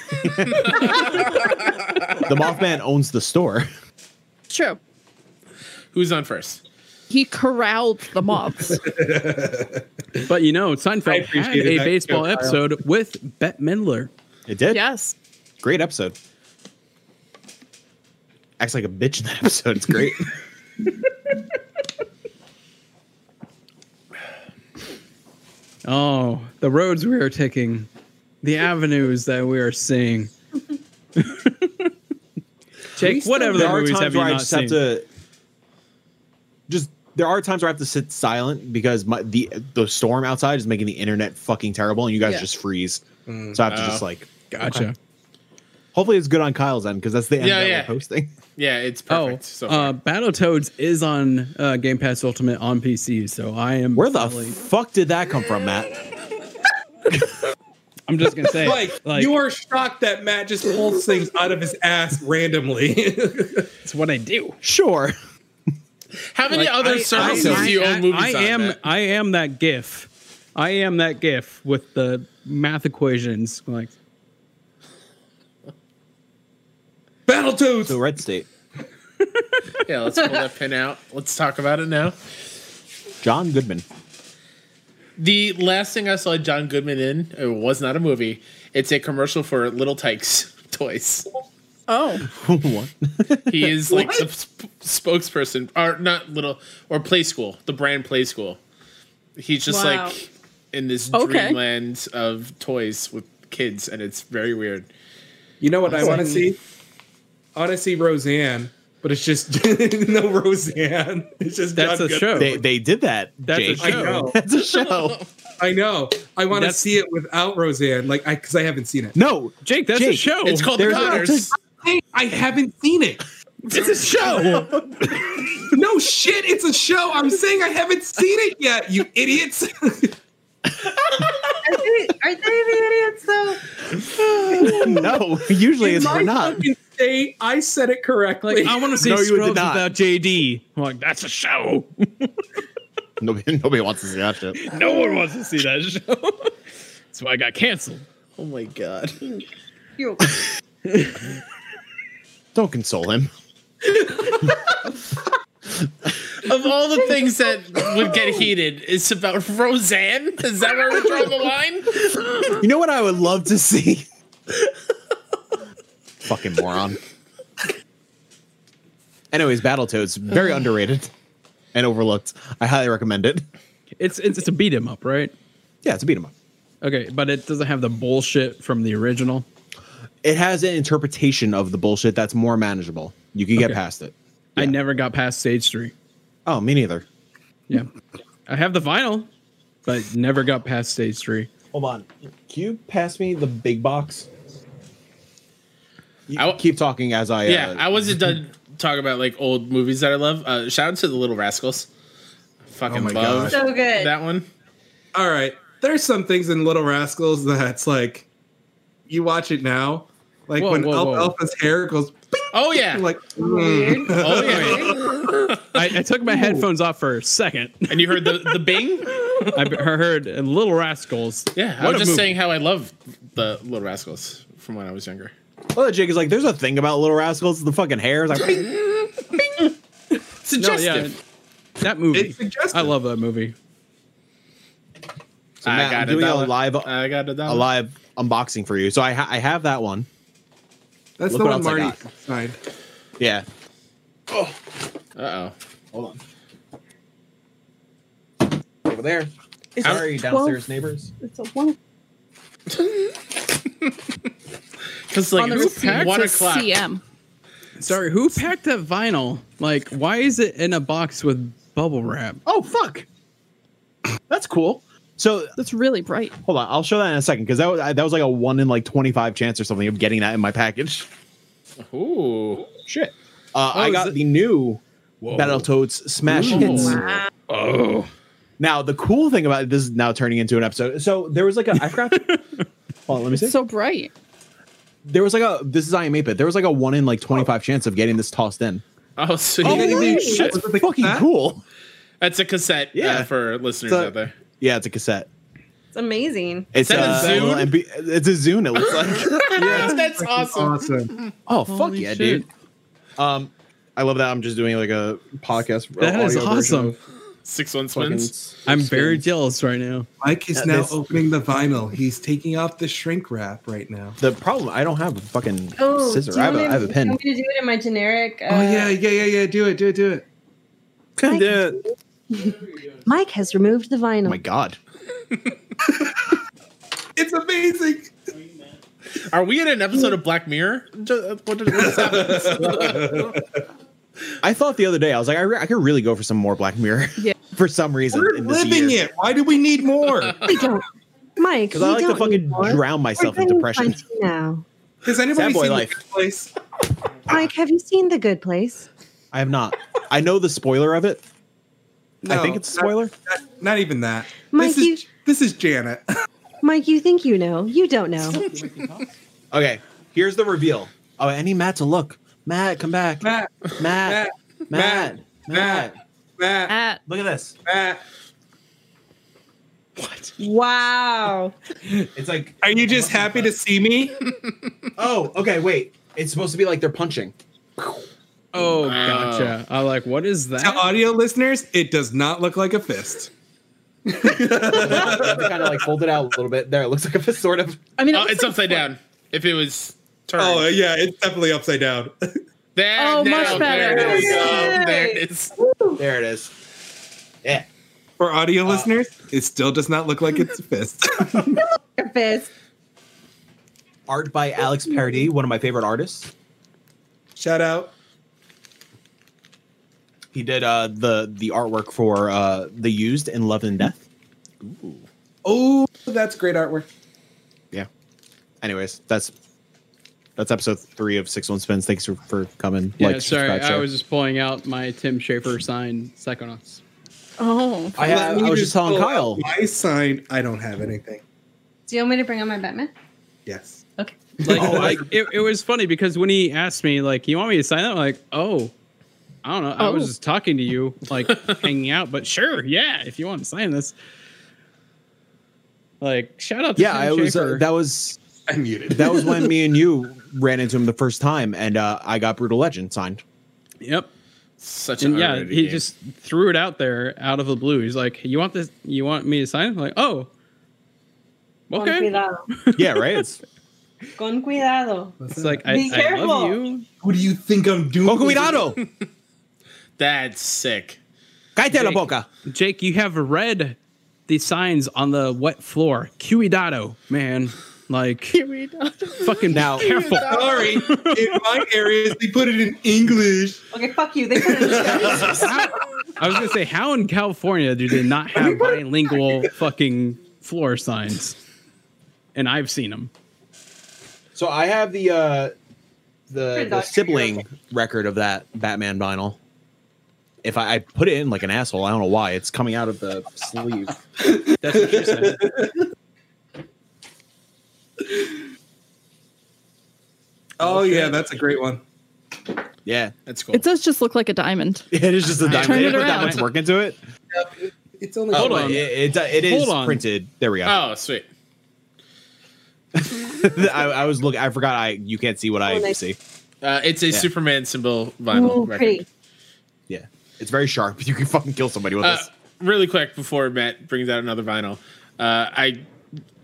[SPEAKER 2] Mothman owns the store.
[SPEAKER 5] True.
[SPEAKER 1] Who's on first?
[SPEAKER 5] He corralled the moths.
[SPEAKER 4] But you know, Seinfeld had
[SPEAKER 6] appreciated
[SPEAKER 4] a
[SPEAKER 6] that
[SPEAKER 4] baseball
[SPEAKER 6] joke, Kyle.
[SPEAKER 4] episode with Bette Midler.
[SPEAKER 2] It did.
[SPEAKER 5] yes.
[SPEAKER 2] Great episode. Acts like a bitch in that episode. It's great.
[SPEAKER 4] Oh, the roads we are taking, the avenues that we are seeing. Jake, what other
[SPEAKER 2] there are
[SPEAKER 4] movies
[SPEAKER 2] times
[SPEAKER 4] have you
[SPEAKER 2] where I
[SPEAKER 4] not
[SPEAKER 2] just
[SPEAKER 4] seen?
[SPEAKER 2] have to just there are times where I have to sit silent because my the the storm outside is making the internet fucking terrible and you guys
[SPEAKER 5] Yeah.
[SPEAKER 2] just freeze.
[SPEAKER 4] Mm,
[SPEAKER 2] So I have to
[SPEAKER 1] Oh.
[SPEAKER 4] uh.
[SPEAKER 2] just like
[SPEAKER 4] gotcha.
[SPEAKER 2] hopefully it's good on Kyle's end because that's the end
[SPEAKER 1] Yeah,
[SPEAKER 2] that
[SPEAKER 1] yeah.
[SPEAKER 2] we're posting.
[SPEAKER 1] Yeah, it's
[SPEAKER 4] Oh,
[SPEAKER 1] perfect. so far.
[SPEAKER 4] uh, Battletoads is on uh, Game Pass Ultimate on PC, so I am.
[SPEAKER 2] Where the
[SPEAKER 4] really-
[SPEAKER 2] fuck did that come from, Matt?
[SPEAKER 4] I'm just gonna say,
[SPEAKER 6] Like,
[SPEAKER 4] like, like
[SPEAKER 6] you are shocked that Matt just pulls things out of his ass randomly.
[SPEAKER 4] it's what I do.
[SPEAKER 2] Sure.
[SPEAKER 1] How many other services
[SPEAKER 4] I,
[SPEAKER 1] do you own movies
[SPEAKER 4] I
[SPEAKER 1] on?
[SPEAKER 4] am
[SPEAKER 1] Matt?
[SPEAKER 4] I am that GIF. I am that GIF with the math equations. Like,
[SPEAKER 6] Battletoads.
[SPEAKER 2] So Red State.
[SPEAKER 1] Yeah, let's pull that pin out. Let's talk about it now.
[SPEAKER 2] John Goodman.
[SPEAKER 1] The last thing I saw John Goodman in it was not a movie. It's a commercial for Little Tykes toys.
[SPEAKER 5] Oh.
[SPEAKER 2] what?
[SPEAKER 1] He is like the sp- spokesperson, or not little, or Play School, the brand Play School. He's just
[SPEAKER 3] Wow.
[SPEAKER 1] like in this
[SPEAKER 5] Okay.
[SPEAKER 1] dreamland of toys with kids, and it's very weird.
[SPEAKER 6] You know what I want to see? I want to see Roseanne, but it's just no Roseanne. It's just
[SPEAKER 4] That's
[SPEAKER 6] John
[SPEAKER 4] a
[SPEAKER 6] Goodman.
[SPEAKER 4] show.
[SPEAKER 2] They they did that.
[SPEAKER 4] That's a
[SPEAKER 2] Jake.
[SPEAKER 6] I
[SPEAKER 4] show.
[SPEAKER 6] know.
[SPEAKER 2] That's a show.
[SPEAKER 6] I know. I want to
[SPEAKER 4] That's-
[SPEAKER 6] see it without Roseanne, like I because I haven't seen it.
[SPEAKER 2] No,
[SPEAKER 4] Jake, that's a
[SPEAKER 2] Jake,
[SPEAKER 4] show.
[SPEAKER 1] it's called The
[SPEAKER 2] Oh, there's a-
[SPEAKER 1] Conners.
[SPEAKER 6] I haven't seen it.
[SPEAKER 1] It's a show.
[SPEAKER 6] No shit, it's a show. I'm saying I haven't seen it yet, you idiots.
[SPEAKER 3] I think Are they the idiots though?
[SPEAKER 2] no, usually it's
[SPEAKER 6] In my
[SPEAKER 2] we're not.
[SPEAKER 6] fucking state, I said it correctly.
[SPEAKER 4] Like, I want to see
[SPEAKER 2] No, you did
[SPEAKER 4] Scrubs
[SPEAKER 2] not.
[SPEAKER 4] without JD. I'm like, that's a show.
[SPEAKER 2] Nobody, nobody wants to see that shit.
[SPEAKER 4] no one wants to see that show. that's why I got canceled.
[SPEAKER 1] Oh my god.
[SPEAKER 3] You're-
[SPEAKER 2] Don't console him.
[SPEAKER 1] Of all the things that would get heated, it's about Roseanne. Is that where we draw the line?
[SPEAKER 2] You know what I would love to see? Fucking moron. Anyways, Battletoads, very underrated and overlooked. I highly recommend it.
[SPEAKER 4] It's it's, it's a beat 'em up, right?
[SPEAKER 2] Yeah, it's a beat 'em up.
[SPEAKER 4] Okay, but it doesn't have the bullshit from the original.
[SPEAKER 2] It has an interpretation of the bullshit that's more manageable. You can get
[SPEAKER 4] Okay.
[SPEAKER 2] past it.
[SPEAKER 4] I never got past stage three.
[SPEAKER 2] Oh, me neither.
[SPEAKER 4] Yeah, I have the vinyl, but never got past stage three.
[SPEAKER 2] Hold on. Can you pass me the big box? You
[SPEAKER 1] I w-
[SPEAKER 2] keep talking as I.
[SPEAKER 1] Yeah,
[SPEAKER 2] uh,
[SPEAKER 1] I wasn't done talking about like old movies that I love. Uh, shout out to the Little Rascals. Fucking
[SPEAKER 6] my
[SPEAKER 1] love
[SPEAKER 6] gosh.
[SPEAKER 3] so good.
[SPEAKER 1] that one.
[SPEAKER 6] All right. There's some things in Little Rascals that's like, you watch it now, like
[SPEAKER 4] Whoa,
[SPEAKER 6] when
[SPEAKER 4] whoa, whoa.
[SPEAKER 6] Elf Alpha's hair goes, "Bing,"
[SPEAKER 1] Oh yeah.
[SPEAKER 6] like,
[SPEAKER 3] Weird.
[SPEAKER 6] mm.
[SPEAKER 1] oh yeah.
[SPEAKER 4] I, I took my headphones off for a second.
[SPEAKER 1] and you heard the the Bing?
[SPEAKER 4] I b- heard Little Rascals.
[SPEAKER 1] Yeah, I
[SPEAKER 4] What
[SPEAKER 1] was
[SPEAKER 4] a
[SPEAKER 1] just
[SPEAKER 4] movie.
[SPEAKER 1] saying how I love the Little Rascals from when I was younger.
[SPEAKER 2] Well, Jake is like, there's a thing about Little Rascals, the fucking hair. It's like,
[SPEAKER 4] No,
[SPEAKER 1] Suggestive.
[SPEAKER 4] yeah, that movie.
[SPEAKER 6] It's suggestive.
[SPEAKER 4] I love that movie.
[SPEAKER 2] So,
[SPEAKER 1] I
[SPEAKER 2] Matt,
[SPEAKER 1] got
[SPEAKER 2] I'm
[SPEAKER 1] a
[SPEAKER 2] doing a
[SPEAKER 1] dollar.
[SPEAKER 2] live,
[SPEAKER 1] I got it down.
[SPEAKER 2] a live unboxing for you. So I, ha- I have that one.
[SPEAKER 6] that's
[SPEAKER 2] Look
[SPEAKER 6] the
[SPEAKER 2] what
[SPEAKER 6] one
[SPEAKER 2] else I
[SPEAKER 6] Marty
[SPEAKER 2] got.
[SPEAKER 6] signed.
[SPEAKER 2] Yeah.
[SPEAKER 1] Uh oh.
[SPEAKER 2] Hold on. Over there.
[SPEAKER 5] It's
[SPEAKER 2] Sorry,
[SPEAKER 5] twelve-
[SPEAKER 2] downstairs neighbors.
[SPEAKER 5] It's a one.
[SPEAKER 1] Because like
[SPEAKER 5] on the
[SPEAKER 1] who
[SPEAKER 5] receipt,
[SPEAKER 1] packed-
[SPEAKER 5] it
[SPEAKER 1] one
[SPEAKER 5] says
[SPEAKER 1] o'clock.
[SPEAKER 5] CM.
[SPEAKER 4] Sorry, who packed that vinyl? Like, why is it in a box with bubble wrap?
[SPEAKER 2] Oh fuck. That's cool. So
[SPEAKER 5] That's really bright.
[SPEAKER 2] hold on, I'll show that in a second because that was I- that was like a one in like twenty five chance or something of getting that in my package.
[SPEAKER 1] Ooh.
[SPEAKER 2] Shit. Uh, I
[SPEAKER 4] is
[SPEAKER 2] got
[SPEAKER 4] it-
[SPEAKER 2] the new
[SPEAKER 4] Whoa.
[SPEAKER 6] Oh.
[SPEAKER 2] Battletoads Smash
[SPEAKER 1] Ooh.
[SPEAKER 2] Hits.
[SPEAKER 3] Wow.
[SPEAKER 4] Oh,
[SPEAKER 2] Now the cool thing about this is now turning into an episode. So there was like a I forgot. hold on, let me see.
[SPEAKER 5] It's so bright.
[SPEAKER 2] there was like a this is I am 8-bit. There was like a one in like twenty five chance of getting this tossed in.
[SPEAKER 1] Oh, so
[SPEAKER 2] Oh,
[SPEAKER 1] you-
[SPEAKER 2] really?
[SPEAKER 6] Holy
[SPEAKER 2] That's
[SPEAKER 6] shit. Was it the
[SPEAKER 2] fucking
[SPEAKER 6] cassette?
[SPEAKER 2] cool.
[SPEAKER 1] that's a cassette. Yeah,
[SPEAKER 2] Yeah.
[SPEAKER 1] for listeners
[SPEAKER 2] So-
[SPEAKER 1] out there.
[SPEAKER 2] Yeah, it's a cassette.
[SPEAKER 3] It's amazing.
[SPEAKER 2] It's
[SPEAKER 1] that a
[SPEAKER 2] uh,
[SPEAKER 1] Zune?
[SPEAKER 2] little MP- It's a Zune. It looks like.
[SPEAKER 1] Yes, that's
[SPEAKER 6] Freaking
[SPEAKER 1] awesome.
[SPEAKER 2] oh fuck
[SPEAKER 4] Holy
[SPEAKER 2] yeah,
[SPEAKER 4] shit.
[SPEAKER 2] dude. Um, I love that. I'm just doing like a podcast.
[SPEAKER 4] that is
[SPEAKER 2] audio version
[SPEAKER 4] awesome.
[SPEAKER 2] of
[SPEAKER 1] Six one
[SPEAKER 2] fucking-
[SPEAKER 1] spins.
[SPEAKER 4] I'm very jealous right now.
[SPEAKER 6] Mike is
[SPEAKER 2] Yeah,
[SPEAKER 6] now
[SPEAKER 2] this-
[SPEAKER 6] opening the vinyl. He's taking off the shrink wrap right now.
[SPEAKER 2] The problem, I don't have a fucking
[SPEAKER 3] Oh,
[SPEAKER 2] scissor.
[SPEAKER 3] do you
[SPEAKER 2] I have,
[SPEAKER 3] want
[SPEAKER 2] a,
[SPEAKER 3] me-
[SPEAKER 2] I have a
[SPEAKER 3] do you
[SPEAKER 2] pen.
[SPEAKER 3] want me to do it in my generic. Uh,
[SPEAKER 6] oh yeah, yeah, yeah, yeah. Do it, do it, do it.
[SPEAKER 3] Mike has removed the
[SPEAKER 2] Oh
[SPEAKER 3] vinyl.
[SPEAKER 2] my god.
[SPEAKER 6] It's amazing.
[SPEAKER 1] Are we in an episode of Black Mirror? Ju- uh, What did, what is happening?
[SPEAKER 2] I thought the other day I was like, I, re- I could really go for some more Black Mirror.
[SPEAKER 5] Yeah.
[SPEAKER 2] for some reason,
[SPEAKER 6] We're living it. Why do we need more?
[SPEAKER 3] We don't. Mike,
[SPEAKER 2] because I
[SPEAKER 3] we
[SPEAKER 2] like to
[SPEAKER 3] don't
[SPEAKER 2] fucking
[SPEAKER 3] need more.
[SPEAKER 2] drown
[SPEAKER 3] We're
[SPEAKER 2] myself in
[SPEAKER 3] doing
[SPEAKER 2] depression.
[SPEAKER 3] plenty now.
[SPEAKER 6] Has anybody
[SPEAKER 2] Sad boy
[SPEAKER 6] seen
[SPEAKER 2] life.
[SPEAKER 6] The Good Place?
[SPEAKER 3] Mike, have you seen The Good Place?
[SPEAKER 2] I have not. I know the spoiler of it. I think
[SPEAKER 6] No,
[SPEAKER 2] it's a spoiler.
[SPEAKER 6] Not, not, not even that.
[SPEAKER 3] Mike,
[SPEAKER 6] this is
[SPEAKER 3] you-
[SPEAKER 6] this is Janet.
[SPEAKER 3] Mike, you think you know. You don't know.
[SPEAKER 2] Okay, here's the reveal. Oh, I need Matt to look. Matt, come back.
[SPEAKER 6] Matt,
[SPEAKER 2] Matt, Matt, Matt.
[SPEAKER 6] Matt, Matt,
[SPEAKER 5] At
[SPEAKER 2] Look at this.
[SPEAKER 6] Matt.
[SPEAKER 3] Wow.
[SPEAKER 2] It's like,
[SPEAKER 6] Are you just happy to see me?
[SPEAKER 2] oh, okay, wait. It's supposed to be like they're punching.
[SPEAKER 4] Oh,
[SPEAKER 1] Wow.
[SPEAKER 4] gotcha. I like. What is that?
[SPEAKER 6] to audio listeners, it does not look like a fist.
[SPEAKER 2] kind of like folded out a little bit. There, it looks like a sort of.
[SPEAKER 5] I mean, it
[SPEAKER 1] Oh,
[SPEAKER 5] looks
[SPEAKER 1] it's
[SPEAKER 5] like
[SPEAKER 1] upside down. If it was turned.
[SPEAKER 6] Oh yeah, it's definitely upside down.
[SPEAKER 1] there,
[SPEAKER 5] Oh,
[SPEAKER 1] now,
[SPEAKER 5] much better.
[SPEAKER 1] There it is.
[SPEAKER 3] Yay.
[SPEAKER 1] There it is.
[SPEAKER 2] There it is. Yeah.
[SPEAKER 6] For audio listeners, it still does not look like it's a fist.
[SPEAKER 3] Your fist.
[SPEAKER 2] Art by Alex Paradis, one of my favorite artists.
[SPEAKER 6] Shout out.
[SPEAKER 2] He did uh, the the artwork for uh, The Used in Love and Death.
[SPEAKER 6] Oh, that's great artwork.
[SPEAKER 2] Yeah. Anyways, that's that's episode three of Six One Spins. Thanks for, for coming.
[SPEAKER 4] Yeah,
[SPEAKER 2] Like,
[SPEAKER 4] sorry.
[SPEAKER 2] subscribe,
[SPEAKER 4] I
[SPEAKER 2] share.
[SPEAKER 4] was just pulling out my Tim Schafer signed Psychonauts.
[SPEAKER 5] Oh,
[SPEAKER 2] I, had- I was just telling Kyle.
[SPEAKER 6] I signed. I don't have anything.
[SPEAKER 3] Do you want me to bring on my Batman?
[SPEAKER 6] Yes.
[SPEAKER 3] Okay.
[SPEAKER 4] Like,
[SPEAKER 2] Oh,
[SPEAKER 4] like it, it was funny because when he asked me, like, you want me to sign up? I'm like, oh, I don't know. I was
[SPEAKER 5] Oh.
[SPEAKER 4] just talking to you, like hanging out, but sure, yeah, if you want to sign this. Like, shout out to
[SPEAKER 2] Yeah,
[SPEAKER 4] Sam
[SPEAKER 2] I was. Uh,
[SPEAKER 4] Schaefer.
[SPEAKER 2] that was
[SPEAKER 6] I muted.
[SPEAKER 2] that was when me and you ran into him the first time, and uh, I got Brutal Legend signed.
[SPEAKER 4] yep.
[SPEAKER 1] Such an
[SPEAKER 4] And yeah,
[SPEAKER 1] underrated
[SPEAKER 4] he
[SPEAKER 1] game.
[SPEAKER 4] just threw it out there out of the blue. He's like, You want this you want me to sign? I'm like, oh.
[SPEAKER 3] Con
[SPEAKER 4] Okay.
[SPEAKER 3] cuidado.
[SPEAKER 2] Yeah, right. It's
[SPEAKER 3] Con cuidado.
[SPEAKER 4] It's like I,
[SPEAKER 3] Be
[SPEAKER 4] I love
[SPEAKER 3] careful.
[SPEAKER 4] you.
[SPEAKER 6] what do you think I'm doing?
[SPEAKER 2] Poco Cuidado,
[SPEAKER 1] that's sick.
[SPEAKER 2] cállate la boca.
[SPEAKER 4] Jake, you have read the signs on the wet floor. Cuidado, man. Like
[SPEAKER 5] Here we go.
[SPEAKER 4] fucking
[SPEAKER 2] Now-
[SPEAKER 4] careful.
[SPEAKER 6] Sorry, in my areas they put it in English.
[SPEAKER 3] Okay, fuck you. They put it in Spanish.
[SPEAKER 4] I was gonna say, how in California do they not have bilingual fucking floor signs? And I've seen them.
[SPEAKER 2] So I have the uh, the,
[SPEAKER 3] Good
[SPEAKER 2] the
[SPEAKER 3] luck.
[SPEAKER 2] sibling record of that Batman vinyl. If I, I put it in like an asshole, I don't know why. It's coming out of the sleeve.
[SPEAKER 4] That's what she said.
[SPEAKER 6] Oh yeah, that's a great one.
[SPEAKER 2] Yeah,
[SPEAKER 1] That's cool.
[SPEAKER 5] It does just look like a diamond.
[SPEAKER 2] it is just a diamond.
[SPEAKER 5] Turn it
[SPEAKER 2] They put that
[SPEAKER 5] around.
[SPEAKER 2] much work into it.
[SPEAKER 6] It's only
[SPEAKER 4] Hold
[SPEAKER 2] Oh,
[SPEAKER 4] on.
[SPEAKER 2] It, it, it is
[SPEAKER 4] Hold on.
[SPEAKER 2] printed. There we go.
[SPEAKER 1] oh, sweet.
[SPEAKER 2] I, I was looking. I forgot. I you can't see what I
[SPEAKER 3] Oh, nice.
[SPEAKER 2] see.
[SPEAKER 1] Uh, it's a
[SPEAKER 2] Yeah.
[SPEAKER 1] Superman symbol vinyl
[SPEAKER 3] Ooh,
[SPEAKER 1] record.
[SPEAKER 3] pretty.
[SPEAKER 2] Yeah, it's very sharp. You can fucking kill somebody with
[SPEAKER 1] Uh,
[SPEAKER 2] this.
[SPEAKER 1] really quick before Matt brings out another vinyl, uh, I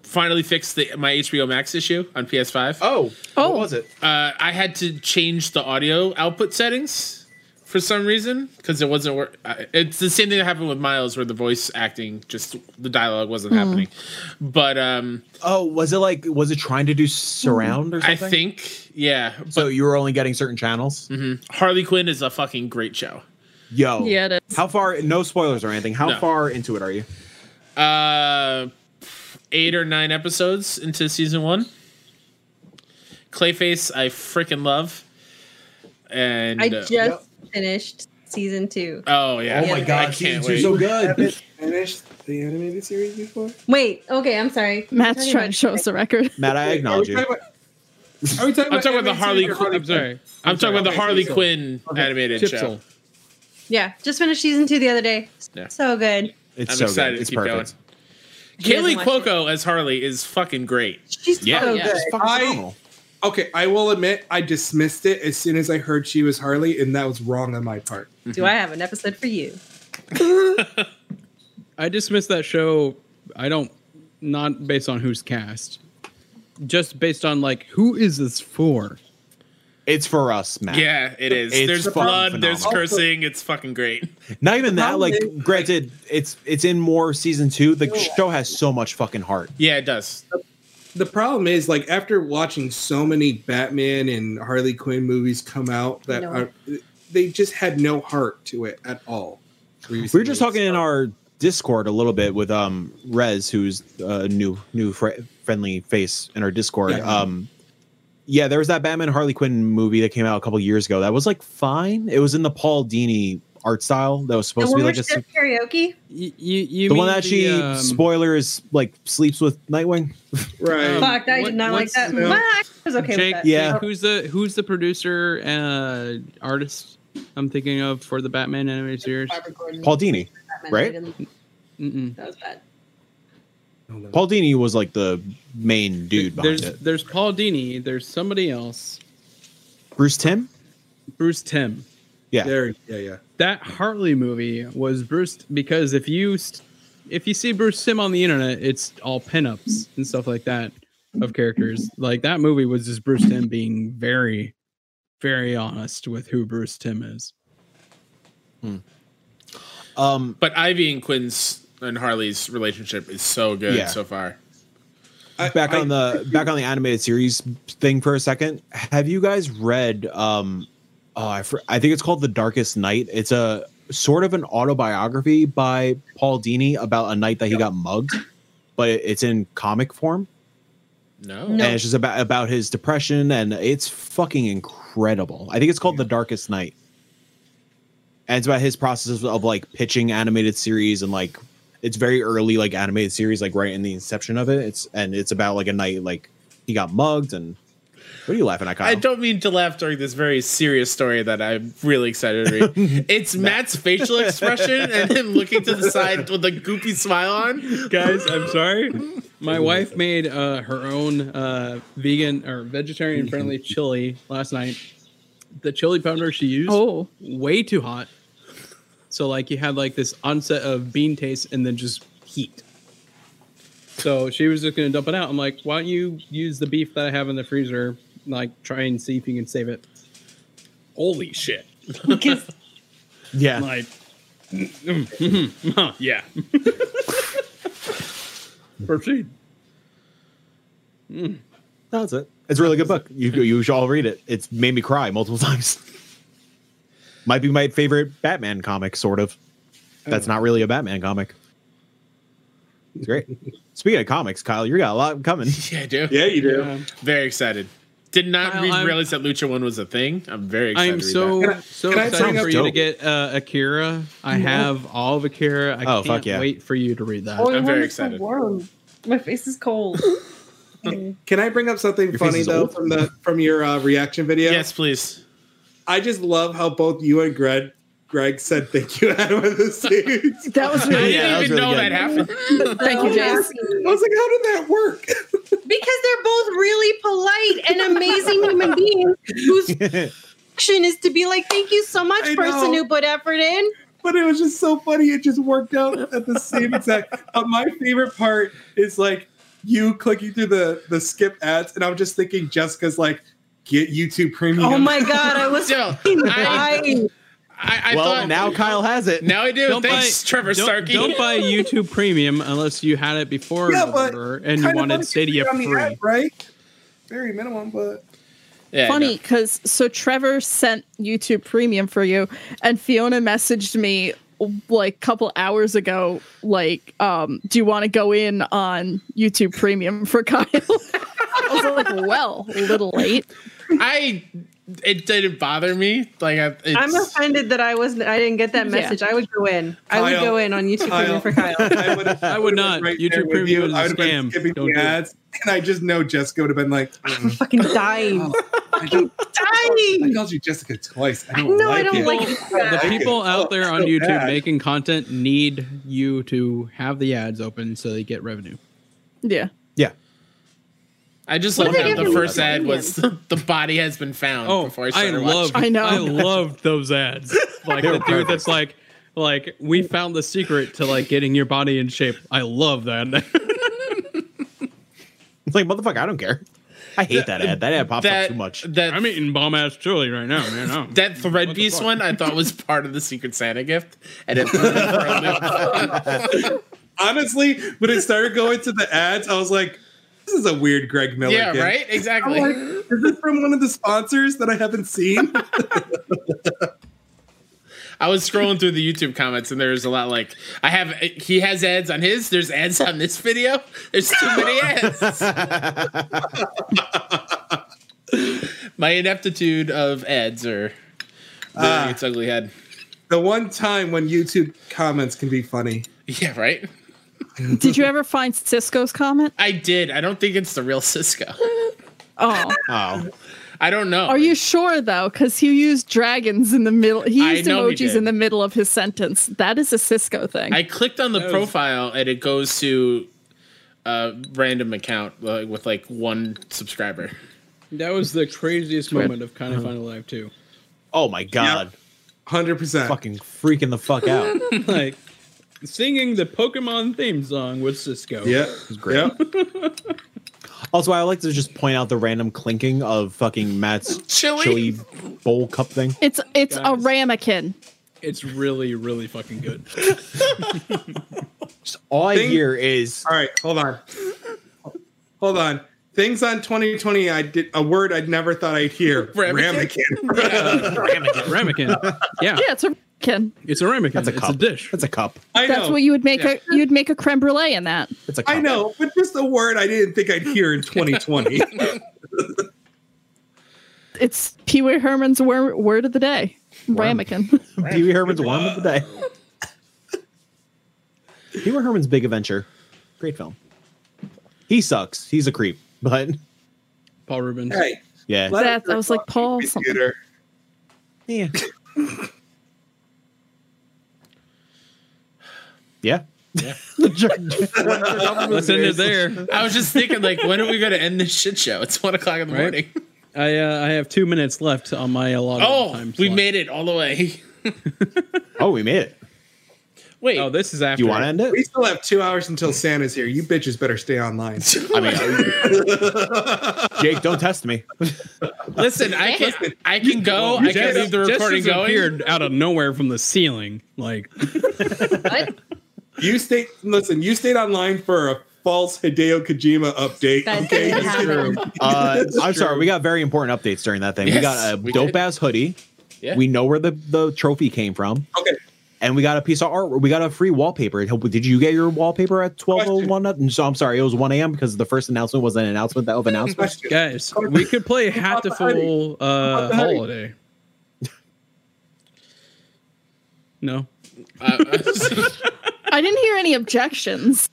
[SPEAKER 1] finally fixed the, my HBO Max issue on PS5.
[SPEAKER 2] Oh,
[SPEAKER 5] Oh.
[SPEAKER 2] what was it?
[SPEAKER 1] Uh, I had to change the audio output settings for some reason because it wasn't. Wor- I- it's the same thing that happened with Miles, where the voice acting, just the dialogue wasn't happening. But um,
[SPEAKER 2] Oh, was it like was it trying to do surround or
[SPEAKER 1] Mm, I
[SPEAKER 2] something?
[SPEAKER 1] think, yeah,
[SPEAKER 2] so. You were only getting certain channels.
[SPEAKER 1] Harley Quinn is a fucking great show.
[SPEAKER 2] Yo,
[SPEAKER 5] Yeah, it is.
[SPEAKER 2] How far? No spoilers or anything. How
[SPEAKER 1] No.
[SPEAKER 2] far into it are you?
[SPEAKER 1] uh eight or nine episodes into season one. Clayface, I freaking love. And
[SPEAKER 3] I
[SPEAKER 1] uh,
[SPEAKER 3] just finished season two.
[SPEAKER 1] oh yeah,
[SPEAKER 3] Oh my God,
[SPEAKER 1] I can't
[SPEAKER 2] You're
[SPEAKER 1] wait.
[SPEAKER 2] so good.
[SPEAKER 6] Haven't finished the animated series before?
[SPEAKER 3] Wait, okay, I'm sorry.
[SPEAKER 5] Matt's
[SPEAKER 3] Talking
[SPEAKER 5] trying
[SPEAKER 3] about-
[SPEAKER 5] to show us a record.
[SPEAKER 2] Matt, I acknowledge
[SPEAKER 6] Are we
[SPEAKER 2] you.
[SPEAKER 6] talking about- Are we talking
[SPEAKER 1] I'm talking about the
[SPEAKER 6] animated
[SPEAKER 1] Harley
[SPEAKER 6] series or
[SPEAKER 1] Quinn-
[SPEAKER 4] I'm sorry.
[SPEAKER 1] I'm talking about the
[SPEAKER 4] Okay,
[SPEAKER 1] Harley
[SPEAKER 4] Chipsel.
[SPEAKER 1] Quinn
[SPEAKER 4] Okay,
[SPEAKER 1] animated show.
[SPEAKER 4] Chipsel.
[SPEAKER 3] Yeah, just finished season two the other day.
[SPEAKER 1] Yeah.
[SPEAKER 3] So good.
[SPEAKER 2] It's
[SPEAKER 1] I'm
[SPEAKER 2] so
[SPEAKER 1] excited
[SPEAKER 2] good.
[SPEAKER 1] to
[SPEAKER 2] It's
[SPEAKER 1] keep going.
[SPEAKER 2] perfect.
[SPEAKER 1] Kaylee
[SPEAKER 3] doesn't watch
[SPEAKER 1] Cuoco as Harley is fucking great.
[SPEAKER 3] She's
[SPEAKER 2] Yeah.
[SPEAKER 3] so
[SPEAKER 5] Yeah.
[SPEAKER 3] good.
[SPEAKER 2] It's fucking
[SPEAKER 6] I-
[SPEAKER 2] phenomenal.
[SPEAKER 6] Okay, I will admit I dismissed it as soon as I heard she was Harley, and that was wrong on my part.
[SPEAKER 3] Do I have an episode for you?
[SPEAKER 4] I dismissed that show. I don't not based on who's cast, just based on like who is this for?
[SPEAKER 2] It's for us, Matt.
[SPEAKER 1] Yeah, it is.
[SPEAKER 2] It's
[SPEAKER 1] there's
[SPEAKER 2] fucking
[SPEAKER 1] blood, there's
[SPEAKER 2] phenomenal.
[SPEAKER 1] cursing, it's fucking great.
[SPEAKER 2] Not even that.
[SPEAKER 6] problem
[SPEAKER 2] Like,
[SPEAKER 6] is-
[SPEAKER 2] granted, it's it's in more season two. The show has so much fucking heart.
[SPEAKER 1] Yeah, it does.
[SPEAKER 6] The problem is, like, after watching so many Batman and Harley Quinn movies come out, that
[SPEAKER 3] No.
[SPEAKER 6] are, they just had no heart to it at all.
[SPEAKER 2] We were just talking in our Discord a little bit with um Rez, who's a new new fr- friendly face in our Discord.
[SPEAKER 6] Yeah.
[SPEAKER 2] Um, yeah, there was that Batman Harley Quinn movie that came out a couple years ago. That was like fine. It was in the Paul Dini art style. That was
[SPEAKER 3] The
[SPEAKER 2] supposed to
[SPEAKER 3] one
[SPEAKER 2] be
[SPEAKER 3] where
[SPEAKER 2] like
[SPEAKER 3] she
[SPEAKER 2] a
[SPEAKER 3] does karaoke?
[SPEAKER 4] You, you, you
[SPEAKER 2] the one
[SPEAKER 4] mean
[SPEAKER 2] that she
[SPEAKER 4] um,
[SPEAKER 2] spoiler is like sleeps with Nightwing.
[SPEAKER 6] right.
[SPEAKER 4] Um,
[SPEAKER 3] Fuck, I
[SPEAKER 4] what-
[SPEAKER 3] did not like
[SPEAKER 4] what's
[SPEAKER 3] that.
[SPEAKER 6] the-
[SPEAKER 3] But I was okay
[SPEAKER 4] Jake,
[SPEAKER 3] with that.
[SPEAKER 2] Yeah.
[SPEAKER 4] Jake, who's the who's the producer uh, artist? I'm thinking of for the Batman animated series.
[SPEAKER 3] Barbara Gordon,
[SPEAKER 2] Paul Dini.
[SPEAKER 3] Batman,
[SPEAKER 2] right?
[SPEAKER 3] I didn't-
[SPEAKER 4] Mm-mm.
[SPEAKER 3] That was bad.
[SPEAKER 6] Oh,
[SPEAKER 2] Paul Dini was like the main dude behind
[SPEAKER 4] There's
[SPEAKER 2] it.
[SPEAKER 4] there's Paul Dini. There's somebody else.
[SPEAKER 2] Bruce Tim.
[SPEAKER 4] Bruce Tim.
[SPEAKER 2] Yeah.
[SPEAKER 6] There, yeah, yeah.
[SPEAKER 4] that Harley movie was Bruce because if you st- if you see Bruce Sim on the internet, it's all pinups and stuff like that of characters. Like that movie was just Bruce Tim being very, very honest with who Bruce Tim is.
[SPEAKER 2] Um,
[SPEAKER 1] But Ivy and Quinn's and Harley's relationship is so good
[SPEAKER 2] Yeah.
[SPEAKER 1] so far.
[SPEAKER 6] I-
[SPEAKER 2] back
[SPEAKER 6] I-
[SPEAKER 2] on the back on the animated series thing for a second. Have you guys read? Um, oh, I, fr- I think it's called The Darkest Night. It's a sort of an autobiography by Paul Dini about a night that he got mugged, but it's in comic form,
[SPEAKER 1] No.
[SPEAKER 3] No.
[SPEAKER 2] and it's just about about his depression, and it's fucking incredible. I think it's called The Darkest Night, and it's about his process of like pitching animated series and like. it's very early like animated series, like right in the inception of it. It's and it's about like a night like he got mugged and what are you laughing at, Kyle?
[SPEAKER 1] I don't mean to laugh during this very serious story that I'm really excited to read. It's Matt's facial expression and him looking to the side with a goopy smile on.
[SPEAKER 4] guys i'm sorry my wife made uh, her own uh, vegan or vegetarian friendly chili last night the chili powder she used
[SPEAKER 5] Oh,
[SPEAKER 4] way too hot so like you had like this onset of bean taste and then just heat so she was just gonna dump it out i'm like why don't you use the beef that i have in the freezer like try and see if you can save it holy shit
[SPEAKER 2] yeah.
[SPEAKER 4] I'm like mm, mm, mhm, huh, yeah proceed
[SPEAKER 2] That's it. It's a really good book. You you should all read it. It's made me cry multiple times. Might be my favorite Batman comic, sort of. That's not really a Batman comic. It's great. Speaking of comics, Kyle, you got a lot coming.
[SPEAKER 1] Yeah, I do.
[SPEAKER 6] Yeah, you do.
[SPEAKER 4] Yeah.
[SPEAKER 1] Very excited. Did not
[SPEAKER 4] Kyle,
[SPEAKER 1] re-
[SPEAKER 4] I'm-
[SPEAKER 1] realize that Lucha One was a thing. I'm very excited.
[SPEAKER 4] I'm
[SPEAKER 1] to read
[SPEAKER 4] so
[SPEAKER 1] that.
[SPEAKER 4] so
[SPEAKER 6] can I Mm-hmm.
[SPEAKER 4] excited
[SPEAKER 6] bring
[SPEAKER 4] for
[SPEAKER 6] up-
[SPEAKER 4] you to
[SPEAKER 2] Dope.
[SPEAKER 4] get uh, Akira. I have all of Akira. I
[SPEAKER 2] Oh,
[SPEAKER 4] can't
[SPEAKER 2] fuck yeah.
[SPEAKER 4] wait for you to read that.
[SPEAKER 3] Oh, your
[SPEAKER 1] I'm very
[SPEAKER 3] hand is so
[SPEAKER 1] excited.
[SPEAKER 3] warm. My face is cold.
[SPEAKER 6] Can I bring up something
[SPEAKER 2] Your face
[SPEAKER 6] funny
[SPEAKER 2] is
[SPEAKER 6] though
[SPEAKER 2] old.
[SPEAKER 6] from the from your uh, reaction video?
[SPEAKER 1] Yes, please.
[SPEAKER 6] I just love how both you and Greg Greg said thank you Adam of the suits.
[SPEAKER 5] that was
[SPEAKER 1] I
[SPEAKER 5] really
[SPEAKER 1] didn't
[SPEAKER 2] that was
[SPEAKER 1] even
[SPEAKER 2] really
[SPEAKER 1] know
[SPEAKER 2] good.
[SPEAKER 1] that happened.
[SPEAKER 5] Thank you, James.
[SPEAKER 6] I was like, how did that work?
[SPEAKER 3] Because they're both really polite and amazing human beings whose action is to be like, thank you so much,
[SPEAKER 6] I
[SPEAKER 3] person
[SPEAKER 6] know.
[SPEAKER 3] who put effort in.
[SPEAKER 6] but it was just so funny. It just worked out at the same exact. But my favorite part is like you clicking through the the skip ads, and I'm just thinking Jessica's like, get YouTube Premium.
[SPEAKER 3] Oh my god, I was
[SPEAKER 1] Yo, I,
[SPEAKER 3] dying.
[SPEAKER 1] I, I
[SPEAKER 2] well,
[SPEAKER 1] thought
[SPEAKER 2] now Kyle has it.
[SPEAKER 1] now I do.
[SPEAKER 4] Don't
[SPEAKER 1] Thanks,
[SPEAKER 4] buy,
[SPEAKER 1] Trevor
[SPEAKER 4] don't,
[SPEAKER 1] Starkey.
[SPEAKER 4] Don't buy YouTube Premium unless you had it before
[SPEAKER 6] Yeah,
[SPEAKER 4] or
[SPEAKER 6] but
[SPEAKER 4] whatever, and you
[SPEAKER 6] Kinda
[SPEAKER 4] wanted
[SPEAKER 6] funny
[SPEAKER 4] Stadia
[SPEAKER 6] on the
[SPEAKER 4] free.
[SPEAKER 6] ad, right? Very minimum, but
[SPEAKER 1] Yeah, I
[SPEAKER 5] funny
[SPEAKER 1] know.
[SPEAKER 5] because so Trevor sent YouTube Premium for you, and Fiona messaged me like couple hours ago, like, um, do you want to go in on YouTube Premium for Kyle? I was like, well, a little late.
[SPEAKER 1] I it didn't bother me. Like I, it's,
[SPEAKER 3] I'm offended that I wasn't. I didn't get that
[SPEAKER 5] Yeah.
[SPEAKER 3] message. I would go in. I would
[SPEAKER 6] Kyle.
[SPEAKER 3] go in on YouTube Premium for Kyle.
[SPEAKER 6] I would,
[SPEAKER 4] I would not. YouTube Premium is a
[SPEAKER 6] I would have been
[SPEAKER 4] scam.
[SPEAKER 6] skipping
[SPEAKER 4] Don't do
[SPEAKER 6] the
[SPEAKER 4] it.
[SPEAKER 6] ads, and I just know Jessica would have been like,
[SPEAKER 3] I'm
[SPEAKER 6] mm,
[SPEAKER 3] fucking dying.
[SPEAKER 6] I, don't, I
[SPEAKER 3] dying.
[SPEAKER 6] called you Jessica twice. I don't
[SPEAKER 3] No,
[SPEAKER 6] like
[SPEAKER 3] I don't
[SPEAKER 6] it.
[SPEAKER 3] like it.
[SPEAKER 4] The
[SPEAKER 6] Thank you.
[SPEAKER 4] people out there on
[SPEAKER 6] so
[SPEAKER 4] YouTube
[SPEAKER 6] bad.
[SPEAKER 4] making content need you to have the ads open so they get revenue.
[SPEAKER 5] Yeah.
[SPEAKER 1] I just
[SPEAKER 3] What
[SPEAKER 1] love
[SPEAKER 3] did
[SPEAKER 1] that
[SPEAKER 3] they
[SPEAKER 1] the
[SPEAKER 3] give
[SPEAKER 1] first
[SPEAKER 3] you?
[SPEAKER 1] ad was the body has been found.
[SPEAKER 4] Oh,
[SPEAKER 1] before I
[SPEAKER 4] I
[SPEAKER 1] started
[SPEAKER 4] love,
[SPEAKER 1] watching.
[SPEAKER 5] I know.
[SPEAKER 4] I loved those ads. Like
[SPEAKER 2] They were
[SPEAKER 4] the dude
[SPEAKER 2] perfect.
[SPEAKER 4] that's like, like we found the secret to like getting your body in shape. I love that.
[SPEAKER 2] It's like motherfucker, I don't care. I hate that ad. That ad pops
[SPEAKER 1] that
[SPEAKER 2] up too much.
[SPEAKER 1] That
[SPEAKER 4] I'm eating bomb ass chili right now, man. I'm-
[SPEAKER 1] that thread
[SPEAKER 4] What the
[SPEAKER 1] piece
[SPEAKER 4] fuck?
[SPEAKER 1] one I thought was part of the Secret Santa gift, and it threw me for a loop.
[SPEAKER 6] Honestly, when it started going to the ads, I was like, this is a weird Greg Miller.
[SPEAKER 1] yeah,
[SPEAKER 6] gig.
[SPEAKER 1] right,
[SPEAKER 6] I'm
[SPEAKER 1] exactly.
[SPEAKER 6] like, is this from one of the sponsors that I haven't seen?
[SPEAKER 1] I was scrolling through the YouTube comments, and there's a lot like I have. He has ads on his. There's ads on this video. There's too many ads. My ineptitude of ads are
[SPEAKER 6] Ah.
[SPEAKER 1] rearing its ugly head.
[SPEAKER 6] the one time when YouTube comments can be funny.
[SPEAKER 1] Yeah, right.
[SPEAKER 5] Did you ever find Cisco's comment?
[SPEAKER 1] I did. I don't think it's the real Cisco.
[SPEAKER 5] Oh,
[SPEAKER 2] Oh,
[SPEAKER 1] I don't know.
[SPEAKER 5] are you sure though? Because he used dragons in the middle. He
[SPEAKER 1] I
[SPEAKER 5] used
[SPEAKER 1] know he
[SPEAKER 5] emojis
[SPEAKER 1] did.
[SPEAKER 5] in the middle of his sentence. That is a Cisco thing.
[SPEAKER 1] I clicked on the
[SPEAKER 4] was-
[SPEAKER 1] profile and it goes to a random account like, with like one subscriber.
[SPEAKER 4] That was the craziest moment of kind of fun alive too.
[SPEAKER 2] oh my god!
[SPEAKER 6] 100%.
[SPEAKER 2] Fucking freaking the fuck out.
[SPEAKER 4] Like singing the Pokemon theme song with Cisco.
[SPEAKER 6] Yeah.
[SPEAKER 2] great.
[SPEAKER 6] Yep.
[SPEAKER 2] Also, I like to just point out the random clinking of fucking Matt's
[SPEAKER 1] Chili?
[SPEAKER 2] chili bowl cup thing.
[SPEAKER 5] it's it's a
[SPEAKER 4] Guys.
[SPEAKER 5] ramekin.
[SPEAKER 4] It's really, really fucking good.
[SPEAKER 2] All I
[SPEAKER 6] Thing-
[SPEAKER 2] hear is
[SPEAKER 6] All right, hold on. Hold on. Things on 2020, I did a word I'd never thought I'd hear.
[SPEAKER 1] Ramekin?
[SPEAKER 6] Ramekin.
[SPEAKER 4] ramekin.
[SPEAKER 5] Yeah,
[SPEAKER 4] Yeah,
[SPEAKER 5] it's a ramekin.
[SPEAKER 4] it's a ramekin.
[SPEAKER 2] that's a
[SPEAKER 4] it's
[SPEAKER 2] cup.
[SPEAKER 4] a dish.
[SPEAKER 2] That's a cup.
[SPEAKER 6] I know.
[SPEAKER 5] That's what you would make
[SPEAKER 1] Yeah.
[SPEAKER 5] a you'd make a creme brulee in that.
[SPEAKER 2] It's a cup.
[SPEAKER 6] I know, but just a word I didn't think I'd hear in 2020.
[SPEAKER 5] It's Pee Wee Herman's wor- word of the day. Ramekin.
[SPEAKER 2] Pee Wee Herman's warm of the day. Humor Herman's Big Adventure. Great film. He sucks. He's a creep, but
[SPEAKER 4] Paul Rubens.
[SPEAKER 6] Hey,
[SPEAKER 2] yeah.
[SPEAKER 6] let
[SPEAKER 5] That-
[SPEAKER 6] her
[SPEAKER 5] I was like,
[SPEAKER 6] fucking
[SPEAKER 5] Paul,
[SPEAKER 6] computer.
[SPEAKER 2] Yeah. yeah.
[SPEAKER 4] Let's end it there.
[SPEAKER 1] I was just thinking, like, when are we going to end this shit show? It's one o'clock in the
[SPEAKER 4] Right.
[SPEAKER 1] morning.
[SPEAKER 4] I uh, I have two minutes left on my allotted
[SPEAKER 1] Oh,
[SPEAKER 4] time.
[SPEAKER 1] we
[SPEAKER 4] slot.
[SPEAKER 1] made it all the way.
[SPEAKER 2] Oh, we made it.
[SPEAKER 1] Wait,
[SPEAKER 4] Oh, this is
[SPEAKER 2] Do
[SPEAKER 4] after.
[SPEAKER 2] you want to end
[SPEAKER 6] We
[SPEAKER 2] it?
[SPEAKER 6] still have two hours until Santa's here. You bitches better stay online.
[SPEAKER 2] I mean, Jake, don't test me.
[SPEAKER 1] listen, I can I can go.
[SPEAKER 4] You
[SPEAKER 1] I can
[SPEAKER 4] just-
[SPEAKER 1] leave the
[SPEAKER 4] just
[SPEAKER 1] recording
[SPEAKER 4] as
[SPEAKER 1] going.
[SPEAKER 4] Appeared out of nowhere from the ceiling. Like
[SPEAKER 3] What?
[SPEAKER 6] You stayed. Listen, you stayed online for a false Hideo Kojima update.
[SPEAKER 3] That
[SPEAKER 6] okay,
[SPEAKER 3] didn't
[SPEAKER 6] Just-
[SPEAKER 3] happen.
[SPEAKER 2] Uh, I'm sorry. We got very important updates during that thing. we
[SPEAKER 1] Yes,
[SPEAKER 2] got a
[SPEAKER 1] we
[SPEAKER 2] dope
[SPEAKER 1] did.
[SPEAKER 2] ass hoodie.
[SPEAKER 1] Yeah.
[SPEAKER 2] We know where the, the trophy came from.
[SPEAKER 6] okay.
[SPEAKER 2] And we got a piece of art. We got a free wallpaper. Did you get your wallpaper at 1201? So I'm sorry. It was 1 a.m. because the first announcement was an announcement of announcement.
[SPEAKER 6] Question.
[SPEAKER 4] guys, we could play
[SPEAKER 6] About the
[SPEAKER 4] Hatful
[SPEAKER 6] About
[SPEAKER 4] uh,
[SPEAKER 6] the honey.
[SPEAKER 4] holiday. No.
[SPEAKER 1] Uh, uh,
[SPEAKER 5] I didn't hear any objections.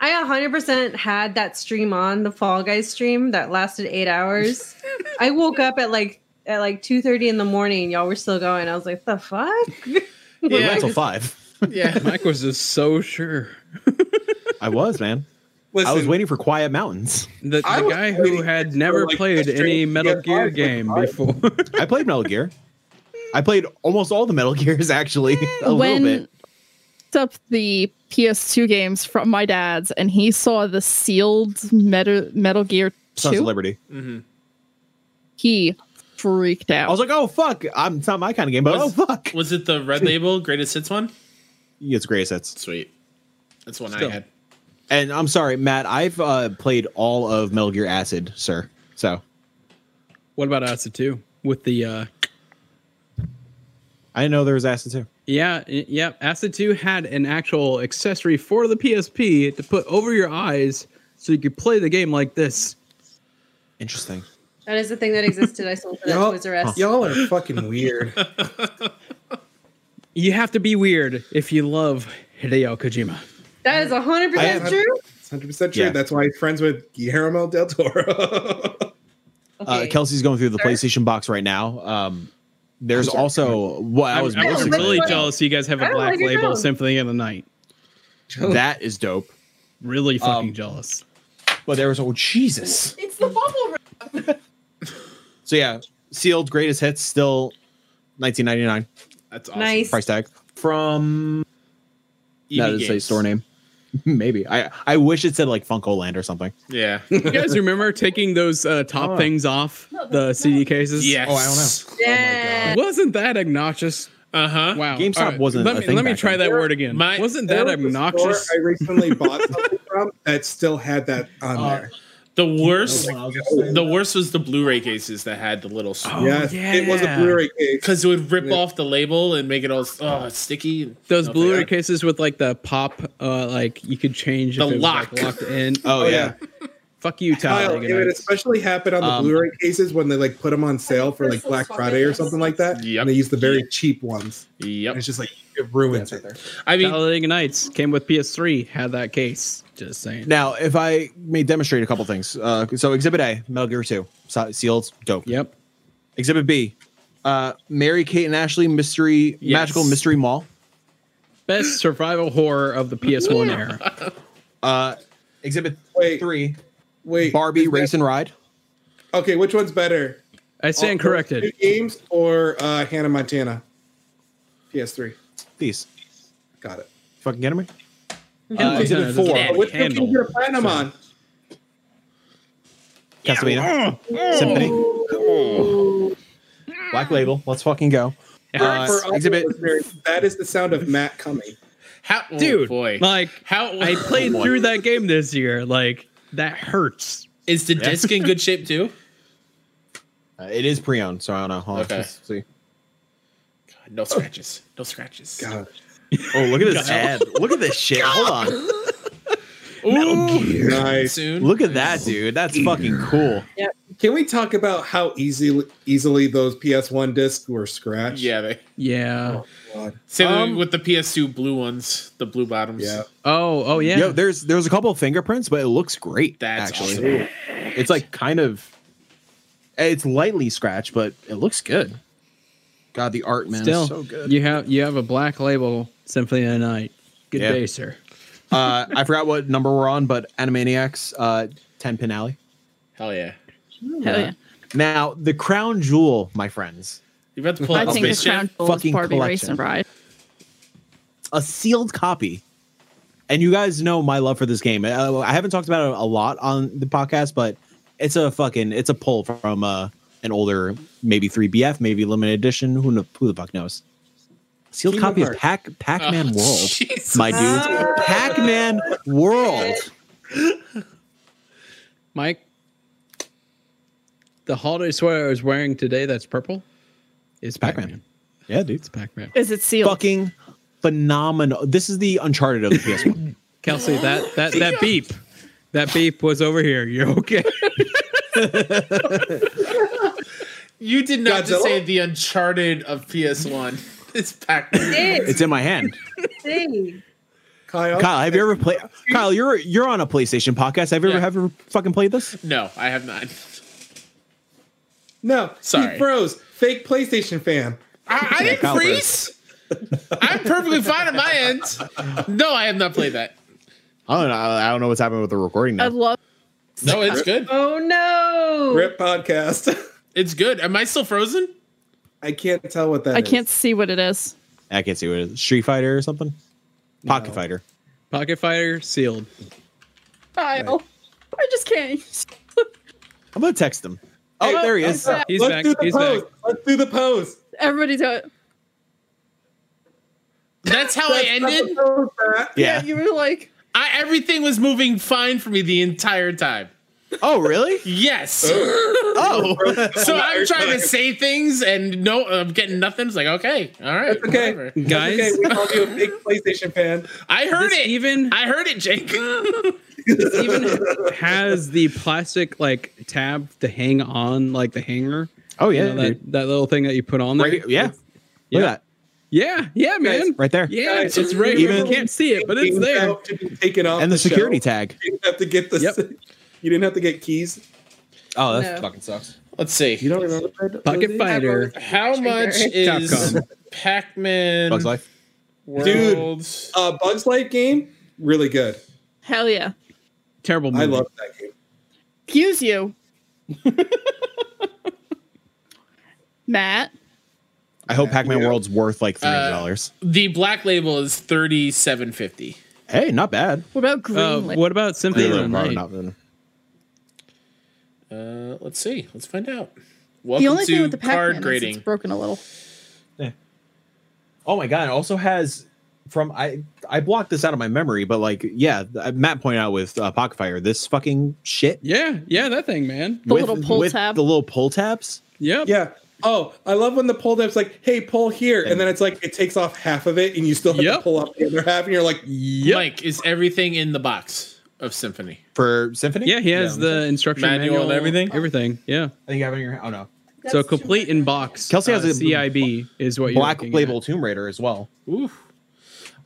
[SPEAKER 3] I 100% had that stream on the Fall Guys stream that lasted eight hours. I woke up at like at like two thirty in the morning. Y'all were still going. I was like, the fuck.
[SPEAKER 2] We went
[SPEAKER 1] yeah,
[SPEAKER 2] till 5.
[SPEAKER 1] yeah.
[SPEAKER 4] Mike was just so sure.
[SPEAKER 2] I was, man.
[SPEAKER 6] Listen,
[SPEAKER 2] I was waiting for Quiet Mountains.
[SPEAKER 4] The, the
[SPEAKER 6] I was
[SPEAKER 4] guy who
[SPEAKER 6] waiting
[SPEAKER 4] had
[SPEAKER 6] for,
[SPEAKER 4] never
[SPEAKER 6] like,
[SPEAKER 4] played
[SPEAKER 6] a
[SPEAKER 4] any
[SPEAKER 6] straight
[SPEAKER 4] Metal
[SPEAKER 6] PS5
[SPEAKER 4] Gear
[SPEAKER 6] with
[SPEAKER 4] game
[SPEAKER 6] Mario.
[SPEAKER 4] before.
[SPEAKER 2] I played Metal Gear. I played almost all the Metal Gears actually. A
[SPEAKER 5] when
[SPEAKER 2] little bit.
[SPEAKER 5] picked up the PS2 games from my dad's, and he saw the sealed Metal Metal Gear
[SPEAKER 2] Sons of
[SPEAKER 5] Two.
[SPEAKER 2] Liberty.
[SPEAKER 5] He freaked out.
[SPEAKER 2] I was like, oh fuck. I'm it's not my kind of game, but
[SPEAKER 1] Was-
[SPEAKER 2] oh fuck.
[SPEAKER 1] Was it the red label greatest hits one?
[SPEAKER 2] It's greatest hits.
[SPEAKER 1] Sweet. That's one
[SPEAKER 4] Still.
[SPEAKER 1] I had.
[SPEAKER 2] And I'm sorry, Matt, I've uh, played all of Metal Gear Acid, sir. So
[SPEAKER 4] what about Acid 2? With the uh
[SPEAKER 2] I didn't know there was acid too.
[SPEAKER 4] yeah, y- yeah, Acid 2 had an actual accessory for the PSP to put over your eyes so you could play the game like this.
[SPEAKER 2] Interesting.
[SPEAKER 3] That is the thing that existed. I sold for that
[SPEAKER 6] Y'all-
[SPEAKER 3] Toys R Us.
[SPEAKER 6] Y'all are fucking weird.
[SPEAKER 4] You have to be weird if you love Hideo Kojima.
[SPEAKER 3] That is hundred
[SPEAKER 2] I have- uh,
[SPEAKER 3] percent true.
[SPEAKER 6] It's 100% true.
[SPEAKER 2] Yeah.
[SPEAKER 6] That's why he's friends with Guillermo del Toro.
[SPEAKER 2] Uh, Kelsey's going through the PlayStation box right now. Um, there's also what I
[SPEAKER 4] I
[SPEAKER 2] was
[SPEAKER 4] was, I was
[SPEAKER 2] listening to
[SPEAKER 4] really
[SPEAKER 2] today.
[SPEAKER 4] jealous you guys have
[SPEAKER 3] I
[SPEAKER 4] a
[SPEAKER 3] don't
[SPEAKER 4] black
[SPEAKER 3] like your
[SPEAKER 4] label
[SPEAKER 3] tone.
[SPEAKER 4] Symphony of the Night.
[SPEAKER 2] That is dope.
[SPEAKER 4] Really fucking
[SPEAKER 2] Um,
[SPEAKER 4] jealous.
[SPEAKER 2] But there was oh Jesus.
[SPEAKER 5] it's the bubble wrap.
[SPEAKER 2] So yeah, sealed greatest hits still 1999
[SPEAKER 1] That's awesome.
[SPEAKER 3] nice.
[SPEAKER 2] price tag from E
[SPEAKER 1] EB
[SPEAKER 2] that is a
[SPEAKER 1] E Games.
[SPEAKER 2] store name. Maybe I I wish it said like Funko Land or something.
[SPEAKER 1] Yeah.
[SPEAKER 4] You guys remember taking those uh, top
[SPEAKER 2] Oh.
[SPEAKER 4] things off the CD cases?
[SPEAKER 1] yes.
[SPEAKER 3] Yeah.
[SPEAKER 4] Wasn't that obnoxious?
[SPEAKER 1] Uh huh.
[SPEAKER 4] Wow.
[SPEAKER 2] GameStop
[SPEAKER 4] All right.
[SPEAKER 2] wasn't
[SPEAKER 4] Let
[SPEAKER 2] a
[SPEAKER 4] me,
[SPEAKER 2] thing
[SPEAKER 4] let me
[SPEAKER 2] back
[SPEAKER 4] try
[SPEAKER 2] then.
[SPEAKER 4] that word again.
[SPEAKER 1] My-
[SPEAKER 4] wasn't that
[SPEAKER 6] There was a store
[SPEAKER 4] obnoxious?
[SPEAKER 6] I recently bought something from that still had that on there.
[SPEAKER 1] The worst.
[SPEAKER 6] "Oh,
[SPEAKER 2] The
[SPEAKER 1] The worst was the Blu-ray cases that had the little
[SPEAKER 4] Oh,
[SPEAKER 6] yes, it was a
[SPEAKER 4] yeah.
[SPEAKER 6] Blu-ray case.
[SPEAKER 1] because it would rip
[SPEAKER 6] Yeah.
[SPEAKER 1] off the label and make it all oh it's sticky.
[SPEAKER 4] Those
[SPEAKER 1] No,
[SPEAKER 4] Blu-ray
[SPEAKER 1] thank you.
[SPEAKER 4] cases with like the pop, uh, like you could change
[SPEAKER 1] The
[SPEAKER 4] if it was, like,
[SPEAKER 1] lock.
[SPEAKER 4] locked in.
[SPEAKER 2] oh yeah.
[SPEAKER 4] Fuck you,
[SPEAKER 6] Kyle, it would
[SPEAKER 4] Talladega. Nights.
[SPEAKER 6] especially happen on the
[SPEAKER 2] Um,
[SPEAKER 6] Blu-ray cases when they like put them on sale for like Black Friday or something like that.
[SPEAKER 1] Yep.
[SPEAKER 6] And they use the very cheap ones. And
[SPEAKER 1] Yep.
[SPEAKER 6] it's just like it ruins it.
[SPEAKER 1] I mean,
[SPEAKER 4] Talladega Nights came with PS3. Had that case. Just saying.
[SPEAKER 2] Now, if I may demonstrate a couple things. Uh, so Exhibit A, Metal Gear Two, so- sealed, dope.
[SPEAKER 4] Yep.
[SPEAKER 2] Exhibit B, uh, Mary Kate and Ashley Mystery
[SPEAKER 4] Yes.
[SPEAKER 2] Magical Mystery Mall.
[SPEAKER 4] Best survival horror of the PS1 era.
[SPEAKER 2] Uh, exhibit
[SPEAKER 6] Wait.
[SPEAKER 2] three,
[SPEAKER 6] Wait,
[SPEAKER 2] Barbie
[SPEAKER 6] is that-
[SPEAKER 2] Race and Ride.
[SPEAKER 6] Okay, which one's better?
[SPEAKER 4] I stand
[SPEAKER 6] All those
[SPEAKER 4] corrected.
[SPEAKER 6] two Games or uh, Hannah Montana? PS3.
[SPEAKER 2] These
[SPEAKER 6] Got it.
[SPEAKER 2] fucking get me.
[SPEAKER 4] Hannah
[SPEAKER 2] Uh, exhibit
[SPEAKER 4] Montana
[SPEAKER 2] four.
[SPEAKER 4] doesn't
[SPEAKER 1] Yeah,
[SPEAKER 6] Which one can
[SPEAKER 4] handle.
[SPEAKER 6] you get a platinum on?
[SPEAKER 2] Castlevania Symphony. Black Label. Let's fucking go. Uh,
[SPEAKER 6] For us
[SPEAKER 2] exhibit.
[SPEAKER 6] listeners, that is the sound of Matt coming.
[SPEAKER 1] how oh,
[SPEAKER 4] dude
[SPEAKER 1] boy
[SPEAKER 4] like
[SPEAKER 1] how oh,
[SPEAKER 4] i played through that game this year like that hurts
[SPEAKER 1] is the disc in good shape too?
[SPEAKER 2] Uh, it is pre-owned, so I don't know. Hold on,
[SPEAKER 1] Okay.
[SPEAKER 2] let's see.
[SPEAKER 1] God, no scratches. No scratches.
[SPEAKER 6] God.
[SPEAKER 2] Oh, look at this
[SPEAKER 1] Go.
[SPEAKER 2] ad. Look at this shit. Hold on.
[SPEAKER 1] Ooh,
[SPEAKER 6] Nice.
[SPEAKER 1] soon.
[SPEAKER 2] Look at that, dude. That's fucking cool.
[SPEAKER 6] Can we talk about how easily easily those PS1 discs were scratched?
[SPEAKER 1] Yeah, they,
[SPEAKER 4] yeah
[SPEAKER 6] God. god.
[SPEAKER 1] Same
[SPEAKER 2] Um,
[SPEAKER 1] thing with the PS2 blue ones, the blue bottoms.
[SPEAKER 6] Yeah.
[SPEAKER 4] Oh, oh yeah.
[SPEAKER 2] Yo, there's there's a couple of fingerprints, but it looks great.
[SPEAKER 1] That's
[SPEAKER 2] actually, it's like kind of, it's lightly scratched, but it looks good. God, the art man
[SPEAKER 4] Still,
[SPEAKER 2] is so good.
[SPEAKER 4] you have you have a black label Symphony of the Night. Good
[SPEAKER 2] Yeah.
[SPEAKER 4] day, sir.
[SPEAKER 2] Uh, I forgot what number we're on, but Animaniacs, uh, ten pin alley.
[SPEAKER 1] Hell yeah.
[SPEAKER 5] Hell yeah.
[SPEAKER 2] Now the crown jewel, my friends,
[SPEAKER 1] You about to pull
[SPEAKER 5] I
[SPEAKER 1] out
[SPEAKER 5] think the
[SPEAKER 1] Space Jam?
[SPEAKER 5] crown jewel is
[SPEAKER 2] Fucking
[SPEAKER 5] Barbie Race
[SPEAKER 2] collection.
[SPEAKER 5] and Ride.
[SPEAKER 2] a sealed copy. And you guys know my love for this game. Uh, I haven't talked about it a lot on the podcast, but it's a fucking it's a pull from uh, an older, maybe 3BF, maybe limited edition. Who kno- who the fuck knows? Sealed
[SPEAKER 6] Kingdom
[SPEAKER 2] copy
[SPEAKER 6] Hearts.
[SPEAKER 2] of Pac Pac Man
[SPEAKER 1] Oh,
[SPEAKER 2] World,
[SPEAKER 1] Jesus.
[SPEAKER 2] my dude. Pac Man World.
[SPEAKER 4] Mike, the holiday sweater I was wearing today that's purple is
[SPEAKER 2] Pac-Man.
[SPEAKER 4] Pac-Man.
[SPEAKER 2] Yeah, dude.
[SPEAKER 4] It's Pac-Man.
[SPEAKER 5] Is it sealed?
[SPEAKER 2] Fucking phenomenal. This is the Uncharted of the PS1.
[SPEAKER 4] Kelsey, that that that beep, that beep was over here. You're okay.
[SPEAKER 1] You did not just
[SPEAKER 6] Godzilla?
[SPEAKER 1] say the Uncharted of PS1. It's packed.
[SPEAKER 2] it's in my hand.
[SPEAKER 3] Dang.
[SPEAKER 6] Kyle.
[SPEAKER 2] Kyle, have you ever played? Kyle, you're you're on a PlayStation podcast. Have you ever
[SPEAKER 1] Yeah.
[SPEAKER 2] have you ever fucking played this?
[SPEAKER 1] No, I have not.
[SPEAKER 6] No.
[SPEAKER 1] Sorry.
[SPEAKER 6] He froze. Fake PlayStation fan.
[SPEAKER 1] I, I didn't
[SPEAKER 2] Kyle
[SPEAKER 1] freeze. I'm perfectly fine on my end. No, I have not played that.
[SPEAKER 2] I don't know. I don't know what's happening with the recording
[SPEAKER 5] I
[SPEAKER 2] now.
[SPEAKER 5] love
[SPEAKER 1] No, it's good.
[SPEAKER 3] Oh no.
[SPEAKER 6] Rip podcast.
[SPEAKER 1] It's good. Am I still frozen?
[SPEAKER 6] I can't tell what that
[SPEAKER 5] I
[SPEAKER 6] is.
[SPEAKER 5] can't see what it is.
[SPEAKER 2] I can't see what it is. Street Fighter or something? Pocket
[SPEAKER 6] No.
[SPEAKER 2] Fighter.
[SPEAKER 4] Pocket Fighter sealed.
[SPEAKER 5] Kyle. I just can't.
[SPEAKER 2] I'm gonna text him. Oh, there he is.
[SPEAKER 5] okay.
[SPEAKER 4] He's
[SPEAKER 6] Let's
[SPEAKER 4] back.
[SPEAKER 6] do the
[SPEAKER 4] He's
[SPEAKER 6] pose.
[SPEAKER 4] back.
[SPEAKER 6] Let's do the pose.
[SPEAKER 5] Everybody do it.
[SPEAKER 1] That's how I ended.
[SPEAKER 2] Yeah.
[SPEAKER 5] you were like,
[SPEAKER 1] I, everything was moving fine for me the entire time.
[SPEAKER 2] Oh, really?
[SPEAKER 1] Yes.
[SPEAKER 2] Oh,
[SPEAKER 1] So I'm trying to say things and no, I'm getting nothing. It's like, okay, all right.
[SPEAKER 6] That's okay.
[SPEAKER 1] whatever.
[SPEAKER 4] Guys,
[SPEAKER 6] Okay, we called you a big PlayStation fan.
[SPEAKER 1] I heard
[SPEAKER 4] this
[SPEAKER 1] it.
[SPEAKER 4] even
[SPEAKER 1] I heard it, Jake.
[SPEAKER 4] this even has the plastic like tab to hang on like the hanger.
[SPEAKER 2] oh
[SPEAKER 4] You
[SPEAKER 2] yeah,
[SPEAKER 4] know,
[SPEAKER 2] dude.
[SPEAKER 4] that, that little thing that you put on there.
[SPEAKER 2] right, yeah. Look
[SPEAKER 4] Yeah.
[SPEAKER 2] at that,
[SPEAKER 4] Yeah, yeah, man.
[SPEAKER 2] right there,
[SPEAKER 4] Yeah,
[SPEAKER 6] Guys,
[SPEAKER 4] it's right here.
[SPEAKER 2] even-
[SPEAKER 4] You can't see it, but it's
[SPEAKER 6] Things
[SPEAKER 4] there.
[SPEAKER 6] have to be taken off
[SPEAKER 2] and the security
[SPEAKER 6] shelf.
[SPEAKER 2] tag.
[SPEAKER 6] You didn't have to get the.
[SPEAKER 4] Yep.
[SPEAKER 6] You didn't have to get keys.
[SPEAKER 2] Oh,
[SPEAKER 3] No.
[SPEAKER 2] fucking sucks.
[SPEAKER 1] Let's see.
[SPEAKER 6] You don't remember that?
[SPEAKER 4] Pocket Fighter.
[SPEAKER 1] How
[SPEAKER 3] Trigger.
[SPEAKER 1] much is
[SPEAKER 4] Capcom.
[SPEAKER 1] Pac-Man
[SPEAKER 2] Bugs Life.
[SPEAKER 1] Worlds?
[SPEAKER 6] Uh, Bugs Life game, really good.
[SPEAKER 5] hell yeah.
[SPEAKER 4] Terrible movie.
[SPEAKER 6] I love that game.
[SPEAKER 5] Excuse you. Matt.
[SPEAKER 2] I hope
[SPEAKER 6] Yeah.
[SPEAKER 2] Pac-Man
[SPEAKER 6] Yeah.
[SPEAKER 2] World's worth like three hundred dollars.
[SPEAKER 1] The black label is thirty-seven fifty.
[SPEAKER 2] hey, not bad.
[SPEAKER 5] What about
[SPEAKER 4] Uh,
[SPEAKER 5] Greenlit?
[SPEAKER 4] what about Symphony of
[SPEAKER 2] Yeah,
[SPEAKER 4] the
[SPEAKER 2] probably
[SPEAKER 4] Night?
[SPEAKER 2] not bad.
[SPEAKER 1] Uh, let's see. Let's find out. Welcome
[SPEAKER 5] the only
[SPEAKER 1] to
[SPEAKER 5] thing with the Pac-Man
[SPEAKER 1] card
[SPEAKER 5] is it's
[SPEAKER 1] grading.
[SPEAKER 5] broken a little.
[SPEAKER 2] Oh my god! It also has from I I blocked this out of my memory, but like yeah, th- Matt pointed out with uh, Pocket Fire, this fucking shit
[SPEAKER 4] Yeah, yeah, that thing, man.
[SPEAKER 5] The little pull tab.
[SPEAKER 2] the little pull tabs.
[SPEAKER 4] Yep.
[SPEAKER 6] Yeah. Oh, I love when the pull tab's like, "Hey, pull here," and then it's like it takes off half of it, and you still have
[SPEAKER 4] Yep.
[SPEAKER 6] to pull off the other half, and you're like,
[SPEAKER 4] Yep.
[SPEAKER 1] Mike, is everything in the box of Symphony?
[SPEAKER 2] for Symphony.
[SPEAKER 4] Yeah, he has
[SPEAKER 6] Yeah.
[SPEAKER 4] the instruction
[SPEAKER 1] Manual
[SPEAKER 4] manual,
[SPEAKER 1] and everything?
[SPEAKER 4] Everything. Yeah.
[SPEAKER 2] I think I have it in your. Oh no,
[SPEAKER 4] so complete in box. uh,
[SPEAKER 2] Kelsey has a
[SPEAKER 4] CIB is what
[SPEAKER 2] Black
[SPEAKER 4] you're looking
[SPEAKER 2] Label
[SPEAKER 4] at.
[SPEAKER 2] Tomb Raider as well.
[SPEAKER 1] Ooh.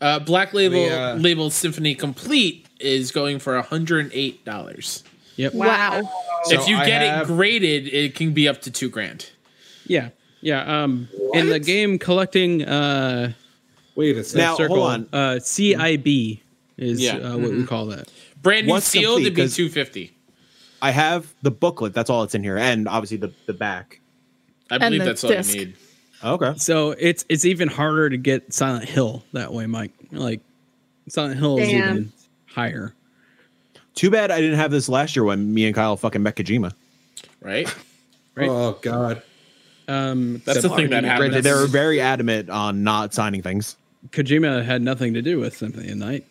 [SPEAKER 1] Uh, black label
[SPEAKER 2] The, uh,
[SPEAKER 1] label Symphony complete is going for hundred and eight dollars.
[SPEAKER 4] Yep.
[SPEAKER 5] Wow.
[SPEAKER 1] if
[SPEAKER 2] So
[SPEAKER 1] you
[SPEAKER 2] I
[SPEAKER 1] get
[SPEAKER 2] have-
[SPEAKER 1] it graded, it can be up to two grand.
[SPEAKER 4] Yeah. Yeah. Um, in the
[SPEAKER 6] What?
[SPEAKER 4] game collecting uh,
[SPEAKER 6] "Wait a second."
[SPEAKER 2] Now, hold
[SPEAKER 4] circle,
[SPEAKER 2] on.
[SPEAKER 4] Uh, CIB is
[SPEAKER 1] Yeah.
[SPEAKER 4] uh, what we call that.
[SPEAKER 1] Brand new
[SPEAKER 2] What's
[SPEAKER 1] sealed,
[SPEAKER 2] complete?
[SPEAKER 1] it'd be
[SPEAKER 2] 'Cause-
[SPEAKER 1] two fifty.
[SPEAKER 2] I have the booklet. That's all that's in here, and obviously the the back.
[SPEAKER 1] I believe
[SPEAKER 5] the
[SPEAKER 1] that's all
[SPEAKER 5] disc.
[SPEAKER 1] you need.
[SPEAKER 2] Okay.
[SPEAKER 4] So it's it's even harder to get Silent Hill that way, Mike. Like Silent Hill is
[SPEAKER 3] Damn.
[SPEAKER 4] even higher.
[SPEAKER 2] Too bad I didn't have this last year when me and Kyle fucking met Kojima.
[SPEAKER 1] Right?
[SPEAKER 4] Right.
[SPEAKER 6] Oh God.
[SPEAKER 4] Um,
[SPEAKER 1] That's the
[SPEAKER 4] except
[SPEAKER 1] thing that
[SPEAKER 4] Kojima-
[SPEAKER 1] happened.
[SPEAKER 2] Granted, they were very adamant on not signing things.
[SPEAKER 4] Kojima had nothing to do with Symphony of the Night.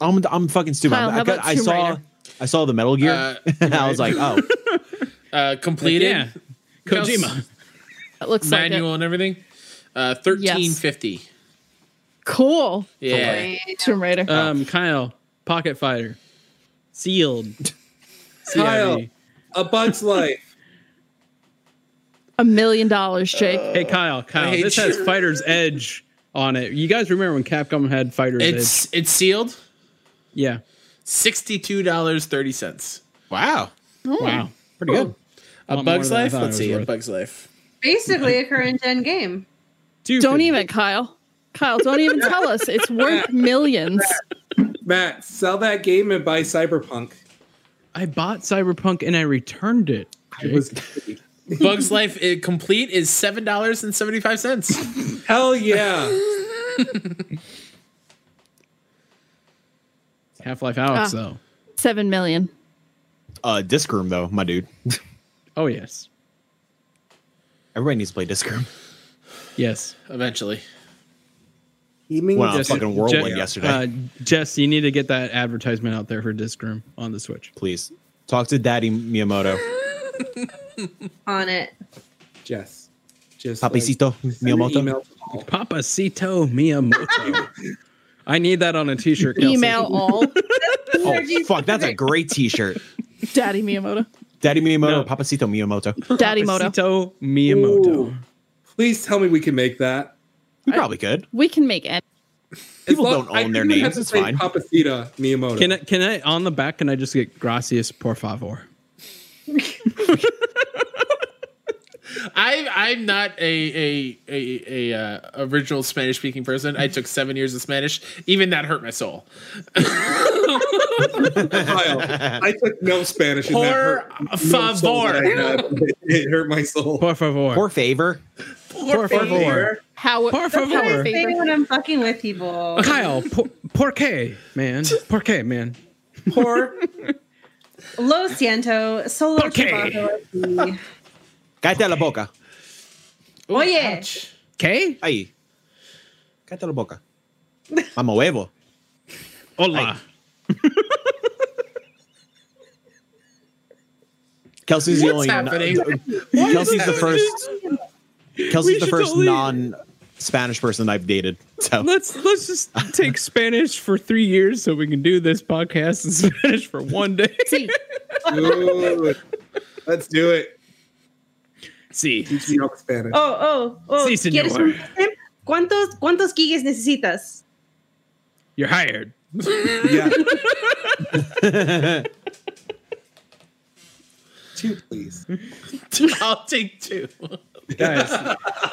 [SPEAKER 2] I'm I'm fucking stupid.
[SPEAKER 5] Kyle,
[SPEAKER 2] I,
[SPEAKER 5] how
[SPEAKER 2] got-
[SPEAKER 5] about
[SPEAKER 2] I
[SPEAKER 5] Tomb
[SPEAKER 2] saw
[SPEAKER 5] Raider?
[SPEAKER 2] I saw the Metal Gear.
[SPEAKER 1] Uh,
[SPEAKER 2] and I was like, oh,
[SPEAKER 1] Uh, completed.
[SPEAKER 4] yeah. Kojima.
[SPEAKER 5] That looks
[SPEAKER 1] manual
[SPEAKER 5] like
[SPEAKER 1] and everything. Uh, thirteen fifty.
[SPEAKER 5] it. Cool.
[SPEAKER 1] Yeah.
[SPEAKER 5] Tomb Raider.
[SPEAKER 4] Um, Kyle, Pocket Fighter, sealed. CIB.
[SPEAKER 6] Kyle. A Bug's Life.
[SPEAKER 5] a A million dollars, Jake.
[SPEAKER 4] Hey Kyle, Kyle,
[SPEAKER 1] hate
[SPEAKER 4] this has
[SPEAKER 1] you.
[SPEAKER 4] Fighter's Edge on it. You guys remember when Capcom had Fighter's Edge?
[SPEAKER 1] It's it's sealed.
[SPEAKER 4] Yeah.
[SPEAKER 1] Sixty two dollars thirty cents.
[SPEAKER 2] Wow.
[SPEAKER 5] Hmm.
[SPEAKER 4] Wow.
[SPEAKER 2] Pretty good.
[SPEAKER 1] A
[SPEAKER 4] Lot
[SPEAKER 1] Bug's
[SPEAKER 4] more than I
[SPEAKER 1] Life.
[SPEAKER 4] thought it
[SPEAKER 1] Let's
[SPEAKER 4] was
[SPEAKER 1] see. A
[SPEAKER 4] worth.
[SPEAKER 1] Bug's Life.
[SPEAKER 3] Basically, a current gen game.
[SPEAKER 4] Stupid.
[SPEAKER 5] Don't even, Kyle. Kyle, don't even tell us. It's worth millions.
[SPEAKER 6] Matt, sell that game and buy Cyberpunk.
[SPEAKER 4] I bought Cyberpunk and I returned it.
[SPEAKER 6] It
[SPEAKER 4] Jake.
[SPEAKER 6] was-
[SPEAKER 1] Bug's Life i- complete is seven dollars and seventy five cents.
[SPEAKER 6] Hell yeah.
[SPEAKER 4] Half Life Alex,
[SPEAKER 5] Ah.
[SPEAKER 4] though.
[SPEAKER 5] Seven million.
[SPEAKER 2] Uh, disc room though, my dude.
[SPEAKER 4] Oh yes,
[SPEAKER 2] Everybody needs to play disc room.
[SPEAKER 4] yes.
[SPEAKER 1] Eventually,
[SPEAKER 6] Heeming
[SPEAKER 2] Went on a
[SPEAKER 6] just-
[SPEAKER 2] fucking whirlwind
[SPEAKER 4] Je-
[SPEAKER 2] yesterday.
[SPEAKER 4] Uh, Jess, you need to get that advertisement out there for Disc Room on the Switch.
[SPEAKER 2] Please talk to Daddy Miyamoto.
[SPEAKER 3] On it.
[SPEAKER 6] Jess. Just
[SPEAKER 2] Papicito
[SPEAKER 6] send an
[SPEAKER 2] Miyamoto.
[SPEAKER 6] email to Paul.
[SPEAKER 4] Papacito Miyamoto. I need that on a T-shirt. Kelsey.
[SPEAKER 5] Email all.
[SPEAKER 2] Oh fuck, that's a great T-shirt.
[SPEAKER 5] Daddy Miyamoto.
[SPEAKER 2] Daddy
[SPEAKER 4] No.
[SPEAKER 2] Miyamoto, Papacito Miyamoto.
[SPEAKER 5] Daddy Moto.
[SPEAKER 4] Papacito Miyamoto.
[SPEAKER 6] Ooh. Please tell me we can make that.
[SPEAKER 2] We probably could.
[SPEAKER 5] We can make it.
[SPEAKER 6] As
[SPEAKER 2] People
[SPEAKER 6] long-
[SPEAKER 2] don't own
[SPEAKER 6] I
[SPEAKER 2] their
[SPEAKER 6] think
[SPEAKER 2] names,
[SPEAKER 6] we have to
[SPEAKER 2] it's
[SPEAKER 6] say
[SPEAKER 2] fine.
[SPEAKER 6] Papacito Miyamoto.
[SPEAKER 4] Can I? Can I? On the back, can I just get gracias por favor?
[SPEAKER 1] I I'm not a a a a uh, original Spanish speaking person. I took seven years of Spanish. Even that hurt my soul.
[SPEAKER 6] Kyle, I took no Spanish. and that
[SPEAKER 1] Por
[SPEAKER 6] hurt no soul
[SPEAKER 1] favor.
[SPEAKER 6] that I had. It hurt my soul.
[SPEAKER 4] Por favor.
[SPEAKER 2] For favor.
[SPEAKER 1] Por favor.
[SPEAKER 5] How
[SPEAKER 4] Por
[SPEAKER 3] That's how I
[SPEAKER 4] favor.
[SPEAKER 3] say when I'm fucking with people.
[SPEAKER 4] Kyle, por, por qué, man? Por qué, man?
[SPEAKER 1] Por
[SPEAKER 3] Lo siento, solo
[SPEAKER 4] Okay.
[SPEAKER 3] trabajo aquí.
[SPEAKER 2] Cállate la boca.
[SPEAKER 3] Oye.
[SPEAKER 1] Ouch.
[SPEAKER 4] ¿Qué?
[SPEAKER 2] Ahí. Cállate la boca. Mama huevo.
[SPEAKER 4] Hola.
[SPEAKER 2] Kelsey's the
[SPEAKER 1] What's
[SPEAKER 2] only.
[SPEAKER 1] happening?
[SPEAKER 2] Kelsey's the first.
[SPEAKER 4] We
[SPEAKER 2] Kelsey's the
[SPEAKER 4] should
[SPEAKER 2] first
[SPEAKER 4] totally-
[SPEAKER 2] non-Spanish person I've dated. So
[SPEAKER 4] Let's let's just take Spanish for three years so we can do this podcast in Spanish for one day.
[SPEAKER 5] See,
[SPEAKER 6] Dude, let's do it.
[SPEAKER 4] See,
[SPEAKER 6] Teach me all Spanish.
[SPEAKER 3] Oh, oh, oh.
[SPEAKER 4] Sí, señor.
[SPEAKER 3] ¿Quieres un pastel? ¿Cuántos, cuántos gigas necesitas?
[SPEAKER 4] you're hired.
[SPEAKER 6] Yeah. Two, please.
[SPEAKER 1] I'll take two.
[SPEAKER 4] Guys,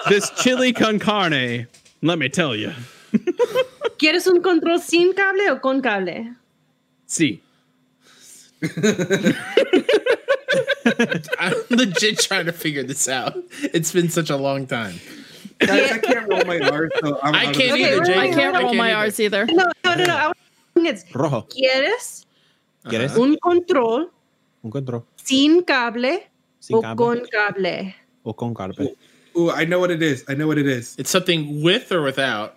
[SPEAKER 4] this chili con carne, let me tell you.
[SPEAKER 3] ¿Quieres un control sin cable o con cable?
[SPEAKER 4] See,
[SPEAKER 1] I'm legit trying to figure this out. It's been such a long time.
[SPEAKER 6] Guys, I can't roll my R's, so I'm
[SPEAKER 1] I
[SPEAKER 6] out of
[SPEAKER 1] can't
[SPEAKER 6] it.
[SPEAKER 1] either,
[SPEAKER 3] wait,
[SPEAKER 1] Jake.
[SPEAKER 5] I can't roll my
[SPEAKER 1] either.
[SPEAKER 5] R's either.
[SPEAKER 3] No, no, no, no. I was- It's,
[SPEAKER 2] rojo.
[SPEAKER 3] ¿Quieres
[SPEAKER 2] ¿Quieres?
[SPEAKER 3] un control
[SPEAKER 2] Un control.
[SPEAKER 3] sin cable
[SPEAKER 2] Sin
[SPEAKER 3] o
[SPEAKER 2] cable.
[SPEAKER 3] con cable?
[SPEAKER 2] O con carpe.
[SPEAKER 6] Ooh, I know what it is. I know what it is.
[SPEAKER 1] It's something with or without.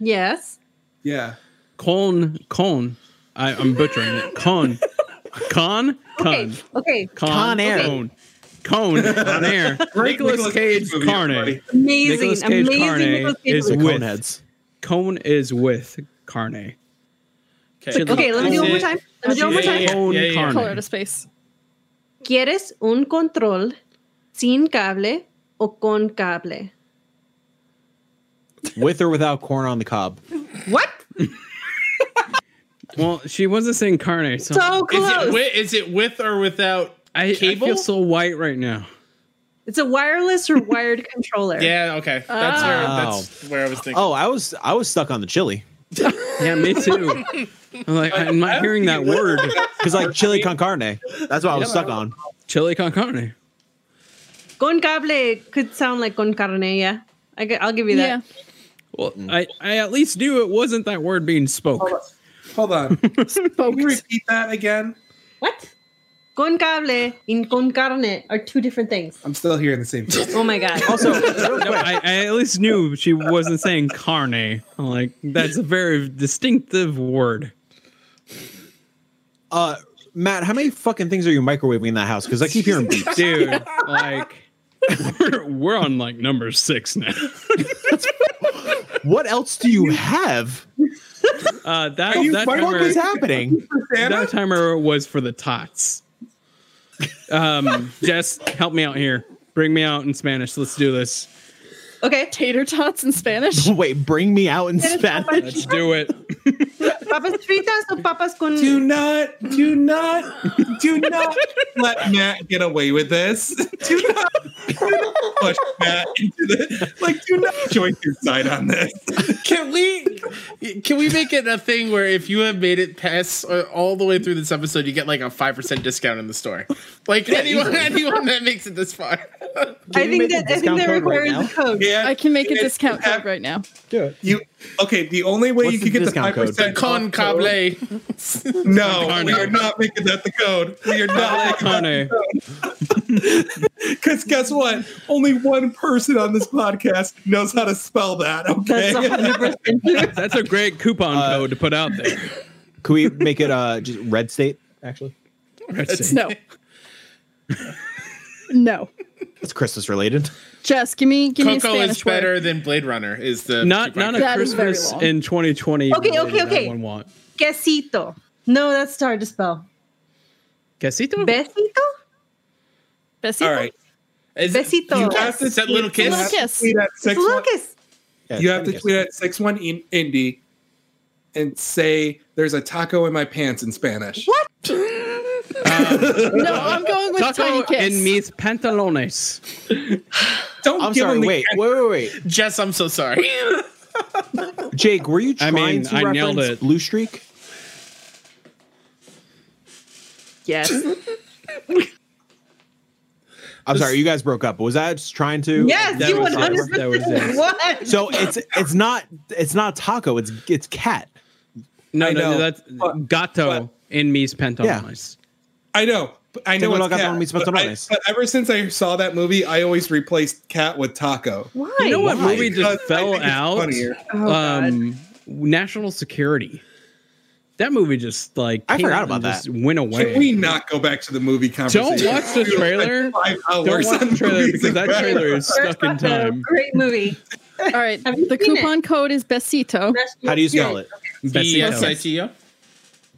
[SPEAKER 3] Yes.
[SPEAKER 6] Yeah.
[SPEAKER 4] con con. I, I'm butchering it. Con, con,
[SPEAKER 3] Okay,
[SPEAKER 4] con,
[SPEAKER 3] okay.
[SPEAKER 4] con,
[SPEAKER 2] Con air.
[SPEAKER 4] cone, cone, on air. Nicholas Cage
[SPEAKER 6] movie,
[SPEAKER 4] carne.
[SPEAKER 6] everybody.
[SPEAKER 3] Amazing,
[SPEAKER 4] Nicolas Cage
[SPEAKER 3] amazing.
[SPEAKER 4] Carne
[SPEAKER 3] Nicolas Cage
[SPEAKER 4] is
[SPEAKER 2] The
[SPEAKER 3] movie.
[SPEAKER 4] With-
[SPEAKER 2] coneheads.
[SPEAKER 4] Cone is with carne.
[SPEAKER 1] Okay.
[SPEAKER 3] okay, let me do it one more time. Let me do it one more
[SPEAKER 1] Yeah, yeah,
[SPEAKER 4] Cone
[SPEAKER 3] time.
[SPEAKER 1] yeah, yeah.
[SPEAKER 4] carne.
[SPEAKER 5] Color to space.
[SPEAKER 3] ¿Quieres un control sin cable o con cable?
[SPEAKER 2] With or without corn on the cob.
[SPEAKER 3] What?
[SPEAKER 4] Well, she wasn't saying carne, so,
[SPEAKER 3] So
[SPEAKER 1] Is
[SPEAKER 3] close.
[SPEAKER 1] it, with, is it with or without?
[SPEAKER 4] I, I
[SPEAKER 1] cable?
[SPEAKER 4] feel so white right now.
[SPEAKER 3] It's a wireless or wired controller.
[SPEAKER 1] Yeah, okay. That's where that's where I was thinking.
[SPEAKER 2] Oh, I was I was stuck on the chili
[SPEAKER 4] Yeah, me too. I'm like, I'm not hearing that word.
[SPEAKER 2] because like chili con carne. That's what I was stuck on.
[SPEAKER 4] Chili con carne.
[SPEAKER 3] Con cable could sound like con carne, yeah. I, will give you
[SPEAKER 5] Yeah.
[SPEAKER 3] that.
[SPEAKER 4] Well, I, I at least knew it wasn't that word being spoke.
[SPEAKER 6] Hold on. Can
[SPEAKER 5] Spoke.
[SPEAKER 6] you repeat that again?
[SPEAKER 3] What? Con cable and con carne are two different things.
[SPEAKER 6] I'm still hearing the same thing.
[SPEAKER 3] Oh my god.
[SPEAKER 2] Also,
[SPEAKER 4] No, I, I at least knew she wasn't saying carne. I'm like, that's a very distinctive word.
[SPEAKER 2] uh, Matt, how many fucking things are you microwaving in that house? Because I keep hearing beep.
[SPEAKER 4] Dude, like, we're, we're on like number six now.
[SPEAKER 2] What else do you have?
[SPEAKER 4] Uh, that,
[SPEAKER 6] Are you
[SPEAKER 4] that
[SPEAKER 6] fucking-
[SPEAKER 2] What
[SPEAKER 4] timer,
[SPEAKER 2] is happening?
[SPEAKER 4] that timer was for the tots. Um, Jess, help me out here. Bring me out in Spanish. Let's do this.
[SPEAKER 3] Okay.
[SPEAKER 5] Tater tots in Spanish.
[SPEAKER 2] Wait, bring me out in
[SPEAKER 3] Tater tot
[SPEAKER 2] Spanish.
[SPEAKER 4] Let's do it.
[SPEAKER 3] Papas fritas or papas con.
[SPEAKER 6] Do not, do not, do not let Matt get away with this. Do not, do not push Matt into this. Like, do not join your side on this.
[SPEAKER 1] Can we can we make it a thing where if you have made it pass uh, all the way through this episode, you get like a five percent discount in the store? Like anyone anyone that makes it this far.
[SPEAKER 3] I
[SPEAKER 2] you
[SPEAKER 3] think
[SPEAKER 2] make a
[SPEAKER 3] that I think
[SPEAKER 2] discount
[SPEAKER 3] that
[SPEAKER 2] code right
[SPEAKER 3] requires
[SPEAKER 2] now?
[SPEAKER 3] a code.
[SPEAKER 6] Yeah,
[SPEAKER 5] I can make a
[SPEAKER 6] It-
[SPEAKER 5] discount
[SPEAKER 6] you have-
[SPEAKER 5] code right now.
[SPEAKER 2] Do it.
[SPEAKER 6] You okay? The only way
[SPEAKER 2] What's
[SPEAKER 6] you
[SPEAKER 2] the
[SPEAKER 6] could get the
[SPEAKER 2] discount
[SPEAKER 6] five
[SPEAKER 2] code?
[SPEAKER 1] The
[SPEAKER 6] percent
[SPEAKER 1] con cable.
[SPEAKER 6] No,
[SPEAKER 4] Con
[SPEAKER 6] we are
[SPEAKER 4] Carne.
[SPEAKER 6] not making that the code. We are not making that
[SPEAKER 4] Connie.
[SPEAKER 6] because guess what? Only one person on this podcast knows how to spell that.
[SPEAKER 3] That's
[SPEAKER 6] Okay,
[SPEAKER 3] 100%.
[SPEAKER 4] That's a great coupon
[SPEAKER 2] Uh,
[SPEAKER 4] code to put out there.
[SPEAKER 2] Can we make it uh just red state? Actually,
[SPEAKER 4] That's it.
[SPEAKER 5] No. no.
[SPEAKER 2] it's Christmas related.
[SPEAKER 5] Jess, give me give me a
[SPEAKER 1] Coco
[SPEAKER 5] Spanish
[SPEAKER 1] is better
[SPEAKER 5] word.
[SPEAKER 1] than Blade Runner is the
[SPEAKER 4] Not not a
[SPEAKER 5] That is very
[SPEAKER 4] Christmas
[SPEAKER 5] long.
[SPEAKER 4] in 2020.
[SPEAKER 3] Okay, okay,
[SPEAKER 4] related, I
[SPEAKER 3] okay.
[SPEAKER 4] wouldn't want.
[SPEAKER 3] Quesito. No, that's hard to spell.
[SPEAKER 4] Quesito?
[SPEAKER 3] Besito?
[SPEAKER 5] Bessie?
[SPEAKER 6] all right.
[SPEAKER 1] is,
[SPEAKER 3] Besito.
[SPEAKER 6] You have to
[SPEAKER 1] Is that little
[SPEAKER 6] You
[SPEAKER 1] kiss?
[SPEAKER 5] Little
[SPEAKER 6] have to
[SPEAKER 5] kiss.
[SPEAKER 6] tweet at
[SPEAKER 3] It's
[SPEAKER 6] six one-
[SPEAKER 3] Lucas.
[SPEAKER 2] Yeah,
[SPEAKER 6] You have to
[SPEAKER 2] yes.
[SPEAKER 6] tweet at six one in- indie and say there's a taco in my pants in Spanish.
[SPEAKER 3] What?
[SPEAKER 5] No, I'm going with
[SPEAKER 4] Taco
[SPEAKER 5] tiny kiss.
[SPEAKER 4] in mis pantalones.
[SPEAKER 6] Don't
[SPEAKER 2] I'm
[SPEAKER 6] give
[SPEAKER 2] sorry.
[SPEAKER 6] him the-
[SPEAKER 2] Wait, wait, wait,
[SPEAKER 1] Jess, I'm so sorry.
[SPEAKER 2] wait. Jake, were you
[SPEAKER 4] I
[SPEAKER 2] trying
[SPEAKER 4] mean,
[SPEAKER 2] to
[SPEAKER 4] I
[SPEAKER 2] reference
[SPEAKER 4] nailed it.
[SPEAKER 2] Blue Streak?
[SPEAKER 5] Yes.
[SPEAKER 2] I'm sorry, you guys broke up. Was I just trying to?
[SPEAKER 3] Yes,
[SPEAKER 4] That
[SPEAKER 3] you
[SPEAKER 4] was
[SPEAKER 3] would
[SPEAKER 4] it. That was it.
[SPEAKER 3] understand what?
[SPEAKER 2] So it's it's not it's not taco. It's it's cat.
[SPEAKER 4] No,
[SPEAKER 6] I
[SPEAKER 4] no,
[SPEAKER 6] know,
[SPEAKER 4] that's
[SPEAKER 6] but-
[SPEAKER 4] gato
[SPEAKER 6] but-
[SPEAKER 4] in mis pantalones.
[SPEAKER 6] I know. but I know
[SPEAKER 2] Tengo
[SPEAKER 6] it's
[SPEAKER 2] locato
[SPEAKER 6] cat,
[SPEAKER 2] en mis
[SPEAKER 6] but, I-
[SPEAKER 2] pantalones.
[SPEAKER 6] but ever since I saw that movie, I always replaced cat with taco.
[SPEAKER 3] Why?
[SPEAKER 4] You know what
[SPEAKER 2] Why?
[SPEAKER 4] movie
[SPEAKER 6] Because
[SPEAKER 4] just
[SPEAKER 6] I
[SPEAKER 4] fell
[SPEAKER 6] think it's
[SPEAKER 4] out?
[SPEAKER 6] funnier.
[SPEAKER 3] Oh, God.
[SPEAKER 4] um, National Security. That movie just like
[SPEAKER 2] I
[SPEAKER 4] came
[SPEAKER 2] forgot
[SPEAKER 4] out
[SPEAKER 2] about
[SPEAKER 4] and
[SPEAKER 2] that.
[SPEAKER 4] Just went away.
[SPEAKER 6] Can we not go back to the movie conversation?
[SPEAKER 4] Don't watch the trailer.
[SPEAKER 6] Five
[SPEAKER 4] Don't
[SPEAKER 6] hours
[SPEAKER 4] watch
[SPEAKER 6] on
[SPEAKER 4] the trailer
[SPEAKER 6] movies
[SPEAKER 4] because that
[SPEAKER 6] and-
[SPEAKER 4] trailer is stuck in time.
[SPEAKER 3] Great movie.
[SPEAKER 5] All right.
[SPEAKER 3] Have you
[SPEAKER 5] The
[SPEAKER 3] seen
[SPEAKER 5] coupon code is Besito.
[SPEAKER 2] How do you spell it?
[SPEAKER 1] B
[SPEAKER 4] Besito.
[SPEAKER 1] S I T O.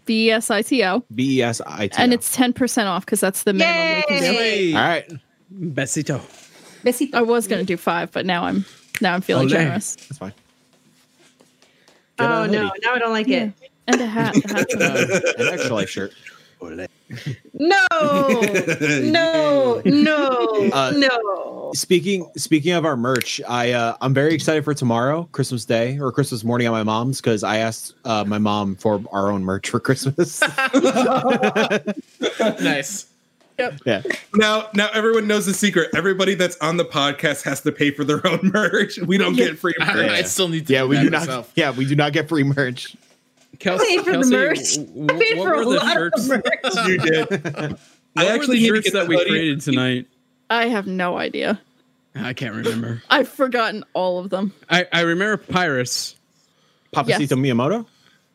[SPEAKER 5] B E S I T O.
[SPEAKER 2] B e s i t.
[SPEAKER 5] And it's ten percent off because that's the minimum we can do.
[SPEAKER 3] Yay!
[SPEAKER 2] all right.
[SPEAKER 4] Besito.
[SPEAKER 5] I
[SPEAKER 3] Besito.
[SPEAKER 5] was gonna do five, but now I'm now I'm feeling
[SPEAKER 4] Olé.
[SPEAKER 5] generous.
[SPEAKER 2] That's fine. Get
[SPEAKER 3] Oh
[SPEAKER 2] a
[SPEAKER 3] no,
[SPEAKER 2] hoodie
[SPEAKER 3] now I don't like
[SPEAKER 5] Yeah.
[SPEAKER 3] it.
[SPEAKER 5] And a hat. The hat's enough.
[SPEAKER 2] and Um, An extra life shirt.
[SPEAKER 3] No, no, no,
[SPEAKER 2] Uh,
[SPEAKER 3] no.
[SPEAKER 2] Speaking speaking of our merch, I uh, I'm very excited for tomorrow, Christmas Day or Christmas morning at my mom's because I asked uh, my mom for our own merch for Christmas.
[SPEAKER 1] Nice.
[SPEAKER 2] yeah,
[SPEAKER 6] Now, now everyone knows the secret. Everybody that's on the podcast has to pay for their own merch. We don't get free merch.
[SPEAKER 1] I still need to
[SPEAKER 2] yeah,
[SPEAKER 1] do
[SPEAKER 2] we
[SPEAKER 1] that
[SPEAKER 2] do not.
[SPEAKER 1] myself.
[SPEAKER 2] Yeah, we do not get free merch.
[SPEAKER 4] Kelsey,
[SPEAKER 3] paid for the
[SPEAKER 4] Kelsey,
[SPEAKER 3] merch.
[SPEAKER 4] w-
[SPEAKER 3] I paid
[SPEAKER 4] what
[SPEAKER 3] for
[SPEAKER 4] were
[SPEAKER 3] a
[SPEAKER 4] the
[SPEAKER 3] lot
[SPEAKER 4] shirts?
[SPEAKER 3] of merch.
[SPEAKER 6] You did. I
[SPEAKER 4] what
[SPEAKER 6] actually need
[SPEAKER 4] were
[SPEAKER 6] to
[SPEAKER 4] the
[SPEAKER 6] get
[SPEAKER 4] shirts that
[SPEAKER 6] the
[SPEAKER 4] we
[SPEAKER 6] hoodie.
[SPEAKER 4] created tonight.
[SPEAKER 5] I have no idea.
[SPEAKER 4] I can't remember.
[SPEAKER 5] I've forgotten all of them.
[SPEAKER 4] I, I remember Pyrus.
[SPEAKER 2] Papacito
[SPEAKER 5] Yes.
[SPEAKER 2] Miyamoto.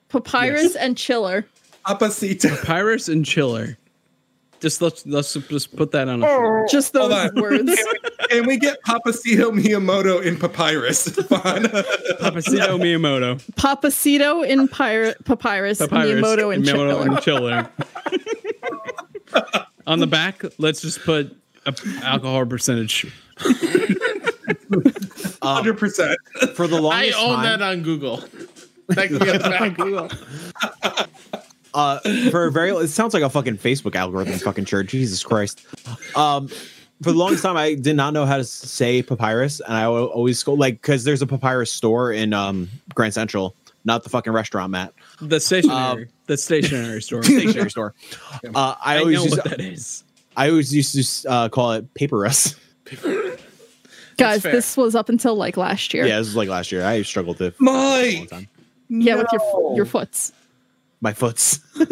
[SPEAKER 5] Papyrus and chiller.
[SPEAKER 6] Papacito.
[SPEAKER 4] Pyrus and Chiller. Just let's let's just put that on. A
[SPEAKER 3] Oh.
[SPEAKER 4] shirt.
[SPEAKER 5] Just
[SPEAKER 6] Hold
[SPEAKER 5] those
[SPEAKER 6] on.
[SPEAKER 5] words.
[SPEAKER 6] And we get Papacito Miyamoto in papyrus. Fun.
[SPEAKER 4] Papacito Miyamoto.
[SPEAKER 5] Papacito in pyr- papyrus,
[SPEAKER 4] Papyrus.
[SPEAKER 5] Miyamoto in
[SPEAKER 4] Miyamoto
[SPEAKER 5] chiller.
[SPEAKER 4] and Chiller. on the back, let's just put a alcohol percentage.
[SPEAKER 2] Um,
[SPEAKER 6] 100%.
[SPEAKER 2] for the
[SPEAKER 1] I
[SPEAKER 2] longest
[SPEAKER 1] own
[SPEAKER 2] time,
[SPEAKER 1] that on Google. That can be on the back.
[SPEAKER 2] uh, for a very it sounds like a fucking Facebook algorithm fucking church. Jesus Christ. Um for the longest time I did not know how to s- say papyrus and I al- always go like cuz there's a papyrus store in um Grand Central, not the fucking restaurant Matt.
[SPEAKER 4] The stationery. the stationery store.
[SPEAKER 2] Stationery store. Uh, I,
[SPEAKER 4] I,
[SPEAKER 2] always
[SPEAKER 4] know
[SPEAKER 2] used,
[SPEAKER 4] what that is.
[SPEAKER 2] I always used to uh, call it papyrus.
[SPEAKER 5] Guys,
[SPEAKER 1] fair.
[SPEAKER 5] this was up until like last year.
[SPEAKER 2] Yeah, this was like last year. I struggled with it for a long
[SPEAKER 6] Mike.
[SPEAKER 2] time.
[SPEAKER 5] Yeah, with your
[SPEAKER 6] No.
[SPEAKER 5] f- your foots.
[SPEAKER 2] My foots.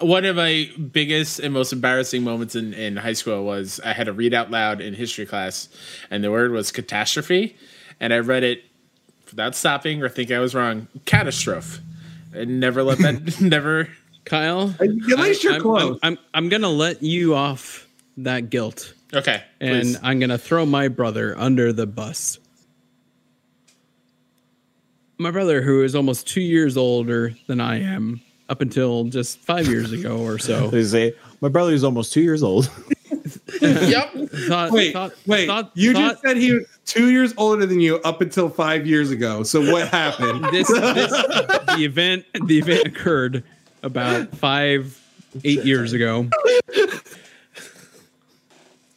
[SPEAKER 1] One of my biggest and most embarrassing moments in, in high school was I had to read out loud in history class, and the word was catastrophe. And I read it without stopping or thinking I was wrong catastrophe. And never let that, never.
[SPEAKER 4] Kyle,
[SPEAKER 6] At least you're
[SPEAKER 4] I'm,
[SPEAKER 6] close.
[SPEAKER 4] I'm, I'm, I'm gonna let you off that guilt,
[SPEAKER 1] Okay.
[SPEAKER 4] and
[SPEAKER 1] please.
[SPEAKER 4] I'm gonna throw my brother under the bus. My brother, who is almost two years older than I am, up until just five years ago or so,
[SPEAKER 2] They say my brother is almost 2 years old.
[SPEAKER 1] yep.
[SPEAKER 4] Thought,
[SPEAKER 6] Wait,
[SPEAKER 4] thought,
[SPEAKER 6] wait.
[SPEAKER 4] thought-
[SPEAKER 6] you just
[SPEAKER 4] thought-
[SPEAKER 6] said he was two years older than you up until five years ago. So what happened?
[SPEAKER 4] this, this the event the event occurred about five eight years ago.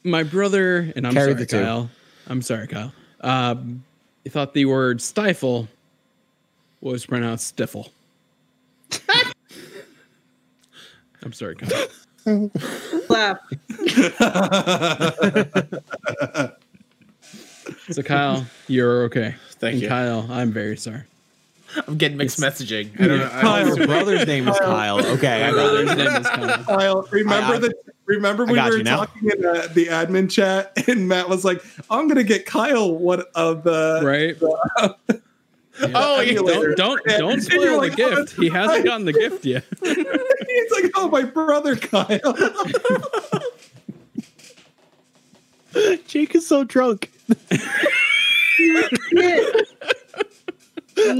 [SPEAKER 4] My brother and I'm
[SPEAKER 2] Carry
[SPEAKER 4] sorry,
[SPEAKER 2] the two.
[SPEAKER 4] Kyle. I'm sorry, Kyle. Um, he thought the word stifle was pronounced stifle. I'm sorry, Kyle.
[SPEAKER 3] Laugh.
[SPEAKER 4] So Kyle, you're okay.
[SPEAKER 1] Thank
[SPEAKER 4] and
[SPEAKER 1] you.
[SPEAKER 4] Kyle, I'm very sorry.
[SPEAKER 1] I'm getting mixed messaging. I don't know. I don't-
[SPEAKER 2] His brother's name is Kyle. Okay, I
[SPEAKER 4] My
[SPEAKER 2] got it.
[SPEAKER 4] brother's name is Kyle.
[SPEAKER 6] Kyle, remember
[SPEAKER 2] I-
[SPEAKER 6] the remember
[SPEAKER 2] I
[SPEAKER 6] when
[SPEAKER 2] got
[SPEAKER 6] we were
[SPEAKER 2] you now.
[SPEAKER 6] talking in uh, the admin chat, and Matt was like, "I'm gonna get Kyle one of the."
[SPEAKER 4] Right?
[SPEAKER 1] Oh, yeah.
[SPEAKER 4] Don't don't don't
[SPEAKER 6] And
[SPEAKER 4] spoil
[SPEAKER 6] you're
[SPEAKER 4] the
[SPEAKER 6] like, oh,
[SPEAKER 4] gift. He hasn't
[SPEAKER 6] right.
[SPEAKER 4] gotten the gift yet.
[SPEAKER 6] He's like, "Oh, my brother, Kyle."
[SPEAKER 2] Jake is so drunk.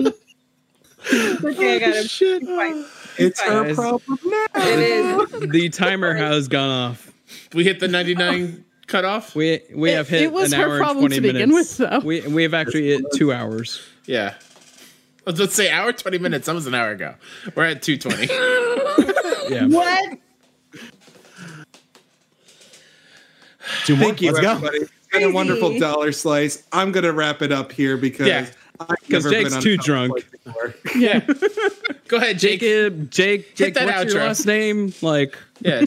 [SPEAKER 3] okay, I got him.
[SPEAKER 2] Shit.
[SPEAKER 3] Fine.
[SPEAKER 6] it's
[SPEAKER 4] Guys.
[SPEAKER 6] her problem now.
[SPEAKER 3] It is.
[SPEAKER 4] the timer has gone off.
[SPEAKER 1] We hit the 99 cutoff.
[SPEAKER 4] We we
[SPEAKER 5] It-
[SPEAKER 4] have hit
[SPEAKER 5] it was
[SPEAKER 4] an
[SPEAKER 5] her
[SPEAKER 4] hour
[SPEAKER 5] problem
[SPEAKER 4] and
[SPEAKER 5] to
[SPEAKER 4] twenty
[SPEAKER 5] begin
[SPEAKER 4] minutes.
[SPEAKER 5] with, though.
[SPEAKER 4] We we have actually hit two hours.
[SPEAKER 1] Yeah. Let's let's say hour 20 minutes. That was an hour ago. We're at 220.
[SPEAKER 4] Yeah.
[SPEAKER 3] What?
[SPEAKER 2] Two more.
[SPEAKER 6] Thank you,
[SPEAKER 2] Let's go.
[SPEAKER 6] everybody. It's been a
[SPEAKER 3] Crazy.
[SPEAKER 6] wonderful dollar slice. I'm gonna wrap it up here because
[SPEAKER 1] Yeah.
[SPEAKER 6] I've
[SPEAKER 4] Because
[SPEAKER 6] never
[SPEAKER 4] Jake's
[SPEAKER 6] been on a
[SPEAKER 4] too
[SPEAKER 6] Dollar
[SPEAKER 4] drunk.
[SPEAKER 6] Slice before.
[SPEAKER 1] yeah. Go ahead, Jake.
[SPEAKER 4] Jacob, Jake, Jake,
[SPEAKER 1] that
[SPEAKER 4] what's your
[SPEAKER 1] outro.
[SPEAKER 4] last name? Like
[SPEAKER 1] Yeah.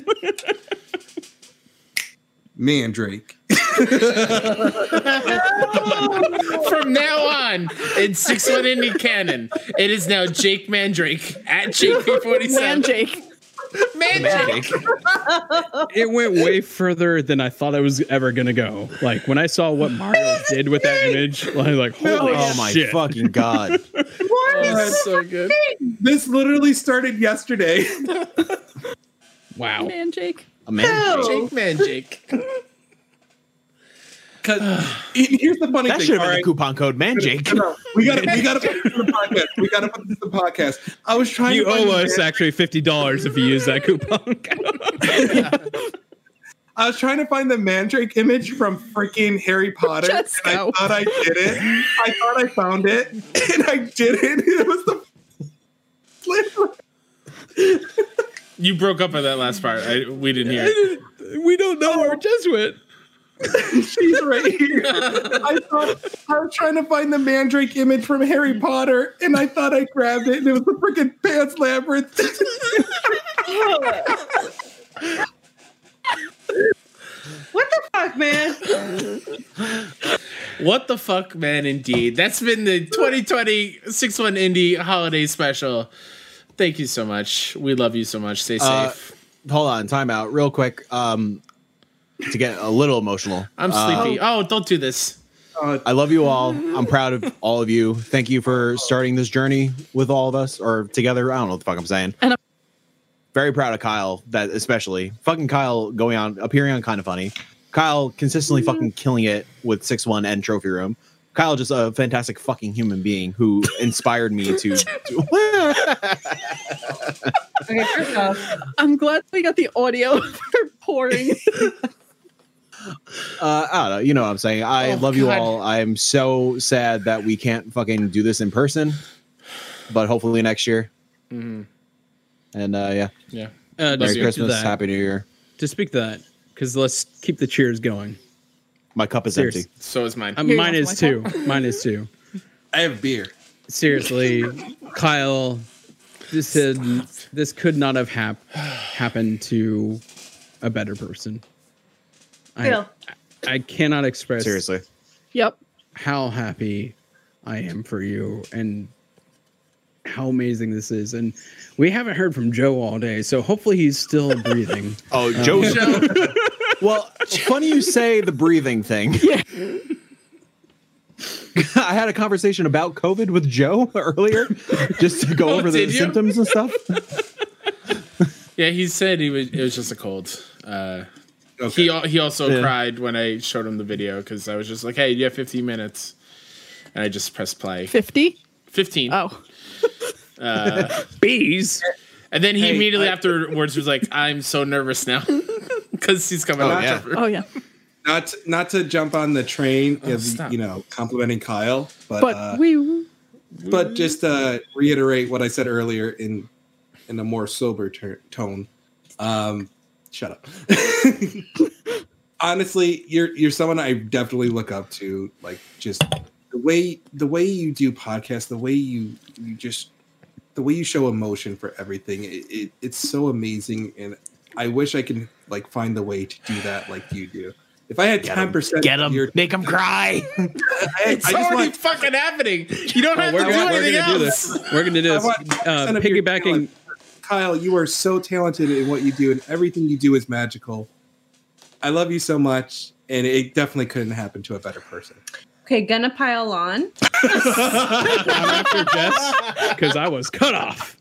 [SPEAKER 6] Me and Drake.
[SPEAKER 1] From now on, in 6-1 Indie Canon, it is now Jake Mandrake at
[SPEAKER 5] Man,
[SPEAKER 1] JP47.
[SPEAKER 5] Jake.
[SPEAKER 1] Mandrake.
[SPEAKER 4] it went way further than I thought I was ever gonna go. Like when I saw what Mario did with that image, I was like, holy
[SPEAKER 2] Oh my
[SPEAKER 4] shit.
[SPEAKER 2] fucking god.
[SPEAKER 3] What?
[SPEAKER 1] That's so good.
[SPEAKER 6] This literally started yesterday.
[SPEAKER 4] Wow.
[SPEAKER 5] Man, Jake.
[SPEAKER 2] A man.
[SPEAKER 3] No.
[SPEAKER 1] Jake Mandrake.
[SPEAKER 6] Because here's the funny
[SPEAKER 2] That
[SPEAKER 6] thing.
[SPEAKER 2] should have
[SPEAKER 6] all
[SPEAKER 2] been
[SPEAKER 6] right?
[SPEAKER 2] the coupon code, man, Jake.
[SPEAKER 6] No, no, we gotta we gotta put this in the podcast. We gotta put this in the podcast. I was trying
[SPEAKER 4] You
[SPEAKER 6] to find
[SPEAKER 4] owe
[SPEAKER 6] the
[SPEAKER 4] us
[SPEAKER 6] man-
[SPEAKER 4] actually fifty dollars if you use that coupon.
[SPEAKER 6] I was trying to find the mandrake image from freaking Harry Potter.
[SPEAKER 5] Just
[SPEAKER 6] and
[SPEAKER 5] go.
[SPEAKER 6] I thought I did it. I thought I found it, and I didn't. It was the
[SPEAKER 1] You broke up at that last part. I, we didn't hear it.
[SPEAKER 4] we don't know
[SPEAKER 5] Oh.
[SPEAKER 4] our Jesuit.
[SPEAKER 6] she's right here. I thought I was trying to find the mandrake image from Harry Potter, and I thought I grabbed it, and it was the freaking pants labyrinth.
[SPEAKER 3] What the fuck, man?
[SPEAKER 1] What the fuck, man, indeed. That's been the 2020 6-1 Indie Holiday Special. Thank you so much. We love you so much. Stay safe.
[SPEAKER 2] Uh, Hold on, time out real quick. Um to get a little emotional.
[SPEAKER 1] I'm
[SPEAKER 2] Uh,
[SPEAKER 1] sleepy. oh, don't do this.
[SPEAKER 6] Uh,
[SPEAKER 2] I love you all. I'm proud of all of you. Thank you for starting this journey with all of us or together. I don't know what the fuck I'm saying.
[SPEAKER 5] And I'm-
[SPEAKER 2] Very proud of Kyle, that especially fucking Kyle going on appearing on kind of funny. Kyle consistently fucking killing it with six one and trophy room. Kyle just a fantastic fucking human being who inspired me to. to-
[SPEAKER 3] Okay, first off,
[SPEAKER 5] I'm glad we got the audio for pouring.
[SPEAKER 2] uh, I don't know. You know what I'm saying. I
[SPEAKER 1] Oh,
[SPEAKER 2] love you
[SPEAKER 1] God.
[SPEAKER 2] all. I'm so sad that we can't fucking do this in person, but hopefully next year.
[SPEAKER 1] Mm-hmm.
[SPEAKER 2] And uh, yeah.
[SPEAKER 1] Yeah.
[SPEAKER 4] Uh, to
[SPEAKER 2] Merry
[SPEAKER 4] speak to
[SPEAKER 2] Christmas,
[SPEAKER 4] that-
[SPEAKER 2] Happy New Year.
[SPEAKER 4] to speak to that, because let's keep the cheers going.
[SPEAKER 2] My cup is
[SPEAKER 4] Seriously.
[SPEAKER 2] empty.
[SPEAKER 1] So is mine.
[SPEAKER 4] Uh,
[SPEAKER 5] Here,
[SPEAKER 4] mine
[SPEAKER 5] you
[SPEAKER 4] is
[SPEAKER 5] want some
[SPEAKER 4] two. Mine is two.
[SPEAKER 6] I have beer.
[SPEAKER 4] Seriously, Kyle, this had, this could not have hap- happened to a better person. I,
[SPEAKER 3] Phil.
[SPEAKER 4] I cannot express
[SPEAKER 2] Seriously.
[SPEAKER 5] yep.
[SPEAKER 4] how happy I am for you and how amazing this is. And we haven't heard from Joe all day, so hopefully he's still breathing.
[SPEAKER 2] Oh, Joe's. well, it's funny you say the breathing thing. Yeah. I had a conversation about COVID with Joe earlier, just to go
[SPEAKER 1] Oh,
[SPEAKER 2] over the
[SPEAKER 1] did you?
[SPEAKER 2] symptoms and stuff.
[SPEAKER 1] Yeah, he said he was. It was just a cold. Uh,
[SPEAKER 6] Okay.
[SPEAKER 1] He al- he also
[SPEAKER 2] Yeah.
[SPEAKER 1] cried when I showed him the video because I was just like, "Hey, you have 15 minutes," and I just pressed play.
[SPEAKER 5] 50?
[SPEAKER 1] 15.
[SPEAKER 5] Oh.
[SPEAKER 1] Uh,
[SPEAKER 4] Bees.
[SPEAKER 1] and then he
[SPEAKER 6] Hey,
[SPEAKER 1] immediately
[SPEAKER 6] I-
[SPEAKER 1] afterwards was like, "I'm so nervous now." because he's coming
[SPEAKER 6] Oh,
[SPEAKER 1] out.
[SPEAKER 2] yeah.
[SPEAKER 5] Oh yeah,
[SPEAKER 6] Not to, not to jump on the train
[SPEAKER 1] Oh,
[SPEAKER 6] of
[SPEAKER 1] stop.
[SPEAKER 6] you know complimenting Kyle, but
[SPEAKER 5] but
[SPEAKER 6] uh,
[SPEAKER 5] we
[SPEAKER 2] Mm-hmm.
[SPEAKER 6] but just uh, reiterate what I said earlier in in a more sober ter- tone. Um, shut up. Honestly, you're you're someone I definitely look up to. Like just the way the way you do podcasts, the way you you just the way you show emotion for everything. It, it, it's so amazing, and I wish I can like find the way to do that like you do. If I had ten percent,
[SPEAKER 2] Get him, make him cry.
[SPEAKER 1] It's already fucking happening. You don't
[SPEAKER 4] Oh,
[SPEAKER 1] have
[SPEAKER 4] we're,
[SPEAKER 1] to do
[SPEAKER 4] gonna, we're
[SPEAKER 1] anything
[SPEAKER 4] gonna do
[SPEAKER 1] else.
[SPEAKER 4] this. We're gonna do
[SPEAKER 6] I
[SPEAKER 4] this.
[SPEAKER 6] want 10%
[SPEAKER 4] Uh,
[SPEAKER 6] of your
[SPEAKER 4] piggybacking
[SPEAKER 6] talent. Kyle, you are so talented in what you do, and everything you do is magical. I love you so much, and it definitely couldn't happen to a better person.
[SPEAKER 3] Okay, gonna pile on.
[SPEAKER 4] I'm after Jess because I was cut off.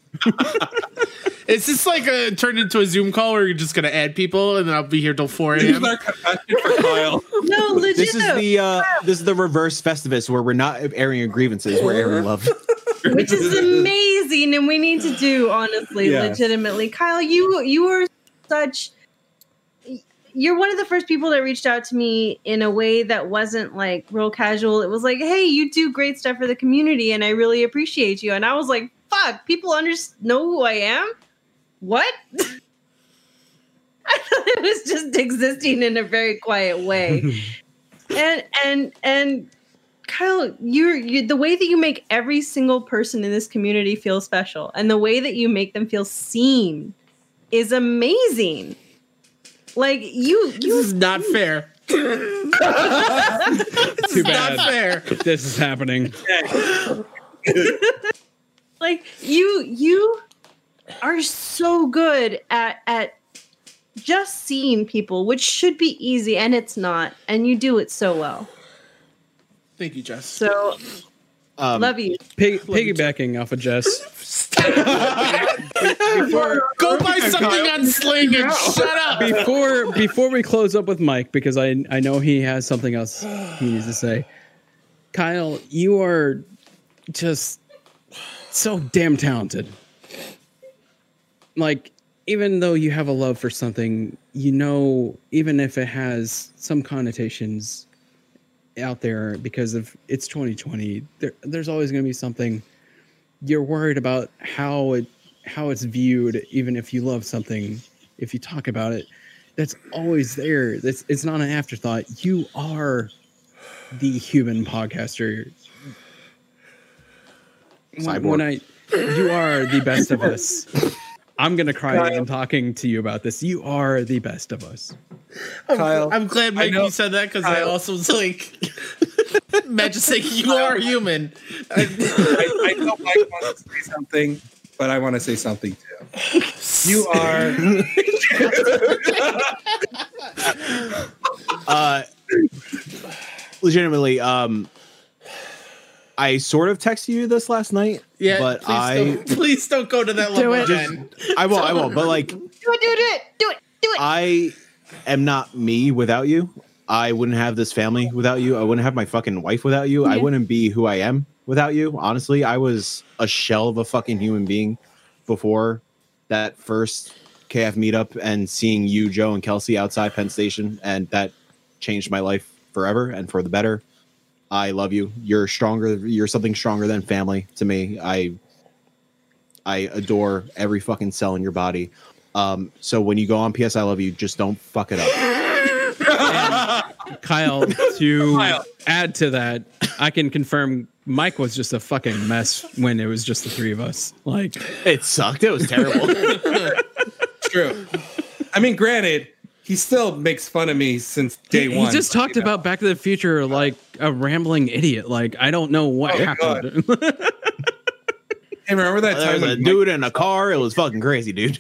[SPEAKER 1] It's just like a turned into a Zoom call where you're just gonna add people, and then I'll be here till four
[SPEAKER 6] This is
[SPEAKER 1] a.m.
[SPEAKER 6] our confession for Kyle.
[SPEAKER 3] No, legit
[SPEAKER 2] This is
[SPEAKER 3] though,
[SPEAKER 2] the uh, this is the reverse Festivus where we're not airing your grievances, we're airing love.
[SPEAKER 3] which is amazing, and we need to do honestly,
[SPEAKER 6] Yeah.
[SPEAKER 3] legitimately. Kyle, you you are such. You're one of the first people that reached out to me in a way that wasn't like real casual. It was like, "Hey, you do great stuff for the community, and I really appreciate you." And I was like, "Fuck, people under- know who I am." What? I thought it was just existing in a very quiet way. and and and Kyle, you're you, the way that you make every single person in this community feel special, and the way that you make them feel seen is amazing. Like you, you
[SPEAKER 1] This is not fair. this
[SPEAKER 4] Too
[SPEAKER 1] is
[SPEAKER 4] bad.
[SPEAKER 1] not fair.
[SPEAKER 4] This is happening.
[SPEAKER 3] like you you are so good at at just seeing people which should be easy and it's not and you do it so well
[SPEAKER 1] Thank you, Jess.
[SPEAKER 3] so
[SPEAKER 2] Um,
[SPEAKER 3] love you
[SPEAKER 4] Pig, piggybacking off of Jess.
[SPEAKER 1] Go buy something on Sling and shut up.
[SPEAKER 4] Before before we close up with Mike, because I I know he has something else he needs to say. Kyle, you are just so damn talented. Like, even though you have a love for something, you know, even if it has some connotations out there because of it's 2020, there, there's always going to be something you're worried about how it how it's viewed even if you love something if you talk about it that's always there that's it's not an afterthought you are the human podcaster when, when i you are the best of us i'm gonna cry that i'm talking to you about this you are the best of us
[SPEAKER 6] Kyle,
[SPEAKER 1] I'm glad Mike
[SPEAKER 6] know-
[SPEAKER 1] you said that because I,
[SPEAKER 6] Kyle-
[SPEAKER 1] also was like, Matt just saying you are human.
[SPEAKER 6] I, I know Mike wants to say something, but I want to say something too. You are
[SPEAKER 2] uh, legitimately, um, I sort of texted you this last night.
[SPEAKER 1] Yeah,
[SPEAKER 2] but
[SPEAKER 1] please,
[SPEAKER 2] I
[SPEAKER 1] don't, please don't go to that
[SPEAKER 5] Do
[SPEAKER 1] level
[SPEAKER 5] it.
[SPEAKER 1] again.
[SPEAKER 2] I won't. I won't. But like,
[SPEAKER 3] do it do it do it do it
[SPEAKER 2] I am not me without you. I wouldn't have this family without you. I wouldn't have my fucking wife without you. I
[SPEAKER 5] Yeah.
[SPEAKER 2] wouldn't be who I am without you. Honestly, I was a shell of a fucking human being before that first KF meetup and seeing you, Joe, and Kelsey outside Penn Station. And that changed my life forever and for the better. I love you. You're stronger. You're something stronger than family to me. I I adore every fucking cell in your body. Um, so when you go on PS I Love You, just don't fuck it up.
[SPEAKER 4] kyle to add to that i can confirm mike was just a fucking mess when it was just the three of us like
[SPEAKER 2] it sucked. It was terrible.
[SPEAKER 6] true. I mean, granted, he still makes fun of me since day
[SPEAKER 4] he,
[SPEAKER 6] one.
[SPEAKER 4] He just
[SPEAKER 6] but,
[SPEAKER 4] talked
[SPEAKER 6] you know.
[SPEAKER 4] about Back to the Future like a rambling idiot. Like I don't know what
[SPEAKER 6] Oh,
[SPEAKER 4] happened.
[SPEAKER 6] Hey, remember that
[SPEAKER 2] there
[SPEAKER 6] time
[SPEAKER 2] was a
[SPEAKER 6] when Mike-
[SPEAKER 2] dude in a car. It was fucking crazy, dude.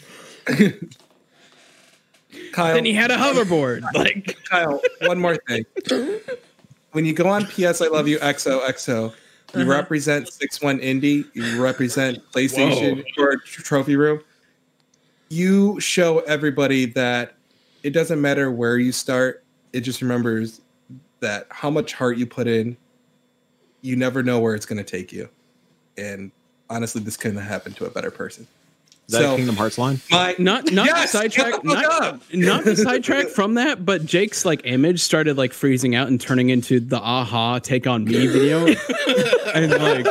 [SPEAKER 6] Kyle
[SPEAKER 4] then he had a hoverboard. Like
[SPEAKER 6] Kyle, one more thing. When you go on PS I Love You XOXO, you
[SPEAKER 4] Uh-huh.
[SPEAKER 6] represent 6-1 Indie, you represent PlayStation or Trophy Room. You show everybody that it doesn't matter where you start, it just remembers that how much heart you put in, you never know where it's going to take you. And honestly, this couldn't have happened to a better person.
[SPEAKER 2] Is that a
[SPEAKER 6] So-
[SPEAKER 2] Kingdom Hearts line?
[SPEAKER 6] My
[SPEAKER 4] Not not
[SPEAKER 6] Yes,
[SPEAKER 4] to sidetrack.
[SPEAKER 6] shut the fuck
[SPEAKER 4] not,
[SPEAKER 6] up.
[SPEAKER 4] not to sidetrack from that, but Jake's like image started like freezing out and turning into the aha take on me video. and like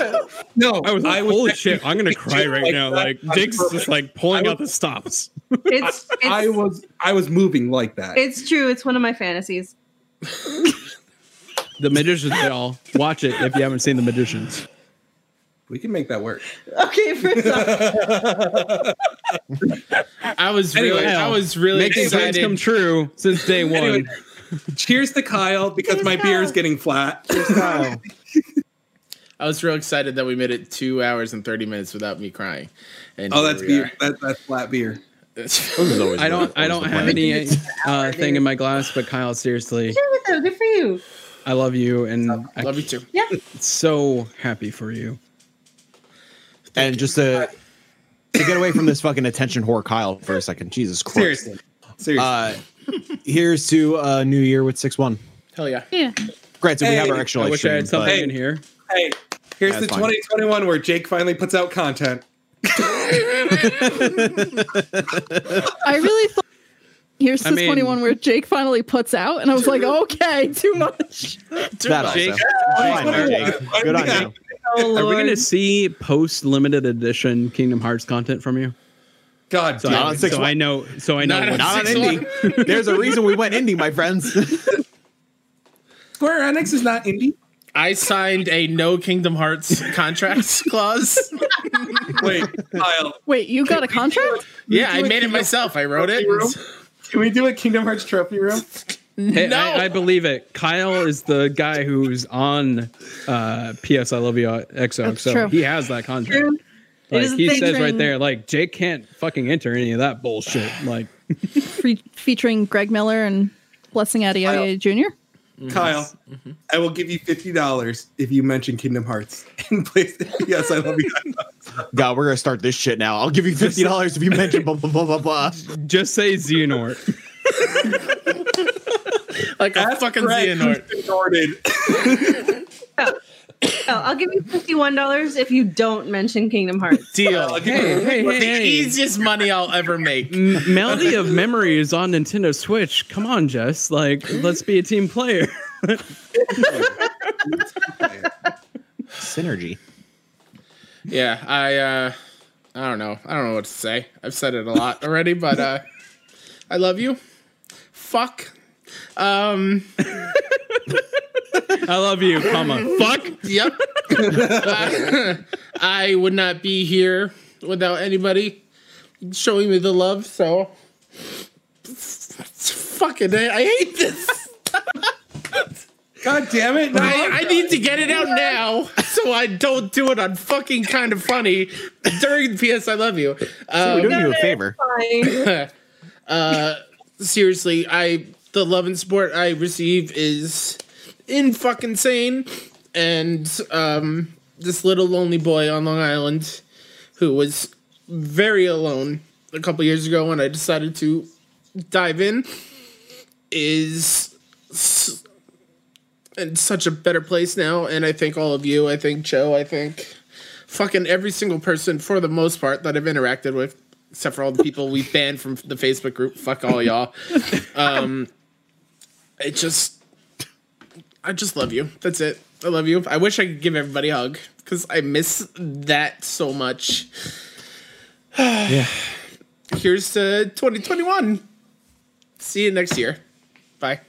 [SPEAKER 6] no,
[SPEAKER 4] I was like, holy shit, I'm gonna cry
[SPEAKER 6] Jake
[SPEAKER 4] right
[SPEAKER 6] like
[SPEAKER 4] now.
[SPEAKER 6] that.
[SPEAKER 4] Like
[SPEAKER 6] That's
[SPEAKER 4] Jake's just
[SPEAKER 6] perfect.
[SPEAKER 4] like pulling
[SPEAKER 6] I
[SPEAKER 4] out the stops.
[SPEAKER 3] It's, it's
[SPEAKER 6] I was I was moving like that.
[SPEAKER 3] it's true. It's one of my fantasies.
[SPEAKER 4] The magicians, y'all. Watch it if you haven't seen the magicians.
[SPEAKER 6] we can make that work.
[SPEAKER 3] Okay, first off,
[SPEAKER 1] I was really,
[SPEAKER 6] Anyway,
[SPEAKER 1] I was really
[SPEAKER 4] Making
[SPEAKER 1] excited.
[SPEAKER 4] dreams come true since day one.
[SPEAKER 6] Anyway, cheers to Kyle because my beer is getting flat.
[SPEAKER 1] I was real excited that we made it two hours and thirty minutes without me crying. And
[SPEAKER 6] Oh,
[SPEAKER 1] here
[SPEAKER 6] that's
[SPEAKER 1] we
[SPEAKER 6] beer.
[SPEAKER 1] are.
[SPEAKER 6] That, that's flat beer.
[SPEAKER 2] Those is always
[SPEAKER 4] I don't
[SPEAKER 2] always
[SPEAKER 4] I don't
[SPEAKER 2] the
[SPEAKER 4] have
[SPEAKER 2] plan.
[SPEAKER 4] any uh,
[SPEAKER 3] dude.
[SPEAKER 4] thing in my glass, but Kyle, seriously,
[SPEAKER 3] do it though. Good for you.
[SPEAKER 4] I love you and I
[SPEAKER 1] Love you too.
[SPEAKER 3] Yeah.
[SPEAKER 4] so happy for you.
[SPEAKER 2] And just to to get away from this fucking attention whore Kyle for a second. Jesus Christ.
[SPEAKER 6] Seriously, seriously.
[SPEAKER 2] Uh, here's to uh, New Year with six one.
[SPEAKER 1] Hell yeah.
[SPEAKER 5] Yeah.
[SPEAKER 2] Granted, we have
[SPEAKER 6] Hey,
[SPEAKER 2] our extra
[SPEAKER 4] I
[SPEAKER 2] live
[SPEAKER 4] wish I
[SPEAKER 2] stream.
[SPEAKER 4] had something
[SPEAKER 2] but-
[SPEAKER 4] in here.
[SPEAKER 6] hey, here's
[SPEAKER 2] that's
[SPEAKER 6] the
[SPEAKER 2] fine.
[SPEAKER 6] 2021 where Jake finally puts out content.
[SPEAKER 5] I really thought here's
[SPEAKER 4] I
[SPEAKER 5] this
[SPEAKER 4] mean-
[SPEAKER 5] 21 where Jake finally puts out, and I was like, okay, too much.
[SPEAKER 2] that also.
[SPEAKER 1] Jake,
[SPEAKER 2] Fine, there, Jake. Good on you.
[SPEAKER 3] Oh,
[SPEAKER 4] Are we
[SPEAKER 3] Lord.
[SPEAKER 4] gonna see post limited edition Kingdom Hearts content from you?
[SPEAKER 6] God
[SPEAKER 4] So,
[SPEAKER 6] damn
[SPEAKER 4] I,
[SPEAKER 2] on
[SPEAKER 6] it.
[SPEAKER 2] six
[SPEAKER 4] so
[SPEAKER 2] one.
[SPEAKER 4] I know. So I know.
[SPEAKER 1] Not on
[SPEAKER 4] when-
[SPEAKER 1] six
[SPEAKER 2] Not on
[SPEAKER 1] Six
[SPEAKER 2] indie. There's a reason we went indie, my friends.
[SPEAKER 6] Square Enix is not indie.
[SPEAKER 1] I signed a no Kingdom Hearts contract clause.
[SPEAKER 6] Wait, Kyle,
[SPEAKER 5] Wait, you got a contract?
[SPEAKER 1] Yeah, I made it myself. I wrote it.
[SPEAKER 6] can we do a Kingdom Hearts trophy room?
[SPEAKER 4] Hey,
[SPEAKER 1] No.
[SPEAKER 4] I, I believe it. Kyle is the guy who's on uh, PS I Love You XO,
[SPEAKER 5] That's
[SPEAKER 4] so
[SPEAKER 5] true.
[SPEAKER 4] he has that contract.
[SPEAKER 3] True. It
[SPEAKER 4] Like
[SPEAKER 3] is a
[SPEAKER 4] he
[SPEAKER 3] thing
[SPEAKER 4] says right
[SPEAKER 3] during-
[SPEAKER 4] there, like Jake can't fucking enter any of that bullshit. Like
[SPEAKER 5] Fe- featuring Greg Miller and Blessing Adioye Jr.
[SPEAKER 6] Kyle, I will give you fifty dollars if you mention Kingdom Hearts and PlayStation. Yes, I love you.
[SPEAKER 2] God, we're gonna start this shit now. I'll give you fifty dollars if you mention blah blah blah blah blah.
[SPEAKER 4] just say Xehanort.
[SPEAKER 1] Like a
[SPEAKER 6] Ask
[SPEAKER 1] fucking
[SPEAKER 6] Greg
[SPEAKER 1] Xehanort.
[SPEAKER 6] who's Jordan.
[SPEAKER 3] Oh, I'll give you fifty-one dollars if you don't mention Kingdom Hearts.
[SPEAKER 1] Deal.
[SPEAKER 4] Hey, hey,
[SPEAKER 1] the
[SPEAKER 4] hey, hey.
[SPEAKER 1] easiest money I'll ever make.
[SPEAKER 4] M- Melody of Memory is on Nintendo Switch. Come on, Jess. Like, let's be a team player.
[SPEAKER 2] Synergy.
[SPEAKER 1] Yeah, I uh I don't know. I don't know what to say. I've said it a lot already, but uh I love you. Fuck. Um
[SPEAKER 4] I love you, comma. Fuck.
[SPEAKER 1] yep. I, I would not be here without anybody showing me the love, so fucking I, I hate this.
[SPEAKER 6] God damn it! No,
[SPEAKER 1] I, I need to get it out now so I don't do it on fucking kind of funny during PS I love you.
[SPEAKER 2] We're
[SPEAKER 1] Um,
[SPEAKER 2] doing you a favor.
[SPEAKER 3] Fine.
[SPEAKER 1] seriously, I the love and support I receive is in fucking sane. And um, this little lonely boy on Long Island who was very alone a couple years ago when I decided to dive in is s- in such a better place now. And I thank all of you. I thank Joe. I thank fucking every single person for the most part that I've interacted with, except for all the people we banned from the Facebook group. Fuck all y'all. Um, it just, I just love you. That's it. I love you. I wish I could give everybody a hug because I miss that so much.
[SPEAKER 2] Yeah.
[SPEAKER 1] Here's to 2021. See you next year. Bye.